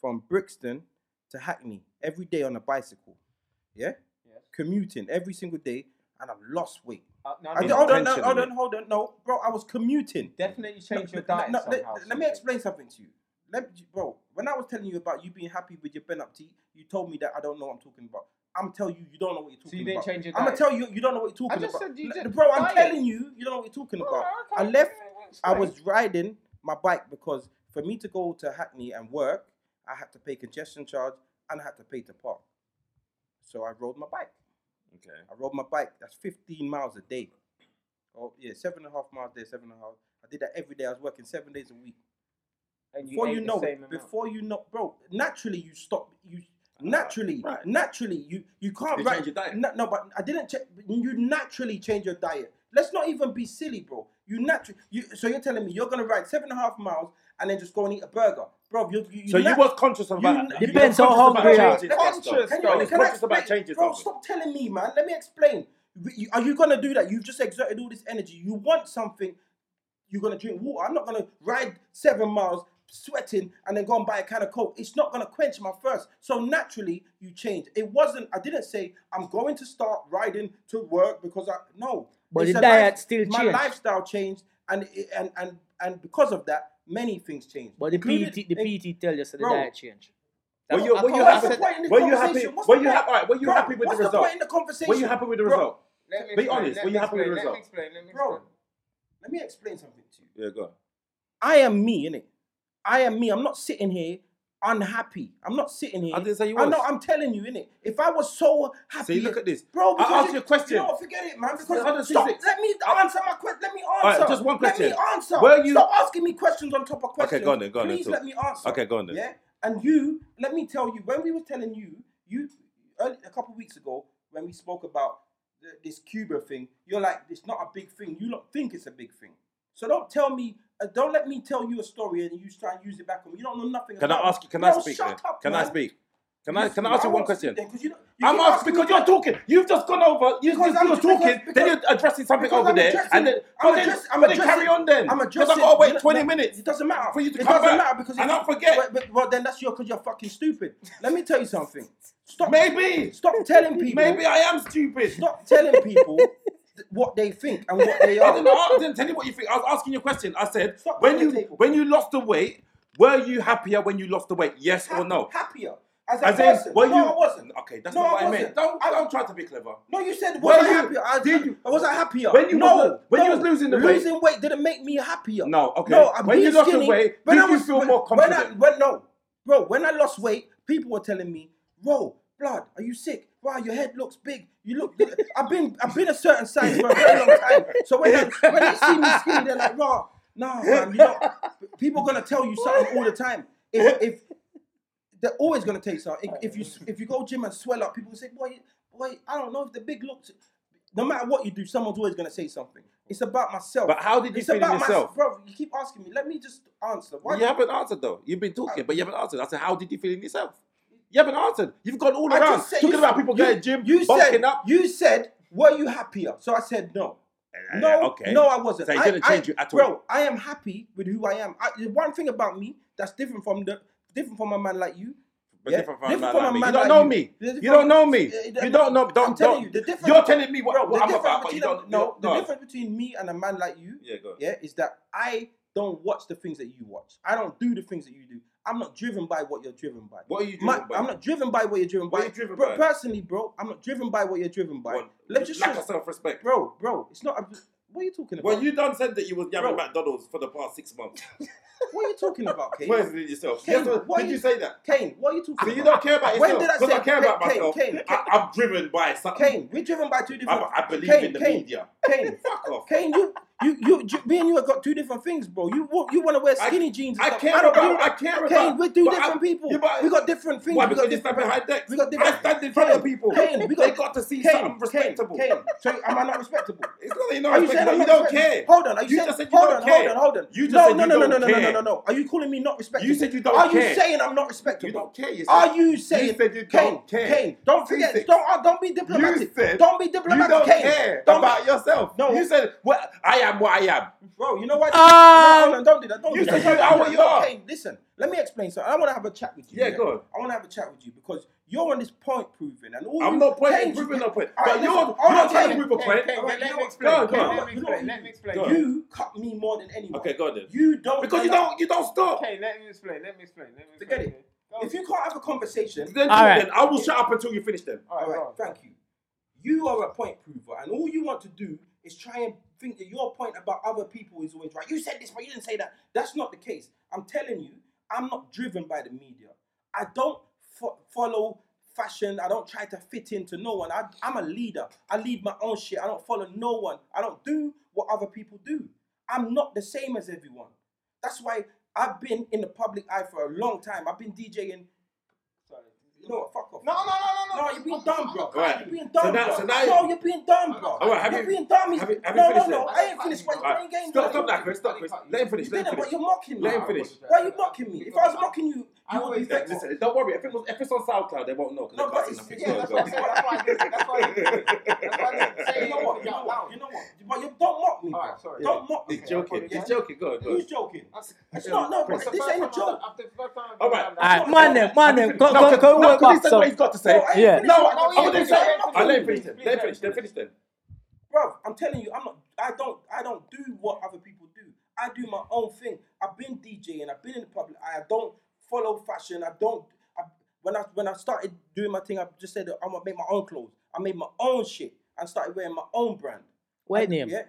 [SPEAKER 4] from Brixton to Hackney every day on a bicycle. Yeah,
[SPEAKER 2] Yes.
[SPEAKER 4] commuting every single day, and I've lost weight.
[SPEAKER 2] Uh, no,
[SPEAKER 4] I,
[SPEAKER 2] no,
[SPEAKER 4] did- hold on, no,
[SPEAKER 5] Intentionally.
[SPEAKER 4] hold on, hold on. No, bro, I was commuting.
[SPEAKER 2] Definitely change your
[SPEAKER 4] No,
[SPEAKER 2] diet
[SPEAKER 4] no, let,
[SPEAKER 2] somehow.
[SPEAKER 4] let me explain something to you. Let me, bro, when I was telling you about you being happy with your Ben up tea, you told me that I don't know what I'm talking about. I'm telling you, you don't know what you're talking
[SPEAKER 2] you didn't
[SPEAKER 4] about.
[SPEAKER 2] change your
[SPEAKER 4] I'm gonna
[SPEAKER 2] diet?
[SPEAKER 4] tell you, you don't know what you're talking
[SPEAKER 2] just Oh,
[SPEAKER 4] about.
[SPEAKER 2] said you
[SPEAKER 4] L-
[SPEAKER 2] did
[SPEAKER 4] bro, I'm
[SPEAKER 2] diet.
[SPEAKER 4] telling you, you don't know what you're talking about. I left, I was riding my bike because for me to go to Hackney and work, I had to pay congestion charge and I had to pay to park. So I rode my bike.
[SPEAKER 5] Okay.
[SPEAKER 4] I rode my bike. That's 15 miles a day. Oh yeah, seven and a half miles a day, seven and a half. I did that every day. I was working seven days a week.
[SPEAKER 2] And
[SPEAKER 4] Before you,
[SPEAKER 2] ate the
[SPEAKER 4] know
[SPEAKER 2] same
[SPEAKER 4] it,
[SPEAKER 2] amount.
[SPEAKER 4] before you know, bro, naturally you stop. You naturally,
[SPEAKER 5] right.
[SPEAKER 4] naturally you you can't.
[SPEAKER 5] You
[SPEAKER 4] right-
[SPEAKER 5] change your diet.
[SPEAKER 4] No, no, but I didn't check. You naturally change your diet. Let's not even be silly, bro. You naturally. You so you're telling me you're gonna ride seven and a half miles and then just go and eat a burger, bro? You, you, you
[SPEAKER 5] So you
[SPEAKER 4] nat-
[SPEAKER 5] was conscious
[SPEAKER 4] you
[SPEAKER 5] about
[SPEAKER 4] n-
[SPEAKER 5] that.
[SPEAKER 3] Depends
[SPEAKER 5] You
[SPEAKER 3] how
[SPEAKER 5] was conscious about
[SPEAKER 3] hungry I am.
[SPEAKER 5] changing that stuff.
[SPEAKER 2] Conscious,
[SPEAKER 4] Can
[SPEAKER 5] You
[SPEAKER 4] you,
[SPEAKER 5] was
[SPEAKER 4] can I
[SPEAKER 5] conscious about
[SPEAKER 4] explain-
[SPEAKER 5] changing
[SPEAKER 4] bro,
[SPEAKER 5] something.
[SPEAKER 4] stop telling me, man. Let me explain. You- Are you gonna do that? You've just exerted all this energy. You want something. You're gonna drink water. I'm not gonna ride seven miles sweating and then go and buy a can of coke. It's not gonna quench my thirst. So naturally, you change. It wasn't. I didn't say I'm going to start riding to work because I no.
[SPEAKER 3] But
[SPEAKER 4] It's
[SPEAKER 3] the
[SPEAKER 4] a
[SPEAKER 3] diet still
[SPEAKER 4] My
[SPEAKER 3] changed.
[SPEAKER 4] lifestyle changed, and and and and because of that, many things changed.
[SPEAKER 3] But the
[SPEAKER 4] Including-
[SPEAKER 3] PT, the PT tell you so the
[SPEAKER 4] Bro.
[SPEAKER 3] diet change.
[SPEAKER 5] Were you,
[SPEAKER 4] I
[SPEAKER 5] were you
[SPEAKER 4] can't-
[SPEAKER 5] happy?
[SPEAKER 4] that's the point in this
[SPEAKER 5] Were you happy?
[SPEAKER 4] conversation. What's
[SPEAKER 5] Were
[SPEAKER 4] the
[SPEAKER 5] you
[SPEAKER 4] point?
[SPEAKER 5] happy? Were you
[SPEAKER 4] Bro,
[SPEAKER 5] happy with the
[SPEAKER 4] what's the
[SPEAKER 5] result?
[SPEAKER 4] point in the conversation?
[SPEAKER 5] Were you happy with the
[SPEAKER 4] Bro,
[SPEAKER 5] result?
[SPEAKER 2] Let me
[SPEAKER 5] Be
[SPEAKER 2] explain,
[SPEAKER 5] honest,
[SPEAKER 2] let
[SPEAKER 5] were
[SPEAKER 2] me
[SPEAKER 5] you happy with the
[SPEAKER 2] explain, Let
[SPEAKER 5] result?
[SPEAKER 2] me explain. Let me
[SPEAKER 4] Bro,
[SPEAKER 2] explain.
[SPEAKER 4] Let me explain something to you.
[SPEAKER 5] Yeah, go on.
[SPEAKER 4] I am me, innit? I am me. I'm not sitting here unhappy. I'm not sitting here.
[SPEAKER 5] I didn't say you
[SPEAKER 4] I know,
[SPEAKER 5] was.
[SPEAKER 4] I'm telling you, innit? If I was so happy.
[SPEAKER 5] See, look at this.
[SPEAKER 4] Bro,
[SPEAKER 5] I
[SPEAKER 4] because
[SPEAKER 5] asked you a question.
[SPEAKER 4] No, forget it, man. Because
[SPEAKER 5] Yeah, other
[SPEAKER 4] stop.
[SPEAKER 5] physics.
[SPEAKER 4] Let me answer my question. Let me
[SPEAKER 5] right,
[SPEAKER 4] answer.
[SPEAKER 5] just one question.
[SPEAKER 4] Let me answer.
[SPEAKER 5] Were you-
[SPEAKER 4] Stop asking me questions on top of questions.
[SPEAKER 5] go on then, go on then,
[SPEAKER 4] Please
[SPEAKER 5] talk.
[SPEAKER 4] let me answer.
[SPEAKER 5] Okay, go on then.
[SPEAKER 4] Yeah? And you, let me tell you, when we were telling you, you early, a couple of weeks ago, when we spoke about th- this Cuba thing, you're like, it's not a big thing. You don't think it's a big thing. So don't tell me, uh, don't let me tell you a story and you try and use it back on me. You don't know nothing
[SPEAKER 5] Can I
[SPEAKER 4] about
[SPEAKER 5] ask you?
[SPEAKER 4] it.
[SPEAKER 5] Can
[SPEAKER 4] No,
[SPEAKER 5] I speak?
[SPEAKER 4] Shut
[SPEAKER 5] then?
[SPEAKER 4] up,
[SPEAKER 5] can I
[SPEAKER 4] man.
[SPEAKER 5] speak? Can I?
[SPEAKER 4] You-
[SPEAKER 5] Can I ask you one
[SPEAKER 4] won't speak
[SPEAKER 5] question?
[SPEAKER 4] then, 'cause you don't- you
[SPEAKER 5] I'm
[SPEAKER 4] keep
[SPEAKER 5] asking because
[SPEAKER 4] me
[SPEAKER 5] you're talking. You've just gone over. You've
[SPEAKER 4] Because
[SPEAKER 5] just
[SPEAKER 4] I'm
[SPEAKER 5] you're
[SPEAKER 4] addressing-
[SPEAKER 5] talking. then you're addressing something
[SPEAKER 4] because
[SPEAKER 5] over
[SPEAKER 4] I'm
[SPEAKER 5] there,
[SPEAKER 4] addressing-
[SPEAKER 5] and then
[SPEAKER 4] I'm
[SPEAKER 5] but then,
[SPEAKER 4] address- I'm
[SPEAKER 5] but then
[SPEAKER 4] addressing-
[SPEAKER 5] carry on then.
[SPEAKER 4] I'm
[SPEAKER 5] Because
[SPEAKER 4] addressing.
[SPEAKER 5] I gotta wait
[SPEAKER 4] you know,
[SPEAKER 5] twenty
[SPEAKER 4] no,
[SPEAKER 5] minutes.
[SPEAKER 4] It doesn't matter
[SPEAKER 5] for you to
[SPEAKER 4] It
[SPEAKER 5] come
[SPEAKER 4] doesn't
[SPEAKER 5] back.
[SPEAKER 4] matter because
[SPEAKER 5] And
[SPEAKER 4] it-
[SPEAKER 5] don't forget.
[SPEAKER 4] Well, but- well, then that's your because you're fucking stupid. Let me tell you something. Stop.
[SPEAKER 5] Maybe.
[SPEAKER 4] Stop telling people.
[SPEAKER 5] Maybe I am stupid.
[SPEAKER 4] Stop telling people th- what they think and what they
[SPEAKER 5] I
[SPEAKER 4] are.
[SPEAKER 5] didn't, know- I didn't tell you what you think. I was asking you a question. I said,
[SPEAKER 4] Stop
[SPEAKER 5] when
[SPEAKER 4] being
[SPEAKER 5] you
[SPEAKER 4] a table.
[SPEAKER 5] when you lost the weight, were you happier when you lost the weight? Yes or no?
[SPEAKER 4] Happier as a
[SPEAKER 5] As in,
[SPEAKER 4] person.
[SPEAKER 5] were
[SPEAKER 4] no,
[SPEAKER 5] you-
[SPEAKER 4] I wasn't.
[SPEAKER 5] Okay, that's
[SPEAKER 4] No,
[SPEAKER 5] not
[SPEAKER 4] I
[SPEAKER 5] what I, meant.
[SPEAKER 4] wasn't.
[SPEAKER 5] Don't
[SPEAKER 4] I-
[SPEAKER 5] don't try to be clever.
[SPEAKER 4] No, you said
[SPEAKER 5] Were
[SPEAKER 4] was I
[SPEAKER 5] you-
[SPEAKER 4] happier? I
[SPEAKER 5] did you-
[SPEAKER 4] Was I happier?
[SPEAKER 5] When you
[SPEAKER 4] no,
[SPEAKER 5] was- when you
[SPEAKER 4] no,
[SPEAKER 5] was losing the weight-
[SPEAKER 4] losing weight, didn't make me happier.
[SPEAKER 5] No, okay.
[SPEAKER 4] No, I'm
[SPEAKER 5] When
[SPEAKER 4] being
[SPEAKER 5] you lost the
[SPEAKER 4] skinny,
[SPEAKER 5] weight,
[SPEAKER 4] when
[SPEAKER 5] did
[SPEAKER 4] I
[SPEAKER 5] you
[SPEAKER 4] was-
[SPEAKER 5] feel
[SPEAKER 4] when-
[SPEAKER 5] more confident?
[SPEAKER 4] When I, when, no, bro, when I lost weight, people were telling me, "Bro, blood, are you sick? Wow, your head looks big. You look." I've been I've been a certain size for a very long time. So when I, when they see me skinny, they're like, "Raw, nah, man, you know." People gonna tell you something all the time. If if they're always gonna tell you something. If, if you if you go gym and swell up, people say, "Boy, boy, I don't know if the big looks." No matter what you do, someone's always gonna say something. It's about myself.
[SPEAKER 5] But how did you
[SPEAKER 4] it's
[SPEAKER 5] feel in
[SPEAKER 4] about my-
[SPEAKER 5] yourself?
[SPEAKER 4] bro? You keep asking me. Let me just answer. Why
[SPEAKER 5] You haven't answered though. You've been talking, but you haven't answered. I said, how did you feel in yourself? You haven't answered. You've gone all
[SPEAKER 4] I
[SPEAKER 5] around
[SPEAKER 4] just said-
[SPEAKER 5] talking
[SPEAKER 4] you-
[SPEAKER 5] about people
[SPEAKER 4] you-
[SPEAKER 5] going gym,
[SPEAKER 4] You
[SPEAKER 5] bulking
[SPEAKER 4] said
[SPEAKER 5] up.
[SPEAKER 4] you said were you happier? So I said no.
[SPEAKER 5] Eh,
[SPEAKER 4] No,
[SPEAKER 5] okay.
[SPEAKER 4] no, I wasn't.
[SPEAKER 5] So it
[SPEAKER 4] I-
[SPEAKER 5] didn't change
[SPEAKER 4] I-
[SPEAKER 5] you at all.
[SPEAKER 4] Bro, I am happy with who I am. I, the one thing about me that's different from the different from a man like you.
[SPEAKER 5] But
[SPEAKER 4] yeah,
[SPEAKER 5] different from a man
[SPEAKER 4] from
[SPEAKER 5] like me. You
[SPEAKER 4] man
[SPEAKER 5] don't
[SPEAKER 4] like
[SPEAKER 5] know me.
[SPEAKER 4] Different-
[SPEAKER 5] You don't know me.
[SPEAKER 4] Eh, eh,
[SPEAKER 5] You don't know. Don't.
[SPEAKER 4] I'm telling
[SPEAKER 5] don't.
[SPEAKER 4] you, the difference.
[SPEAKER 5] You're telling me what,
[SPEAKER 4] bro,
[SPEAKER 5] what
[SPEAKER 4] the
[SPEAKER 5] I'm
[SPEAKER 4] difference
[SPEAKER 5] about, but you
[SPEAKER 4] between
[SPEAKER 5] don't.
[SPEAKER 4] a, no,
[SPEAKER 5] don't-
[SPEAKER 4] the
[SPEAKER 5] don't.
[SPEAKER 4] difference between me and a man like you.
[SPEAKER 5] Yeah, go on.
[SPEAKER 4] yeah, is that I don't watch the things that you watch. I don't do the things that you do. I'm not driven by what you're driven by.
[SPEAKER 5] What are you
[SPEAKER 4] My-
[SPEAKER 5] driven by?
[SPEAKER 4] I'm not driven by what you're driven
[SPEAKER 5] What
[SPEAKER 4] by.
[SPEAKER 5] are you driven
[SPEAKER 4] Bro,
[SPEAKER 5] by?
[SPEAKER 4] Personally, bro, I'm not driven by what you're driven by.
[SPEAKER 5] What?
[SPEAKER 4] Let's just
[SPEAKER 5] lack of self-respect.
[SPEAKER 4] bro, bro. It's not. A, what are you talking about?
[SPEAKER 5] Well, you done said that you was yamming
[SPEAKER 4] Bro.
[SPEAKER 5] McDonald's for the past six months.
[SPEAKER 4] What are you talking about, Kane?
[SPEAKER 5] Where's it yourself?
[SPEAKER 4] Kane,
[SPEAKER 5] Yes, or-
[SPEAKER 4] what
[SPEAKER 5] did
[SPEAKER 4] you-
[SPEAKER 5] you say that?
[SPEAKER 4] Kane, what are you talking
[SPEAKER 5] So
[SPEAKER 4] about?
[SPEAKER 5] you don't care about
[SPEAKER 4] When
[SPEAKER 5] yourself
[SPEAKER 4] did I
[SPEAKER 5] because I,
[SPEAKER 4] say-
[SPEAKER 5] care about
[SPEAKER 4] Kane,
[SPEAKER 5] myself.
[SPEAKER 4] Kane, Kane,
[SPEAKER 5] I, am driven by something.
[SPEAKER 4] Kane, we're driven by two different.
[SPEAKER 5] I, I believe
[SPEAKER 4] Kane,
[SPEAKER 5] in the
[SPEAKER 4] Kane,
[SPEAKER 5] media.
[SPEAKER 4] Kane,
[SPEAKER 5] Fuck off.
[SPEAKER 4] Kane, you, you, you, you, me and you have got two different things, bro. You, wa- you want to wear
[SPEAKER 5] I-
[SPEAKER 4] skinny jeans. and
[SPEAKER 5] I
[SPEAKER 4] stuff.
[SPEAKER 5] care
[SPEAKER 4] don't
[SPEAKER 5] about-
[SPEAKER 4] do that.
[SPEAKER 5] I care
[SPEAKER 4] Kane,
[SPEAKER 5] about-
[SPEAKER 4] we're two
[SPEAKER 5] but I-
[SPEAKER 4] different people.
[SPEAKER 5] Yeah, but-
[SPEAKER 4] we got different things.
[SPEAKER 5] Why?
[SPEAKER 4] we
[SPEAKER 5] Because
[SPEAKER 4] got
[SPEAKER 5] they stand
[SPEAKER 4] different.
[SPEAKER 5] behind decks.
[SPEAKER 4] we got different-
[SPEAKER 5] I stand in front of
[SPEAKER 4] Kane,
[SPEAKER 5] people.
[SPEAKER 4] Kane, we got-
[SPEAKER 5] they got to see
[SPEAKER 4] Kane,
[SPEAKER 5] something respectable.
[SPEAKER 4] Kane, Kane. So am I not respectable?
[SPEAKER 5] It's not that you're not
[SPEAKER 4] Are you saying
[SPEAKER 5] respectable.
[SPEAKER 4] I'm not
[SPEAKER 5] You don't
[SPEAKER 4] respectable?
[SPEAKER 5] care.
[SPEAKER 4] Hold on. Are you, saying,
[SPEAKER 5] just said you
[SPEAKER 4] hold
[SPEAKER 5] don't
[SPEAKER 4] on,
[SPEAKER 5] care.
[SPEAKER 4] hold on, hold on.
[SPEAKER 5] You just
[SPEAKER 4] no,
[SPEAKER 5] said
[SPEAKER 4] no,
[SPEAKER 5] you
[SPEAKER 4] no, no, no,
[SPEAKER 5] don't
[SPEAKER 4] no, no, no,
[SPEAKER 5] care.
[SPEAKER 4] no, no. Are you calling me not respectable?
[SPEAKER 5] You said you don't
[SPEAKER 4] Are
[SPEAKER 5] care.
[SPEAKER 4] you saying I'm not respectable?
[SPEAKER 5] You don't care, you
[SPEAKER 4] Are
[SPEAKER 5] said.
[SPEAKER 4] you saying?
[SPEAKER 5] said you
[SPEAKER 4] Kane,
[SPEAKER 5] don't care.
[SPEAKER 4] Kane, don't
[SPEAKER 5] See,
[SPEAKER 4] forget.
[SPEAKER 5] six.
[SPEAKER 4] Don't uh, don't be
[SPEAKER 5] You
[SPEAKER 4] diplomatic.
[SPEAKER 5] said
[SPEAKER 4] don't be
[SPEAKER 5] You
[SPEAKER 4] diplomatic.
[SPEAKER 5] don't
[SPEAKER 4] Kane.
[SPEAKER 5] care
[SPEAKER 4] Don't be-
[SPEAKER 5] about yourself.
[SPEAKER 4] No.
[SPEAKER 5] You said, "Well, I am what I am."
[SPEAKER 4] Bro, you know what?
[SPEAKER 3] Ah!
[SPEAKER 4] no, hold on, don't do that. Don't
[SPEAKER 5] You
[SPEAKER 4] do that.
[SPEAKER 5] said you
[SPEAKER 4] Don't
[SPEAKER 5] are
[SPEAKER 4] do
[SPEAKER 5] what
[SPEAKER 4] that.
[SPEAKER 5] you
[SPEAKER 4] No,
[SPEAKER 5] are.
[SPEAKER 4] Kane, listen, let me explain something. I want to have a chat with you.
[SPEAKER 5] Yeah, go on.
[SPEAKER 4] I want to have a chat with you because you're on this point proving and all.
[SPEAKER 5] I'm
[SPEAKER 4] you-
[SPEAKER 5] not pointing,
[SPEAKER 4] Kane,
[SPEAKER 5] proving
[SPEAKER 4] you-
[SPEAKER 5] a point.
[SPEAKER 4] All
[SPEAKER 5] But
[SPEAKER 4] right,
[SPEAKER 5] you're,
[SPEAKER 4] listen.
[SPEAKER 5] you're
[SPEAKER 4] All right,
[SPEAKER 5] not trying to
[SPEAKER 4] Kane,
[SPEAKER 5] prove a
[SPEAKER 4] Kane, Kane,
[SPEAKER 5] point.
[SPEAKER 2] Let
[SPEAKER 4] you know
[SPEAKER 2] me
[SPEAKER 4] what?
[SPEAKER 2] explain.
[SPEAKER 5] Go on, go on.
[SPEAKER 2] Let me explain. Let me explain.
[SPEAKER 5] Go on.
[SPEAKER 4] You cut me more than anyone.
[SPEAKER 5] Okay, go on then.
[SPEAKER 4] You don't
[SPEAKER 5] Because you
[SPEAKER 4] allow-
[SPEAKER 5] don't, you don't stop.
[SPEAKER 2] Okay, let me explain. Let me explain. Let me
[SPEAKER 4] Forget
[SPEAKER 2] explain.
[SPEAKER 4] it. If you can't have a conversation,
[SPEAKER 5] Then,
[SPEAKER 3] All
[SPEAKER 5] do it
[SPEAKER 3] right.
[SPEAKER 5] then I will shut up until you finish them.
[SPEAKER 4] All right,
[SPEAKER 2] go on.
[SPEAKER 4] thank you. You are a point prover, and all you want to do is try and think that your point about other people is always right. You said this, but you didn't say that. That's not the case. I'm telling you, I'm not driven by the media. I don't fo- follow fashion. I don't try to fit into no one. I, I'm a leader. I lead my own shit. I don't follow no one. I don't do what other people do. I'm not the same as everyone. That's why I've been in the public eye for a long time. I've been DJing. Sorry, you know what? Fuck off.
[SPEAKER 2] No, no, no, no,
[SPEAKER 4] No,
[SPEAKER 2] no.
[SPEAKER 4] you're being dumb, bro.
[SPEAKER 5] Right.
[SPEAKER 4] You're being dumb,
[SPEAKER 5] So now-
[SPEAKER 4] bro.
[SPEAKER 5] so now-
[SPEAKER 4] no, you're being dumb, bro.
[SPEAKER 5] All right, have
[SPEAKER 4] you're
[SPEAKER 5] you-
[SPEAKER 4] being dumb. He's-
[SPEAKER 5] have you- have you
[SPEAKER 4] no, no,
[SPEAKER 5] finished
[SPEAKER 4] no.
[SPEAKER 5] it?
[SPEAKER 4] I ain't finished my
[SPEAKER 5] All right.
[SPEAKER 4] playing game. bro.
[SPEAKER 5] Stop, stop that, Chris. Stop, Chris. Let him finish.
[SPEAKER 4] You
[SPEAKER 5] Let
[SPEAKER 4] didn't,
[SPEAKER 5] him
[SPEAKER 4] but
[SPEAKER 5] finish.
[SPEAKER 4] you're mocking me.
[SPEAKER 5] Let him finish.
[SPEAKER 4] Why are you mocking me? If I was mocking you,
[SPEAKER 2] I
[SPEAKER 4] you would be
[SPEAKER 2] always-
[SPEAKER 4] thankful.
[SPEAKER 5] Listen, don't worry. If, it was, if it's on SoundCloud, they won't know. 'cause
[SPEAKER 4] No,
[SPEAKER 5] they can't
[SPEAKER 4] but
[SPEAKER 5] see
[SPEAKER 4] it's- yeah,
[SPEAKER 5] the picture.
[SPEAKER 2] that's
[SPEAKER 5] Go
[SPEAKER 2] what
[SPEAKER 5] on.
[SPEAKER 2] I'm saying. That's why I did it. That's why I did it. That's why I did it. Say
[SPEAKER 4] You know
[SPEAKER 2] it
[SPEAKER 4] what? You
[SPEAKER 2] out
[SPEAKER 4] know
[SPEAKER 2] loud.
[SPEAKER 4] what? You know what? But you don't mock me. bro.
[SPEAKER 2] All right, sorry.
[SPEAKER 4] Don't mock me.
[SPEAKER 5] He's joking. He's joking. Go on, go
[SPEAKER 4] Who's
[SPEAKER 5] on.
[SPEAKER 4] joking? It's
[SPEAKER 5] Yeah,
[SPEAKER 4] not. No, bro.
[SPEAKER 5] Chris.
[SPEAKER 2] That's the
[SPEAKER 4] This
[SPEAKER 2] first
[SPEAKER 4] ain't a
[SPEAKER 2] time I've done-
[SPEAKER 4] joke.
[SPEAKER 2] after the first time I've done
[SPEAKER 5] All right.
[SPEAKER 2] that.
[SPEAKER 3] All right, man, then, man, then, go, go, go,
[SPEAKER 5] no,
[SPEAKER 3] work
[SPEAKER 5] because he
[SPEAKER 3] back.
[SPEAKER 5] said
[SPEAKER 3] So,
[SPEAKER 5] what he's got to
[SPEAKER 4] No,
[SPEAKER 5] say.
[SPEAKER 4] I ain't
[SPEAKER 3] Yeah.
[SPEAKER 4] finished what I'm
[SPEAKER 5] No, I I
[SPEAKER 4] saying.
[SPEAKER 5] wouldn't say.
[SPEAKER 4] I'm not
[SPEAKER 5] I let him
[SPEAKER 4] finished.
[SPEAKER 5] finish. Then. Let him finish. Let him finish. Then.
[SPEAKER 4] bro. I'm telling you, I'm not. I don't. I don't do what other people do. I do my own thing. I've been DJing. I've been in the public. eye. I don't follow fashion. I don't. I, when I when I started doing my thing, I just said I'm gonna make my own clothes. I made my own shit. and started wearing my own brand.
[SPEAKER 3] Wait,
[SPEAKER 4] And-
[SPEAKER 3] name.
[SPEAKER 4] Yeah,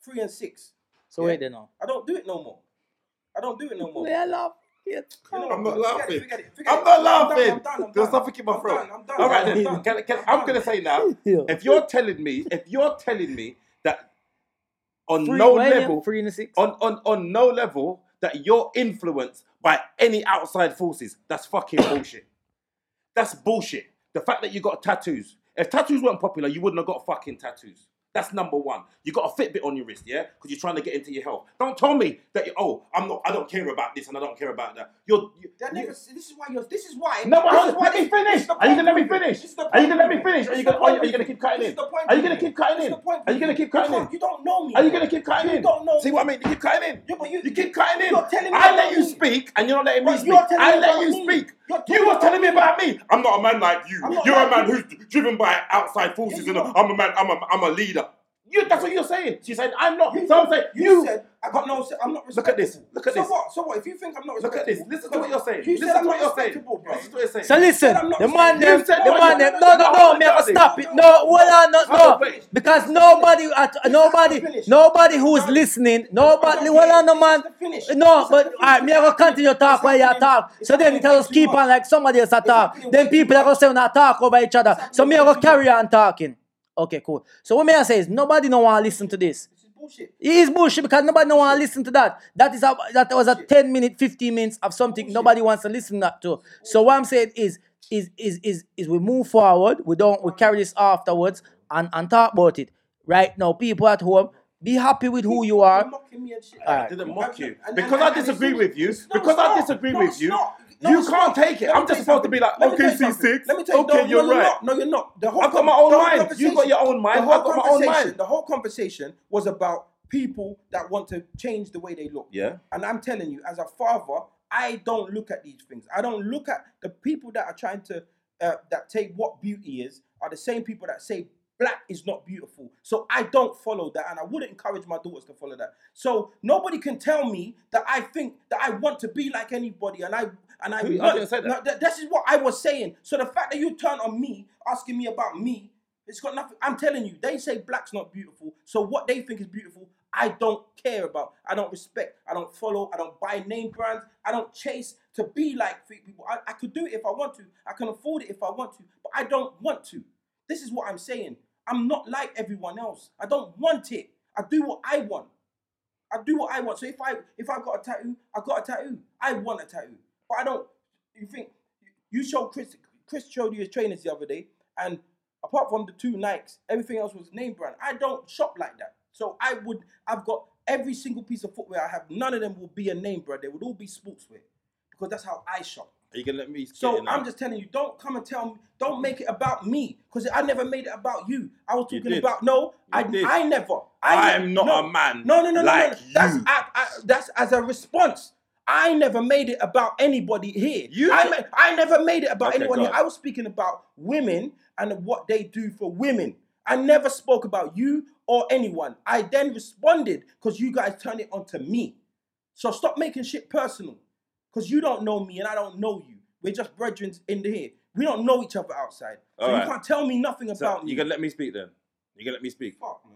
[SPEAKER 4] three and six.
[SPEAKER 3] So
[SPEAKER 4] yeah.
[SPEAKER 3] wait, there now.
[SPEAKER 4] I don't do it no more. I don't do it no more.
[SPEAKER 3] Yeah, love. it.
[SPEAKER 4] You know,
[SPEAKER 5] I'm not
[SPEAKER 4] forget it,
[SPEAKER 5] laughing.
[SPEAKER 4] forget it, forget
[SPEAKER 5] I'm
[SPEAKER 4] it.
[SPEAKER 5] not
[SPEAKER 4] done,
[SPEAKER 5] laughing.
[SPEAKER 4] I'm done, I'm
[SPEAKER 5] There's
[SPEAKER 4] done.
[SPEAKER 5] nothing in my
[SPEAKER 4] I'm
[SPEAKER 5] throat.
[SPEAKER 4] done, I'm done,
[SPEAKER 5] All right,
[SPEAKER 4] I'm
[SPEAKER 5] then.
[SPEAKER 4] done.
[SPEAKER 5] Can, can, I'm gonna say now.
[SPEAKER 3] Yeah.
[SPEAKER 5] If you're telling me, if you're telling me that on
[SPEAKER 3] Free,
[SPEAKER 5] no
[SPEAKER 3] wait, name,
[SPEAKER 5] level,
[SPEAKER 3] Free in the six.
[SPEAKER 5] on, on on no level, that you're influenced by any outside forces, that's fucking bullshit. That's bullshit. The fact that you got tattoos. If tattoos weren't popular, you wouldn't have got fucking tattoos. That's number one. You got a Fitbit on your wrist, yeah, because you're trying to get into your health. Don't tell me that you, oh, I'm not, I don't care about this and I don't care about that. You're, you,
[SPEAKER 4] That
[SPEAKER 5] you-
[SPEAKER 4] never, this is why you're. This is why.
[SPEAKER 5] no, but
[SPEAKER 4] this
[SPEAKER 5] hold
[SPEAKER 4] is
[SPEAKER 5] on, let
[SPEAKER 4] this-
[SPEAKER 5] me finish.
[SPEAKER 4] this is the
[SPEAKER 5] Are you gonna let me
[SPEAKER 4] point.
[SPEAKER 5] finish?
[SPEAKER 4] This is the
[SPEAKER 5] Are you gonna let me
[SPEAKER 4] point.
[SPEAKER 5] finish? Are
[SPEAKER 4] This
[SPEAKER 5] you
[SPEAKER 4] is
[SPEAKER 5] gonna
[SPEAKER 4] the
[SPEAKER 5] are
[SPEAKER 4] point.
[SPEAKER 5] you, are you gonna keep cutting
[SPEAKER 4] This
[SPEAKER 5] in?
[SPEAKER 4] is the point.
[SPEAKER 5] Are you gonna keep cutting
[SPEAKER 4] This is
[SPEAKER 5] in?
[SPEAKER 4] the point.
[SPEAKER 5] Are you gonna keep
[SPEAKER 4] You
[SPEAKER 5] cutting in?
[SPEAKER 4] can't- You don't know me.
[SPEAKER 5] Are you gonna keep cutting
[SPEAKER 4] You
[SPEAKER 5] in?
[SPEAKER 4] don't know
[SPEAKER 5] See
[SPEAKER 4] me.
[SPEAKER 5] what I mean? You keep cutting in.
[SPEAKER 4] Yeah, but you-
[SPEAKER 5] you keep cutting in.
[SPEAKER 4] you're telling me about
[SPEAKER 5] I let you
[SPEAKER 4] me.
[SPEAKER 5] speak, and you're not letting me
[SPEAKER 4] But
[SPEAKER 5] speak.
[SPEAKER 4] you're telling
[SPEAKER 5] I
[SPEAKER 4] me
[SPEAKER 5] let
[SPEAKER 4] about
[SPEAKER 5] you
[SPEAKER 4] me.
[SPEAKER 5] speak.
[SPEAKER 4] You're
[SPEAKER 5] You
[SPEAKER 4] talking
[SPEAKER 5] were
[SPEAKER 4] about
[SPEAKER 5] telling me
[SPEAKER 4] me.
[SPEAKER 5] about me. I'm not a man like you.
[SPEAKER 4] I'm not
[SPEAKER 5] You're a
[SPEAKER 4] like
[SPEAKER 5] man
[SPEAKER 4] you.
[SPEAKER 5] who's driven by outside forces,
[SPEAKER 4] you
[SPEAKER 5] and
[SPEAKER 4] are.
[SPEAKER 5] I'm a man. I'm a, I'm a leader. You, that's what you're saying. She's saying I'm not.
[SPEAKER 4] You-
[SPEAKER 5] so I'm saying
[SPEAKER 4] You, said I got no. I'm not
[SPEAKER 5] Look at
[SPEAKER 4] respectable.
[SPEAKER 5] this. Look at
[SPEAKER 4] so
[SPEAKER 5] this.
[SPEAKER 4] what? So what? If you think I'm not
[SPEAKER 5] Look at
[SPEAKER 4] respectable,
[SPEAKER 5] this. Listen to what you're saying.
[SPEAKER 4] You
[SPEAKER 5] Listen
[SPEAKER 4] said I'm
[SPEAKER 5] to what
[SPEAKER 4] not
[SPEAKER 5] you're saying.
[SPEAKER 4] respectable, bro.
[SPEAKER 5] Listen to what you're saying.
[SPEAKER 3] So listen,
[SPEAKER 4] I'm not
[SPEAKER 3] the man
[SPEAKER 4] saying-
[SPEAKER 3] them,
[SPEAKER 5] You said-
[SPEAKER 3] the
[SPEAKER 5] no,
[SPEAKER 3] man
[SPEAKER 5] no,
[SPEAKER 3] them.
[SPEAKER 5] no,
[SPEAKER 3] No,
[SPEAKER 5] no,
[SPEAKER 3] no,
[SPEAKER 5] no,
[SPEAKER 3] no, me
[SPEAKER 5] no,
[SPEAKER 3] have
[SPEAKER 5] no,
[SPEAKER 3] to stop
[SPEAKER 4] no,
[SPEAKER 3] it.
[SPEAKER 4] no,
[SPEAKER 3] No, hold on, no,
[SPEAKER 4] no,
[SPEAKER 3] no,
[SPEAKER 5] wait.
[SPEAKER 3] because
[SPEAKER 4] This is
[SPEAKER 3] nobody, at,
[SPEAKER 4] the
[SPEAKER 3] nobody,
[SPEAKER 4] finish.
[SPEAKER 3] nobody who's
[SPEAKER 4] Done.
[SPEAKER 3] listening, nobody.
[SPEAKER 4] don't
[SPEAKER 3] Hold
[SPEAKER 4] care.
[SPEAKER 3] on, no
[SPEAKER 4] This
[SPEAKER 3] man.
[SPEAKER 4] is the finish. This
[SPEAKER 3] No,
[SPEAKER 4] is
[SPEAKER 3] but
[SPEAKER 4] the
[SPEAKER 3] alright,
[SPEAKER 4] finish.
[SPEAKER 3] me I go continue to talk
[SPEAKER 4] It's
[SPEAKER 3] while you
[SPEAKER 4] happening-
[SPEAKER 3] talk.
[SPEAKER 4] it's
[SPEAKER 3] So then it
[SPEAKER 4] happening
[SPEAKER 3] just
[SPEAKER 4] way
[SPEAKER 3] keep
[SPEAKER 4] too
[SPEAKER 3] on
[SPEAKER 4] much.
[SPEAKER 3] like somebody else a talk.
[SPEAKER 4] happening
[SPEAKER 3] Then
[SPEAKER 4] way too
[SPEAKER 3] people are gonna
[SPEAKER 4] much.
[SPEAKER 3] say we not talk over each other. So me I
[SPEAKER 4] happening way
[SPEAKER 3] go
[SPEAKER 4] too much.
[SPEAKER 3] carry on talking. Okay, cool. So what me I say is nobody no want to listen to this.
[SPEAKER 4] This is bullshit.
[SPEAKER 3] It is bullshit because nobody no want to listen to that. That is a, that was a ten minute, fifteen minutes of something nobody wants to listen that to. So what I'm saying is, is is is is we move forward. We don't we carry this afterwards and and talk about it. Right now, people at home, be happy with who you
[SPEAKER 4] You're
[SPEAKER 3] are.
[SPEAKER 4] mocking me and shit.
[SPEAKER 3] Alright.
[SPEAKER 5] I didn't mock you
[SPEAKER 4] And-
[SPEAKER 5] because
[SPEAKER 4] and-
[SPEAKER 5] I
[SPEAKER 4] and it's
[SPEAKER 5] disagree
[SPEAKER 4] not-
[SPEAKER 5] with you.
[SPEAKER 4] it's not-
[SPEAKER 5] Because
[SPEAKER 4] it's
[SPEAKER 5] I
[SPEAKER 4] not.
[SPEAKER 5] disagree
[SPEAKER 4] No,
[SPEAKER 5] with
[SPEAKER 4] it's
[SPEAKER 5] you.
[SPEAKER 4] not. No,
[SPEAKER 5] You
[SPEAKER 4] it's not.
[SPEAKER 5] can't take it.
[SPEAKER 4] Let me tell
[SPEAKER 5] I'm just
[SPEAKER 4] you
[SPEAKER 5] supposed to be like,
[SPEAKER 4] something. Let me
[SPEAKER 5] okay,
[SPEAKER 4] tell you
[SPEAKER 5] C6.
[SPEAKER 4] something. Let me tell you,
[SPEAKER 5] Okay,
[SPEAKER 4] no,
[SPEAKER 5] you're
[SPEAKER 4] no, you're
[SPEAKER 5] right.
[SPEAKER 4] not. No, you're not. The whole
[SPEAKER 5] I've got my
[SPEAKER 4] con-
[SPEAKER 5] own
[SPEAKER 4] the whole
[SPEAKER 5] mind. You've got
[SPEAKER 4] conversation-
[SPEAKER 5] your own mind.
[SPEAKER 4] The whole
[SPEAKER 5] I've got my own
[SPEAKER 4] conversation-
[SPEAKER 5] mind.
[SPEAKER 4] The whole conversation was about people that want to change the way they look.
[SPEAKER 5] Yeah.
[SPEAKER 4] And I'm telling you, as a father, I don't look at these things. I don't look at the people that are trying to uh, that take what beauty is are the same people that say black is not beautiful. So I don't follow that, and I wouldn't encourage my daughters to follow that. So nobody can tell me that I think that I want to be like anybody, and I and I.
[SPEAKER 5] Who- I didn't say that.
[SPEAKER 4] No, th- this is what I was saying. So the fact that you turn on me asking me about me, it's got nothing. I'm telling you, they say black's not beautiful. So what they think is beautiful, I don't care about. I don't respect. I don't follow. I don't buy name brands. I don't chase to be like freak people. I, I could do it if I want to. I can afford it if I want to. But I don't want to. This is what I'm saying. I'm not like everyone else. I don't want it. I do what I want. I do what I want. So if I if I've got a tattoo, I've got a tattoo. I want a tattoo. But I don't you think you showed Chris Chris showed you his trainers the other day and apart from the two Nikes, everything else was name brand. I don't shop like that. So I would I've got every single piece of footwear I have, none of them will be a name brand. They would all be sportswear. Because that's how I shop.
[SPEAKER 5] Are you gonna let me?
[SPEAKER 4] So I'm just telling you, don't come and tell me, don't make it about me, because I never made it about you. I was
[SPEAKER 5] You
[SPEAKER 4] talking
[SPEAKER 5] did.
[SPEAKER 4] about no, I,
[SPEAKER 5] did.
[SPEAKER 4] I never.
[SPEAKER 5] I
[SPEAKER 4] ne-
[SPEAKER 5] am not
[SPEAKER 4] no.
[SPEAKER 5] a man
[SPEAKER 4] No, no, no, no,
[SPEAKER 5] like
[SPEAKER 4] no. no. That's
[SPEAKER 5] you.
[SPEAKER 4] I, I, that's as a response. I never made it about anybody here.
[SPEAKER 5] You-
[SPEAKER 4] I, ma- I never made it about
[SPEAKER 5] Okay,
[SPEAKER 4] anyone
[SPEAKER 5] go
[SPEAKER 4] here.
[SPEAKER 5] on.
[SPEAKER 4] I was speaking about women and what they do for women. I never spoke about you or anyone. I then responded because you guys turned it onto me. So stop making shit personal. Because you don't know me and I don't know you. We're just brethren in the here. We don't know each other outside. So you
[SPEAKER 5] Alright.
[SPEAKER 4] can't tell me nothing about me.
[SPEAKER 5] You gonna let me speak then? You gonna let me speak?
[SPEAKER 4] Fuck, man.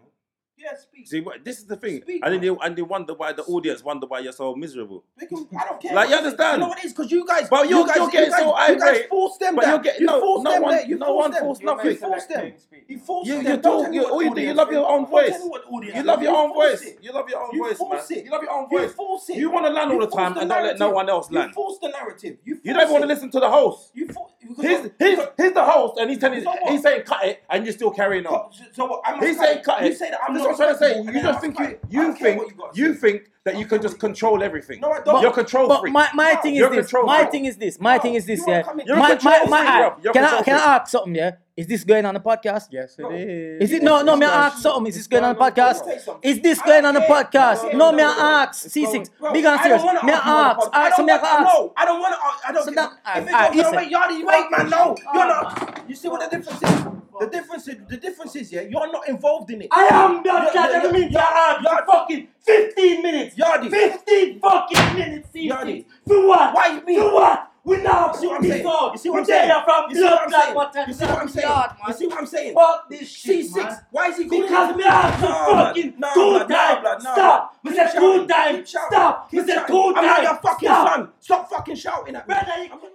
[SPEAKER 4] Yeah, speak.
[SPEAKER 5] See, what this is the thing,
[SPEAKER 4] Speak,
[SPEAKER 5] and then
[SPEAKER 4] man.
[SPEAKER 5] you and you wonder why the audience wonder why you're so miserable.
[SPEAKER 4] We can, I don't care.
[SPEAKER 5] Like,
[SPEAKER 4] what it
[SPEAKER 5] you
[SPEAKER 4] is.
[SPEAKER 5] understand?
[SPEAKER 4] You know what it is? Because you guys,
[SPEAKER 5] But
[SPEAKER 4] you,
[SPEAKER 5] you're-
[SPEAKER 4] guys,
[SPEAKER 5] you're
[SPEAKER 4] you
[SPEAKER 5] getting
[SPEAKER 4] guys,
[SPEAKER 5] so
[SPEAKER 4] you guys
[SPEAKER 5] irate.
[SPEAKER 4] forced them
[SPEAKER 5] But
[SPEAKER 4] down.
[SPEAKER 5] you're getting-
[SPEAKER 4] you
[SPEAKER 5] no,
[SPEAKER 4] forced
[SPEAKER 5] no
[SPEAKER 4] them
[SPEAKER 5] one-
[SPEAKER 4] there. You
[SPEAKER 5] no
[SPEAKER 4] forced
[SPEAKER 5] one
[SPEAKER 4] them.
[SPEAKER 5] forced
[SPEAKER 4] You
[SPEAKER 5] nothing.
[SPEAKER 4] forced them. You forced
[SPEAKER 5] You,
[SPEAKER 4] them.
[SPEAKER 5] you
[SPEAKER 4] Don't tell
[SPEAKER 5] talk.
[SPEAKER 4] me
[SPEAKER 5] You,
[SPEAKER 4] what
[SPEAKER 5] all you do, you
[SPEAKER 4] audience
[SPEAKER 5] love your
[SPEAKER 4] think.
[SPEAKER 5] own
[SPEAKER 4] Don't tell me
[SPEAKER 5] voice.
[SPEAKER 4] what audience
[SPEAKER 5] You love your
[SPEAKER 4] think.
[SPEAKER 5] own
[SPEAKER 4] forced
[SPEAKER 5] voice.
[SPEAKER 4] it.
[SPEAKER 5] You love your own
[SPEAKER 4] You
[SPEAKER 5] voice, man.
[SPEAKER 4] force it.
[SPEAKER 5] You love your own
[SPEAKER 4] You
[SPEAKER 5] voice.
[SPEAKER 4] force it.
[SPEAKER 5] You want to land all
[SPEAKER 4] You
[SPEAKER 5] the
[SPEAKER 4] force
[SPEAKER 5] time and don't let no
[SPEAKER 4] narrative.
[SPEAKER 5] one else land.
[SPEAKER 4] You force the narrative. You,
[SPEAKER 5] You don't even want to listen to the host.
[SPEAKER 4] You force.
[SPEAKER 5] He's, he's, he's the host, and he's telling
[SPEAKER 4] So what?
[SPEAKER 5] he's saying cut it, and you're still carrying on.
[SPEAKER 4] So what? I must
[SPEAKER 5] He's saying cut it.
[SPEAKER 4] You say that I'm
[SPEAKER 5] That's
[SPEAKER 4] not
[SPEAKER 5] what I'm trying to
[SPEAKER 4] respectable,
[SPEAKER 5] say.
[SPEAKER 4] and
[SPEAKER 5] You
[SPEAKER 4] I
[SPEAKER 5] just think
[SPEAKER 4] must cut
[SPEAKER 5] you,
[SPEAKER 4] it. I
[SPEAKER 5] you
[SPEAKER 4] don't care
[SPEAKER 5] think
[SPEAKER 4] what you gotta
[SPEAKER 5] you
[SPEAKER 4] say.
[SPEAKER 5] think that you can just control everything.
[SPEAKER 4] No, I don't.
[SPEAKER 5] You're a control
[SPEAKER 3] But
[SPEAKER 5] freak.
[SPEAKER 3] my, my thing
[SPEAKER 5] You're
[SPEAKER 3] is this.
[SPEAKER 5] control
[SPEAKER 3] My
[SPEAKER 5] freak.
[SPEAKER 3] thing is this. My
[SPEAKER 4] No,
[SPEAKER 3] thing is this.
[SPEAKER 4] you are
[SPEAKER 3] Yeah.
[SPEAKER 4] coming-
[SPEAKER 5] You're a
[SPEAKER 3] My, my,
[SPEAKER 5] control
[SPEAKER 3] my,
[SPEAKER 5] freak, bruv. You're
[SPEAKER 3] I,
[SPEAKER 5] a
[SPEAKER 3] can I
[SPEAKER 5] control
[SPEAKER 3] can
[SPEAKER 5] freak.
[SPEAKER 3] I ask something? Yeah. Is this going on the podcast?
[SPEAKER 2] Yes,
[SPEAKER 4] No.
[SPEAKER 2] it is.
[SPEAKER 3] Is it no no
[SPEAKER 2] It's
[SPEAKER 3] me
[SPEAKER 2] going-
[SPEAKER 3] I ask something? Is this
[SPEAKER 2] it's
[SPEAKER 3] going on the
[SPEAKER 2] the
[SPEAKER 3] podcast?
[SPEAKER 4] podcast.
[SPEAKER 3] Is this
[SPEAKER 4] I
[SPEAKER 3] going
[SPEAKER 4] don't
[SPEAKER 3] on the
[SPEAKER 4] care.
[SPEAKER 3] podcast?
[SPEAKER 4] No,
[SPEAKER 3] No
[SPEAKER 4] no,
[SPEAKER 3] me
[SPEAKER 4] no, no.
[SPEAKER 3] I ask
[SPEAKER 2] It's
[SPEAKER 3] C
[SPEAKER 2] going-
[SPEAKER 3] six.
[SPEAKER 4] Bro,
[SPEAKER 3] Big and
[SPEAKER 4] I
[SPEAKER 3] serious.
[SPEAKER 4] don't want to
[SPEAKER 3] Me
[SPEAKER 4] ask you
[SPEAKER 3] I
[SPEAKER 4] on the
[SPEAKER 3] ask.
[SPEAKER 4] pod. I
[SPEAKER 3] Alright, so
[SPEAKER 4] don't
[SPEAKER 3] me I
[SPEAKER 4] want to.
[SPEAKER 3] ask.
[SPEAKER 4] No, I don't want to. I don't.
[SPEAKER 3] So
[SPEAKER 4] give-
[SPEAKER 3] that- alright,
[SPEAKER 4] if it goes
[SPEAKER 3] alright,
[SPEAKER 4] your
[SPEAKER 3] listen.
[SPEAKER 4] way, Yardi, wait, man. No, you're not. You see what the difference is? The difference is. The difference is. Yeah, you're not involved in it.
[SPEAKER 9] I am
[SPEAKER 4] Yeah,
[SPEAKER 9] that guy
[SPEAKER 4] yeah,
[SPEAKER 9] that means
[SPEAKER 4] yeah,
[SPEAKER 9] that
[SPEAKER 4] yeah.
[SPEAKER 9] I'm fucking 15 minutes.
[SPEAKER 4] Yardi.
[SPEAKER 9] 15 fucking minutes,
[SPEAKER 4] Yardi.
[SPEAKER 9] Yardi. For what?
[SPEAKER 4] Why you mean?
[SPEAKER 9] For what?
[SPEAKER 5] We now
[SPEAKER 4] You see what I'm saying? You see what I'm
[SPEAKER 5] We there
[SPEAKER 4] saying?
[SPEAKER 5] from
[SPEAKER 4] You see what I'm
[SPEAKER 3] blood
[SPEAKER 4] saying?
[SPEAKER 3] water,
[SPEAKER 4] You see what I'm saying?
[SPEAKER 3] blood,
[SPEAKER 4] You
[SPEAKER 3] man.
[SPEAKER 4] see what I'm saying?
[SPEAKER 3] Fuck this shit, man.
[SPEAKER 4] C6. Why is he calling
[SPEAKER 5] Because
[SPEAKER 4] him-
[SPEAKER 5] me have to
[SPEAKER 4] No, blood.
[SPEAKER 5] fucking
[SPEAKER 4] No,
[SPEAKER 5] two
[SPEAKER 4] blood. No,
[SPEAKER 5] time.
[SPEAKER 4] blood. No,
[SPEAKER 5] Stop.
[SPEAKER 4] blood.
[SPEAKER 5] Me
[SPEAKER 4] Keep
[SPEAKER 5] say
[SPEAKER 4] shouting.
[SPEAKER 5] two time.
[SPEAKER 4] Keep shouting.
[SPEAKER 5] Stop. Me
[SPEAKER 4] Keep
[SPEAKER 5] say
[SPEAKER 4] shouting.
[SPEAKER 5] two
[SPEAKER 4] I'm not
[SPEAKER 5] time.
[SPEAKER 4] your fucking
[SPEAKER 5] Stop.
[SPEAKER 4] son. Stop fucking shouting at me.
[SPEAKER 5] Brother, you-
[SPEAKER 4] I'm not-